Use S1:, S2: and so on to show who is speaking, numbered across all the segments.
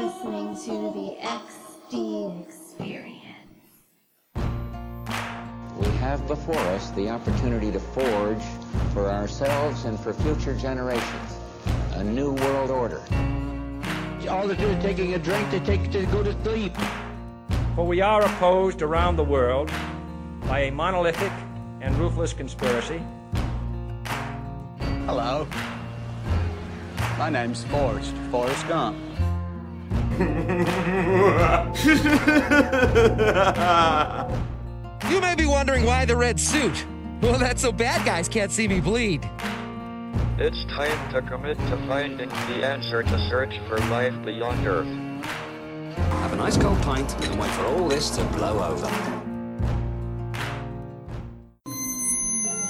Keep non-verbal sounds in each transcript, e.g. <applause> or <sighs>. S1: to the XD experience.
S2: We have before us the opportunity to forge for ourselves and for future generations a new world order.
S3: All they're doing is taking a drink to take to go to sleep.
S4: For we are opposed around the world by a monolithic and ruthless conspiracy.
S3: Hello. My name's Forrest. Forrest Gump.
S5: You may be wondering why the red suit. Well, that's so bad guys can't see me bleed.
S6: It's time to commit to finding the answer to search for life beyond Earth.
S7: Have a nice cold pint and wait for all this to blow over.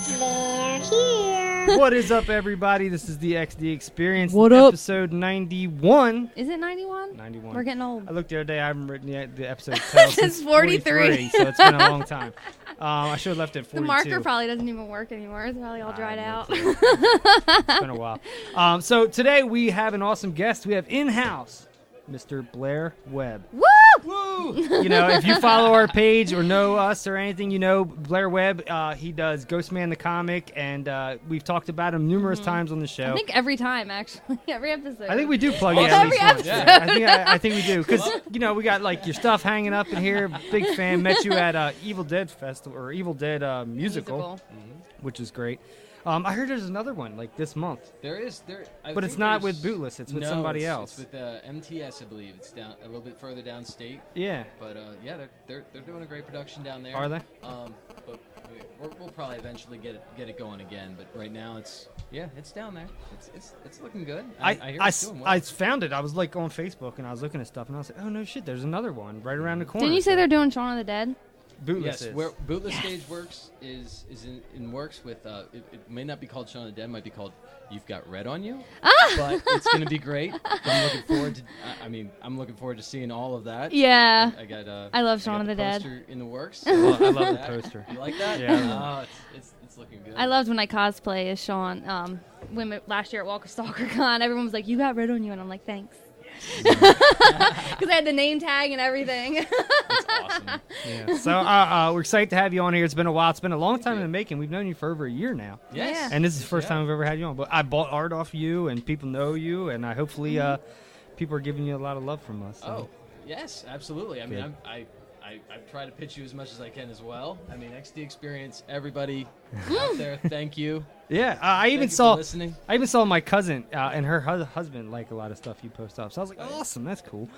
S1: They're here.
S8: <laughs> what is up, everybody? This is the XD Experience.
S9: What up?
S8: Episode 91.
S9: Is it 91?
S8: 91.
S9: We're getting old.
S8: I looked the other day. I haven't written the, the episode
S9: <laughs>
S8: title since
S9: 43.
S8: so it's been a
S9: <laughs>
S8: long time. Um, I should have left it at
S9: The
S8: 42.
S9: marker probably doesn't even work anymore. It's probably all dried out.
S8: It's been a while. Um, so today we have an awesome guest. We have in-house Mr. Blair Webb.
S9: <laughs> Woo!
S8: you know, if you follow our page or know us or anything, you know Blair Webb. Uh, he does Ghostman the comic, and uh, we've talked about him numerous times on the show.
S9: Mm-hmm. I think every time, actually, <laughs> every episode.
S8: I think we do plug you
S9: Well,
S8: at
S9: every
S8: least once.
S9: episode.
S8: Yeah, I think I, I think we do because you know we got like your stuff hanging up in here. Big fan. Met you at uh, Evil Dead Festival or Evil Dead uh, musical, which is great. Um, I heard there's another one like this month.
S10: There is there, I
S8: But it's
S10: think
S8: not
S10: there's-
S8: with Bootless, it's with
S10: No,
S8: somebody
S10: it's-
S8: else.
S10: It's with uh, MTS, I believe. It's down a little bit further downstate.
S8: Yeah.
S10: But uh, yeah, they're, they're they're doing a great production down there.
S8: Are they?
S10: Um, but we- we're, we'll probably eventually get it, get it going again. But right now, it's yeah, it's down there. It's it's, it's looking good. I I, hear
S8: I,
S10: it's
S8: s-
S10: doing well.
S8: I found it. I was like on Facebook and I was looking at stuff and I was like, oh no shit, there's another one right around the corner.
S9: Didn't you say they're doing Shaun of the Dead?
S8: Bootless
S10: Yes,
S8: is.
S10: where Bootless Stage Works is is in, in works with. Uh, it, it may not be called Shaun of the Dead, it might be called You've Got Red on You, but it's gonna be great. I'm looking forward to. I, I mean, I'm looking forward to seeing all of
S9: <laughs>
S10: that.
S9: Yeah.
S10: I got. Uh,
S9: I love
S10: got
S9: Shaun of the Dead.
S10: poster In the works.
S8: love- I love the poster.
S10: You like that?
S8: Yeah, I love
S10: Oh, it's, it's, it's looking good.
S9: I loved when I cosplay as Shaun. Um, when last year at Walker Stalker <laughs> Con, everyone was like, "You got red on you," and I'm like, "Thanks," <laughs> because I had the name tag and everything. <laughs>
S10: It's awesome.
S8: Yeah. So uh, uh, we're excited to have you on here. It's been a while. It's been a long time in the making. We've known you for over a year now.
S10: Yes.
S8: And this is the first
S10: Yeah.
S8: time I've ever had you on. But I bought art off you, and people know you, and I hopefully uh, people are giving you a lot of love from us.
S10: Oh, yes, absolutely. I mean,
S8: Good.
S10: I'm, I, I, I try to pitch you as much as I can as well. I mean, XD Experience, everybody out there, thank you.
S8: yeah. I I even
S10: you for
S8: saw.
S10: listening.
S8: I even saw my cousin uh, and her hu- husband like a lot of stuff you post up. So I was like, awesome, that's cool.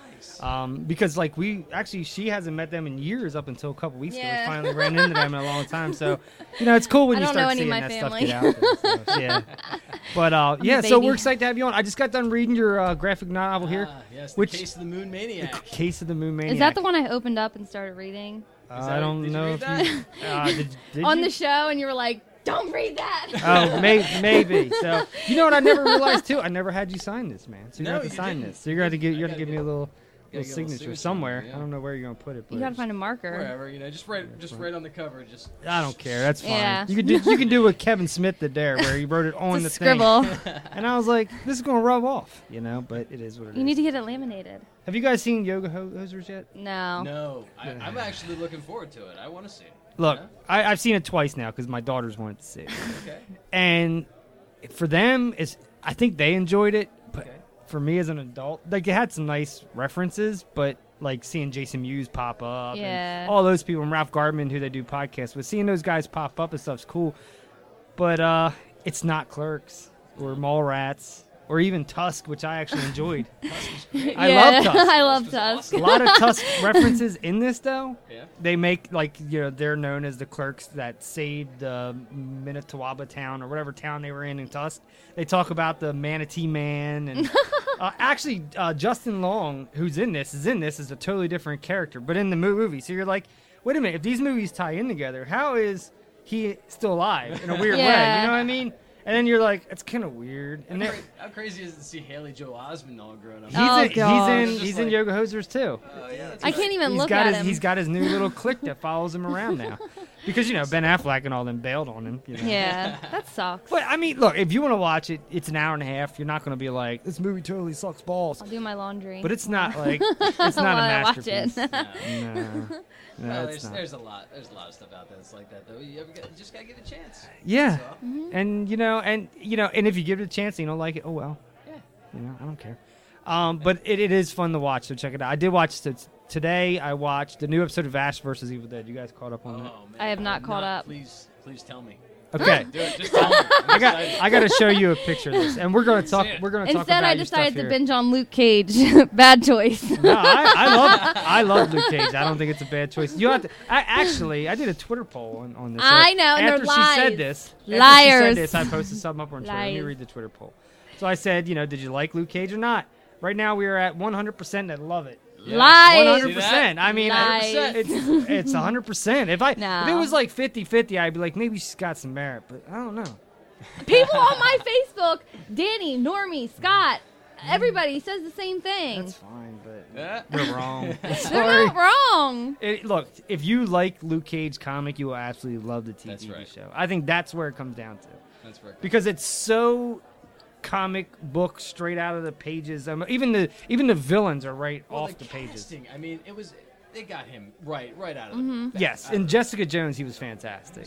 S8: Um, because like we actually, she hasn't met them in years up until a couple weeks ago.
S9: Yeah.
S8: We finally ran into them in a
S9: <laughs>
S8: long time. So you know, it's cool when
S9: I
S8: you
S9: don't
S8: start
S9: know any of
S8: seeing
S9: my
S8: that
S9: family.
S8: stuff get out. There, so, yeah.
S9: <laughs>
S8: But uh, yeah, so
S9: baby.
S8: we're excited to have you on. I just got done reading your uh, graphic novel here,
S10: Ah, yes, the
S8: which
S10: Case of the Moon Maniac.
S8: Case of the Moon Maniac.
S9: Is that the one I opened up and started reading
S8: Uh,
S10: Is that-
S8: I don't
S10: did you
S8: know
S10: read
S8: if you. Uh, did,
S9: <laughs>
S8: did
S9: on
S8: you?
S9: the show? And you were like, "Don't read that."
S10: <laughs>
S8: Oh, may, maybe. So you know what? I never realized too. I never had you sign this, man. So you're
S10: No,
S8: gonna have to
S10: you
S8: sign
S10: didn't.
S8: this. So you're gonna have to give.
S10: I
S8: You're gonna
S10: gotta
S8: give me a
S10: get-
S8: little,
S10: get a
S8: little
S10: little
S8: signature
S10: signature,
S8: somewhere.
S10: yeah.
S8: I don't know where you're gonna put it. But
S9: you gotta find a marker.
S10: Wherever, you know, just right, just right on the cover. Just
S8: I don't care. That's fine.
S9: Yeah.
S8: You can do. You can do
S9: <laughs>
S8: what Kevin Smith did there, where he wrote it on
S9: It's
S8: the
S9: a scribble.
S8: thing. And I was like, this is gonna rub off, you know. But it is what it is.
S9: you need to get it laminated.
S8: have you guys seen Yoga Ho- Hosers yet?
S9: No.
S10: no. I, I'm actually looking forward to it. I want to see it.
S8: Look,
S10: Yeah.
S8: I, I've seen it twice now because my daughters wanted to see it.
S10: Okay.
S8: and for them it's i think they enjoyed it but
S10: Okay.
S8: for me as an adult like it had some nice references but like seeing jason mewes pop up
S9: Yeah.
S8: and all those people and ralph garman who they do podcasts with seeing those guys pop up and stuff's cool but uh it's not clerks or mallrats or even tusk which i actually enjoyed
S9: <laughs>
S8: i love
S9: Yeah, <laughs>
S8: tusk
S9: I love
S10: was
S9: Tusk.
S8: a lot of
S9: <laughs>
S8: tusk references in this though
S10: Yeah.
S8: they make like you know they're known as the clerks that saved the Minnetawaba town or whatever town they were in in Tusk. They talk about the manatee man
S9: <laughs>
S8: and uh, actually uh, Justin Long, who's in this, is in this is a totally different character, but in the mo- movie, so you're like, wait a minute, if these movies tie in together, how is he still alive in a
S9: <laughs>
S8: weird way?
S9: Yeah.
S8: You know what I mean? And then you're like, it's kind of weird. And then,
S10: Cra- How crazy is it to see Haley Joel Osment all grown up?
S8: he's,
S9: Oh,
S8: in, he's
S9: gosh.
S8: in
S10: Just
S8: he's in
S10: like-
S8: Yoga Hosers too.
S10: Oh, yeah, that's
S9: I can't even
S8: He's
S9: look
S8: got
S9: at
S8: his,
S9: him. <laughs>
S8: He's got his new little clique that follows him around now. because you know Ben Affleck and all them bailed on him. You know? <laughs>
S9: Yeah, that sucks.
S8: But I mean, look, if you want to watch it, it's an hour and a half. You're not going to be like, this movie totally sucks balls.
S9: I'll do my laundry.
S8: But it's not like it's not a
S9: <laughs> While I watch
S8: masterpiece.
S9: it. <laughs>
S8: No, no,
S10: Well,
S8: it's
S10: there's,
S8: not.
S10: there's a lot. There's a lot of stuff out there that's like that, though. You, ever get, you just gotta give it a chance.
S8: Yeah,
S10: So-
S9: Mm-hmm.
S8: and you know, and you know, and if you give it a chance and you don't like it, oh well.
S10: Yeah.
S8: You know, I don't care. Um, but it, it is fun to watch, so check it out. I did watch so t- today. I watched the new episode of Ash versus Evil Dead. You guys caught up on that?
S10: Oh, man.
S9: I have not
S10: I'm
S9: caught up.
S10: Please, please tell me.
S8: Okay,
S10: Do it. Just tell me.
S8: <laughs>
S10: I'm
S8: I got
S10: excited.
S8: I got to show you a picture of this, and we're gonna talk.
S10: See it.
S8: We're gonna talk
S9: <laughs> Instead,
S8: about
S9: I
S8: your
S9: decided
S8: stuff
S9: to
S8: here.
S9: binge on Luke Cage. <laughs> Bad choice.
S8: No, I, I
S9: <laughs>
S8: love I love Luke Cage. I don't think it's a bad choice. You have to. I actually I did a Twitter poll on, on this.
S9: I know, and they're
S8: After she
S9: lies.
S8: said this, after
S9: Liars.
S8: she said this, I posted something up on Twitter. Let me
S9: Lies.
S8: read the Twitter poll. So I said, you know, did you like Luke Cage or not? Right now we are at 100% that love it.
S9: <laughs> Lies.
S8: 100%. I mean, I-
S9: Lies.
S8: it's it's 100%. If I if it
S9: No.
S8: was like 50-50, I'd be like maybe she's got some merit, but I don't know.
S9: People
S8: <laughs>
S9: on my Facebook, Danny, Normie, Scott, everybody says the same thing.
S8: Mm. That's fine, but
S10: Yeah.
S8: we're wrong.
S9: They're
S8: Sorry.
S9: not wrong.
S8: It, look, if you like Luke Cage comic, you will absolutely love the TV
S10: That's right.
S8: show. I think that's where it comes down to
S10: That's right.
S8: because it's so comic book straight out of the pages. Um, even the even the villains are right
S10: Well,
S8: off the, pages.
S10: casting, I mean, it was. They got him right, right out of the.
S9: Mm-hmm.
S8: Yes, and Jessica Jones, he was fantastic.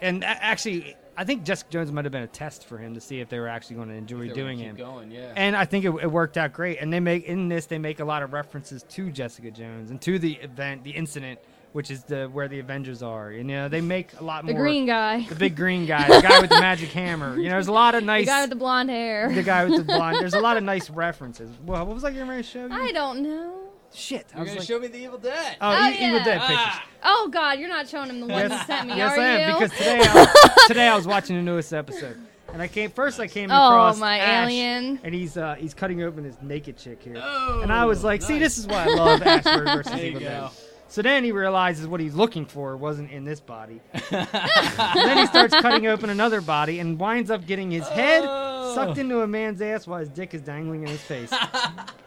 S8: And a- actually, I think Jessica Jones might have been a test for him to see if they were actually going to enjoy
S10: They were
S8: doing
S10: keep
S8: him.
S10: Going, yeah.
S8: And I think it, it worked out great. And they make in this they make a lot of references to Jessica Jones and to the event, the incident, which is the where the Avengers are. And, you know, they make a lot
S9: The
S8: more.
S9: green guy,
S8: the big green guy, the guy with the
S9: <laughs>
S8: magic hammer. You know, there's a lot of
S9: the
S8: nice.
S9: guy with the blonde hair.
S8: the guy with the blonde. There's a lot of nice references. Well, what was I going to show you?
S9: I don't know.
S8: Shit, I
S10: You're
S8: was
S10: gonna
S8: like,
S10: show me the Evil Dead.
S8: oh,
S9: Oh,
S8: e- Evil
S9: yeah.
S8: Dead pictures.
S10: Ah,
S9: Oh God, you're not showing him the one you sent me,
S8: yes,
S9: are
S8: I am
S9: you?
S8: because
S9: <laughs>
S8: today I, was, today I was watching the newest episode, and I came first. I came
S9: Oh,
S8: across
S9: my
S8: Ash,
S9: alien.
S8: and he's uh, he's cutting open his naked chick here,
S10: Oh,
S8: and I was like, see, this is why I
S10: <laughs>
S8: love Ashford versus
S10: there you
S8: Evil Dead.
S10: go.
S8: So then he realizes what he's looking for wasn't in this
S10: <laughs>
S8: body. And then he starts cutting open another body and winds up getting his head
S10: Oh.
S8: sucked into a man's ass while his dick is dangling in his
S10: <laughs>
S8: face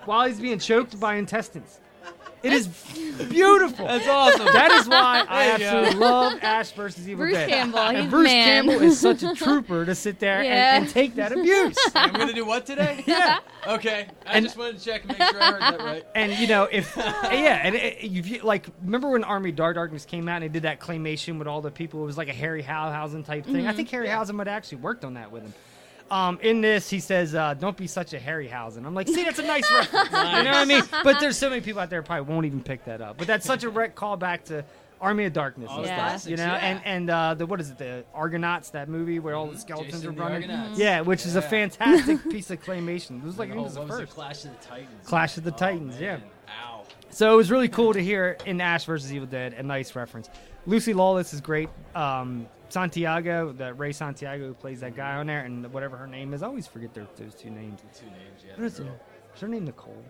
S8: while he's being choked by intestines. It is beautiful.
S10: <laughs> That's awesome.
S8: <laughs> That is
S9: <laughs>
S8: why I
S10: There you go.
S8: absolutely love Ash versus Evil
S9: Bruce
S8: Dead.
S9: Campbell, he's
S8: and Bruce
S9: man.
S8: Campbell is such
S9: <laughs>
S8: a trooper to sit there and-
S9: Yeah.
S8: and, take that
S9: <laughs>
S8: abuse.
S10: I'm gonna do what today?
S8: Yeah.
S10: <laughs> Okay. I
S8: And-
S10: just wanted to check and make sure I heard
S8: <laughs>
S10: that right.
S8: And you know if yeah, and it, if you like remember when Army Dark Darkness came out and they did that claymation with all the people? It was like a Harry Howhausen type thing.
S9: Mm-hmm.
S8: I think Harry Howhausen might have actually worked on that with him. Um, in this, he says, uh, "Don't be such a Harryhausen." I'm like, see, that's a nice reference. You know what I mean? But there's so many people out there probably won't even pick that up. But that's such a direct callback to Army of Darkness.
S10: All
S8: and
S10: the
S9: Yeah.
S8: stuff,
S10: classics,
S8: You know,
S10: yeah.
S8: and and uh, the what is it? The Argonauts, that movie where all the skeletons
S10: Mm-hmm. Jason
S8: are
S10: the
S8: running.
S10: Argonauts.
S8: Yeah, which is a
S10: Yeah. <laughs>
S8: fantastic piece of claymation. It was like
S10: Oh,
S8: it was the
S10: what was it?
S8: first.
S10: Clash of the Titans. Oh,
S8: Clash of the Titans, yeah.
S10: Ow.
S8: So it was really cool to hear in Ash versus Evil Dead a nice reference. Lucy Lawless is great. Um, Santiago, that Ray Santiago who plays that guy on there, and whatever her name is, I always forget their, those two names.
S10: Two names, yeah.
S8: What is,
S10: the
S8: her,
S10: girl.
S8: is her name Nicole?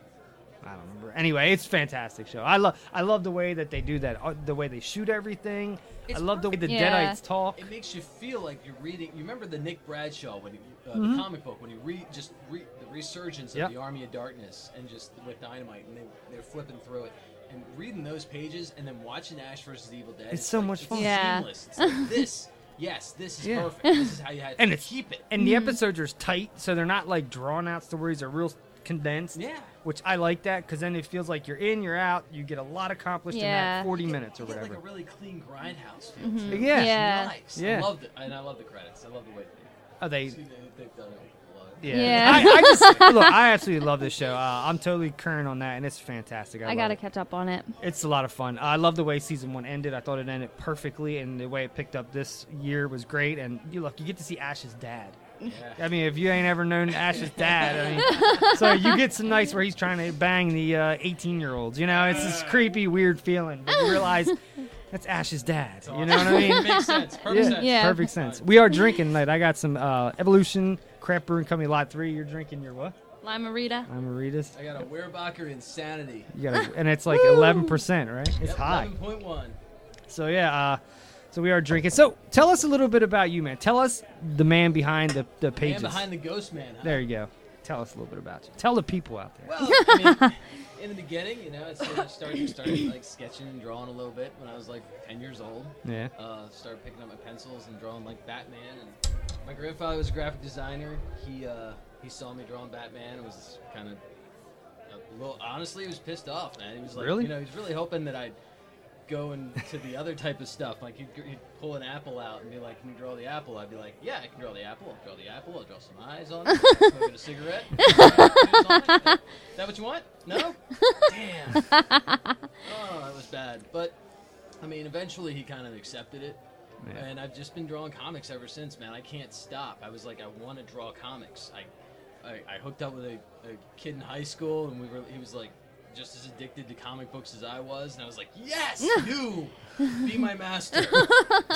S8: I don't remember. Anyway, it's a fantastic show. I love I love the way that they do that. uh, The way they shoot everything. I love the way the
S9: Yeah.
S8: Deadites talk.
S10: It makes you feel like you're reading. You remember the Nick Bradshaw when he, uh,
S8: Mm-hmm.
S10: the comic book when he re, just re, the resurgence of
S8: Yep.
S10: the Army of Darkness and just with dynamite and they, they're flipping through it and reading those pages and then watching Ash versus Evil Dead.
S8: It's so much fun.
S9: Yeah.
S10: Seamless. It's
S9: <laughs>
S10: like this. Yes, this is
S8: Yeah.
S10: perfect. This is how
S8: <laughs>
S10: you had
S8: And
S10: to
S8: it's-
S10: keep it.
S8: And the episodes are tight, so they're not like drawn out stories. They're real condensed.
S10: Yeah.
S8: Which I like that because then it feels like you're in, you're out. You get a lot accomplished in
S9: Yeah.
S8: that 40 minutes or
S10: You get
S8: whatever.
S10: like a really clean grindhouse feel. too.
S8: Yeah.
S9: Mm-hmm. Yeah.
S10: Nice.
S8: Yeah.
S10: I loved it, and I love the credits. I love the way they,
S8: Are Oh, they?
S10: see, they- they've done it. I love it.
S8: Yeah.
S9: Yeah.
S8: I, I just look. I absolutely love this show. Uh, I'm totally current on that, and it's fantastic. I,
S9: I
S8: love
S9: gotta
S8: it.
S9: catch up on it.
S8: It's a lot of fun. I love the way season one ended. I thought it ended perfectly, and the way it picked up this year was great. And you look, you get to see Ash's dad. I mean, if you ain't ever known Ash's dad, I mean, so you get some nights where he's trying to bang the 18 year olds. You know, it's this creepy, weird feeling. But you realize that's Ash's dad. You know what I mean?
S10: It <laughs> makes sense. Perfect sense.
S9: Yeah.
S8: Perfect sense. We are drinking tonight. I got some uh, Evolution Crap Brewing Company Lot 3. You're drinking your what?
S9: Lima Rita.
S8: Margaritas.
S10: I got a Werbacher Insanity.
S8: You got and it's like 11%, right? It's high.
S10: Eleven point one.
S8: So yeah, uh, so we are drinking. So tell us a little bit about you, man. Tell us the man behind the, the pages.
S10: Man behind the ghost man. Huh?
S8: there you go. Tell us a little bit about you. Tell the people out there.
S10: Well, I mean, in the beginning, you know, it's sort of started started like sketching and drawing a little bit when I was like ten years old.
S8: Yeah.
S10: Uh, started picking up my pencils and drawing like Batman. And my grandfather was a graphic designer. He uh, he saw me drawing Batman and was kind of a little. Honestly, he was pissed off, man. He was like,
S8: Really?
S10: you know, he was really hoping that I'd go into the other type of stuff. Like he'd, he'd pull an apple out and be like, "Can you draw the apple?" I'd be like, "Yeah, I can draw the apple. I'll draw the apple. I'll draw some eyes on it. Smoking a cigarette. Is that what you want? No? Damn. Oh, that was bad. But I mean, eventually he kind of accepted it. And I've just been drawing comics ever since, man. I can't stop. I was like, I want to draw comics. I, I, I hooked up with a, a kid in high school, and we were. He was like, just as addicted to comic books as I was, and I was like, yes, you, be my master.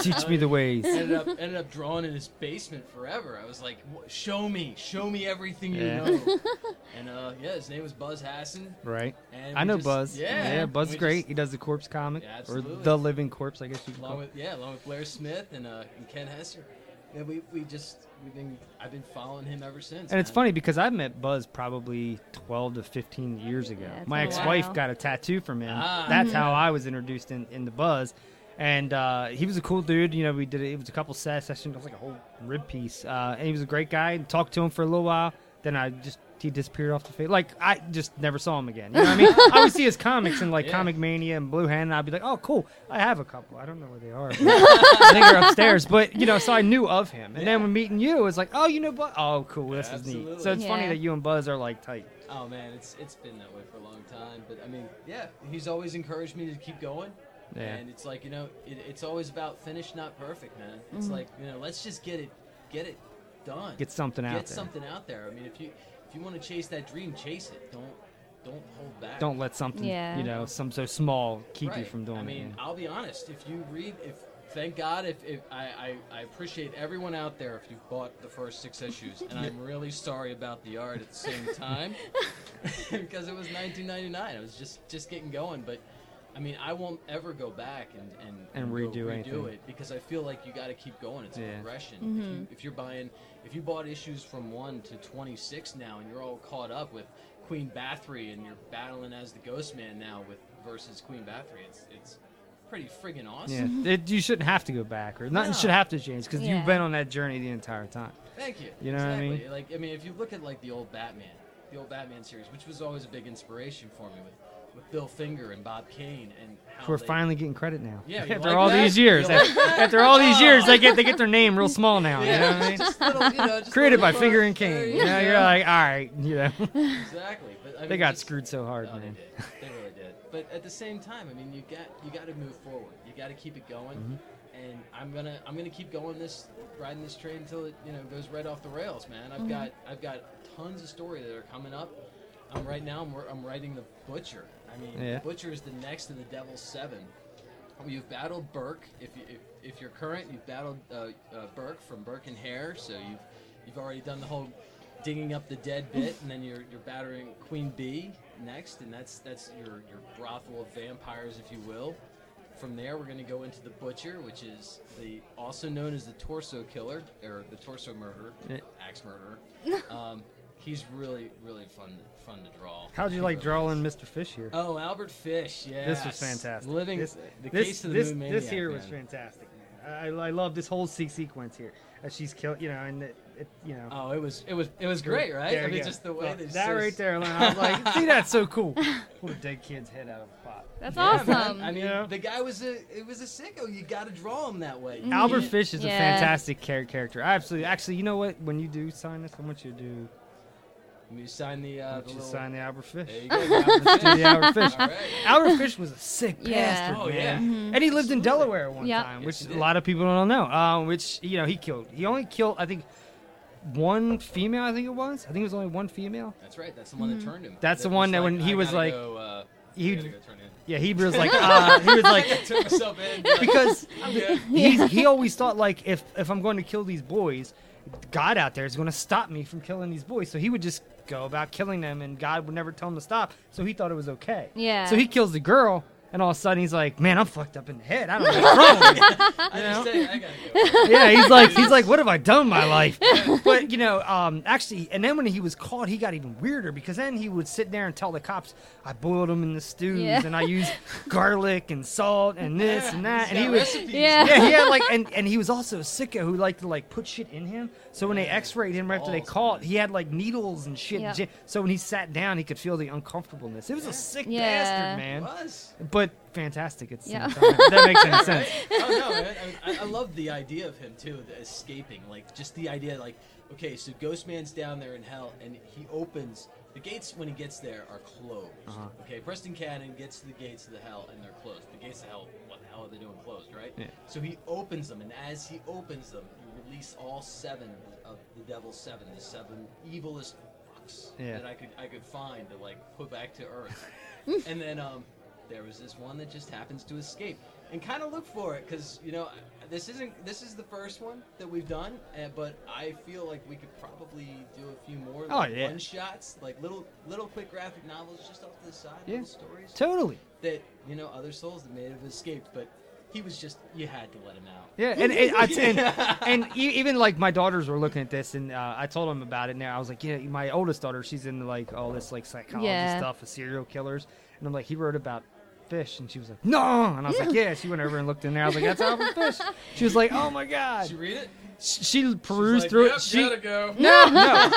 S8: Teach me the ways.
S10: <laughs> ended up ended up drawing in his basement forever. I was like, "Wh- show me, show me everything you
S8: Yeah. <laughs>
S10: know. and uh, yeah, his name was Buzz Hassan.
S8: Right.
S10: And
S8: I
S10: we
S8: know
S10: just-
S8: Buzz.
S10: yeah,
S8: Yeah,
S10: and
S8: Buzz
S10: we
S8: is great.
S10: just-
S8: he does the corpse comic.
S10: Yeah,
S8: or
S10: absolutely.
S8: the living corpse, I guess you could
S10: along
S8: call it.
S10: with yeah, along with Blair Smith and, uh, and Ken Hesser. And we, we just we've been I've been following him ever since.
S8: And it's
S10: man.
S8: funny because I met Buzz probably 12 to 15 years ago.
S9: Yeah, it's
S8: My
S9: been a
S8: ex wife
S9: while. Mm-hmm.
S8: got a tattoo from him.
S10: Ah.
S8: That's how I was introduced in, into Buzz. And uh, he was a cool dude. You know, we did it, it was a couple set sessions, it was like a whole rib piece. Uh, and he was a great guy. Talked to him for a little while. Then I just, he disappeared off the face. Like, I just never saw him again. You know what I
S9: <laughs>
S8: mean? I would see his comics in like
S10: Yeah.
S8: Comic Mania and Blue Hand, and I'd be like, oh, cool. I have a couple. I don't know where they
S9: <laughs>
S8: are. but I think they're upstairs. But, you know, so I knew of him. And then when meeting you, it was like, oh, you know Buzz? Oh, cool. This is neat.
S10: Absolutely.
S8: So it's funny
S9: Yeah.
S8: that you and Buzz are like tight.
S10: Oh man, it's it's been that way for a long time. But I mean, yeah, he's always encouraged me to keep going.
S8: Yeah.
S10: And it's like you know, it, it's always about finish, not perfect, man. It's like you know, let's just get it, get it done.
S8: Mm. Get something out
S10: Get
S8: there.
S10: something out there. I mean, if you if you want to chase that dream, chase it. Don't don't hold back.
S8: Don't let something,
S9: Yeah.
S8: you know, some so small keep you
S10: Right.
S8: from doing
S10: I mean,
S8: it. yeah.
S10: I'll be honest. If you read, if thank God, if, if I, I, I appreciate everyone out there if you've bought the first six issues, and I'm really sorry about the art at the
S8: <laughs>
S10: same time <laughs> because it was 1999. I was just just getting going, but I mean, I won't ever go back and and,
S8: And
S10: go
S8: redo anything.
S10: it because I feel like you got to keep going. It's a
S8: Yeah.
S10: progression. If, you, if you're buying, if you bought issues from one to 26 now, and you're all caught up with Queen Bathory, and you're battling as the Ghost Man now with versus Queen Bathory, it's it's pretty friggin' awesome.
S8: Yeah, it, you shouldn't have to go back, or nothing
S10: No.
S8: should have to change because
S9: Yeah.
S8: you've been on that journey the entire time.
S10: Thank you.
S8: You know what I
S10: exactly.
S8: mean?
S10: Like I mean, if you look at like the old Batman, the old Batman series, which was always a big inspiration for me with with Bill Finger and Bob Kane, and how
S8: We're
S10: Oh, they-
S8: finally getting credit now.
S10: Yeah, you
S8: after
S10: like
S8: all
S10: that?
S8: these years,
S10: You like
S8: after, after all these years, they get they get their name real small now. You know
S10: Yeah,
S8: what I mean?
S10: <laughs> just little, you know, just
S8: Created by
S10: little
S8: Finger
S10: fun-
S8: and Kane.
S10: Yeah,
S8: You know, you're
S10: yeah.
S8: like, all right, you know,
S10: <laughs> Exactly. But, I
S8: they
S10: mean,
S8: got
S10: just-
S8: screwed so hard,
S10: Oh, they
S8: man.
S10: did. They really did. But at the same time, I mean, you got you got to move forward. You got to keep it going.
S8: Mm-hmm.
S10: And I'm gonna I'm gonna keep going this riding this train until it you know goes right off the rails, man.
S8: Mm-hmm.
S10: I've got I've got tons of story that are coming up. I'm right now I'm, wor- I'm writing the butcher. I mean,
S8: Yeah.
S10: the butcher is the next of the Devil's Seven. Oh, You've battled Burke. If you if, if you're current, you've battled uh, uh, Burke from Burke and Hare. So you've you've already done the whole digging up the dead bit, and then you're you're battering Queen Bee next, and that's that's your your brothel of vampires, if you will. From there, we're going to go into the butcher, which is the also known as the torso killer or the torso murderer,
S8: Yeah.
S10: axe murderer. um, he's really really fun fun to draw.
S8: How'd you
S10: He
S8: like
S10: really
S8: drawing Mr. Fish here?
S10: Oh, Albert Fish, yeah.
S8: This was fantastic.
S10: Living
S8: this,
S10: the
S8: this,
S10: case of the
S8: this,
S10: Moon
S8: This
S10: Maniac,
S8: here was
S10: man.
S8: fantastic, man. I, I love this whole se- sequence here. Uh, she's killed, you know, and it, it you know.
S10: Oh, it was it was it was great, right?
S8: There
S10: I
S8: you
S10: mean,
S8: go.
S10: just the way
S8: Uh,
S10: they
S8: that
S10: sort of-
S8: right there, alone, I was
S10: <laughs>
S8: like, see, that's so
S9: <laughs>
S8: cool. Put a dead kid's head out of a pot.
S9: That's
S10: Yeah,
S9: awesome.
S8: <laughs>
S10: man. I mean,
S8: Yeah.
S10: the guy was a it was a sicko. You got to draw him that way.
S9: Mm-hmm.
S8: Albert Fish is a
S9: Yeah.
S8: fantastic char- character. I absolutely, actually, you know what? When you do sign this, I want you to do,
S10: You sign the
S8: I
S10: uh,
S8: want
S10: the
S8: you to
S10: little.
S8: sign the Albert Fish.
S10: There you go.
S9: <laughs>
S10: Albert
S8: Let's do
S10: Fish.
S8: the Albert Fish.
S10: <laughs> All right.
S8: Albert Fish was a sick
S9: Yeah. Mm-hmm.
S8: bastard,
S10: Oh, yeah.
S8: man. And he lived in
S10: Absolutely.
S8: Delaware at one
S9: Yep.
S8: time,
S10: Yes,
S8: which
S10: he
S8: a
S10: did.
S8: lot of people don't know. Um, which you know, he killed. He only killed, I think, one female. I think it was. I think it was only one female.
S10: That's right. That's the one
S9: Mm-hmm.
S10: that turned him.
S8: That's the one
S10: was
S8: that when he
S10: I
S8: was
S10: gotta
S8: like-
S10: go, uh,
S8: he-
S10: I gotta go turn <laughs> in.
S8: Yeah, he was like, <laughs> uh, he was like,
S10: Took myself in.
S8: <laughs>
S10: but-
S8: because
S10: good.
S8: he, he always thought like if if I'm going to kill these boys, God out there is going to stop me from killing these boys. So he would just go about killing them, and God would never tell him to stop. So he thought it was okay.
S9: Yeah.
S8: So he kills the girl, And all of a sudden, he's like, "Man, I'm fucked up in the head. I don't know
S9: <laughs>
S8: what's wrong." with me."
S10: I
S8: You know?
S10: just say I gotta go.
S8: yeah, he's like, he's like, "What have I done with my
S9: <laughs>
S8: life?" But you know, um, actually, and then when he was caught, he got even weirder because then he would sit there and tell the cops, "I boiled them in the stews,
S9: Yeah.
S8: and I used garlic and salt and this and that," and he would.
S9: Yeah.
S8: yeah, he had like, and, and he was also a sicko who liked to like put shit in him. So when they X-rayed him after they
S9: Oh.
S10: Balls.
S8: caught, he had like needles and shit.
S9: Yep.
S8: j- So when he sat down, he could feel the uncomfortableness. It was a sick
S9: Yeah.
S8: bastard, man.
S10: Was.
S8: But fantastic at the same
S9: Yeah.
S8: time. If That makes
S9: <laughs>
S8: any sense.
S10: Oh no, man. I, I, I love the idea of him too, the escaping. Like just the idea, like okay, so Ghost Man's down there in hell, and he opens the gates when he gets there are closed.
S8: Uh-huh.
S10: Okay, Preston Cannon gets to the gates of the hell, and they're closed. The gates of hell, what the hell are they doing closed, right?
S8: Yeah.
S10: So he opens them, and as he opens them, you release all seven of the Devil's Seven, the seven evilest fucks
S8: Yeah.
S10: that I could I could find to like put back to Earth. and then um, there was this one that just happens to escape, and kind of look for it because you know I- this isn't this is the first one that we've done, uh, but I feel like we could probably do a few more
S8: Oh,
S10: like,
S8: yeah.
S10: one shots, like little little quick graphic novels just off to the side,
S8: Yeah.
S10: little stories
S8: Totally.
S10: that you know other souls that may have escaped, but he was just you had to let him out.
S8: Yeah, and and, I- and, and e- even like my daughters were looking at this, and uh, I told them about it. And I was like, yeah, my oldest daughter, she's into like all this like psychology
S9: Yeah.
S8: stuff of serial killers, and I'm like, he wrote about fish, and she was like, no, and I was like, yeah. She went over and looked in there. I was like, that's Albert Fish. She was like, oh my god.
S10: Did you read it?
S8: She, she perused
S10: Like,
S8: through
S10: "Yep,
S8: it. She,
S10: gotta go.
S8: no, no,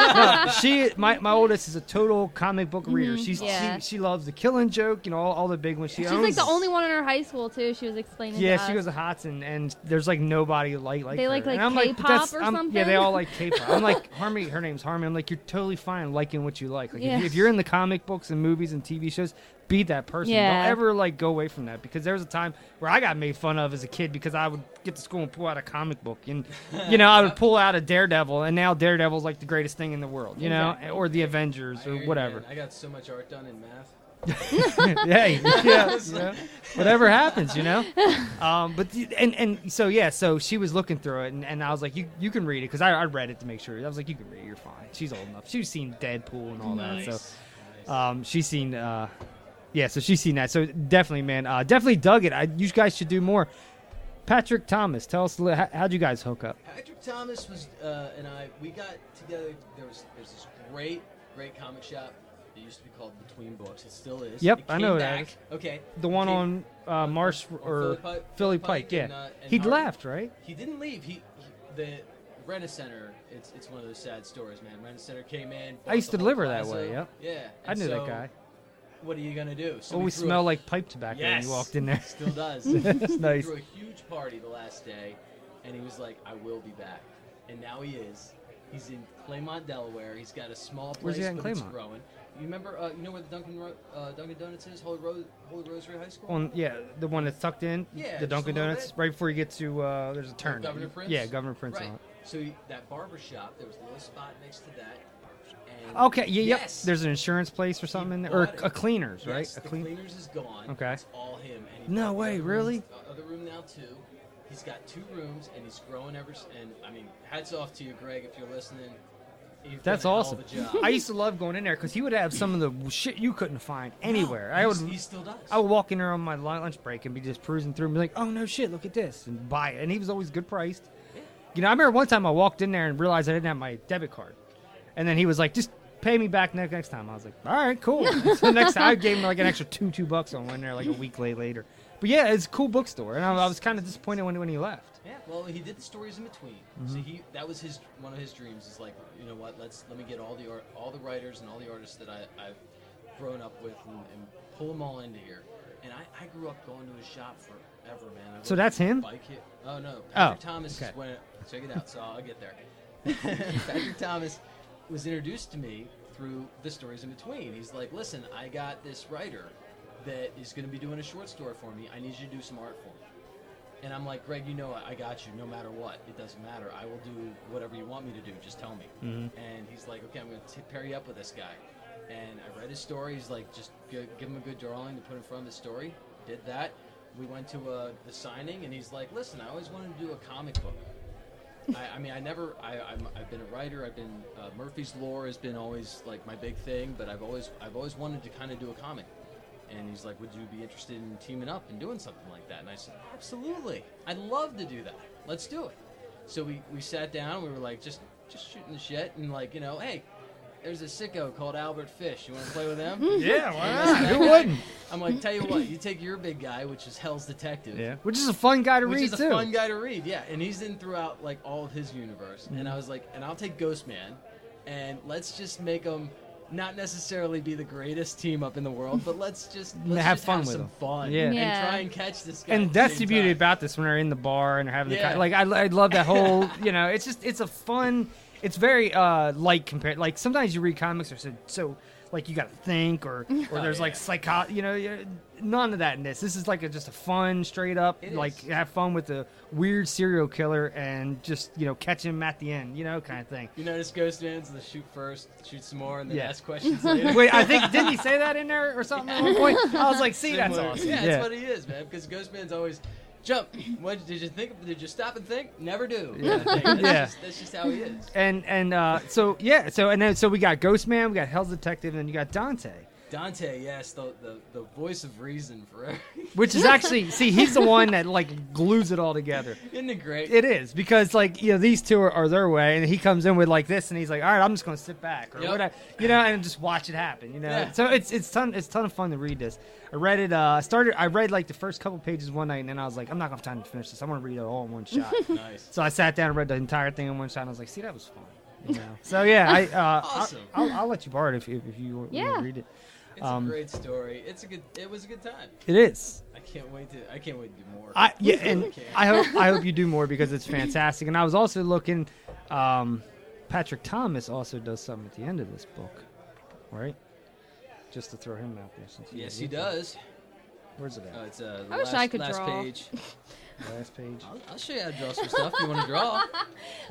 S8: no. She, my, my oldest is a total comic book reader. She's
S9: Mm-hmm. yeah.
S8: she, she loves the Killing Joke, you know, all, all the big ones. She
S9: She's
S8: owns.
S9: like the only one in her high school too. She was explaining.
S8: Yeah,
S9: to
S8: she
S9: us.
S8: goes to Hudson, and there's like nobody like like
S9: They
S8: her.
S9: like, like,
S8: and I'm like, but
S9: K-pop
S8: that's-
S9: or
S8: I'm- Yeah,
S9: something?
S8: they all like K-pop. I'm
S9: <laughs>
S8: like Harmony. Her name's Harmony. I'm like, you're totally fine liking what you like. Like if,
S9: Yeah.
S8: you, if you're in the comic books and movies and TV shows, be that person.
S9: Yeah.
S8: Don't ever like go away from that because there was a time where I got made fun of as a kid because I would get to school and pull out a comic book
S10: <laughs>
S8: and you know I would pull out a Daredevil and now Daredevil's like the greatest thing in the world, you know, or the Avengers
S10: I hear
S8: or
S10: you,
S8: whatever.
S10: man. I got so much art done in math.
S8: hey, yeah, you know, whatever happens, you know. Um, but the- and and so yeah, so she was looking through it, and, and I was like, you you can read it because I, I read it to make sure. I was like, you can read it, you're fine. She's old enough. She's seen Deadpool and all that, so um, she's seen. Uh, yeah, so she's seen that. So definitely, man, uh, definitely dug it. I, you guys should do more. Patrick Thomas, tell us a little- how, how'd you guys hook up?
S10: Patrick Thomas was uh, and I we got together. There was there's this great great comic shop. that used to be called Between Books. It still is.
S8: Yep,
S10: It
S8: I know
S10: came
S8: that
S10: back.
S8: is.
S10: Okay.
S8: The one
S10: It came-
S8: on uh, Marsh or
S10: Philly Pike-
S8: Philly
S10: Philly
S8: Pike,
S10: Pike
S8: yeah.
S10: and, uh, and
S8: He'd
S10: Harvey.
S8: left, right?
S10: He didn't leave. He, he the Rena Center. It's it's one of those sad stories, man. Rena Center came in. bought
S8: used
S10: the
S8: to
S10: whole
S8: deliver that
S10: plaza.
S8: way, yep.
S10: Yeah.
S8: I
S10: and
S8: knew
S10: so
S8: that guy.
S10: What are you gonna do? So we
S8: Always
S10: threw a
S8: smelled like pipe tobacco when you walked in there.
S10: <laughs> Still
S8: <laughs>
S10: does. That's
S8: nice.
S10: Threw a huge party the last day, and he was like, "I will be back," and now he is. He's in Claymont, Delaware. He's got a small place,
S8: Where's he at in
S10: but it's
S8: Claymont?
S10: growing. You remember? Uh, you know where the Dunkin' Ro- uh, Dunkin' Donuts is? Holy, Ro- Holy Rosary High School.
S8: On yeah, the one that's tucked in.
S10: Yeah, just
S8: the
S10: a
S8: Dunkin'
S10: little
S8: Donuts.
S10: bit.
S8: Right before you get to uh, there's a turn.
S10: Governor Prince.
S8: Yeah, Governor Prince
S10: Right.
S8: on it.
S10: So he, that barber shop, there was a little spot next to that. And
S8: Okay, yeah, yep.
S10: Yes.
S8: There's an insurance place or something in there,
S10: bought
S8: or
S10: it.
S8: a cleaners,
S10: Yes,
S8: right?
S10: The
S8: A clean.
S10: cleaners is gone.
S8: Okay.
S10: It's all him. And he
S8: No
S10: bought the
S8: way,
S10: other room-
S8: really?
S10: the Other room now too. He's got two rooms and he's growing ever. s- And I mean, hats off to you, Greg, if you're listening. You've
S8: That's
S10: done a hell of
S8: awesome.
S10: a job.
S8: <laughs> I used to love going in there because he would have some of the w- shit you couldn't find anywhere. I
S10: He
S8: would.
S10: s- He still does.
S8: I would walk in there on my lun- lunch break and be just perusing through and be like, oh no shit, look at this and buy it. And he was always good priced. You know, I remember one time I walked in there and realized I didn't have my debit card. And then he was like, just pay me back next, next time. I was like, all right, cool. so next time I gave him like an extra two, two bucks on one there like a week late later. But yeah, it's a cool bookstore. And I, I was kind of disappointed when, when he left.
S10: Yeah, well, he did the stories in between.
S8: Mm-hmm.
S10: So he that was his one of his dreams is like, you know what? Let's let me get all the art, all the writers and all the artists that I, I've grown up with and, and pull them all into here. And I, I grew up going to his shop forever, man. I
S8: So
S10: rode
S8: that's
S10: his
S8: him?
S10: Bike hit. Oh no, Patrick Thomas
S8: okay.
S10: is when check it out. So I'll
S8: <laughs>
S10: get there. <laughs> Patrick Thomas was introduced to me through the stories in between. He's like, listen, I got this writer that is going to be doing a short story for me. I need you to do some art for me. And I'm like, Greg, you know I I got you no matter what. It doesn't matter. I will do whatever you want me to do. Just tell me. And he's like, okay, I'm going to pair you up with this guy. And I read his story. He's like, just g- give him a good drawing to put in front of his story. Did that. We went to uh, the signing, and he's like, listen, I always wanted to do a comic book. I, I mean, I never. I, I'm, I've been a writer. I've been uh, Murphy's Law has been always like my big thing, but I've always I've always wanted to kind of do a comic. and he's like, "Would you be interested in teaming up and doing something like that?" And I said, "Absolutely, I'd love to do that. Let's do it." So we we sat down. We were like, just just shooting the shit and like, you know, hey, there's a sicko called Albert Fish. You want to play
S8: <laughs>
S10: with him?
S8: Yeah, why not? Who wouldn't?
S10: I'm like, tell you what, you take your big guy, which is Hell's Detective.
S8: Yeah, which is a fun guy to
S10: Which
S8: read
S10: is a
S8: too.
S10: fun guy to read, yeah. And he's in throughout like all of his universe. And I was like, and I'll take Ghost Man, and let's just make them not necessarily be the greatest team up in the world, but let's just
S8: <laughs>
S10: let's
S8: have
S10: just
S8: fun
S10: have
S8: with
S10: some
S8: 'em.
S10: fun,
S8: Yeah.
S10: and
S9: Yeah.
S10: try and catch this guy. at
S8: and
S10: the
S8: that's
S10: same
S8: the beauty
S10: time.
S8: about this when they're in the bar and they're having the
S10: Yeah.
S8: con- like I, I love that
S10: <laughs>
S8: whole you know it's just it's a fun it's very uh light compared like sometimes you read comics or so, so like you gotta think or
S10: <laughs>
S8: or
S10: Oh,
S8: there's like psycho you know you- none of that in this this is like a, just a fun straight up
S10: It
S8: like
S10: is.
S8: have fun with the weird serial killer and just you know catch him at the end you know kind of thing
S10: You notice Ghost Man's the shoot first, shoot some more, and then
S8: Yeah.
S10: ask questions later.
S8: <laughs> wait i think didn't he say that in there or something at one point i was like see that's
S10: Similar-
S8: awesome
S10: Yeah, that's what he is, man. Because Ghost Man's always jump. What did you think? Did you stop and think? Never do. Yeah, that's,
S8: Yeah.
S10: Just, that's just how he is.
S8: and and uh, so yeah, so and then so we got Ghost Man, we got Hell's Detective, and you got Dante,
S10: Dante, yes, the the, the voice of reason for everything.
S8: which is actually see he's the one that like glues it all together.
S10: Isn't it great?
S8: It is because like you know these two are, are their way, and he comes in with like this, and he's like, all right, I'm just gonna sit back or
S10: Yep.
S8: whatever, you know, and just watch it happen, you know.
S10: Yeah.
S8: So it's it's ton it's ton of fun to read this. I read it. Uh, I started. I read like the first couple pages one night, and then I was like, I'm not gonna have time to finish this. I'm gonna read it all in one shot.
S10: nice.
S8: so I sat down and read the entire thing in one shot. and I was like, see, that was fun. You know? <laughs> so yeah, I uh,
S10: Awesome.
S8: I'll, I'll let you borrow it if you, if you want
S9: Yeah.
S8: to read it.
S10: It's
S8: Um,
S10: a great story. It's a good. It was a good time.
S8: It is.
S10: I can't wait to. I can't wait to do more.
S8: I yeah, and I hope I hope you do more because it's fantastic. And I was also looking, um, Patrick Thomas also does something at the end of this book, right? Just to throw him out there. Since you
S10: yes,
S8: didn't
S10: he
S8: read that.
S10: does.
S8: Where's it
S10: Oh,
S8: at?
S10: it's uh, the
S9: I wish
S10: last,
S9: I could
S10: last
S9: draw.
S10: page. Uh,
S8: Last page.
S10: I'll, I'll show you how to draw some stuff. You want
S9: <laughs>
S10: to draw?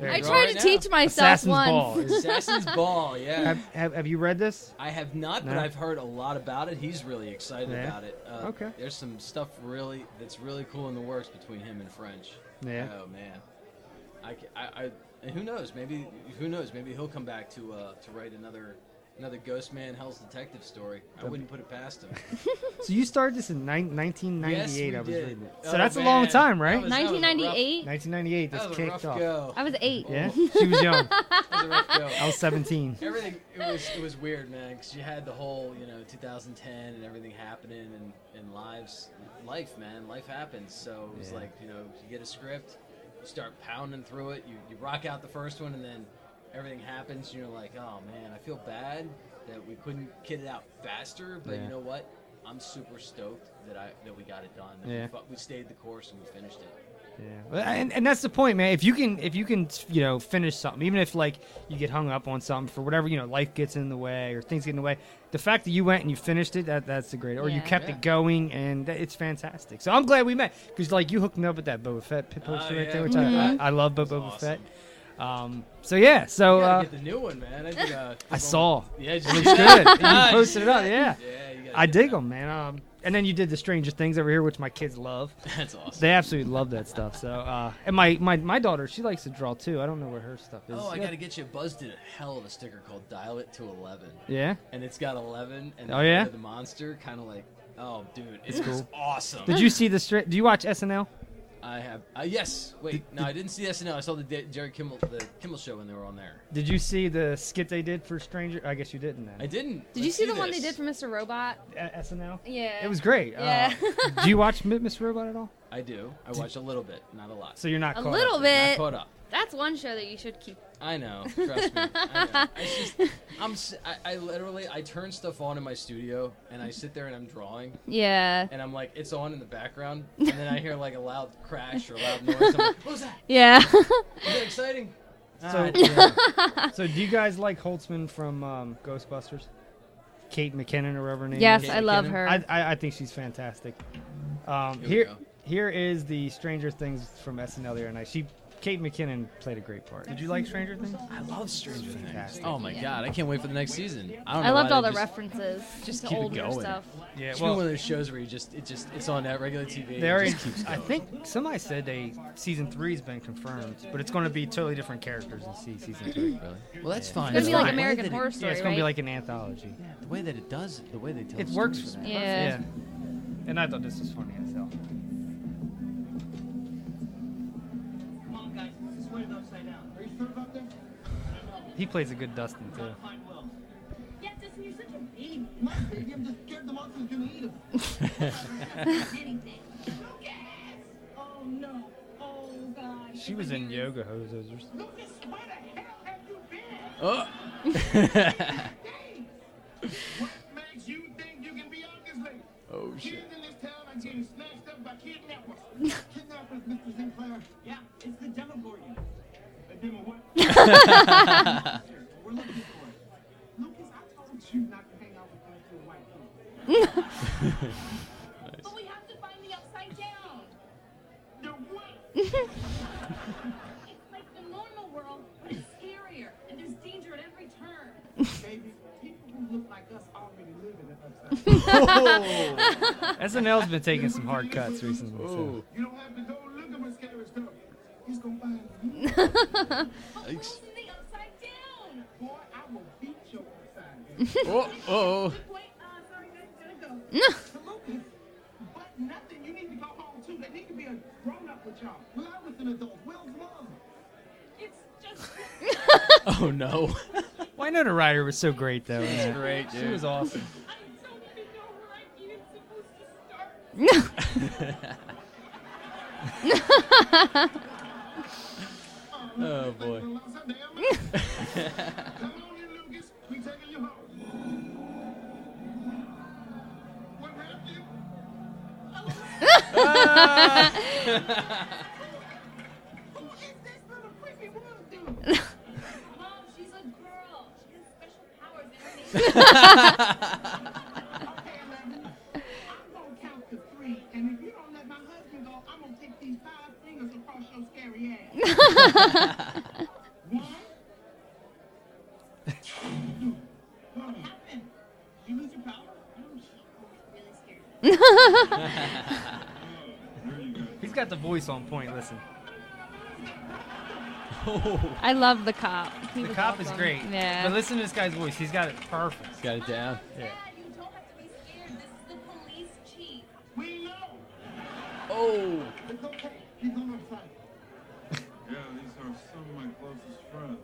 S8: There
S9: I
S8: you go.
S10: draw
S9: tried
S10: right
S9: to
S10: now.
S9: teach myself
S8: Assassin's
S9: once.
S8: Ball. Is-
S10: Assassin's Ball. Yeah.
S8: have, have, have you read this?
S10: I have not, but
S8: No?
S10: I've heard a lot about it. He's really excited
S8: Yeah.
S10: about it. Uh,
S8: Okay.
S10: There's some stuff really that's really cool in the works between him and French.
S8: Yeah.
S10: Oh man. I, ca- I, I- and who knows? Maybe who knows? Maybe he'll come back to uh, to write another another Ghost Man Hell's Detective story. I wouldn't put it
S8: <laughs>
S10: past him.
S8: So you started this in nine- 1998.
S10: we
S8: I was
S10: did.
S8: reading it. So
S10: Oh,
S8: that's a long
S10: man.
S8: time,
S10: That
S8: right?
S10: was- that was a rough-
S9: 1998.
S8: 1998. This
S10: That was a rough
S8: kicked off.
S10: go.
S9: I was eight.
S8: Yeah, she was young.
S10: That was a rough go.
S8: <laughs> I was
S10: <laughs>
S8: 17.
S10: everything it was it was weird, man, because you had the whole you know 2010 and everything happening and and lives life, man, life happens. So it was like you know you get a script, you start pounding through it, you you rock out the first one, and then everything happens, and you're like, oh man, I feel bad that we couldn't get it out faster, but
S8: Yeah.
S10: you know what? I'm super stoked that I that we got it done. that
S8: Yeah.
S10: We, fu- we stayed the course and we finished it.
S8: Yeah, Well, and, and that's the point, man. If you can, if you can, you know, finish something, even if like you get hung up on something for whatever, you know, life gets in the way or things get in the way. The fact that you went and you finished it, that that's the great. Or you
S9: Yeah.
S8: kept
S10: Yeah.
S8: it going, and that, it's fantastic. So I'm glad we met because like you hooked me up with that Boba Fett pit poster right
S10: Oh, yeah.
S8: there, which
S10: Mhm.
S8: I, I love Boba
S10: Awesome.
S8: Fett. Um, so yeah, so
S10: You gotta
S8: uh,
S10: get the new one, man. I, did, uh,
S8: I saw.
S10: <laughs> Yeah, it
S8: <laughs> It's
S10: <laughs>
S8: good. you posted it up, yeah.
S10: Yeah, you gotta
S8: I
S10: get
S8: dig
S10: that.
S8: them, man. Um, and then you did the Stranger Things over here, which my kids love.
S10: That's awesome.
S8: They absolutely love that stuff. So, uh, and my, my my daughter, she likes to draw too. I don't know where her stuff is.
S10: Oh, I
S8: yeah.
S10: gotta get you. Buzz did a hell of a sticker called "Dial It to 11,"
S8: Yeah.
S10: and it's got 11 and
S8: Oh, yeah?
S10: the monster, kind of like, oh dude, it's awesome.
S8: Did you see the straight? Do you watch SNL?
S10: I have uh, yes. Wait, no, I didn't see SNL. I saw the Da- Jerry Kimmel the Kimmel show when they were on there.
S8: Did you see the skit they did for Stranger? I guess you didn't
S10: I
S8: then.
S10: didn't.
S9: Did you
S10: Let's
S9: see the one they did
S10: this.
S9: for Mr. Robot?
S8: A- SNL.
S9: Yeah.
S8: It was great.
S9: Yeah.
S8: Uh, <laughs> do you watch Mi- Miss Robot at all?
S10: I do. I watched a little bit, not a lot.
S8: So you're not
S9: a
S8: caught
S9: little
S8: up.
S9: bit.
S10: Not caught up.
S9: That's one show that you should keep.
S10: I know.
S9: <laughs>
S10: Trust me. I know. It's just, I'm. s- I, I literally I turn stuff on in my studio and I sit there and I'm drawing
S9: Yeah.
S10: and I'm like it's on in the background and then I hear like a loud crash or a loud noise. I'm like, what was that?
S9: Yeah. <laughs>
S10: Is that exciting? Uh,
S8: So,
S9: <laughs>
S8: so do you guys like Holtzman from um, Ghostbusters? Kate McKinnon or whatever her name
S9: yes,
S8: is.
S9: I love
S10: McKinnon.
S9: her.
S8: I, I, I think she's fantastic. Um,
S10: Here we
S8: here,
S10: go.
S8: here is the Stranger Things from SNL the other night. She Kate McKinnon played a great part. Did you like Stranger Things?
S10: I love Stranger Things.
S8: Fantastic.
S10: Oh my god, I can't wait for the next season. I don't know
S9: I loved
S10: why
S9: all
S10: they
S9: the
S10: just-
S9: references.
S8: <laughs>
S10: just
S9: to
S10: keep it
S9: older
S10: going.
S9: stuff.
S8: Yeah,
S10: It's been one
S8: well,
S10: of those shows where you just it just it's on that regular TV. and it
S8: they already,
S10: just keeps
S8: I
S10: going.
S8: think somebody said they season three's been confirmed, but it's going to be totally different characters in se- season three.
S10: Really? Well, that's fine.
S9: It's gonna be like
S10: The way
S9: American
S10: that it-
S9: Horror
S8: yeah,
S9: Story,
S8: it's going to be
S9: right?
S8: like an anthology.
S10: yeah, The way that it does, the way they tell
S8: It works for
S10: stories.
S8: them.
S9: yeah.
S8: Yeah. And I thought this was funny as hell. He plays a good Dustin too.
S11: Yeah, Dustin, you're such a baby. My baby, I'm just scared the monster's gonna eat him.
S10: <laughs>
S11: Anything. Lucas! Oh no. Oh god.
S8: She was in yoga hosers.
S11: Lucas, where the hell have you
S10: <laughs>
S11: been?
S10: Oh.
S11: Dang! What makes you think you can be on this late?
S10: oh shit.
S11: Kids in this town are getting snatched up by
S10: <laughs>
S11: kidnappers. kidnappers, Mr. Sinclair. Yeah, it's the Demogorgon. The demo
S10: <laughs>
S11: what? We're looking for it. Lucas, I told you not to hang out with those two white people. but we have to find the upside down. The what? it's like the normal world, but it's scarier, and there's danger at every turn. Baby, people who look like us already live in the upside down.
S8: SNL's been taking some hard cuts recently. too.
S11: You don't have to go looking for scary stuff. He's gonna find you.
S10: Yikes.
S11: Something upside down. Boy, I will beat your
S10: <laughs>
S11: upside down.
S10: <laughs> Oh, oh.
S11: Wait, uh, sorry, that's gonna go. No. Lucas, but nothing. You need to go home too. There need to be a grown up with y'all. Well, I was an adult. Will's mom. It's just.
S10: Oh no. <laughs>
S8: Winona Ryder was so great though. man.
S10: Great,
S8: She was awesome.
S11: I don't even know where I'm even supposed to start.
S10: <laughs> Oh boy.
S11: Well, upside down, man. Come on in, Lucas. We taking you home. What happened? to you? Who is this little creepy world dude? Mom, she's a girl. She has special powers okay, Eleven. I'm gonna count to three, and if you don't let my husband go, I'm gonna take these five fingers across your scary ass. One. two. What happened? Did you lose your power? Oh, shit. I'm really scared.
S8: He's got the voice on point. Listen,
S9: <laughs>
S10: Oh.
S9: I love the cop. He
S8: the
S9: was
S8: cop is
S9: awesome.
S8: great.
S9: Yeah.
S8: But listen to this guy's voice. He's got it perfect.
S10: Got it down.
S8: Yeah.
S11: you don't have to be scared. This is the police chief. We know.
S10: Oh.
S11: It's okay. He's on our side.
S12: <laughs> Yeah, these are some of my closest friends.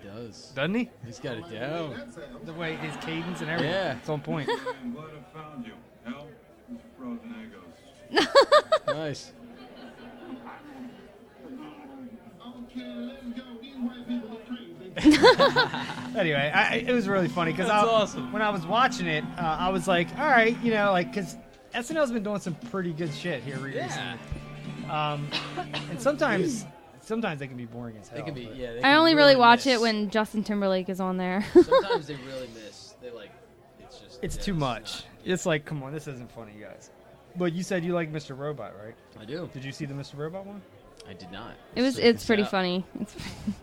S10: He does.
S8: Doesn't he?
S10: He's got it down.
S12: That's Al.
S8: The way his cadence and everything.
S10: Yeah.
S8: It's on point.
S12: I'm glad I found you. Al, Mr. Frozen Eggos.
S10: Nice.
S11: Okay, let's go. These white people are crazy.
S8: anyway, I, I- it was really funny because
S10: That's awesome.
S8: when I was watching it, uh, I was like, all right, you know, like because SNL's been doing some pretty good shit here recently.
S10: Yeah.
S8: Um, and sometimes, sometimes they can be boring as hell.
S10: They can be.
S8: but-
S10: Yeah. they
S9: I
S10: can
S9: only really watch
S10: miss.
S9: it when Justin Timberlake is on there. <laughs>
S10: Sometimes they really miss. They like. It's just.
S8: It's
S10: yeah,
S8: too
S10: not-
S8: much. It's like, come on, this isn't funny, guys. But you said you like Mr. Robot, right?
S10: I do.
S8: Did you see the Mr. Robot one?
S10: I did not.
S9: It was. It's pretty funny. It's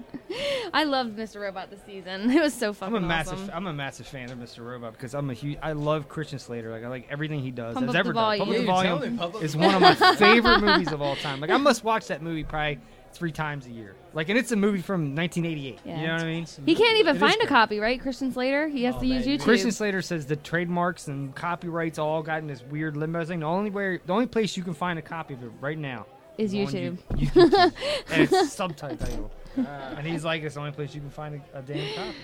S9: <laughs> I loved Mr. Robot this season. <laughs> It was so
S8: I'm
S9: fucking
S8: a massive,
S9: awesome.
S8: I'm a massive fan of Mr. Robot because I'm a huge, I love Christian Slater. Like I like everything he does.
S9: Pump
S8: has
S9: Up
S8: ever
S9: the
S8: done. Pump Up the
S9: Volume.
S10: Yeah, you tell
S8: volume
S10: me, Pump Up
S8: is
S10: the
S8: one of my favorite movies of all time. Like I must watch that movie probably three times a year. Like and it's a movie from 1988.
S9: Yeah,
S8: you know
S9: it's
S8: what I mean?
S9: He can't even
S8: It is
S9: find a
S8: great.
S9: copy, right? Christian Slater. He has
S10: Oh,
S9: to use
S10: man.
S9: YouTube.
S8: Christian Slater says the trademarks and copyrights all got in this weird limbo thing. The only way, the only place you can find a copy of it right now
S9: is
S8: on
S9: YouTube.
S8: You- YouTube. and it's
S9: <laughs>
S8: subtitled.
S10: Uh,
S8: and he's like, it's the only place you can find a, a
S10: <laughs>
S8: damn copy.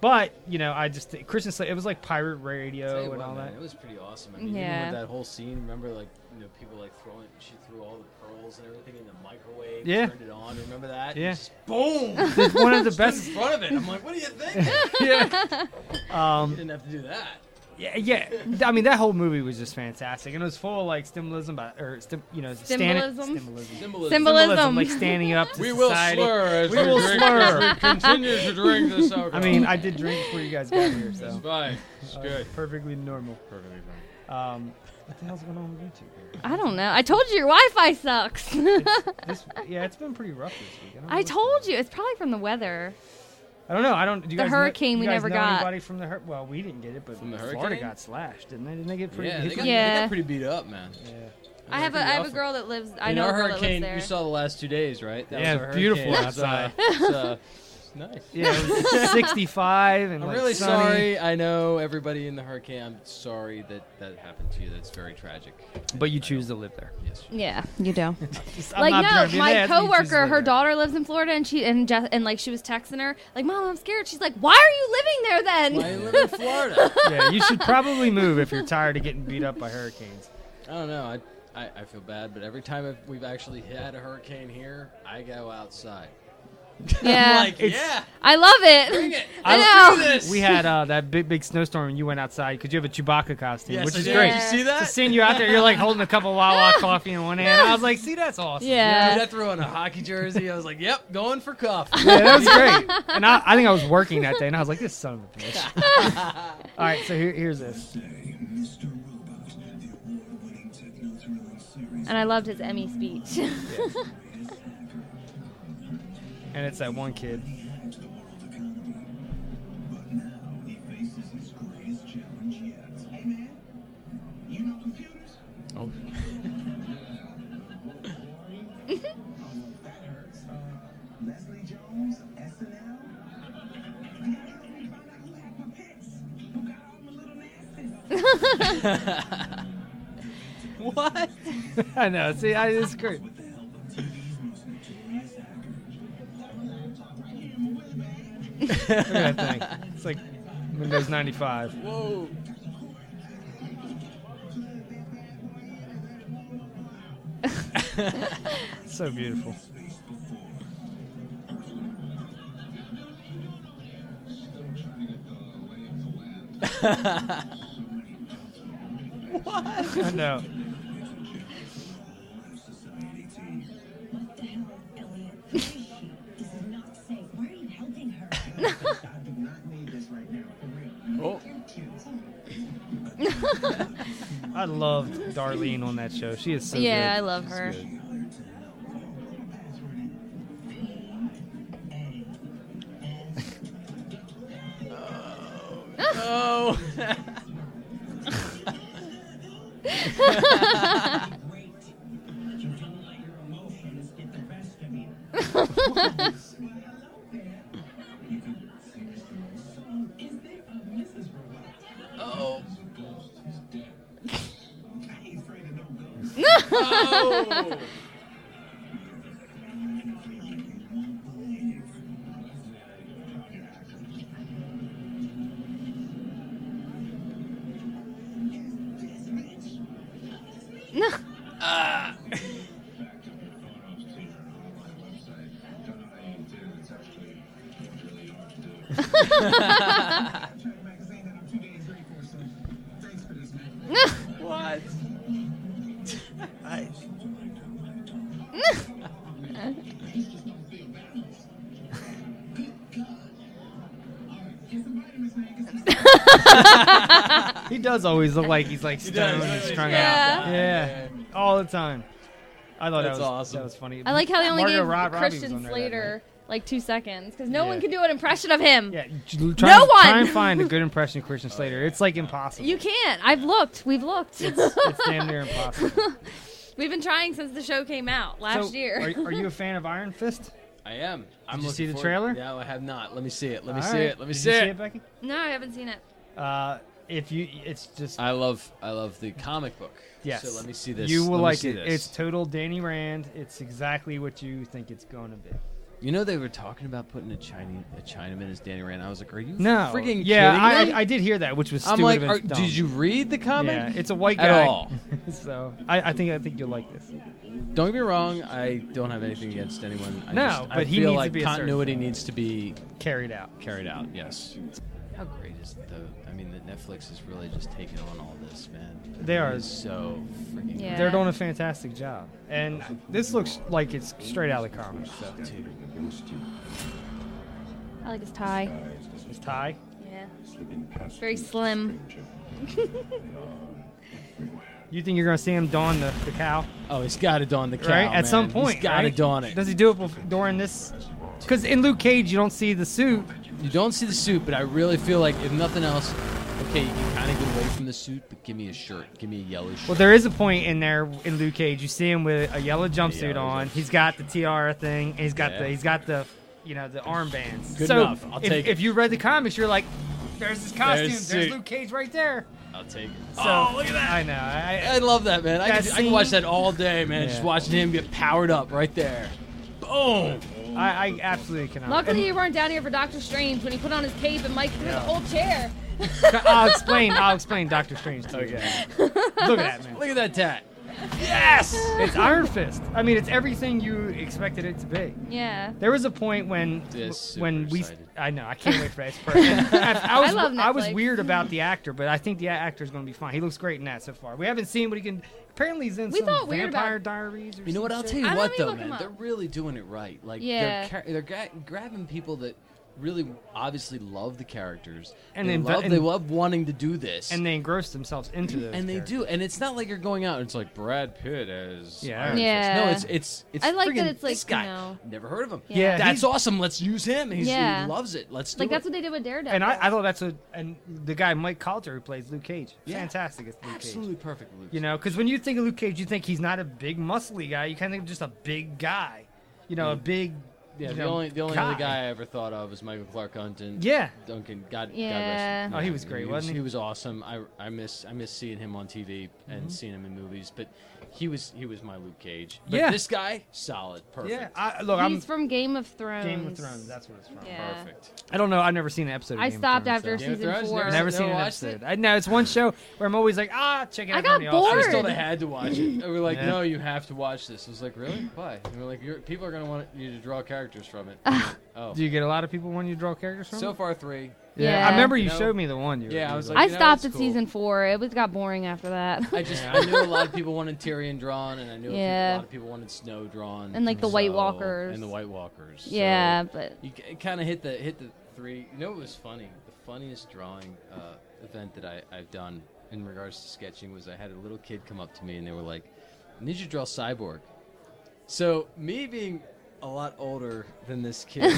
S8: But you know, I just Christian Slater. It was like pirate
S10: Tell you
S8: radio and
S10: what,
S8: all
S10: man,
S8: that.
S10: It was pretty awesome. I mean,
S9: Yeah.
S10: even with that whole scene, remember like you know people like throwing she threw all the pearls and everything in the microwave.
S8: Yeah.
S10: Turned it on. Remember that?
S8: Yeah.
S10: Just boom.
S8: It's one
S10: <laughs>
S8: of the
S10: Stood
S9: <laughs>
S10: in
S8: best.
S10: front of it. I'm like, what do you think? you
S8: yeah. Um,
S10: didn't have to do that.
S8: yeah, yeah. I mean, that whole movie was just fantastic, and it was full of like symbolism, about, or stim, you know, standing,
S9: Symbolism?
S8: symbolism,
S10: Symbolism.
S9: Symbolism.
S8: like standing up to
S10: we will
S8: society.
S10: slur. As
S8: We
S10: we
S8: will
S10: drink,
S8: slur.
S10: As <laughs> we continue to
S8: <laughs>
S10: drink this alcohol.
S8: I mean, I did drink before you guys got here,
S10: it's
S8: so
S10: fine. It's good.
S8: perfectly normal.
S10: Perfectly fine.
S8: Um, what the hell's going on with YouTube?
S9: I don't know. I told you your Wi-Fi sucks. <laughs>
S8: This, yeah, it's been pretty rough this week. don't know
S9: I
S8: what's-
S9: told you it's probably from the weather.
S8: I don't know. I don't. Do you
S9: The
S8: guys know-
S9: hurricane
S8: you
S9: we
S8: guys
S9: never
S8: know
S9: got.
S8: Anybody from the hur- well, we didn't get it, but
S10: From the
S8: Florida
S10: hurricane?
S8: got slashed, didn't they? Didn't they get pretty?
S10: Yeah,
S8: hit
S10: they got,
S8: pretty-
S10: they
S9: Yeah.
S10: got pretty beat up, man.
S9: I have a I
S10: pretty
S9: have a
S10: awful.
S9: girl that lives. I
S10: In
S9: know
S10: our
S9: a girl that
S10: hurricane,
S9: lives
S10: you
S9: there.
S10: saw the last two days, right? That
S8: Yeah,
S10: was our
S8: beautiful
S10: hurricane. It was, uh,
S8: outside.
S10: it's, uh, it's nice.
S8: Yeah, it
S9: <laughs>
S8: was 65 and
S10: I'm
S8: like,
S10: really
S8: sunny.
S10: sorry. I know everybody in the hurricane. I'm sorry that that happened to you. That's very tragic.
S8: But you choose to live there.
S10: Yes.
S9: Yeah, you do.
S8: Just- I'm
S9: like
S8: not
S9: no,
S8: driving there,
S9: my
S8: it's me choosing to
S9: coworker,
S8: live
S9: her
S8: there.
S9: daughter lives in Florida, and she and Jess, and like she was texting her, like, "Mom, I'm scared." She's like, "Why are you living
S10: Why
S9: there then?"
S10: you live in Florida?
S8: yeah, you should probably move if you're tired of getting beat up by hurricanes.
S10: <laughs> I don't know. I, I, I feel bad, but every time I've- we've actually had a hurricane here, I go outside.
S9: <laughs> Yeah,
S10: Like, yeah.
S9: I love it.
S10: Bring it.
S9: <laughs> I
S10: Let's
S9: know.
S10: do this.
S8: We had uh, that big, big snowstorm, and you went outside because you have a Chewbacca costume,
S10: Yes,
S8: which
S10: I
S8: is
S10: did.
S8: great.
S10: Did you see that?
S8: Just seeing you out there, you're like holding a cup of
S9: <laughs>
S8: Wawa coffee in one hand. I was like, see, that's awesome.
S10: Dude, I
S9: Yeah,
S10: threw on a hockey jersey. I was like, yep, going for <laughs> coffee.
S8: Yeah, that was great. And I, I think I was working that day, and I was like, this son of a bitch. All right, so here, here's this.
S13: Say, Mr. Robot, the award-winning techno-thrilling series.
S9: and I loved his Emmy speech.
S8: And it's that one kid. <laughs>
S13: to the world economy. But now he faces his greatest challenge yet. Hey, man. You know computers?
S10: Oh.
S13: That hurts. Leslie Jones, SNL. You gotta help me find out who hacked my pets. Who got all my little nasties.
S10: what?
S8: I know. See, I, it's great.
S13: With the help of TV's most notorious hacker. Got my laptop right here in my wheelbag.
S8: Look at that thing. It's like Windows 95.
S10: Whoa.
S8: So beautiful. I
S9: <laughs>
S8: know.
S1: What the hell, Elliot? This is not safe. Why are you helping her?
S13: I do not need this right now. For real.
S10: Oh.
S8: I loved Darlene on that show. She is so
S9: yeah, I
S8: good.
S9: love her.
S10: Oh. oh. oh. What?
S8: He does always look like he's like
S10: does.
S8: stoned and strung
S9: Yeah.
S8: out. Yeah. all the time. I thought
S10: That's
S8: that was
S10: awesome.
S8: That was funny.
S9: <laughs> I like how they only
S8: Margot
S9: gave
S8: Rob- Robbie was
S9: Christian
S8: on there that
S9: Slater like two seconds because no one
S8: Yeah.
S9: can do an impression of him.
S8: night. Yeah. j- Try, and- Try
S9: one!
S8: and find a
S9: <laughs>
S8: good impression of Christian Slater. It's like impossible.
S9: You can't. I've looked. We've looked.
S8: it's damn near impossible.
S9: <laughs> We've been trying since the show came out <laughs> last
S8: So,
S9: year.
S8: Are, are you a fan of Iron Fist?
S10: I am. I'm
S8: you
S10: looking
S8: see the
S10: forward-
S8: trailer?
S10: No, I have not. Let me see it. Let me
S8: All
S10: see
S8: right.
S10: it. Let me
S8: Did
S10: see,
S8: you
S10: it.
S8: see it, Becky.
S9: <laughs> no, I haven't seen it.
S8: Uh, if you, it's just
S10: I love I love the comic book.
S8: yes.
S10: Uh, So let me see this.
S8: You will
S10: Let me
S8: like
S10: see
S8: it.
S10: this.
S8: It's total Danny Rand. It's exactly what you think it's going to be.
S10: You know they were talking about putting a Chinese a Chinaman as Danny Rand. I was like, are you
S8: No,
S10: freaking
S8: yeah, I,
S10: kidding me?
S8: I did hear that, which was
S10: am
S8: stupid.
S10: like,
S8: and
S10: are,
S8: dumb.
S10: did you read the comic?
S8: Yeah, it's a white
S10: At
S8: guy.
S10: all.
S8: <laughs> so I, I think I think you'll like this.
S10: Don't get me wrong. I don't have anything against anyone. I
S8: No,
S10: just, I
S8: but he
S10: feel
S8: needs to
S10: like
S8: be a certain
S10: continuity
S8: thing.
S10: needs to be
S8: Carried out.
S10: carried out. Yes. How great is the? I mean, that Netflix is really just taking on all this, man.
S8: They
S10: It
S8: are.
S10: is so freaking.
S9: Yeah.
S8: They're doing a fantastic job, and this looks like it's straight out of the comics. So.
S10: great, too.
S9: I like his tie.
S8: It's Ty.
S9: Yeah. Very slim.
S8: You think you're going to see him dawn the, the cow?
S10: Oh, he's got to dawn the cow.
S8: right? At some
S10: man.
S8: point.
S10: he's got to
S8: right?
S10: dawn it.
S8: Does he do it bef- during this? Because in Luke Cage, you don't see the suit.
S10: You don't see the suit, but I really feel like if nothing else, okay, you can kind of get away from the suit, but give me a shirt, give me a yellow shirt.
S8: Well, there is a point in there in Luke Cage. You see him with a yellow jumpsuit
S10: yellow
S8: on. He's got the tiara thing. And he's got
S10: Yeah.
S8: the he's got the you know the armbands.
S10: Good
S8: so
S10: enough. I'll
S8: if,
S10: take it.
S8: if you read the comics, you're like, there's his costume. There's,
S10: suit.
S8: Luke Cage right there.
S10: I'll take it.
S8: So,
S10: oh, look at that!
S8: I know. I,
S10: I love that man. I
S8: That
S10: can, I can watch
S8: scene-
S10: that all day, man. Just
S8: Yeah.
S10: watching him get powered up right there. Boom!
S8: I, I absolutely cannot.
S9: Luckily,
S8: And
S9: you weren't down here for Doctor Strange when he put on his cape and Mike threw the whole chair.
S8: I'll explain. I'll explain Doctor Strange. To you.
S10: Okay.
S8: Look at that man.
S10: Look at that tat. Yes!
S8: It's Iron Fist. I mean, it's everything you expected it to be.
S9: Yeah.
S8: There was a point when
S10: Yeah, super
S8: when we
S10: excited.
S8: I know I can't wait for
S10: <laughs>
S8: that. It's perfect. I, I was
S9: I love
S8: I was
S9: Netflix.
S8: weird
S9: <laughs>
S8: about the actor, but I think the actor is going to be fine. He looks great in that so far. We haven't seen what he can. Apparently, he's in
S9: We
S8: some
S9: thought weird about-
S8: Vampire Diaries. Or
S10: You know what? I'll tell you
S9: I
S10: what,
S9: let me
S10: though,
S9: look him
S10: man.
S9: up.
S10: They're really doing it right. Like,
S9: Yeah.
S10: they're, car- they're gra- grabbing people that really obviously love the characters.
S8: And
S10: they,
S8: then-
S10: love,
S8: and-
S10: they love wanting to do this.
S8: And they engross themselves into this.
S10: and they do. And it's not like you're going out and it's like Brad Pitt as.
S8: Yeah.
S10: Iron Fist.
S9: Yeah.
S10: No, it's, it's, it's.
S9: I like that
S10: friggin'
S9: it's like,
S10: This guy.
S9: you know-
S10: Never heard of him.
S9: Yeah. Yeah,
S10: That's
S8: he's-
S10: awesome. Let's use him. He's,
S9: Yeah.
S10: He loves it. Let's do
S9: Like
S10: it.
S9: that's what they did with Daredevil.
S8: And I, I thought that's what. And the guy Mike Coulter who plays Luke Cage,
S10: Yeah.
S8: fantastic. It's Luke Cage.
S10: Absolutely perfect, Luke.
S8: You know, because when you think of Luke Cage, you think he's not a big muscly guy. You kind of think of just a big guy. You know, a big.
S10: Mm. Yeah,
S8: you
S10: the
S8: know,
S10: only the only other guy I ever thought of was Michael Clark Hunt and
S8: Yeah.
S10: Duncan. God,
S9: Yeah.
S10: God rest. him.
S8: Oh, he was great,
S10: he
S8: wasn't he?
S10: He was awesome. I, I miss I miss seeing him on TV
S8: Mm-hmm.
S10: and seeing him in movies, but he was he was my Luke Cage. But
S8: Yeah.
S10: this guy solid, perfect.
S8: Yeah, I, look,
S9: He's from Game of Thrones.
S8: I'm Game of Thrones. That's what it's from.
S9: Yeah.
S10: Perfect.
S8: I don't know. I've never seen an episode. Of
S9: I
S8: Game of
S9: stopped
S8: Thrones,
S9: after
S8: so-
S10: Game of
S9: season
S10: Thrones,
S9: four.
S10: never
S8: Never
S10: Never
S8: seen an
S10: watched
S8: episode.
S10: it?
S8: I know it's one show where I'm always like, ah, check it out.
S9: I got
S10: I
S9: bored.
S10: was told I had to watch it. They were like,
S8: Yeah.
S10: "No, you have to watch this." I was like, "Really? Why?" And they were like, You're, "People are gonna want you to draw characters
S9: <laughs>
S10: from it." oh,
S8: Do you get a lot of people when you draw characters from?
S10: so
S8: it?
S10: far three.
S9: Yeah.
S8: I remember you
S10: You know-
S8: showed me the one. You
S10: Yeah,
S8: were-
S10: I was
S8: you were
S10: like-
S9: I
S10: you know,
S9: stopped
S10: it's
S9: at
S10: cool.
S9: season four. It was got boring after <laughs> that.
S8: uh,
S10: I just I knew a lot of people wanted Tyrion drawn, and I knew a,
S9: Yeah.
S10: people, a lot of people wanted Snow drawn,
S9: And, like, the White Walkers.
S10: and the White Walkers. So
S9: yeah, but
S10: you kind of hit the hit the three. You know, it was funny. The funniest drawing uh, event that I, I've done in regards to sketching was I had a little kid come up to me and they were like, "I "Need you to draw cyborg?" So me being a lot older than this
S8: <laughs>
S10: kid.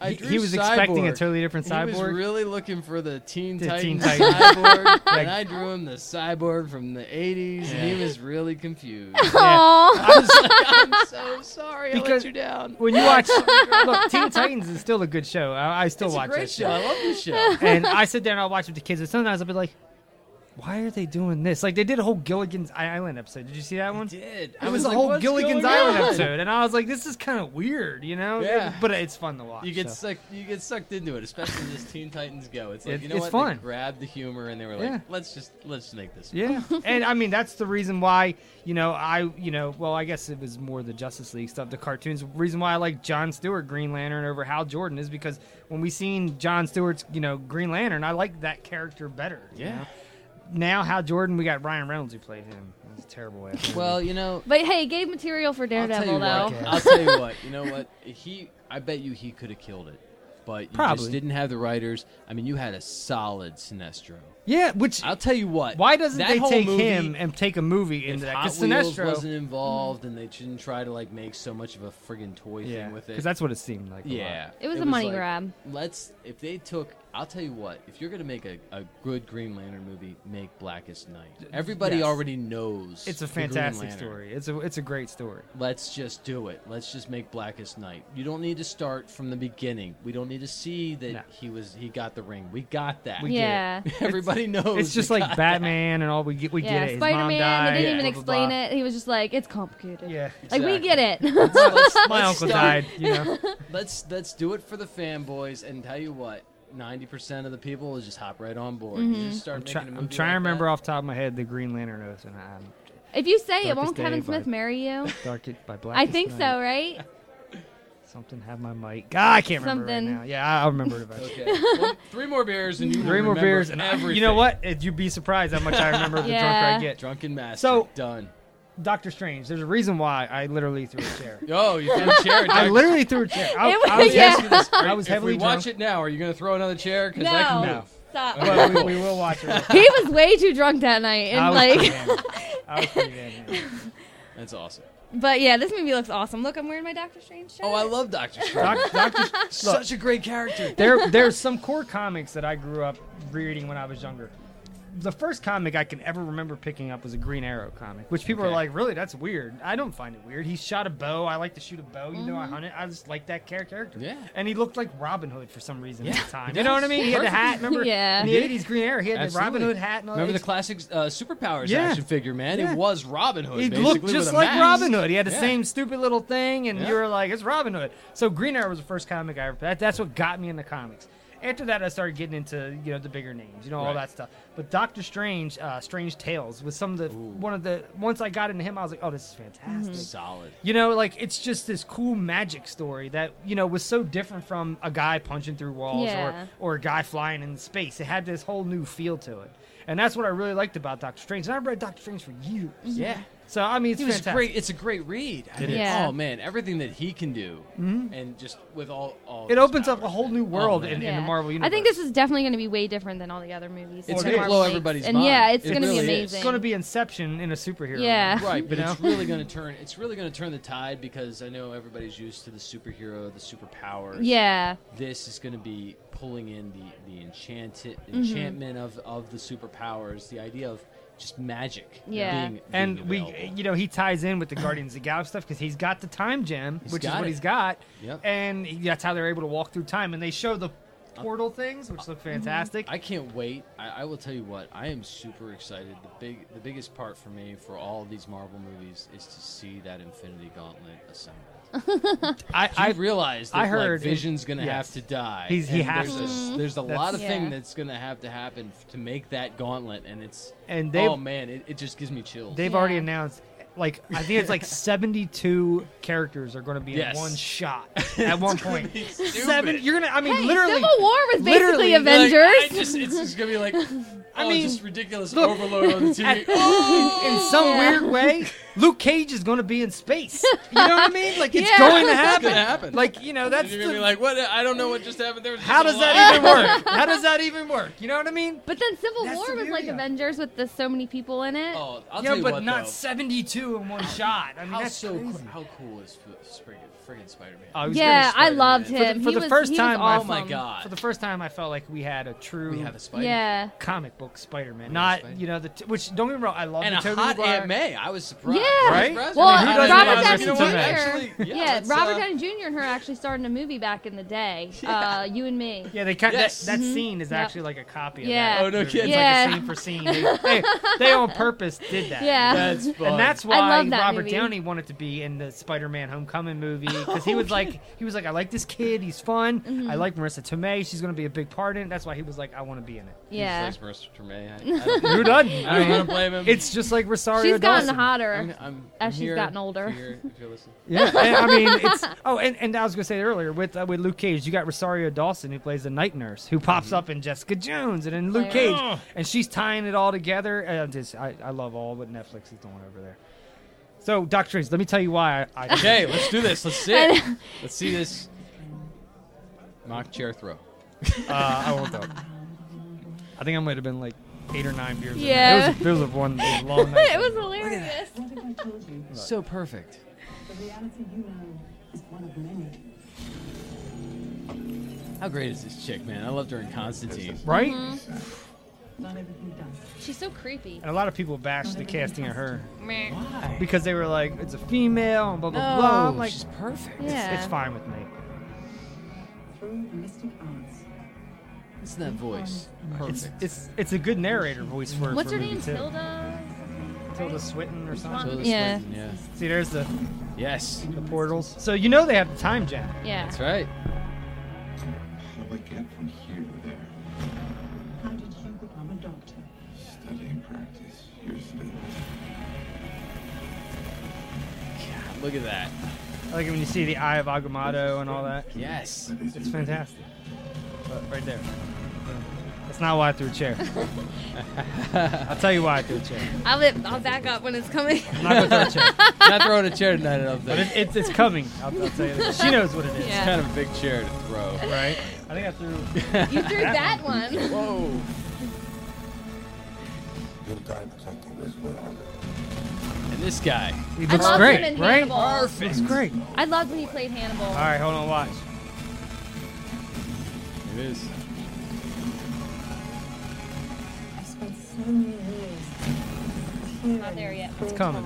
S10: I
S8: He-
S10: drew
S8: he was expecting a
S10: Cyborg.
S8: totally different
S10: He
S8: Cyborg?
S10: was really looking for the Teen
S8: The
S10: Titans
S8: Teen Titans. <laughs>
S10: cyborg,
S8: Like-
S10: and I drew him the cyborg from the '80s, and he
S8: <laughs>
S10: was really confused. <laughs>
S9: Aw.
S10: I'm so sorry, I
S8: Because-
S10: let you down.
S8: When you
S9: <laughs>
S8: watch, look, Teen Titans is still a good show. I, I still
S10: It's a
S8: watch
S10: great
S8: that
S10: show. I love this show.
S8: and
S9: <laughs>
S8: I sit there and I'll watch with the kids, and sometimes I'll be like, "Why are they doing this?" Like they did a whole Gilligan's Island episode. Did you see that one?
S10: did.
S8: It was a whole Gilligan's Island episode, and I was like, "This is kind of weird," you know?
S10: Yeah.
S8: But it's fun to watch.
S10: You get
S8: so.
S10: sucked. You get sucked into it, especially this Teen Titans Go. It's like
S8: It-
S10: you know
S8: it's
S10: what?
S8: fun.
S10: They grabbed the humor and they were like,
S8: Yeah.
S10: "Let's just let's just make this."
S8: Yeah, <laughs> and I mean that's the reason why you know I you know well I guess it was more the Justice League stuff, the cartoons. The reason why I like John Stewart Green Lantern over Hal Jordan is because when we seen John Stewart's you know Green Lantern, I like that character better. you
S10: Yeah.
S8: know? Now Hal Jordan, we got Ryan Reynolds who played him. That's a terrible way. of doing
S10: Well, you know,
S9: but hey, it gave material for Daredevil
S10: I'll tell
S9: though.
S10: you what. I'll tell you what. You know what? He, I bet you he could have killed it, but you
S8: Probably.
S10: just didn't have the writers. I mean, you had a solid Sinestro.
S8: it. yeah, which
S10: I'll tell you what.
S8: why doesn't
S10: that
S8: they
S10: whole
S8: take
S10: movie,
S8: him and take a movie
S10: If
S8: into that?
S10: Hot
S8: Because
S10: Wheels
S8: Sinestro,
S10: wasn't involved, and they didn't try to like make so much of a friggin' toy
S8: yeah,
S10: thing with it.
S8: because that's what it seemed like. a lot.
S10: Yeah,
S9: It was a money grab.
S10: Let's if they took. I'll tell you what. If you're gonna make a, a good Green Lantern movie, make Blackest Night. Everybody
S8: yes.
S10: already knows.
S8: it's a
S10: the Green
S8: fantastic
S10: Lantern.
S8: story. It's a it's a great story.
S10: Let's just do it. Let's just make Blackest Night. You don't need to start from the beginning. We don't need to see that
S8: No.
S10: he was he got the ring. We got that.
S8: We <laughs> did.
S9: yeah.
S10: Everybody knows.
S8: It's just
S10: we
S8: like
S10: <laughs> got
S8: Batman and all. We get, we get
S9: Yeah,
S8: it. His mom
S9: Spider Man.
S8: died,
S9: They didn't even
S8: blah, blah, blah.
S9: explain it. He was just like, "It's
S8: <laughs>
S9: complicated."
S8: Yeah.
S9: Like we
S10: Exactly.
S9: get
S8: <laughs>
S9: it. <laughs>
S10: that. Let's-
S8: My
S10: let's
S8: uncle
S10: start-
S8: died.
S10: <laughs>
S8: You know.
S10: Let's let's do it for the fanboys and tell you what. Ninety percent of the people will just hop right on board.
S9: Mm-hmm.
S10: You just start
S8: I'm, try-
S10: making a
S8: I'm
S10: movie
S8: trying to
S10: like
S8: remember
S10: that.
S8: off the top of my head the Green Lantern oath, and I'm
S9: if you say it,
S8: Darkest
S9: won't Kevin
S8: Day
S9: Smith
S8: by-
S9: marry you?
S8: dark it by black.
S9: I think so, right?
S8: Something have my mic. Ah, I can't remember right
S9: Something.
S8: now. Yeah, I- I'll
S10: <laughs>
S8: remember it eventually.
S10: Okay. Well, three more beers and you will
S8: Three more
S10: remember
S8: beers, and I-
S10: everything.
S8: you know what? It, you'd be surprised how much I remember the drunker I
S9: Yeah.
S8: get.
S10: Drunken master.
S8: So-
S10: done.
S8: Doctor Strange. There's a reason why I literally threw a chair.
S10: Oh,
S8: <laughs>
S10: you threw a chair.
S8: I
S9: <laughs>
S10: Doc.
S8: literally threw a chair. I,
S9: It was-
S8: I was,
S9: yeah.
S10: Ask you this,
S8: I was
S10: if
S8: heavily
S10: we
S8: drunk.
S10: watch it now, are you going to throw another chair? Because I can
S9: No.
S10: move.
S9: Stop.
S8: Well, we, we will watch it.
S9: he was way too drunk that night, <laughs> and
S8: I was
S9: like, <laughs>
S8: pretty angry. I was pretty angry.
S10: <laughs> That's awesome.
S9: but yeah, this movie looks awesome. Look, I'm wearing my Doctor Strange shirt.
S10: Oh, I love Doctor Strange.
S9: <laughs>
S8: Doc- Doctor-
S10: Such a great character.
S8: <laughs>
S10: <laughs>
S8: there there's some core comics that I grew up reading when I was younger. The first comic I can ever remember picking up was a Green Arrow comic, which people
S10: Okay.
S8: are like, "Really, that's weird." I don't find it weird. He shot a bow. I like to shoot a bow. You know, I hunt it. I just like that char- character.
S10: Mm-hmm. Yeah.
S8: And he looked like Robin Hood for some reason
S10: Yeah,
S8: at the time.
S10: he <laughs>
S8: You know
S10: does.
S8: what I mean? He had the
S10: Perfect.
S8: hat.
S10: <laughs>
S8: Remember?
S9: Yeah.
S8: In the
S10: He did.
S8: '80s, Green Arrow. He had
S10: Absolutely.
S8: the Robin Hood hat and all.
S10: Remember the
S8: that.
S10: classic uh, superpowers
S8: Yeah.
S10: action figure, man?
S8: Yeah.
S10: It was Robin Hood.
S8: He
S10: basically,
S8: looked
S10: with
S8: just
S10: a
S8: like
S10: mask.
S8: Robin Hood. He had the
S10: Yeah.
S8: same stupid little thing, and
S10: Yeah.
S8: you were like, "It's Robin Hood." So Green Arrow was the first comic I ever. That, that's what got me in the comics. After that, I started getting into you know the bigger names, you know all
S10: Right.
S8: that stuff. But Doctor Strange, uh, Strange Tales was some of the one of the once I got into him, I was like, "Oh, this is
S10: Mm-hmm.
S8: fantastic."
S10: Solid.
S8: You know, like it's just this cool magic story that you know was so different from a guy punching through walls
S9: Yeah.
S8: or or a guy flying in space. It had this whole new feel to it, and that's what I really liked about Doctor Strange. And I read Doctor Strange for years.
S9: Mm-hmm.
S10: Yeah.
S8: So I mean, it's
S10: He was
S8: fantastic.
S10: great. It's a great read.
S8: It
S10: I
S8: Mm-hmm.
S10: mean,
S9: is. Yeah.
S10: Oh man, everything that he can do, and just with all, all
S8: It
S10: those
S8: opens up a
S10: powers. Oh,
S8: whole new world
S10: man.
S8: in, in
S9: Yeah.
S8: the Marvel universe.
S9: I think this is definitely going to be way different than all the other movies.
S10: It's
S9: that
S10: gonna
S9: Marvel
S10: blow
S9: makes.
S10: everybody's
S9: and
S10: mind.
S9: yeah, it's
S10: It
S9: going to
S10: really
S9: be
S10: is.
S9: amazing.
S8: It's going to be Inception in a superhero.
S9: Yeah.
S8: movie,
S10: <laughs> Right, but
S8: you
S10: it's
S8: know?
S10: really going to turn. It's really going to turn the tide because I know everybody's used to the superhero, the superpowers.
S9: Yeah,
S10: This is going to be pulling in the the enchanted
S8: Mm-hmm.
S10: enchantment of of the superpowers. The idea of just magic.
S9: Yeah.
S10: Being,
S8: and
S10: being
S8: we,
S10: available.
S8: you know, he ties in with the Guardians of the Galaxy stuff because he's got the time gem,
S10: He's
S8: which is
S10: got
S8: what
S10: it.
S8: he's got,
S10: Yep.
S8: and he- that's how they're able to walk through time. And they show the portal things, which look fantastic.
S10: Mm-hmm. I can't wait. I, I will tell you what. I am super excited. The big, the biggest part for me for all of these Marvel movies is to see that Infinity Gauntlet assembled.
S8: I,
S10: I
S8: I,
S10: realized that
S8: I heard
S10: like, Vision's
S8: it-
S10: going to
S8: yes.
S10: have to die.
S8: He's- he
S10: and
S8: has
S10: there's
S8: to.
S10: A, there's a
S8: That's-
S10: lot of
S9: Yeah.
S10: thing that's going to have to happen f- to make that gauntlet, and it's
S8: And they've-
S10: oh man, it, it just gives me chills. <laughs>
S8: they've already
S9: Yeah.
S8: announced. Like I think it's like seventy-two characters are going to be
S10: Yes.
S8: in one
S10: <laughs>
S8: shot at one point. Seven,
S10: stupid.
S8: you're gonna. I mean,
S9: Hey,
S8: literally,
S9: Civil War was
S8: literally, like,
S9: basically
S10: Like,
S9: Avengers.
S10: I just, it's just going to
S9: <laughs>
S10: be like,
S8: I
S10: oh,
S8: mean,
S10: just ridiculous
S8: look,
S10: overload on the
S8: <laughs>
S10: TV.
S8: at-
S10: oh!
S8: in some
S9: Yeah.
S8: weird way, Luke Cage is going to be in space. You know what I mean? Like it's
S9: Yeah.
S8: going to
S10: It's
S8: happen.
S10: gonna happen.
S8: Like you know that's
S10: You're gonna
S8: the-
S10: be like, what? I don't know what just happened. There was
S8: how
S10: just
S8: does
S10: a
S8: that
S10: lot
S8: even
S10: of- <laughs>
S8: work? How does that even work? You know what I mean?
S9: But then Civil
S8: That's
S9: War
S8: the
S9: was like
S8: beauty of it.
S9: Avengers with the so many people in it.
S10: Oh, I'll
S8: yeah,
S10: tell you
S8: but
S10: what,
S8: not
S10: though.
S8: seventy-two in one shot. I mean,
S10: How
S8: that's
S10: so?
S8: crazy.
S10: Cool, how cool is F- friggin', friggin' Spider-Man?
S8: Oh, he was
S9: yeah,
S8: great.
S9: I loved
S10: For the-
S9: him.
S8: for
S9: he
S8: the
S9: was,
S8: first
S9: he
S8: time,
S9: was
S8: I-
S10: oh my
S9: awesome.
S10: god!
S8: For the first time, I felt like we had a true
S10: we have a Spider.
S9: Yeah.
S8: comic book Spider-Man, not
S10: Spider-
S8: you know the t- which. Don't get me wrong, I love
S10: and
S8: the
S10: a
S8: Tobey
S10: hot
S8: Maguire.
S10: Aunt May. I was surprised.
S9: Yeah.
S8: Right?
S10: Surprised.
S9: Well, uh,
S8: I mean, who doesn't
S9: Robert
S8: love Jessica
S9: Downey Jr.
S8: You know what?
S10: Actually, yeah, let's,
S9: Robert
S10: uh,
S9: Downey Jr. and her actually starred in a movie back in
S8: <laughs>
S9: the day. Uh, you and me.
S8: Yeah, they kind
S10: Yes.
S8: that, that scene is
S9: Yep.
S8: actually like a copy of
S9: Mm-hmm. Yeah.
S8: that.
S9: Oh,
S10: no
S8: movie.
S10: kidding.
S8: It's
S9: Yeah.
S8: like a scene for scene. They,
S9: <laughs>
S8: they, they on purpose did that.
S9: Yeah.
S10: That's fun.
S8: And that's
S9: I
S8: why
S9: love that
S8: Robert
S9: movie. Oh,
S8: Downey wanted to be in the Spider-Man Homecoming movie because he was like, he was like, I like this kid. He's fun.
S9: Mm-hmm.
S8: I like Marissa Tomei. She's gonna be a big part in it. That's why he was like, I want to be in it.
S9: Yeah.
S10: He's like Mr.
S9: <laughs>
S10: Tremaine. I, I don't,
S8: Who doesn't?
S10: I don't want to blame him.
S8: <laughs> It's just like Rosario.
S9: She's gotten
S8: Dawson.
S9: hotter.
S10: I'm, I'm
S9: as she's
S10: here
S9: gotten older.
S10: if you're- if you're listening.
S8: Yeah, <laughs> and, I mean, it's oh, and, and I was gonna say earlier with uh, with Luke Cage, you got Rosario Dawson who plays the night nurse who pops up in Jessica Jones and in Luke
S9: Claire.
S8: Cage, and she's tying it all together. Uh, just, I I love all what Netflix is doing over there. So, Doctor Strange, let me tell you why I, I
S10: <laughs> Okay, let's do
S9: <laughs>
S10: this. Let's see it. Let's see this mock chair throw.
S8: uh, I won't though. I think I might have been like eight or nine beers. in.
S9: Yeah.
S8: it was, a- it was a one it was a long
S9: <laughs>
S8: night.
S9: <laughs> it was hilarious.
S13: What if I told you
S10: So perfect.
S13: the reality you know is one of many?
S10: How great is this chick, man? I loved her in Constantine.
S8: right.
S13: Not everything does.
S9: She's so creepy.
S8: And a lot of people bashed the casting of her
S9: Meh.
S10: Why?
S8: because they were like, it's a female and blah blah blah.
S10: No,
S8: I'm like,
S10: Oh, she's perfect.
S9: Yeah.
S8: it's fine with me.
S13: Through the mystic arts.
S10: Listen to that voice.
S8: It's,
S10: Perfect.
S8: it's it's a good narrator voice for
S9: What's
S8: for
S9: her
S8: a movie
S9: name?
S8: Too.
S9: Tilda.
S8: Tilda Swinton or something.
S10: Tilda
S9: Yeah.
S10: Swinton, yeah.
S8: See, there's the,
S10: Yes.
S8: the portals. So you know they have the time jam.
S9: Yeah.
S10: That's right.
S11: How do I get from here to there?
S13: How did you become a doctor?
S11: Studying practice. Years ago.
S10: God, look at that.
S8: I like it when you see the Eye of <laughs> Agamotto and all that.
S10: Yes.
S8: It's fantastic. Uh, right there. That's not why I threw a
S9: <laughs>
S8: chair. I'll tell you why I threw a chair.
S9: I'll, be- I'll back up when it's coming. <laughs>
S8: I'm not gonna throw a chair.
S10: Not throwing a chair tonight, I don't
S8: But
S10: think.
S8: it, it's it's coming. I'll, I'll tell you. That. She knows what it is.
S9: Yeah. It's kind
S10: of a big chair to throw.
S8: Right. I think I threw.
S9: you
S8: <laughs>
S9: threw that one.
S8: Whoa.
S11: You'll die protecting this world.
S10: And this guy.
S8: He
S9: I
S8: looks
S9: loved
S8: great,
S9: him in
S8: right?
S9: Hannibal.
S8: Perfect. Looks great.
S9: I loved when he played Hannibal.
S8: All right, hold on, watch.
S10: It is.
S13: I spent so many years.
S9: Not there yet.
S8: It's coming.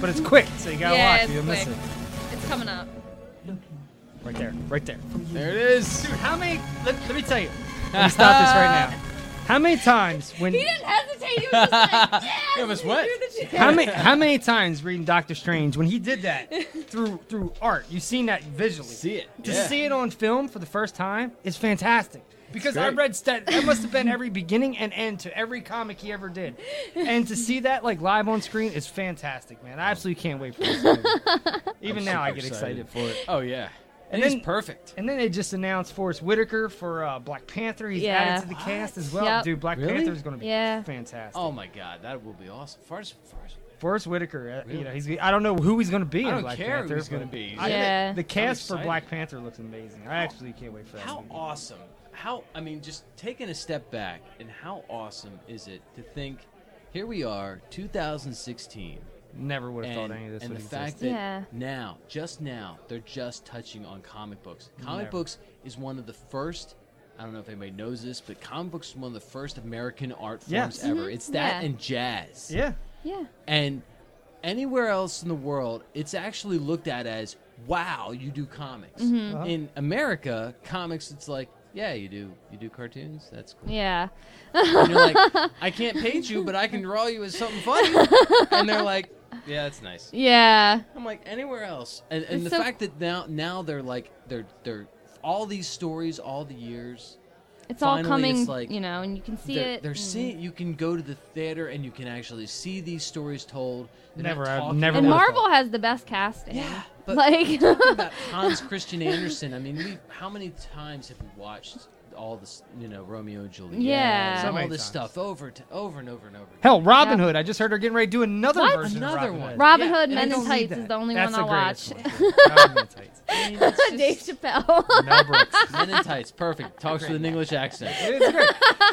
S8: But it's quick, so you gotta
S9: yeah,
S8: watch.
S9: It's
S8: You'll miss
S9: quick. It's coming up.
S8: it. Right there, right there.
S10: There it is.
S8: Dude, how many? Let, let me tell you. Let me stop this right now. <laughs> How many times when?
S9: <laughs> He didn't hesitate. He was just <laughs> like, yes.
S10: It was what?
S8: How many? How many times reading Doctor Strange when he did that
S9: <laughs>
S8: through through art? You've seen that visually.
S10: See it.
S8: To
S10: yeah.
S8: see it on film for the first time is fantastic. Because I
S10: great.
S8: read stat, that must
S10: <laughs>
S8: have been every beginning and end to every comic he ever did, and to see that like live on screen is fantastic, man. I absolutely can't wait for this. <laughs> Movie. Even
S10: I'm
S8: now, I
S10: super
S8: get excited.
S10: for it. Oh yeah.
S8: And
S10: And it's
S8: then-
S10: perfect.
S8: And then they just announced Forrest Whitaker for uh, Black Panther. He's
S9: Yeah.
S8: added to the cast as well,
S9: Yep.
S8: dude. Black
S10: Really?
S8: Panther is going to be
S9: Yeah.
S8: fantastic.
S10: Oh my god, that will be awesome. Forrest, Forrest.
S8: Forrest Whitaker, uh,
S10: Really?
S8: you know, he's. I don't know who he's going to be.
S10: I
S8: in
S10: don't
S8: Black
S10: care who
S8: Panther,
S10: he's gonna
S8: but
S10: be.
S8: I-
S9: Yeah.
S8: The cast for
S10: excited.
S8: Black Panther looks amazing. I actually can't wait for that.
S10: How
S8: movie.
S10: awesome. How I mean, just taking a step back and how awesome is it to think here we are, 2016.
S8: Never would have
S10: And,
S8: thought any of this
S10: and
S8: would
S10: the
S8: exist.
S10: fact that
S9: Yeah.
S10: now, just now, they're just touching on comic books. Comic
S8: Never.
S10: books is one of the first. I don't know if anybody knows this, but comic books is one of the first American art forms
S8: Yes.
S10: ever. It's that
S9: Mm-hmm. Yeah.
S10: and jazz.
S8: yeah,
S9: Yeah.
S10: And anywhere else in the world, it's actually looked at as, wow, you do comics.
S9: Mm-hmm.
S8: Uh-huh.
S10: In America, comics, it's like, yeah, you do you do cartoons. That's cool.
S9: Yeah.
S10: And you're
S9: <laughs>
S10: like, I can't paint you, but I can draw you as something funny. and they're like, yeah, that's nice.
S9: Yeah.
S10: I'm like anywhere else, and, and the
S9: It's so-
S10: fact that now now they're like they're they're all these stories all the years
S9: It's all
S10: Finally,
S9: coming,
S10: it's like
S9: you know, and you can see
S10: they're,
S9: it. Mm. Mm-hmm.
S10: They're
S9: and-
S10: seeing. You can go to the theater and you can actually see these stories told. They're
S8: Never,
S10: not
S8: I've
S10: talking
S8: never
S9: And
S8: would've
S10: about,
S9: Marvel has the best casting.
S10: <laughs> Yeah,
S9: <laughs>
S10: but
S9: like
S10: talking about Hans Christian Andersen. I mean, we, how many times have we watched all this? You know, Romeo and Juliet.
S9: Yeah. So
S10: and all
S8: many
S10: this
S8: times.
S10: stuff over to over and over and over. again. <laughs>
S8: Hell, Robin
S9: Yeah.
S8: Hood. I just heard they're getting ready to do another
S9: What?
S8: version. of
S10: Another
S8: Robin
S10: one.
S8: Hood.
S9: Robin
S10: Yeah,
S9: Hood
S10: and I
S9: Men in
S10: don't need
S9: Tights
S8: That-
S9: is the only
S8: that's
S9: one I'll
S8: the
S9: watch.
S8: greatest one. Robin in
S9: <laughs>
S8: Tights.
S10: I mean, it's just-
S9: Dave
S10: <laughs>
S9: Chappelle.
S8: Mel Brooks.
S10: Men in tights, perfect. Talks with an English accent.
S8: It's great.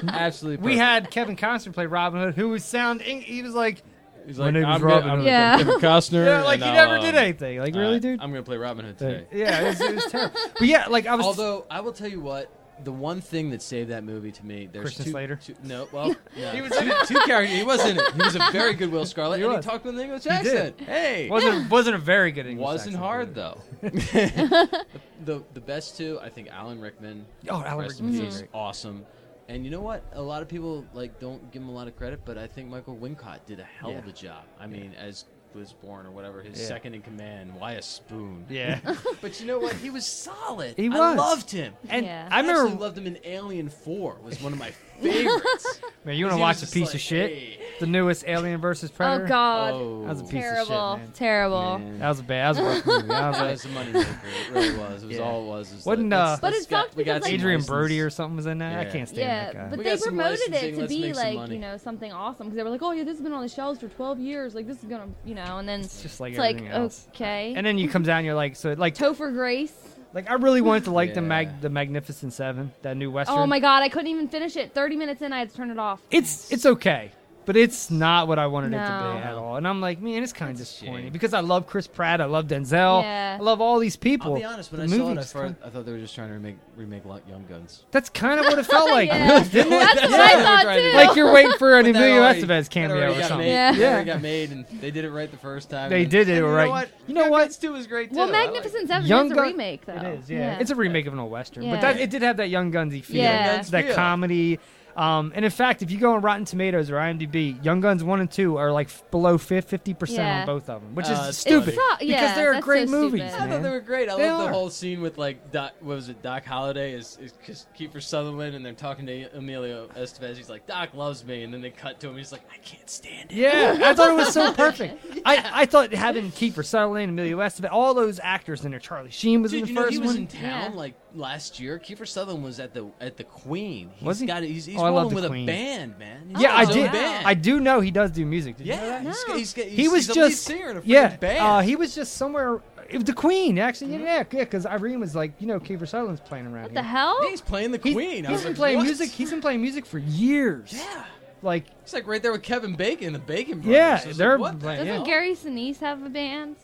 S10: Absolutely. Perfect.
S8: We had Kevin Costner play Robin Hood, who was sounding. He was like,
S10: He's
S8: My
S10: like,
S8: name is
S10: I'm
S8: Robin
S10: Gonna, I'm
S8: Hood.
S9: Yeah.
S10: Kevin Costner.
S8: yeah, like
S10: and
S8: he
S10: I'll,
S8: never did
S10: um,
S8: anything. Like really,
S10: uh,
S8: dude.
S10: I'm gonna play Robin Hood today.
S8: Yeah, it was, it was terrible. But yeah, like I was.
S10: Although I will tell you what, the one thing that saved that movie to me, there's
S8: Christian
S10: two,
S8: Slater?
S10: two- no,
S9: <laughs>
S10: well, no.
S8: He was
S10: two, two characters. He was in it. He was a very good Will Scarlet,
S8: He
S10: and
S8: was.
S10: he talked with an English
S8: did.
S10: accent. Hey,
S8: wasn't wasn't a very good English
S10: wasn't
S8: accent,
S10: hard
S8: dude.
S10: though.
S8: <laughs>
S10: the, <laughs> the the best two, I think, Alan Rickman.
S8: Oh, Alan
S10: rest in
S8: Rickman's
S10: peace,
S8: great.
S10: awesome. And you know what? A lot of people like don't give him a lot of credit, but I think Michael Wincott did a hell of
S8: Yeah.
S10: a job. I mean, as Lisborn or whatever, his
S8: Yeah.
S10: second in command, why a spoon?
S8: Yeah,
S10: <laughs> But you know what? He was solid.
S8: He
S10: I
S8: was.
S10: loved him.
S8: and
S9: Yeah.
S8: I
S10: I
S8: remember.
S10: absolutely loved him in Alien Four. Was one of my
S8: <laughs>
S10: favorites.
S8: man, you want to
S10: he
S8: watch
S10: was
S8: a
S10: just
S8: piece of
S10: like,
S8: shit?
S10: hey.
S8: The newest Alien versus Predator.
S9: oh God.
S10: Oh,
S8: That was a piece
S9: terrible.
S8: of shit, man.
S9: Terrible.
S10: man.
S8: That was a bad. That was a rough movie. I was
S9: <laughs>
S10: That
S8: like,
S10: was a moneymaker. It really was. It was
S8: Yeah.
S10: all it was. It was
S8: Wasn't,
S10: like,
S8: uh,
S10: let's-
S8: But
S9: it
S10: let's got-
S9: sucked
S10: we got
S9: because
S10: some
S8: Adrian
S10: license.
S8: Brody or something was in that. I
S10: Yeah.
S8: can't stand
S9: Yeah,
S8: that guy.
S9: but
S10: We
S9: they
S10: got some
S9: promoted it
S10: licensing,
S9: to
S10: let's
S9: be
S10: make some
S9: like
S10: money.
S9: you know something awesome because they were like, oh yeah, this has been on the shelves for 12 years. Like this is gonna, you know, and then it's
S8: just like everything else.
S9: okay.
S8: and then you come down, you're like, so like,
S9: Topher Grace.
S8: like I really wanted to like the
S10: Yeah.
S8: mag, the Magnificent Seven, that new western.
S9: Oh my God, I couldn't even finish it. 30 minutes in, I had to turn it off.
S8: It's it's okay, but it's not what I wanted it to be
S9: No.
S8: at all. And I'm like, man, it's kind of
S10: That's a
S8: disappointing
S10: shame.
S8: because I love Chris Pratt, I love Denzel,
S9: Yeah.
S8: I love all these people.
S10: I'll be honest. When
S8: The
S10: I saw
S8: movie
S10: it, I
S8: just
S10: thought,
S8: kinda-
S10: I thought they were just trying to remake remake Lo- Young Guns.
S8: that's kind of what it
S9: <laughs>
S8: felt like,
S9: Yeah.
S8: didn't it?
S10: <laughs>
S9: That's what I thought too.
S8: <laughs> Like you're waiting for an
S10: But that
S8: Emilio
S10: already-
S8: Estevez
S10: that
S8: cameo
S10: already
S8: or
S10: got
S8: something.
S10: Made,
S9: Yeah.
S10: that already got made, and they did it right the first time.
S8: They
S10: and-
S8: did it
S10: and you know
S8: right.
S10: what?
S8: You know
S10: Young
S8: what?
S10: Guns Two was great.
S9: well,
S10: too. I liked it.
S9: Magnificent Seven
S8: Young
S9: is a
S8: Gun-
S9: remake though.
S8: It is, yeah. It's a remake of an old western, but
S9: Yeah.
S8: that it did have that Young Gunsy feel,
S9: Yeah. Young Guns
S8: that
S10: feel.
S8: comedy. Um, and in fact, if you go on Rotten Tomatoes or IMDb, Young Guns one and two are like f- below fifty percent
S9: Yeah.
S8: on both of them, which
S10: Uh,
S8: is
S10: it's
S8: stupid
S9: It's not- yeah,
S8: because they're
S9: that's
S8: great
S9: so
S8: movies.
S9: stupid.
S10: I thought they
S8: man.
S10: were great. I
S8: They
S10: love
S8: are.
S10: the whole scene with like Doc. What was it? Doc Holliday is is Chris- Kiefer Sutherland, and they're talking to Emilio Estevez. He's like, "Doc loves me," and then they cut to him. He's like, "I can't stand it."
S8: Yeah, I thought it was
S9: <laughs>
S8: so perfect. I, I thought having Kiefer Sutherland, Emilio Estevez, all those actors in there, Charlie Sheen was
S10: Dude,
S8: in the
S10: you know
S8: first
S10: he was
S8: one.
S10: in town
S9: Yeah.
S10: like last year, Kiefer Sutherland was at the at the Queen. He's
S8: Was he?
S10: Got, he's he's
S8: Oh, I love
S10: rolling
S8: the
S10: with
S8: Queen.
S10: a band, man. He's
S8: yeah,
S10: got
S8: I
S10: his own
S8: did.
S10: Band.
S8: I do know he does do music. Did you know
S10: yeah,
S8: that?
S10: he's, he's, he's,
S8: he was
S10: he's the lead
S8: just
S10: singer in a freaking
S8: yeah.
S10: band. Mm-hmm.
S8: Uh, he was just somewhere. It was the Queen, actually. Yeah, yeah, because Irene was like, you know, Kiefer Sutherland's playing around
S9: the hell? He's
S10: playing the Queen.
S8: He's
S10: I was
S8: been
S10: like,
S8: playing
S10: what?
S8: music. He's been playing music for years.
S10: Yeah.
S8: Like
S10: He's like right there with Kevin Bacon, the Bacon Brothers.
S8: Yeah,
S10: I was
S8: they're
S10: like, what the
S8: playing-
S9: Doesn't
S10: hell?
S9: Gary Sinise have a band?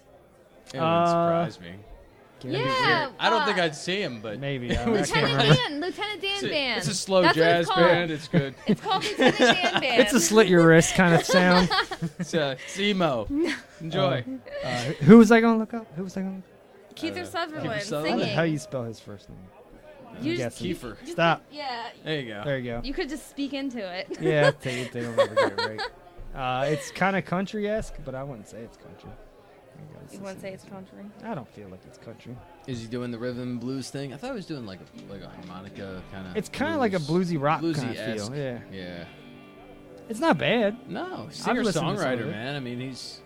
S10: It wouldn't
S8: Uh,
S10: surprise me.
S9: That'd be Yeah, weird.
S10: I don't think I'd see him, but <laughs>
S8: maybe
S9: Lieutenant Dan, Lieutenant Dan
S10: It's a,
S9: band.
S10: it's a slow
S9: That's what
S10: jazz
S9: it's called.
S10: band. It's good.
S9: It's called Lieutenant
S10: <laughs>
S9: Dan band.
S8: it's a slit your wrist kind of
S9: <laughs>
S8: sound.
S10: it's uh, it's emo. Enjoy.
S8: Uh, who was I gonna look up? Who was I gonna? Look up?
S9: Keith or Sutherland
S10: Kiefer Sutherland.
S8: How the
S9: singing.
S8: hell you spell his first name?
S9: You
S8: I'm
S9: just-
S8: guessing.
S9: you- you just-
S8: Stop.
S9: yeah.
S10: There you go.
S8: There you go.
S9: You could just speak into it. <laughs>
S8: yeah, they, they don't ever get it right. Uh, it's kind of country esque, but I wouldn't say it's country. There you go,
S9: You
S8: this
S9: wouldn't
S8: is-
S9: say it's country.
S8: I don't feel like it's country.
S10: Is he doing the rhythm and blues thing? I thought he was doing like a like a harmonica kind of.
S8: It's kinda like a bluesy rock kinda feel, yeah.
S10: Yeah.
S8: It's not bad.
S10: No,
S8: I've
S10: singer
S8: listened to some of
S10: songwriter
S8: it.
S10: man. I mean, he's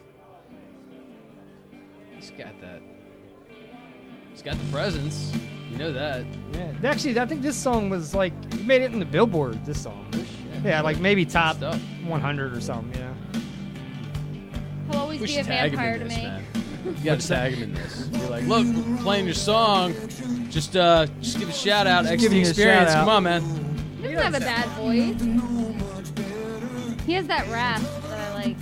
S10: he's got that. He's got the presence. You know that.
S8: Yeah. Actually, I think this song was like he made it in the Billboard. This song. Yeah, like maybe top 100 or something. You know.
S9: He'll always
S10: We
S9: be a
S10: should tag him
S9: vampire
S10: in
S9: to
S10: this,
S9: me. <laughs>
S10: man. You gotta tag him in this. Be like, look, we're playing your song. Just uh, just give a shout out.
S8: Just
S10: X
S8: giving
S10: the
S8: you a
S10: experience.
S8: shout-out.
S10: Come on, man.
S9: He doesn't have a bad voice. He has that rasp that I like.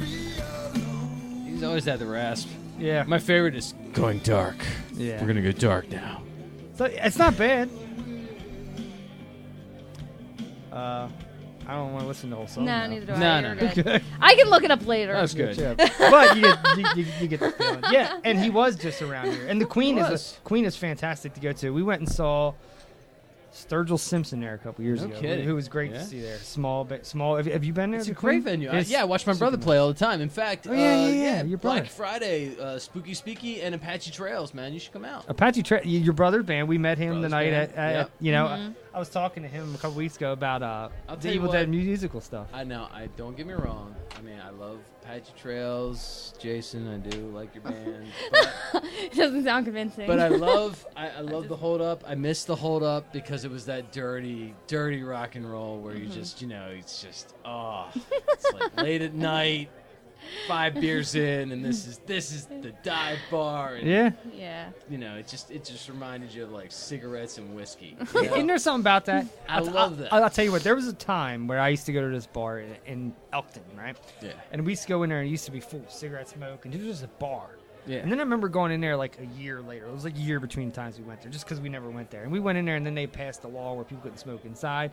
S10: He's always had the rasp.
S8: Yeah.
S10: My favorite is going dark.
S8: Yeah.
S10: We're gonna go dark now.
S8: So it's not bad. Uh, I don't want to listen to the whole song.
S9: No,
S8: now.
S9: neither do I. No, no, You're no.
S8: <laughs>
S9: good. I can look it up later. That's good.
S8: Yeah, <laughs> but you get, you, you, you get the feeling. Yeah, and he was just around here. And the Queen is
S10: was.
S8: Queen is fantastic to go to. We went and saw Sturgill Simpson there a couple years
S10: No
S8: ago,
S10: kidding.
S8: who was great
S10: Yeah.
S8: to see there. Small, ba- small. Have, have you been there?
S10: It's
S8: the
S10: a great
S8: Queen?
S10: venue. I,
S8: It's-
S10: yeah, I watch my brother play all the time. In fact,
S8: Oh, yeah,
S10: uh,
S8: yeah, yeah, your brother.
S10: Black Friday, uh, Spooky Speaky, and Apache Trails, man. You should come out.
S8: Apache Tra- y- your brother's band. We met him the
S10: Brother's
S8: night
S10: band,
S8: at, at
S10: yep.
S8: you know.
S10: Mhm.
S8: I, I was talking to him a couple weeks ago about uh,
S10: I'll
S8: the
S10: tell you
S8: Evil
S10: what.
S8: Dead musical stuff.
S10: I know. I don't get me wrong. I mean, I love Apache Trails, Jason. I do like your band, <laughs> but,
S9: It <laughs> doesn't sound convincing. <laughs>
S10: but I love I, I love the hold up. I miss the hold up because it was that dirty, dirty rock and roll where you
S9: Mhm.
S10: just you know it's just oh, it's like late at night, five beers in, and this is this is the dive bar. And,
S8: Yeah.
S9: Yeah.
S10: You know, it just it just reminded you of like cigarettes and whiskey. you know?
S8: Isn't there something about that?
S10: I love that.
S8: I, will tell you what. There was a time where I used to go to this bar in, in Elkton, right?
S10: Yeah.
S8: And we used to go in there, and it used to be full of cigarette smoke, and it was just a bar.
S10: Yeah.
S8: And then I remember going in there like a year later. It was like a year between the times we went there, just because we never went there. And we went in there, and then they passed a law where people couldn't smoke inside.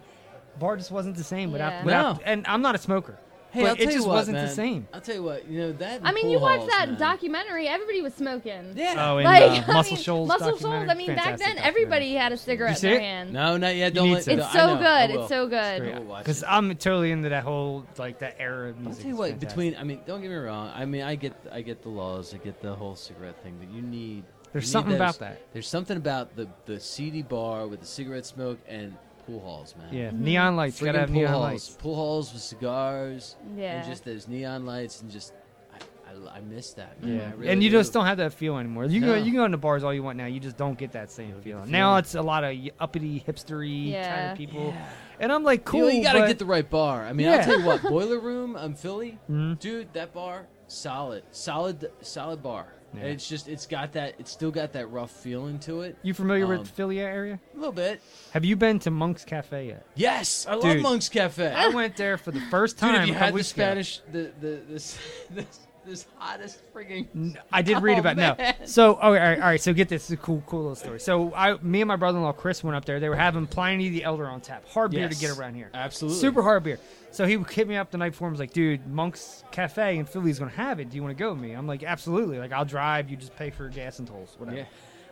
S8: Bar just wasn't the same without.
S10: Yeah.
S8: without
S10: No.
S8: And I'm not a smoker.
S10: Hey,
S8: but
S10: I'll
S8: it
S10: tell you
S8: just
S10: what,
S8: wasn't the
S10: man.
S8: same.
S10: I'll tell you what, you know that. and
S9: I mean,
S10: pool
S9: you watched
S10: halls,
S9: that
S10: man.
S9: documentary. Everybody was smoking.
S10: Yeah.
S8: Oh, and
S9: Like, <laughs>
S8: uh,
S9: I
S8: Muscle
S9: mean,
S8: Shoals.
S9: Muscle Shoals.
S8: documentary.
S9: I mean, back
S8: Fantastic
S9: then everybody had a cigarette
S8: see
S9: in their
S8: it?
S9: hand.
S10: No, not yet.
S8: You
S10: Don't
S8: need
S10: let.
S8: to.
S10: no,
S9: It's
S10: I
S9: so
S10: know,
S9: good.
S10: I will.
S9: It's so
S10: I
S9: good.
S10: will watch
S8: Because I'm totally into that whole like that era of
S10: I'll
S8: music.
S10: tell you
S8: It's
S10: what,
S8: fantastic.
S10: between I mean, don't get me wrong. I mean, I get I get the laws, I get the whole cigarette thing, but you need
S8: There's
S10: you need
S8: something
S10: those-
S8: about that.
S10: There's something about the the seedy bar with the cigarette smoke and pool halls, man.
S9: Mm-hmm.
S8: Yeah, Mhm. neon lights, gotta
S10: Friggin'
S8: have
S10: pool
S8: neon
S10: halls.
S8: lights.
S10: Pool halls with cigars.
S9: Yeah.
S10: And just those neon lights and just I, I, I miss that. Man.
S8: Yeah,
S10: I really
S8: and you
S10: do.
S8: just don't have that feel anymore. You go,
S10: No.
S8: you can go into bars all you want now. You just don't get that same feeling.
S10: feeling.
S8: Now it's a lot of y- uppity, hipstery kind
S9: Yeah.
S8: of people, and I'm like,
S10: You
S8: cool.
S10: know, You, gotta
S8: but-
S10: get the right bar. I mean,
S8: Yeah.
S10: I'll tell
S8: <laughs>
S10: you what, Boiler Room, um, Philly,
S8: Mhm.
S10: dude, that bar, solid, solid, solid bar.
S8: Yeah.
S10: And it's just, it's got that, it's still got that rough feeling to it.
S8: You familiar with
S10: Um,
S8: Philia area?
S10: A little bit.
S8: Have you been to Monk's Cafe yet?
S10: Yes, I
S8: Dude.
S10: love Monk's Cafe.
S8: I went there for the first
S10: Dude,
S8: time.
S10: have you
S8: a couple
S10: had the
S8: weeks ago.
S10: Spanish, the, the, this, <laughs> this, this hottest
S8: <laughs>
S10: frigging.
S8: N- I did read
S10: Oh,
S8: about
S10: man.
S8: no. So okay, all right, all right. So get this, this is a cool, cool little story. So I, me and my brother-in-law Chris went up there. They were having Pliny the Elder on tap, hard beer to
S10: Yes,
S8: get around here.
S10: absolutely.
S8: super hard beer. So he hit me up the night before. and was like, "Dude, Monk's Cafe in Philly's gonna have it. Do you want to go with me?" I'm like, "Absolutely. Like I'll drive. You just pay for gas and tolls, whatever."
S10: Yeah.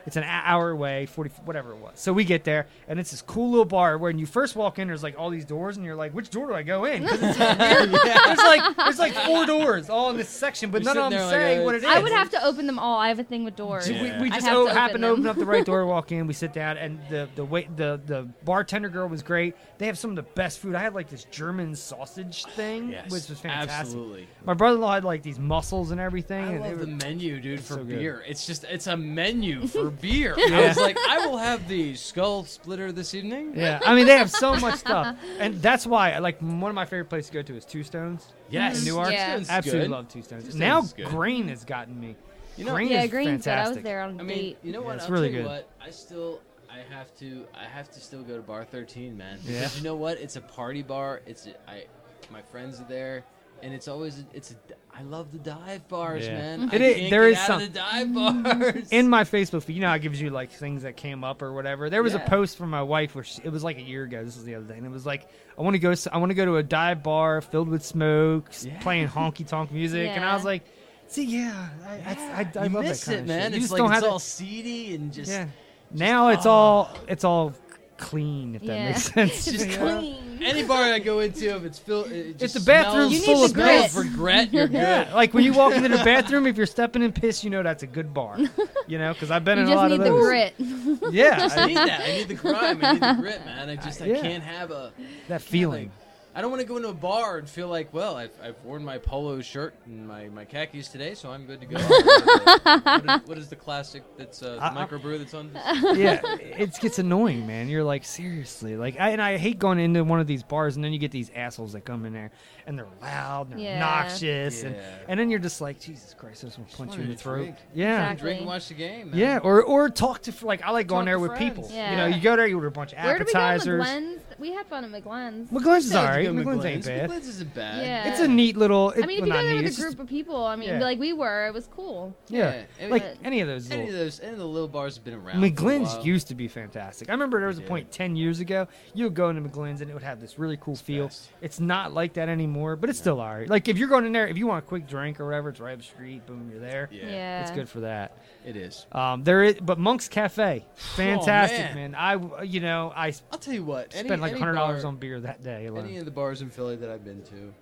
S8: It's an ho- hour away, forty, whatever it was. So we get there, and it's this cool little bar where when you first walk in, there's like all these doors, and you're like, "Which door do I go in?" 'Cause it's like weird. There's like there's like four doors all in this section, but
S10: You're
S8: none of
S10: sitting
S8: them
S10: there like,
S8: say
S10: uh,
S8: what it is.
S9: I would have to open them all. I have a thing with doors.
S8: So we, we
S9: I'd
S8: just
S9: have
S8: o-
S9: to
S8: happened to open
S9: them.
S8: up the right
S9: <laughs>
S8: door, walk in, we sit down, and the the wait the the bartender girl was great. They have some of the best food. I had like this German sausage thing,
S10: Yes,
S8: which was fantastic.
S10: absolutely.
S8: My brother-in-law had like these mussels and everything.
S10: I
S8: and they
S10: love
S8: were-
S10: the menu, dude,
S8: It's
S10: for
S8: so good. <laughs>
S10: beer. It's just, it's a menu for beer. I
S8: Yeah.
S10: was like, I will have the skull splitter this evening.
S8: <laughs> Yeah, I mean they have
S9: <laughs>
S8: so much stuff, and that's why like one of my favorite places to go to is Two Stones.
S10: Yes.
S8: in Newark.
S10: Yeah. Two Stones is
S8: absolutely
S10: good.
S8: love Two Stones.
S10: Two Stones
S8: now
S10: is good.
S8: Green has gotten me.
S10: You know-
S8: Green
S10: Yeah,
S8: is
S9: Green's good. I was
S8: fantastic.
S9: there on
S10: I
S9: a
S10: mean,
S9: date.
S10: you know
S8: Yeah,
S10: what?
S8: it's
S10: I'll
S8: really
S10: tell you
S8: good.
S10: what. I still, I have to, I have to still go to Bar 13, man.
S8: Yeah.
S10: Because you know what? It's a party bar. It's, a, I, my friends are there, and it's always, it's, a, I love the dive bars,
S8: Yeah. Mm-hmm.
S10: man.
S8: It
S10: I
S8: is-
S10: can't
S8: there
S10: get
S8: is
S10: out
S8: some-
S10: of the dive bars.
S8: In my Facebook feed, you know, how it gives you like things that came up or whatever. There was
S10: Yeah.
S8: a post from my wife where she, it was like a year ago. This was the other day, and it was like, I want to go. s- I want to go to a dive bar filled with smoke, s-
S10: <laughs>
S8: playing honky tonk music, and I was
S10: Yeah.
S8: like, see, yeah, I, I, I, I
S10: you
S8: love
S10: miss
S8: that kind
S10: it,
S8: of
S10: man.
S8: Shit. You
S10: It's
S8: just
S10: like
S8: don't
S10: it's
S8: have
S10: all
S8: that-
S10: seedy and just.
S8: yeah. Now it's all it's all clean, if that
S10: Yeah.
S8: makes
S10: <laughs>
S8: sense.
S10: It's
S8: Yeah.
S10: clean. Any bar I go into, if it's filled, it
S8: If
S10: just
S8: the bathroom's
S10: smells-
S8: full of
S10: smells
S8: piss.
S10: of regret. You're good.
S8: Yeah, like when you walk into the bathroom, if you're stepping in piss, you know that's a good
S10: <laughs>
S8: bar. You know, because I've been
S9: You
S8: in a
S9: just
S8: lot
S9: need
S8: of
S9: the
S8: those.
S9: grit. <laughs>
S10: <laughs>
S8: Yeah,
S10: I need that. I need the grime. I need the grit, man. I just I
S8: Yeah.
S10: can't have a.
S8: that feeling.
S10: I don't want to go into a bar and feel like, well, I've, I've worn my polo shirt and my, my khakis today, so I'm good to go. what, is, what is the classic that's uh,
S8: I- I-
S10: microbrew that's on?
S8: yeah, it gets annoying, man. You're like, seriously, like, I, and I hate going into one of these bars, and then you get these assholes that come in there, and they're loud, and they're
S10: Yeah.
S8: noxious, and,
S10: Yeah.
S8: and then you're just like, Jesus Christ, this will punch you in
S10: wanted
S8: the
S10: to
S8: throat.
S10: drink.
S8: Yeah,
S10: Exactly. Drink and watch the game, man.
S8: Yeah, or or talk to like I like going
S10: Talk to
S8: there with people.
S10: friends.
S8: You know,
S10: Yeah.
S8: you go there, you order a bunch of
S9: Where do we go?
S8: appetizers.
S9: McGlenn's? We had fun at McGlenn's.
S8: McGlenn's is
S10: Sounds
S8: alright.
S10: good,
S8: McGlenn's ain't
S10: McGlenn's.
S8: bad.
S10: McGlenn's isn't bad.
S9: Yeah.
S8: It's a neat little. It,
S9: I mean, if
S8: well,
S9: you
S8: not
S9: go there
S8: neat,
S9: with
S8: it's
S9: a group
S8: just-
S9: of people, I mean,
S8: yeah.
S9: like we were, it was cool.
S8: Yeah,
S10: I mean,
S8: like
S10: but-
S8: any of those.
S10: Any of
S8: little-
S10: those, any of the little bars have been around. for a
S8: McGlynn's
S10: while.
S8: used to be fantastic. I remember there was a point ten years ago you would go into McGlynn's and it would have this really cool feel. It's not like that anymore, but it's still alright. Like if you're going in there, if you want a quick drink or whatever, it's right up the street. Boom, you're there.
S10: Yeah. Yeah.
S8: it's good for that.
S10: It is.
S8: Um, there is, but Monk's Cafe, fantastic,
S10: Oh, man.
S8: man. I, you know, I.
S10: I'll tell you what.
S8: spent
S10: any-
S8: like
S10: any
S8: hundred dollars
S10: bar-
S8: on beer that day. alone.
S10: Any of the bars in Philly that I've been to,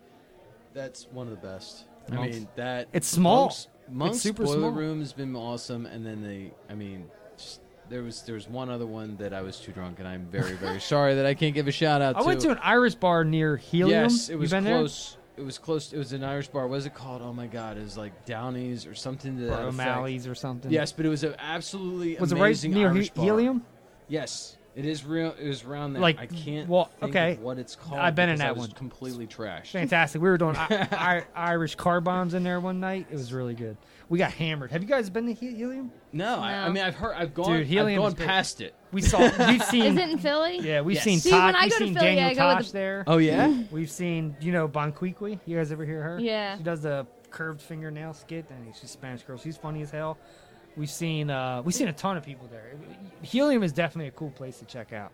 S10: that's one of the best. I
S8: Monk's-
S10: mean that
S8: It's small.
S10: Monk's,
S8: It's
S10: Monk's
S8: super
S10: Boiler
S8: small.
S10: Room has been awesome, and then they, I mean, just, there was there was one other one that I was too drunk, and I'm very
S8: <laughs>
S10: very sorry that I can't give a shout out.
S8: I went to an Irish bar near Helium.
S10: Yes, it
S8: You
S10: was
S8: been there?
S10: close. It was close. It was an Irish bar. What is it called? Oh my God! It was like Downey's or something. To
S8: Or
S10: that effect.
S8: O'Malley's or something.
S10: Yes, but it was an absolutely
S8: Was it right
S10: amazing
S8: near He-
S10: Irish bar.
S8: Helium?
S10: Yes, it is real. It was around that.
S8: Like,
S10: I can't.
S8: well,
S10: think
S8: okay.
S10: of what it's called?
S8: I've been in
S10: because I
S8: that
S10: was
S8: one.
S10: Completely trash.
S8: Fantastic. We were doing
S10: <laughs>
S8: I, I, Irish car bombs in there one night. It was really good. We got hammered. Have you guys been to He- Helium?
S10: No, I, I
S8: No.
S10: mean I've heard I've gone
S8: Dude,
S10: I've
S8: helium
S10: gone
S8: is big.
S10: past it.
S8: We
S10: <laughs>
S8: saw. We've seen.
S9: Is it in Philly?
S8: Hmm. Yeah, we've
S10: Yes.
S8: seen.
S10: See,
S8: Tosh-
S9: when I
S8: we've
S9: go to
S8: seen
S9: Philly,
S8: Daniel
S9: I go with
S8: Tosh
S9: the- Mm-hmm.
S8: there.
S10: Oh, yeah?
S8: We've seen you know Bonquiqui. You guys ever hear her?
S9: Yeah.
S8: She does the curved fingernail skit, and she's a Spanish girl. She's funny as hell. We've seen uh, we've seen a ton of people there. Helium is definitely a cool place to check out.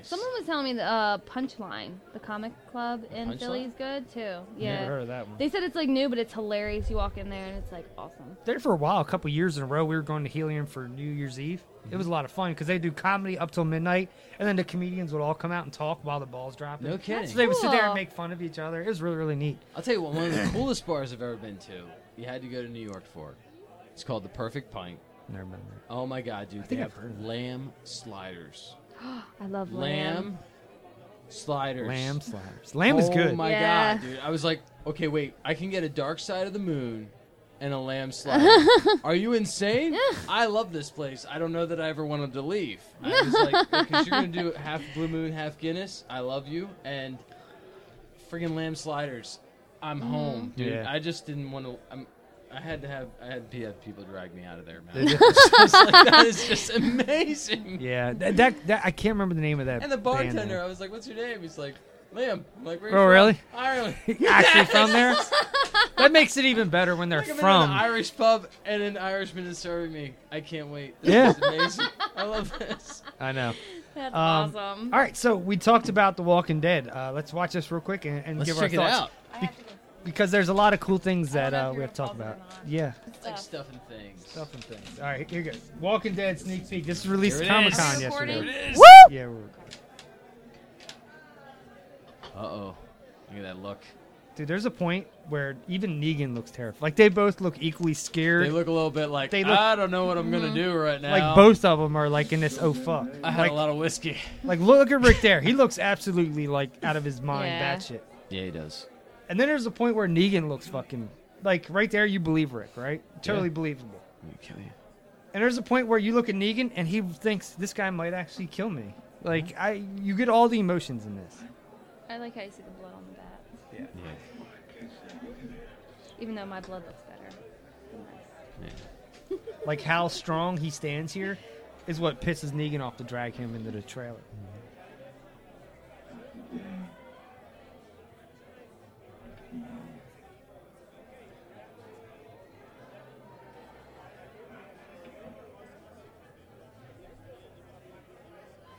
S9: Someone was telling me the uh, Punchline, the comic club in
S8: Punchline?
S9: Philly's good too. Yeah.
S8: heard of that one.
S9: They said it's like new, but it's hilarious. You walk in there and it's like awesome.
S8: there for a while, a couple years in a row. We were going to Helium for New Year's Eve. It was a lot of fun because they do comedy up till midnight, and then the comedians would all come out and talk while the ball's dropping.
S10: No kidding.
S8: So they would sit there
S10: cool.
S8: and make fun of each other. It was really, really neat.
S10: I'll tell you what, one of the coolest bars I've ever been to. You had to go to New York for. It's called the Perfect Pint.
S8: Never been there.
S10: Oh my god, dude!
S8: I think
S10: they
S8: I've
S10: have
S8: heard of
S10: lamb sliders.
S9: I love
S10: lamb.
S9: lamb.
S10: sliders.
S8: Lamb sliders. Lamb is
S10: Oh
S8: good.
S10: my
S9: Yeah.
S10: god, dude! I was like, okay, wait, I can get a dark side of the moon and a lamb slider. Are you insane? I love this place. I don't know that I ever wanted to leave. I was like, because you're gonna do half Blue Moon, half Guinness. I love you and friggin' lamb sliders. I'm home, dude.
S8: Yeah.
S10: I just didn't want to. I'm, I had to have I had to have people drag me out of there, man.
S8: They
S10: <laughs>
S8: did.
S10: I was like, that is just amazing.
S8: Yeah, that, that, that I can't remember the name of that.
S10: And the
S8: band
S10: bartender,
S8: <laughs> there.
S10: I was like, "What's your name?" He's like, "Liam." I'm like, "Where you
S8: Oh,
S10: from?"
S8: really?
S10: Ireland.
S8: Actually, from
S10: <laughs>
S8: there. That makes it even better when they're
S10: Like, I'm in
S8: from.
S10: an Irish pub, and an Irishman is serving me. I can't wait. This
S8: Yeah.
S10: is amazing. I love this.
S8: I know.
S9: That's
S8: Um,
S9: awesome.
S8: All right, so we talked about The Walking Dead. Uh, let's watch this real quick and, and
S10: Let's
S8: give
S10: check it
S8: our
S10: out.
S8: thoughts. because there's a lot of cool things that uh, we have to talk about. Yeah.
S10: It's like stuffing things.
S8: Stuffing things. All right, here goes. Walking Dead sneak peek. This was released
S10: Here
S8: at Comic
S10: it is.
S8: Con
S10: Are we
S8: yesterday.
S10: recording? Here it is. Woo!
S8: Yeah, we're recording.
S10: Uh oh. Look at that look.
S8: Dude, there's a point where even Negan looks terrified. Like they both look equally scared.
S10: They look a little bit like
S8: They look-
S10: I don't know what I'm gonna do right now.
S8: like both of them are like in this oh fuck.
S10: I had
S8: like,
S10: a lot of whiskey.
S8: like look at Rick there. He looks absolutely like out of his mind.
S10: Yeah.
S8: That shit.
S10: Yeah, he does.
S8: And then there's a point where Negan looks fucking like right there. You believe Rick, right? Totally believable.
S10: I'm gonna kill you.
S8: And there's a point where you look at Negan and he thinks this guy might actually kill me. Like I, you get all the emotions in this.
S9: I like how you see the blood on the bat.
S8: Yeah.
S9: Even though my blood looks better.
S8: Like how strong he stands here is what pisses Negan off to drag him into the trailer.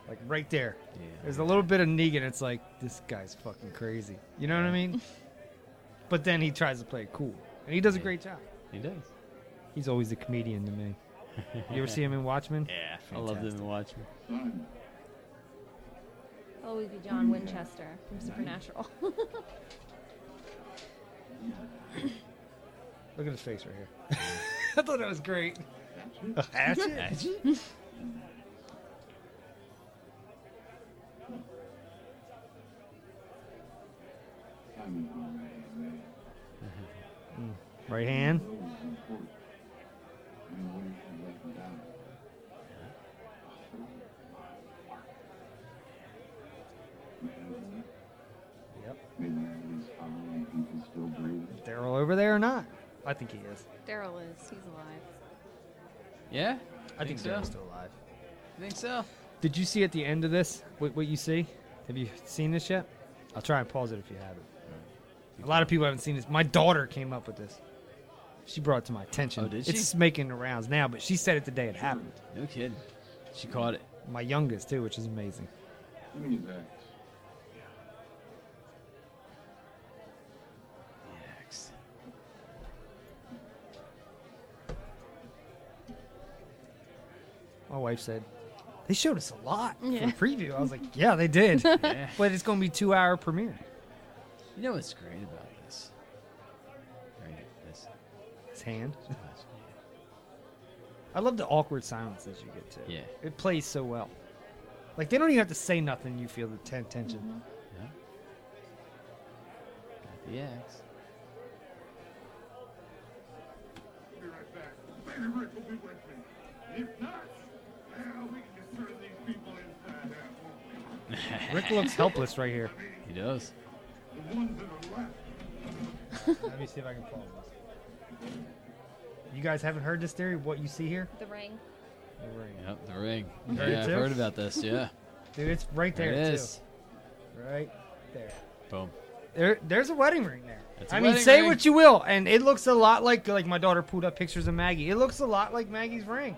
S8: Like right there. There's a little bit of Negan. It's like this guy's fucking crazy. You know what I mean? but then he tries to play it cool, and he does a great job.
S10: He does.
S8: He's always the comedian to me. you ever see him in Watchmen?
S10: Yeah, I loved him in Watchmen.
S9: I'll always be
S8: Mm-hmm.
S9: John Winchester from Supernatural. <laughs>
S8: Look at his face right here. <laughs> I thought that was great. Hatchet? Mm-hmm. Right hand. Yep. Daryl over there or not? I think he is.
S9: Daryl is. He's alive.
S10: Yeah?
S8: I think
S10: so.
S8: Daryl's still alive.
S10: You think so?
S8: Did you see at the end of this what, what you see? Have you seen this yet? I'll try and pause it if you haven't. A lot of people haven't seen this. My daughter came up with this. She brought it to my attention.
S10: Oh, did
S8: It's
S10: she?
S8: making the rounds now, but she said it the day it happened.
S10: No kidding. She caught it.
S8: My youngest too, which is amazing.
S11: Give me that.
S8: My wife said they showed us a lot
S10: Yeah.
S8: for preview. I was like, yeah, they did.
S10: <laughs> Yeah.
S8: But it's going to be two hour premiere.
S10: You know what's great about this? Right, <laughs> this.
S8: His hand. I love the awkward silences you get too.
S10: Yeah.
S8: It plays so well. Like they don't even have to say nothing. You feel the ten- tension.
S10: The axe.
S13: Be right back. Baby Rick will be with me. If not, well, we can just turn these people inside out.
S10: Mm-hmm.
S8: Rick
S10: <laughs>
S8: looks helpless right here.
S10: He does.
S13: The ones that are left.
S8: Let me see if I can follow this. You guys haven't heard this theory? What you see here?
S9: The ring.
S8: The ring.
S10: Yep, the ring.
S8: You heard
S10: yeah,
S8: it
S10: I've
S8: too?
S10: heard about this. Yeah.
S8: Dude, it's right there
S10: There it
S8: too.
S10: is.
S8: Right there.
S10: Boom.
S8: There, there's a wedding ring there.
S10: That's a
S8: I mean,
S10: wedding
S8: say
S10: ring.
S8: what you will, and it looks a lot like like my daughter pulled up pictures of Maggie. It looks a lot like Maggie's ring.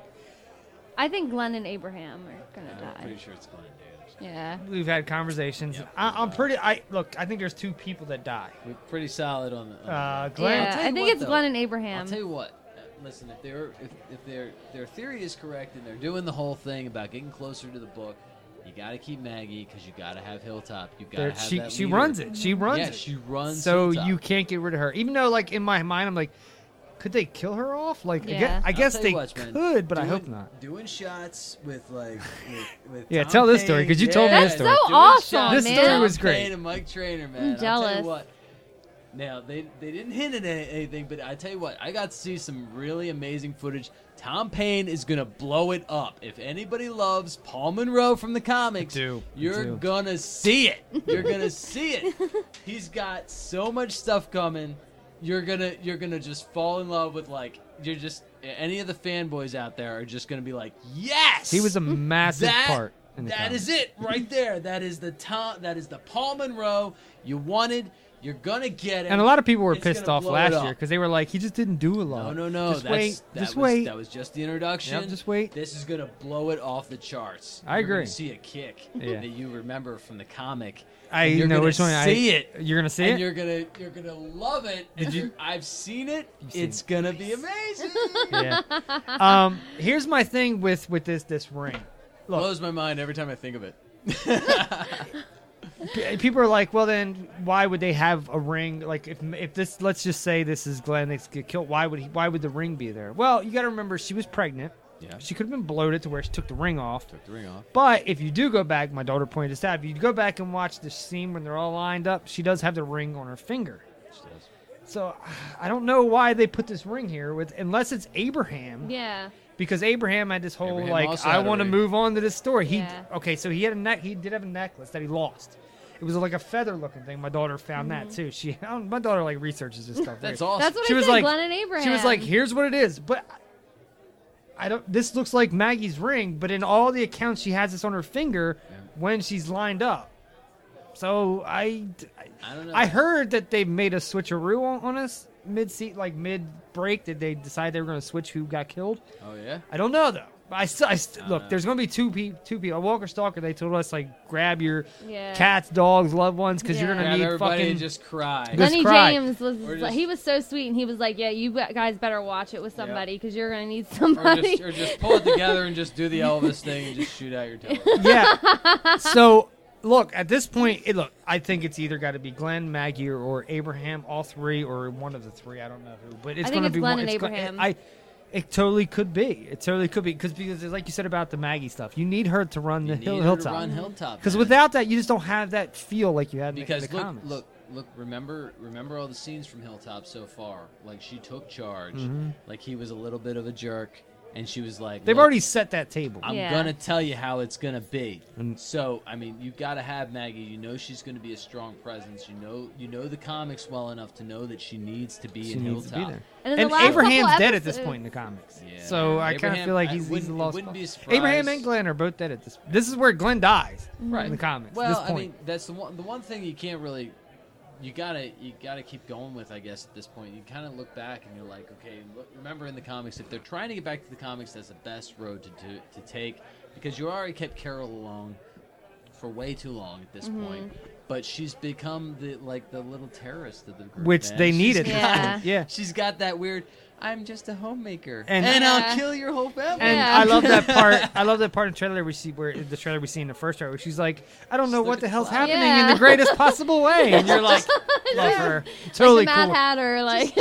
S9: I think Glenn and Abraham are gonna die.
S10: Pretty sure it's Glenn Davis.
S9: Yeah.
S8: We've had conversations. I, I'm pretty. I look. I think there's two people that die.
S10: We're pretty solid on the. on the-
S8: Uh, Glenn-
S9: Yeah,
S10: I'll tell
S9: I
S10: you
S9: think
S10: what,
S9: it's
S10: though.
S9: Glenn and Abraham.
S10: I'll tell you what. uh, Listen, if their if, if their their theory is correct and they're doing the whole thing about getting closer to the book, you got to keep Maggie because you got to have Hilltop. You got to
S8: There-
S10: have
S8: she
S10: that
S8: she
S10: leader.
S8: runs it. She runs
S10: Yeah,
S8: it.
S10: she runs.
S8: So
S10: Hilltop.
S8: you can't get rid of her. Even though, like in my mind, I'm like, could they kill her off? Like, I
S10: Yeah.
S8: guess, I
S10: I'll
S8: guess
S10: tell you
S8: they
S10: what, man.
S8: could, but I
S10: Doing-
S8: hope not.
S10: doing shots with like with, with
S8: Yeah,
S10: Tom
S8: tell this story,
S10: Payne.
S8: 'cause you told me
S10: Yeah,
S8: this story.
S9: That's so
S10: doing
S9: awesome,
S10: shots
S8: This
S10: with
S8: story
S10: Tom
S8: was great.
S10: Payne and Mike Trainer, man. I'll tell you
S9: jealous.
S10: what. Now they they didn't hint at any- anything, but I tell you what, I got to see some really amazing footage. Tom Payne is gonna blow it up. If anybody loves Paul Monroe from the comics, you're
S8: do.
S10: gonna see it. You're gonna see it. He's got so much stuff coming. You're gonna you're gonna just fall in love with like you're just any of the fanboys out there are just gonna be like yes.
S8: He
S10: <laughs>
S8: was a massive
S10: That-
S8: part. In the
S10: That is it right there. That is the Tom. That is the Paul Monroe you wanted. You're gonna get it.
S8: And a lot of people were
S10: It's
S8: pissed
S10: gonna
S8: off
S10: blow
S8: last
S10: it up.
S8: year because they were like, he just didn't do a lot.
S10: No, no, no.
S8: Just
S10: that's,
S8: wait.
S10: That
S8: just
S10: was,
S8: wait.
S10: That was just the introduction.
S8: Yep, just wait.
S10: This is gonna blow it off the charts.
S8: I
S10: You're gonna
S8: agree.
S10: see a kick
S8: <laughs> Yeah.
S10: that you remember from the comic.
S8: I
S10: and you're
S8: know
S10: gonna
S8: which one. I-
S10: See it.
S8: You're gonna see
S10: and
S8: it?
S10: You're gonna you're gonna love it.
S8: Did
S10: and
S8: you-
S10: you're- <laughs> I've seen it.
S8: You've seen
S10: It's gonna
S8: <laughs>
S10: be amazing. <laughs>
S8: Yeah. um, here's my thing with with this this ring.
S10: Blows my mind every time I think of it.
S8: P- People are like, well, then why would they have a ring? Like, if if this, let's just say this is Glenn that's get killed. Why would he? Why would the ring be there? Well, you got to remember she was pregnant.
S10: Yeah.
S8: She could have been bloated to where she took the ring off.
S10: Took the ring off.
S8: But if you do go back, my daughter pointed this out. If you go back and watch the scene when they're all lined up, she does have the ring on her finger. So I don't know why they put this ring here with, unless it's Abraham.
S9: yeah.
S8: because Abraham had this whole
S10: Abraham
S8: like
S10: also
S8: I
S10: had a
S8: want to
S10: ring.
S8: move on to this story. He
S10: Yeah.
S8: okay, so he had a neck. He did have a necklace that he lost. It was like a feather looking thing. My daughter found that
S9: Mhm.
S8: too. She <laughs> I don't- my daughter like researches
S10: <laughs>
S8: this stuff.
S10: That's
S8: weird.
S10: awesome.
S9: That's what
S8: she
S9: I
S8: was
S9: said,
S8: like
S9: Glenn and
S8: She was like,
S9: Abraham.
S8: here's what it is, but I don't. This looks like Maggie's ring, but in all the accounts, she has this on her finger when she's lined up. So I,
S10: I don't know.
S8: I heard that they made a switcheroo on, on us mid seat, like mid break. That they decided they were going to switch who got killed.
S10: Oh yeah.
S8: I don't know though. I still, I st-
S10: I
S8: look.
S10: know.
S8: There's gonna be two people. Two people. Walker Stalker. They told us like grab your
S9: Yeah.
S8: cats, dogs, loved ones because you're gonna
S10: Grab
S8: need
S10: everybody
S8: fucking
S10: and just cry.
S8: Just
S9: Lenny
S8: cry.
S9: James was
S10: Or just-
S9: he was so sweet, and he was like, "Yeah, you guys better watch it with
S10: Yeah.
S9: somebody because you're gonna need
S10: <laughs> Or
S9: somebody."
S10: just, or just pull it together and just do the Elvis thing and just shoot
S8: <laughs>
S10: out your tail. <laughs>
S8: yeah. So look, at this point, it, look, I think it's either got to be Glenn, Maggie, or, or Abraham, all three, or one of the three. I don't know who, but
S9: I
S8: it's going
S9: think
S8: to
S9: it's
S8: be
S9: Glenn
S8: one.
S9: and
S8: it's go-
S9: Abraham.
S8: I. It totally could be. It totally could be because because like you said about the Maggie stuff, you need her to run the hill,
S10: need her to
S8: hilltop.
S10: run hilltop,
S8: Because
S10: man.
S8: without that, you just don't have that feel like you had in the-
S10: because
S8: in the
S10: look,
S8: comics.
S10: look, look. Remember, remember all the scenes from Hilltop so far. Like she took charge.
S8: Mhm.
S10: Like he was a little bit of a jerk, and she was like,
S8: They've
S10: "Look,
S8: already set that table.
S10: I'm gonna tell you how it's gonna be. so I mean, you gotta have Maggie. You know she's gonna be a strong presence. You know, you know the comics well enough to know that she needs to be
S8: She
S10: in
S8: needs to
S10: Hilltop.
S8: be there. And, Abraham's dead at this point in the comics.
S10: Yeah.
S8: So I kind of
S10: Abraham-
S8: feel like
S10: I
S8: he's, he's
S10: wouldn't-
S8: a
S10: it
S8: lost
S10: wouldn't be a
S8: cause. Abraham
S10: surprise.
S8: and Glenn are both dead at this This is where Glenn dies
S10: right
S8: in the comics.
S10: Well,
S8: this point.
S10: I mean, that's the one. The one thing you can't really, you gotta, you gotta keep going with. I guess at this point, you kind of look back and you're like, okay, look, remember in the comics, if they're trying to get back to the comics, that's the best road to do, to take because you already kept Carol along for way too long at this
S8: Mm-hmm.
S9: Mhm.
S10: point. But she's become the like the little terrorist of the group,
S8: Which
S10: man.
S8: they
S10: She's
S8: needed.
S10: got-
S8: Yeah. Yeah.
S10: <laughs> she's got that weird. I'm just a homemaker,
S8: And-
S10: and,
S8: Yeah.
S10: I'll kill your whole family.
S8: And I love that part.
S10: <laughs>
S8: I love that part in the trailer we see where the trailer we see in the first trailer. Where she's like, I don't know what the hell's happening in
S9: Yeah.
S8: the greatest possible way, and
S9: <laughs>
S8: you're like, love her, totally
S9: like the
S8: cool.
S9: Mad Hatter, like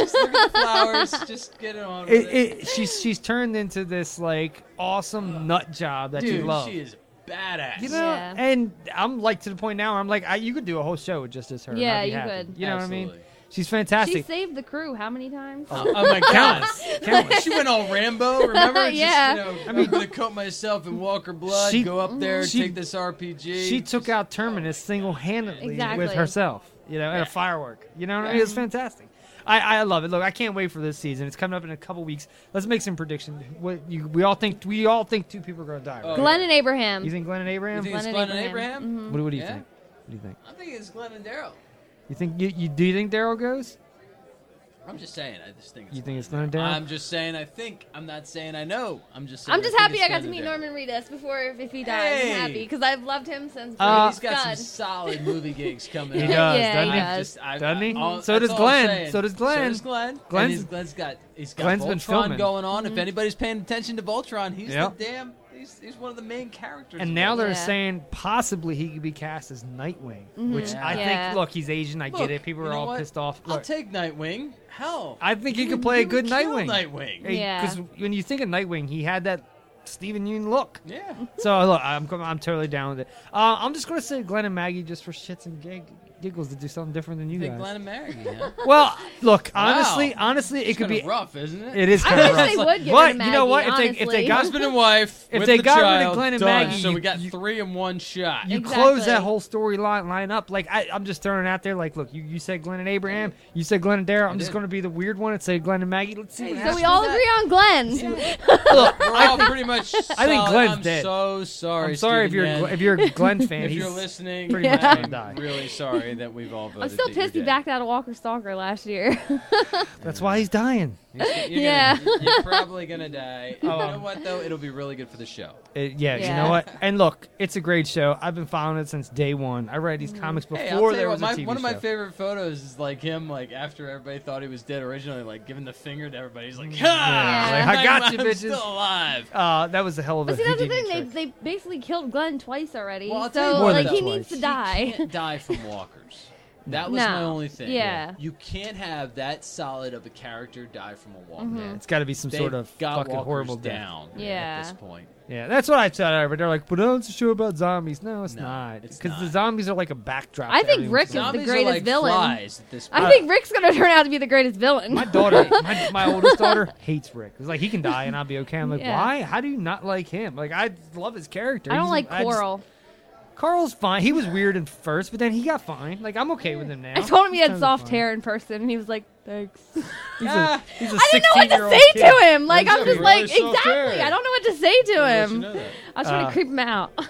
S10: flowers. Just get on. With
S8: It, it, she's she's turned into this like awesome nut job that
S10: Dude,
S8: you love.
S10: she is badass.
S8: You know, and I'm like to the point now where I'm like, I, you could do a whole show with just this her. and
S9: Yeah,
S8: I'd be
S9: you
S8: happy.
S9: could.
S8: You know what I mean?
S10: Absolutely.
S8: She's
S9: <laughs> she
S8: fantastic.
S9: saved the crew how many times?
S8: Oh, oh my God. Countless.
S10: she went all Rambo, remember?
S9: Yeah.
S10: Just, you know, I mean, gonna coat myself in Walker blood,
S8: She-
S10: go up there,
S8: she-
S10: take this RPG.
S8: she took out Terminus single handedly
S10: Exactly.
S8: with herself, you know, and a firework. You know what I mean? It's fantastic. I, I love it. Look, I can't wait for this season. It's coming up in a couple weeks. Let's make some predictions. What you we all think we all think two people are gonna die. Right?
S9: Glenn and Abraham.
S8: You think Glenn and Abraham?
S10: Oh.
S8: Mm-hmm.
S10: You think it's Glenn and Abraham?
S9: Mm-hmm.
S8: What, what do you
S10: Yeah.
S8: think? What do you think?
S10: I think it's Glenn and Daryl.
S8: You think you, you do you think Daryl goes?
S10: I'm just saying. I just think. It's
S8: You think it's Glenn and Daryl?
S10: I'm just saying. I think. I'm not saying. I know. I'm just. Saying,
S9: I'm just
S10: think
S9: happy
S10: it's
S9: I got
S10: Glenn
S9: to
S10: and
S9: meet
S10: Daryl.
S9: Norman Reedus before if he dies.
S10: Hey.
S9: I'm happy because I've loved him since.
S8: Uh,
S10: I mean,
S9: he
S10: he's
S9: was
S10: got some
S9: God.
S10: solid movie gigs coming.
S8: He
S10: up.
S8: does, Yeah, doesn't he he? does.
S10: I'm just- I-
S8: Doesn't he?
S10: all-
S8: So does
S10: that's all I'm
S8: Glenn.
S10: saying.
S8: So does Glenn.
S10: So does Glenn.
S8: Glenn's-
S10: Glenn. Glenn's got. He's got
S8: Glenn's
S10: Voltron
S8: been filming.
S10: going on.
S8: Mhm.
S10: If anybody's paying attention to Voltron, he's
S8: Yep.
S10: the damn. He's, he's one of the main characters.
S8: And
S10: of
S8: now they're
S10: Voltron.
S8: saying possibly he could be cast as Nightwing,
S10: Mhm.
S8: which I
S10: Yeah.
S8: think. Look, he's Asian. I
S10: Look,
S8: get it. People
S10: you
S8: are
S10: know
S8: all
S10: what?
S8: pissed off.
S10: I'll
S8: Look,
S10: take Nightwing. Hell,
S8: I think he
S10: you
S8: could
S10: would-
S8: play a
S10: you
S8: good
S10: would kill
S8: Nightwing.
S10: Nightwing. Yeah.
S8: Because when you think of Nightwing, he had that Stephen Yoon look.
S10: Yeah.
S8: so look, I'm com- I'm totally down with it. Uh, I'm just gonna say Glenn and Maggie just for shits and gig- giggles to do something different than you
S10: Big
S8: guys.
S10: Glenn and Mary.
S8: <laughs>
S10: Yeah.
S8: Well, look,
S10: Wow.
S8: honestly, honestly, it
S10: It's
S8: could be
S10: kinda rough, isn't it?
S8: It is
S10: I
S8: kind of
S10: wish
S8: rough.
S10: they would give
S8: but
S10: it to
S8: you know what?
S10: Maggie,
S8: if they if they
S10: honestly.
S8: got
S10: Husband and wife
S8: if
S10: with
S8: they
S10: the
S8: got rid of
S10: child,
S8: Glenn and
S10: done.
S8: Maggie,
S10: So we
S8: you-
S10: got three in one shot.
S8: you close that whole storyline line up. Like I, I'm just throwing it out there. Like, look, you, you said Glenn and Abraham, you said Glenn and Daryl. I'm just going to be the weird one and say Glenn and Maggie. Let's see. what
S9: So we
S8: happens.
S9: all agree on Glenn.
S10: We're all pretty much.
S8: I think
S10: solid.
S8: Glenn's
S10: I'm
S8: dead.
S10: So sorry.
S8: I'm sorry if
S10: Stephen
S8: you're a
S10: Yen.
S8: Gl- if you're
S10: <laughs>
S8: a Glenn fan.
S10: If
S8: he's
S10: you're listening,
S8: pretty much gonna die.
S10: I'm really sorry that we've all voted.
S9: I'm still
S10: that you're
S9: pissed he
S10: dead.
S9: backed out of Walker Stalker last year.
S8: That's why he's dying.
S10: You're gonna-
S9: Yeah. <laughs>
S10: you're probably gonna die. You
S9: Oh.
S10: know
S8: Um,
S10: what though? It'll be really good for the show.
S8: It- Uh, yeah, you
S10: Yeah.
S8: know what? And look, it's a great show. I've been following it since day one. I read
S9: Mm.
S8: these comics before
S10: Hey, I'll tell you
S8: there
S10: what,
S8: was
S10: my,
S8: a TV
S10: one of my
S8: show.
S10: favorite photos is like him, like after everybody thought he was dead originally, like giving the finger to everybody. He's like, "Ha!
S8: Yeah, like, I got you,
S10: I'm
S8: bitches."
S10: Still alive.
S8: Uh, that was a hell of a.
S9: <laughs> But see, that's the
S8: Houdini
S9: thing. They, they basically killed Glenn twice already.
S10: Well, I'll tell you
S9: so,
S8: what,
S9: like,
S10: <laughs>
S8: though.
S9: he needs to die.
S10: die from walkers. That was
S9: No.
S10: my only thing.
S9: Yeah.
S10: You can't have that solid of a character die from a walk.
S9: Mhm.
S8: Yeah, it's gotta be some
S10: They've
S8: sort of
S10: got
S8: fucking
S10: walkers
S8: horrible death.
S10: down
S9: Yeah.
S10: at this point.
S8: Yeah, that's what I thought. Over they're like, but oh, it's a show about zombies. No, it's not. Because the zombies are like a backdrop.
S9: I
S8: to
S9: think
S8: everything
S9: Rick is
S8: that's going
S9: the
S8: on.
S9: greatest villain.
S8: this
S9: I
S8: point.
S9: think Rick's gonna turn out to be the greatest villain.
S8: My daughter, my, my oldest daughter, hates Rick. It's like he can die and I'll be okay. I'm like,
S9: Yeah.
S8: why? How do you not like him? Like I love his character.
S9: I don't
S8: He's-
S9: like
S8: just-
S9: Coral.
S8: Carl's fine. He was weird at first, but then he got fine. Like I'm okay with him now.
S9: I told him he had
S8: Totally
S9: soft
S8: fine.
S9: hair in person, and he was like,
S10: <laughs>
S9: "Thanks."
S8: He's a, he's a
S9: I didn't know what to
S8: 16-year-old
S9: say
S8: kid.
S9: to him. Like
S8: He's
S9: I'm
S8: a
S9: just
S8: really
S9: like,
S8: soft
S9: exactly.
S8: hair.
S9: I don't know what to say to
S8: let you
S10: um,
S9: him.
S8: know that.
S9: I was trying
S8: Uh,
S10: Ah.
S9: to creep him
S10: <laughs>
S9: out.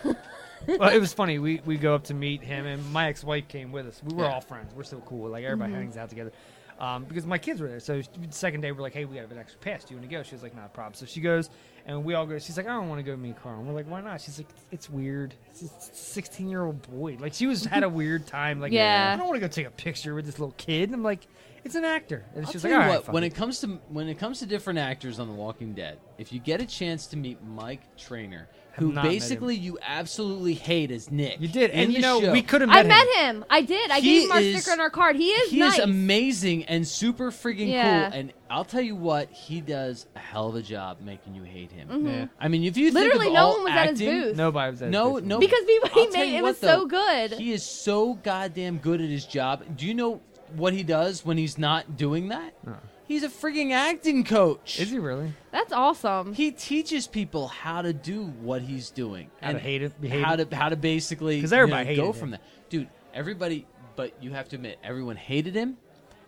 S8: well, it was funny. We we go up to meet him, and my ex wife came with us. We were
S9: Yeah.
S8: all friends. We're so cool. Like everybody
S9: Mhm.
S10: Mm-hmm.
S8: hangs out together. Um, because my kids were there. So she- second day, we're like, hey, we got an extra pass. Do you want to go? She was like, not a problem. So she goes, and we all go. She's like, I don't want to go meet Carl. And we're like, why not? She's like, it's, it's weird. It's a sixteen year old boy. Like she was had a weird time. Like
S10: Yeah.
S8: I don't want to go take a picture with this little kid. And I'm like, it's an actor. And
S10: I'll
S8: she's
S10: tell
S8: like, all
S10: you
S8: right,
S10: what,
S8: fuck
S10: when
S8: it."
S10: it comes to when it comes to different actors on The Walking Dead, if you get a chance to meet Mike Trainer, who
S8: not met him.
S10: basically you absolutely hate as Nick, you did,
S8: and you know, we could have
S9: I met him. I did. I
S10: He
S9: gave him our
S10: is-
S9: sticker and our card. He is
S10: he
S9: nice.
S10: is amazing and super freaking
S9: Yeah.
S10: cool. And I'll tell you what, he does a hell of a job making you hate him.
S9: Mhm. Yeah.
S10: I mean, if you
S9: Literally
S10: think of
S9: no
S10: all
S9: one was at his
S10: acting,
S9: booth.
S8: Nobody was at his
S10: no,
S8: booth.
S10: no,
S9: Because we- he
S10: I'll tell
S9: made-
S10: you
S9: it
S10: what,
S9: was so
S10: though,
S9: good.
S10: He is so goddamn good at his job. Do you know what he does when he's not doing that? He's a freaking acting coach. Is
S8: he really?
S9: That's awesome.
S10: He teaches people how to do what he's doing.
S8: How to hate it- behave
S10: How
S8: it.
S10: to how to basically
S8: 'Cause everybody
S10: you know, go
S8: hated
S10: from
S8: him.
S10: that. Dude, everybody but you have to admit everyone hated him.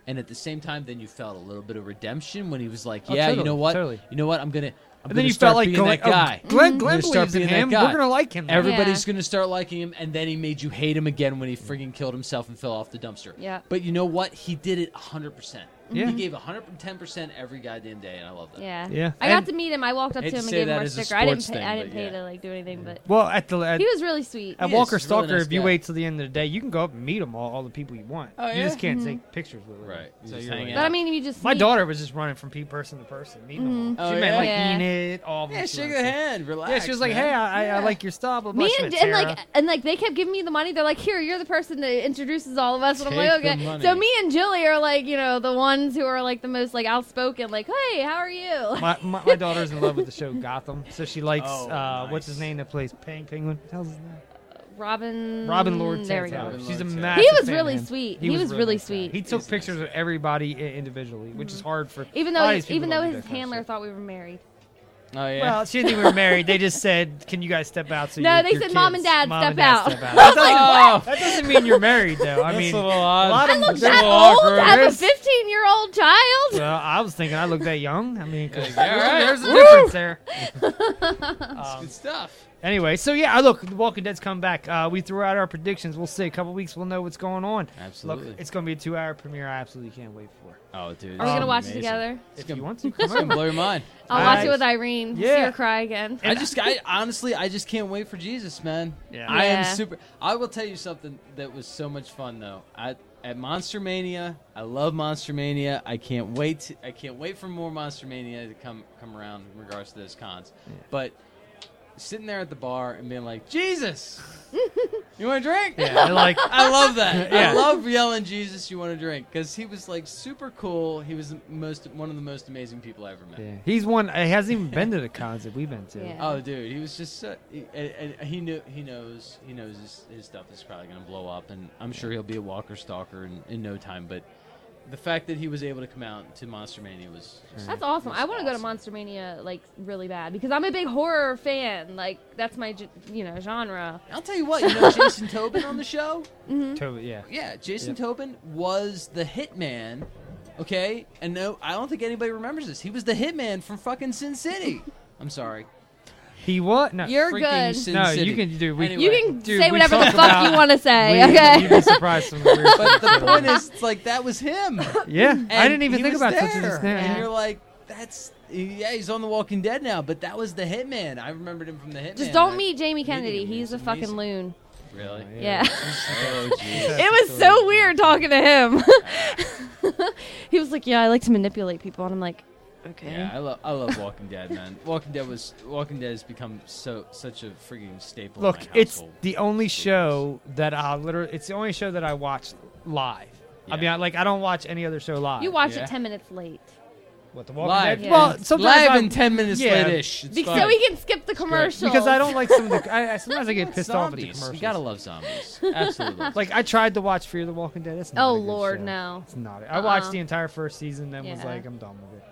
S10: And at the same time, then you felt a little bit of redemption when he was like,
S8: Oh,
S10: "Yeah, you
S8: totally,
S10: know what?
S8: totally.
S10: You know what? I'm gonna." I'm
S8: And then
S10: gonna
S8: you
S10: start
S8: felt like
S10: being
S8: going,
S10: that
S8: "Oh,
S10: guy.
S8: Glenn-
S10: I'm
S8: Glenn
S10: gonna start
S8: believes in
S10: being that
S8: him. We're
S10: guy."
S8: gonna like him now.
S10: Everybody's
S8: Yeah.
S10: gonna start liking him, and then he made you hate him again when he freaking killed himself and fell off the dumpster.
S9: Yeah.
S10: But you know what? He did it 100. percent
S9: Yeah.
S10: He gave 110 percent every goddamn day, and I love that.
S9: Yeah.
S8: Yeah.
S9: I got
S8: And-
S9: to meet him. I walked up to
S10: Hate to
S9: him and
S10: say
S9: gave him
S10: that
S9: our
S10: as a
S9: sticker. I didn't
S10: sports
S9: pay,
S10: thing,
S9: I didn't
S10: but
S9: pay to like do anything, but
S8: Well, at the at,
S9: he was really sweet.
S8: At Walker Stalker, if you wait till the end of the day, you can go up and meet them all, all the people you want.
S9: Oh,
S8: You just
S9: yeah?
S8: can't
S9: Mhm.
S8: take pictures with them. Right.
S10: You just hang
S9: But I mean, if you just
S8: My
S9: meet-
S8: daughter was just running from pe- person to person, meeting them.
S9: Mhm.
S8: All.
S9: Oh,
S8: she met like
S9: yeah?
S8: Enid, all of them.
S10: Yeah,
S8: She
S10: shake
S8: went to.
S10: the hand,
S8: Yeah,
S10: relax,
S8: she was like,
S10: man.
S8: "Hey, I, I, I
S10: Yeah.
S8: like your stuff." Blah, blah,
S9: Me
S8: blah. She
S9: and,
S8: met
S9: and like
S8: Tara.
S9: and like they kept giving me the money. They're like, "Here, you're the person that introduces all of us." And I'm like,
S10: Take the
S9: "Okay."
S10: money.
S9: So me and Jilly are like, you know, the ones who are like the most like outspoken. Like, "Hey, how are you?"
S8: my, my, my daughter's in love with the show Gotham, so
S10: <laughs>
S8: she likes
S9: Oh,
S8: uh, what's his name that plays Peng Penguin. What the hell's his name?
S9: <laughs> Robin.
S8: Robin Lord
S9: Mm, There we go.
S8: Santato. She's a
S9: He
S8: massive
S9: was
S8: fan of
S9: really
S8: him.
S9: sweet. He was really
S8: nice guy.
S9: sweet. Mm.
S8: He took pictures of everybody i- individually, which is hard for
S9: Even
S8: a lot
S9: though
S8: of these people
S9: even though
S8: don't do
S9: his
S8: that kind of
S9: handler thought we were married.
S10: Oh yeah. <laughs>
S8: Well, she didn't think we were married. They just said, "Can you guys step out?" So
S9: No,
S8: your-
S9: they
S8: your
S9: said, "Mom
S8: kids-
S9: and Dad,
S8: mom
S9: step
S8: and dad
S9: out."
S8: Step out. <laughs>
S9: I
S8: that,
S9: was like,
S8: doesn't,
S9: "What?"
S8: that doesn't mean you're married, though. I
S10: That's
S8: mean,
S10: a little odd.
S8: lot
S9: I
S8: of
S9: look
S8: them-
S9: that
S8: <laughs>
S9: old as a 15 year old child.
S8: Well, I was thinking I looked that young. I mean, 'cause
S10: Yeah,
S8: <laughs> there's, there's
S10: right.
S8: a
S10: Woo!
S8: difference there.
S10: That's good stuff.
S8: Anyway, so yeah, look, The Walking Dead's come back. Uh, we threw out our predictions. We'll see. A couple weeks, we'll know what's going on.
S10: Absolutely.
S8: Look, it's going to be a two-hour premiere. I absolutely can't wait for.
S10: Oh, dude.
S9: Are we
S10: it's
S9: gonna watch it
S10: amazing.
S9: together?
S10: It's
S8: If
S10: gonna,
S8: you want to, come
S10: <laughs> it's gonna
S8: on.
S10: blow your mind.
S9: I'll watch it with Irene. Yeah. See her cry again.
S10: I just, I honestly, I just can't wait for Jesus, man.
S8: Yeah.
S10: I am
S9: Yeah.
S10: super. I will tell you something that was so much fun though. I at Monster Mania, I love Monster Mania. I can't wait. To, I can't wait for more Monster Mania to come come around in regards to those cons. But sitting there at the bar and being like, Jesus, you want a drink?
S8: Yeah, I like-
S10: I
S8: <laughs>
S10: love that.
S8: Yeah.
S10: I love yelling, Jesus, you want a drink? Because he was like super cool. He was the most one of the most amazing people I ever met.
S8: Yeah. He's one. He hasn't even been to the cons that we've been to.
S10: Oh, dude, he was just so, he, and, and he knew he knows he knows his, his stuff is probably gonna blow up, and I'm sure he'll be a Walker Stalker in, in no time. But the fact that he was able to come out to Monster Mania was was-
S9: That's awesome.
S10: was
S9: I want to go to Monster Mania like really bad because I'm a big horror fan. Like that's my ge- you know genre.
S10: I'll tell you what, you know Jason Tobin on the show?
S9: Mhm.
S8: Tobin, yeah.
S10: Yeah, Jason Tobin was the hitman. Okay, and no, I don't think anybody remembers this. He was the hitman from fucking Sin City. I'm sorry.
S8: He what? No,
S9: You're Freaking good. Sin
S8: No,
S10: City.
S8: you can do. We,
S10: Anyway. You can
S8: dude,
S9: say
S8: we
S9: whatever the
S8: talked
S9: fuck
S8: about-
S9: you wanna say,
S8: we-
S9: okay?
S8: You'd be surprised. Some weird
S10: But
S8: <laughs>
S10: the
S8: stuff.
S10: point is, it's like that was him.
S8: Yeah, I
S10: And
S8: didn't even
S10: he
S8: think
S10: was
S8: about
S10: there.
S8: such an extent.
S10: And
S8: Yeah.
S10: you're like, that's yeah, he's on The Walking Dead now, but that was the Hitman. I remembered him from the
S9: <laughs>
S10: Hitman.
S9: Just don't
S10: I-
S9: meet Jamie
S10: meeting
S9: Kennedy.
S10: him
S9: He's a
S10: was
S9: fucking
S10: amazing.
S9: loon.
S10: Really?
S9: Yeah.
S10: oh,
S9: <laughs>
S10: jeez.
S9: it was so <laughs> weird talking to him. he was like, "Yeah, I like to manipulate people," and I'm like,
S14: Okay.
S10: <laughs> Yeah, I love I love Walking Dead, man. Walking Dead was Walking Dead has become so such a freaking staple.
S8: Look,
S10: in Oh my
S8: it's
S10: household.
S8: the only show that I literally. It's the only show that I watch live. I mean, I, like I don't watch any other show live.
S9: You watch it 10 minutes late.
S8: What the Walking
S10: Live.
S8: Dead?
S10: Yeah.
S8: Well, sometimes
S10: Live
S8: I-
S10: and 10 minutes
S8: yeah.
S10: late-ish. It's
S9: Be- so we can skip the commercial.
S8: Because I don't like some of the. I, I- sometimes I get pissed off at the
S10: Zombies.
S8: commercials.
S10: You gotta love zombies. Absolutely.
S8: like I tried to watch Fear the Walking Dead. It's not
S9: Oh
S8: a good
S9: Lord,
S8: show.
S9: no.
S8: It's not. it. I watched
S9: Uh-uh.
S8: the entire first season, then was
S9: Yeah.
S8: like, I'm done with it.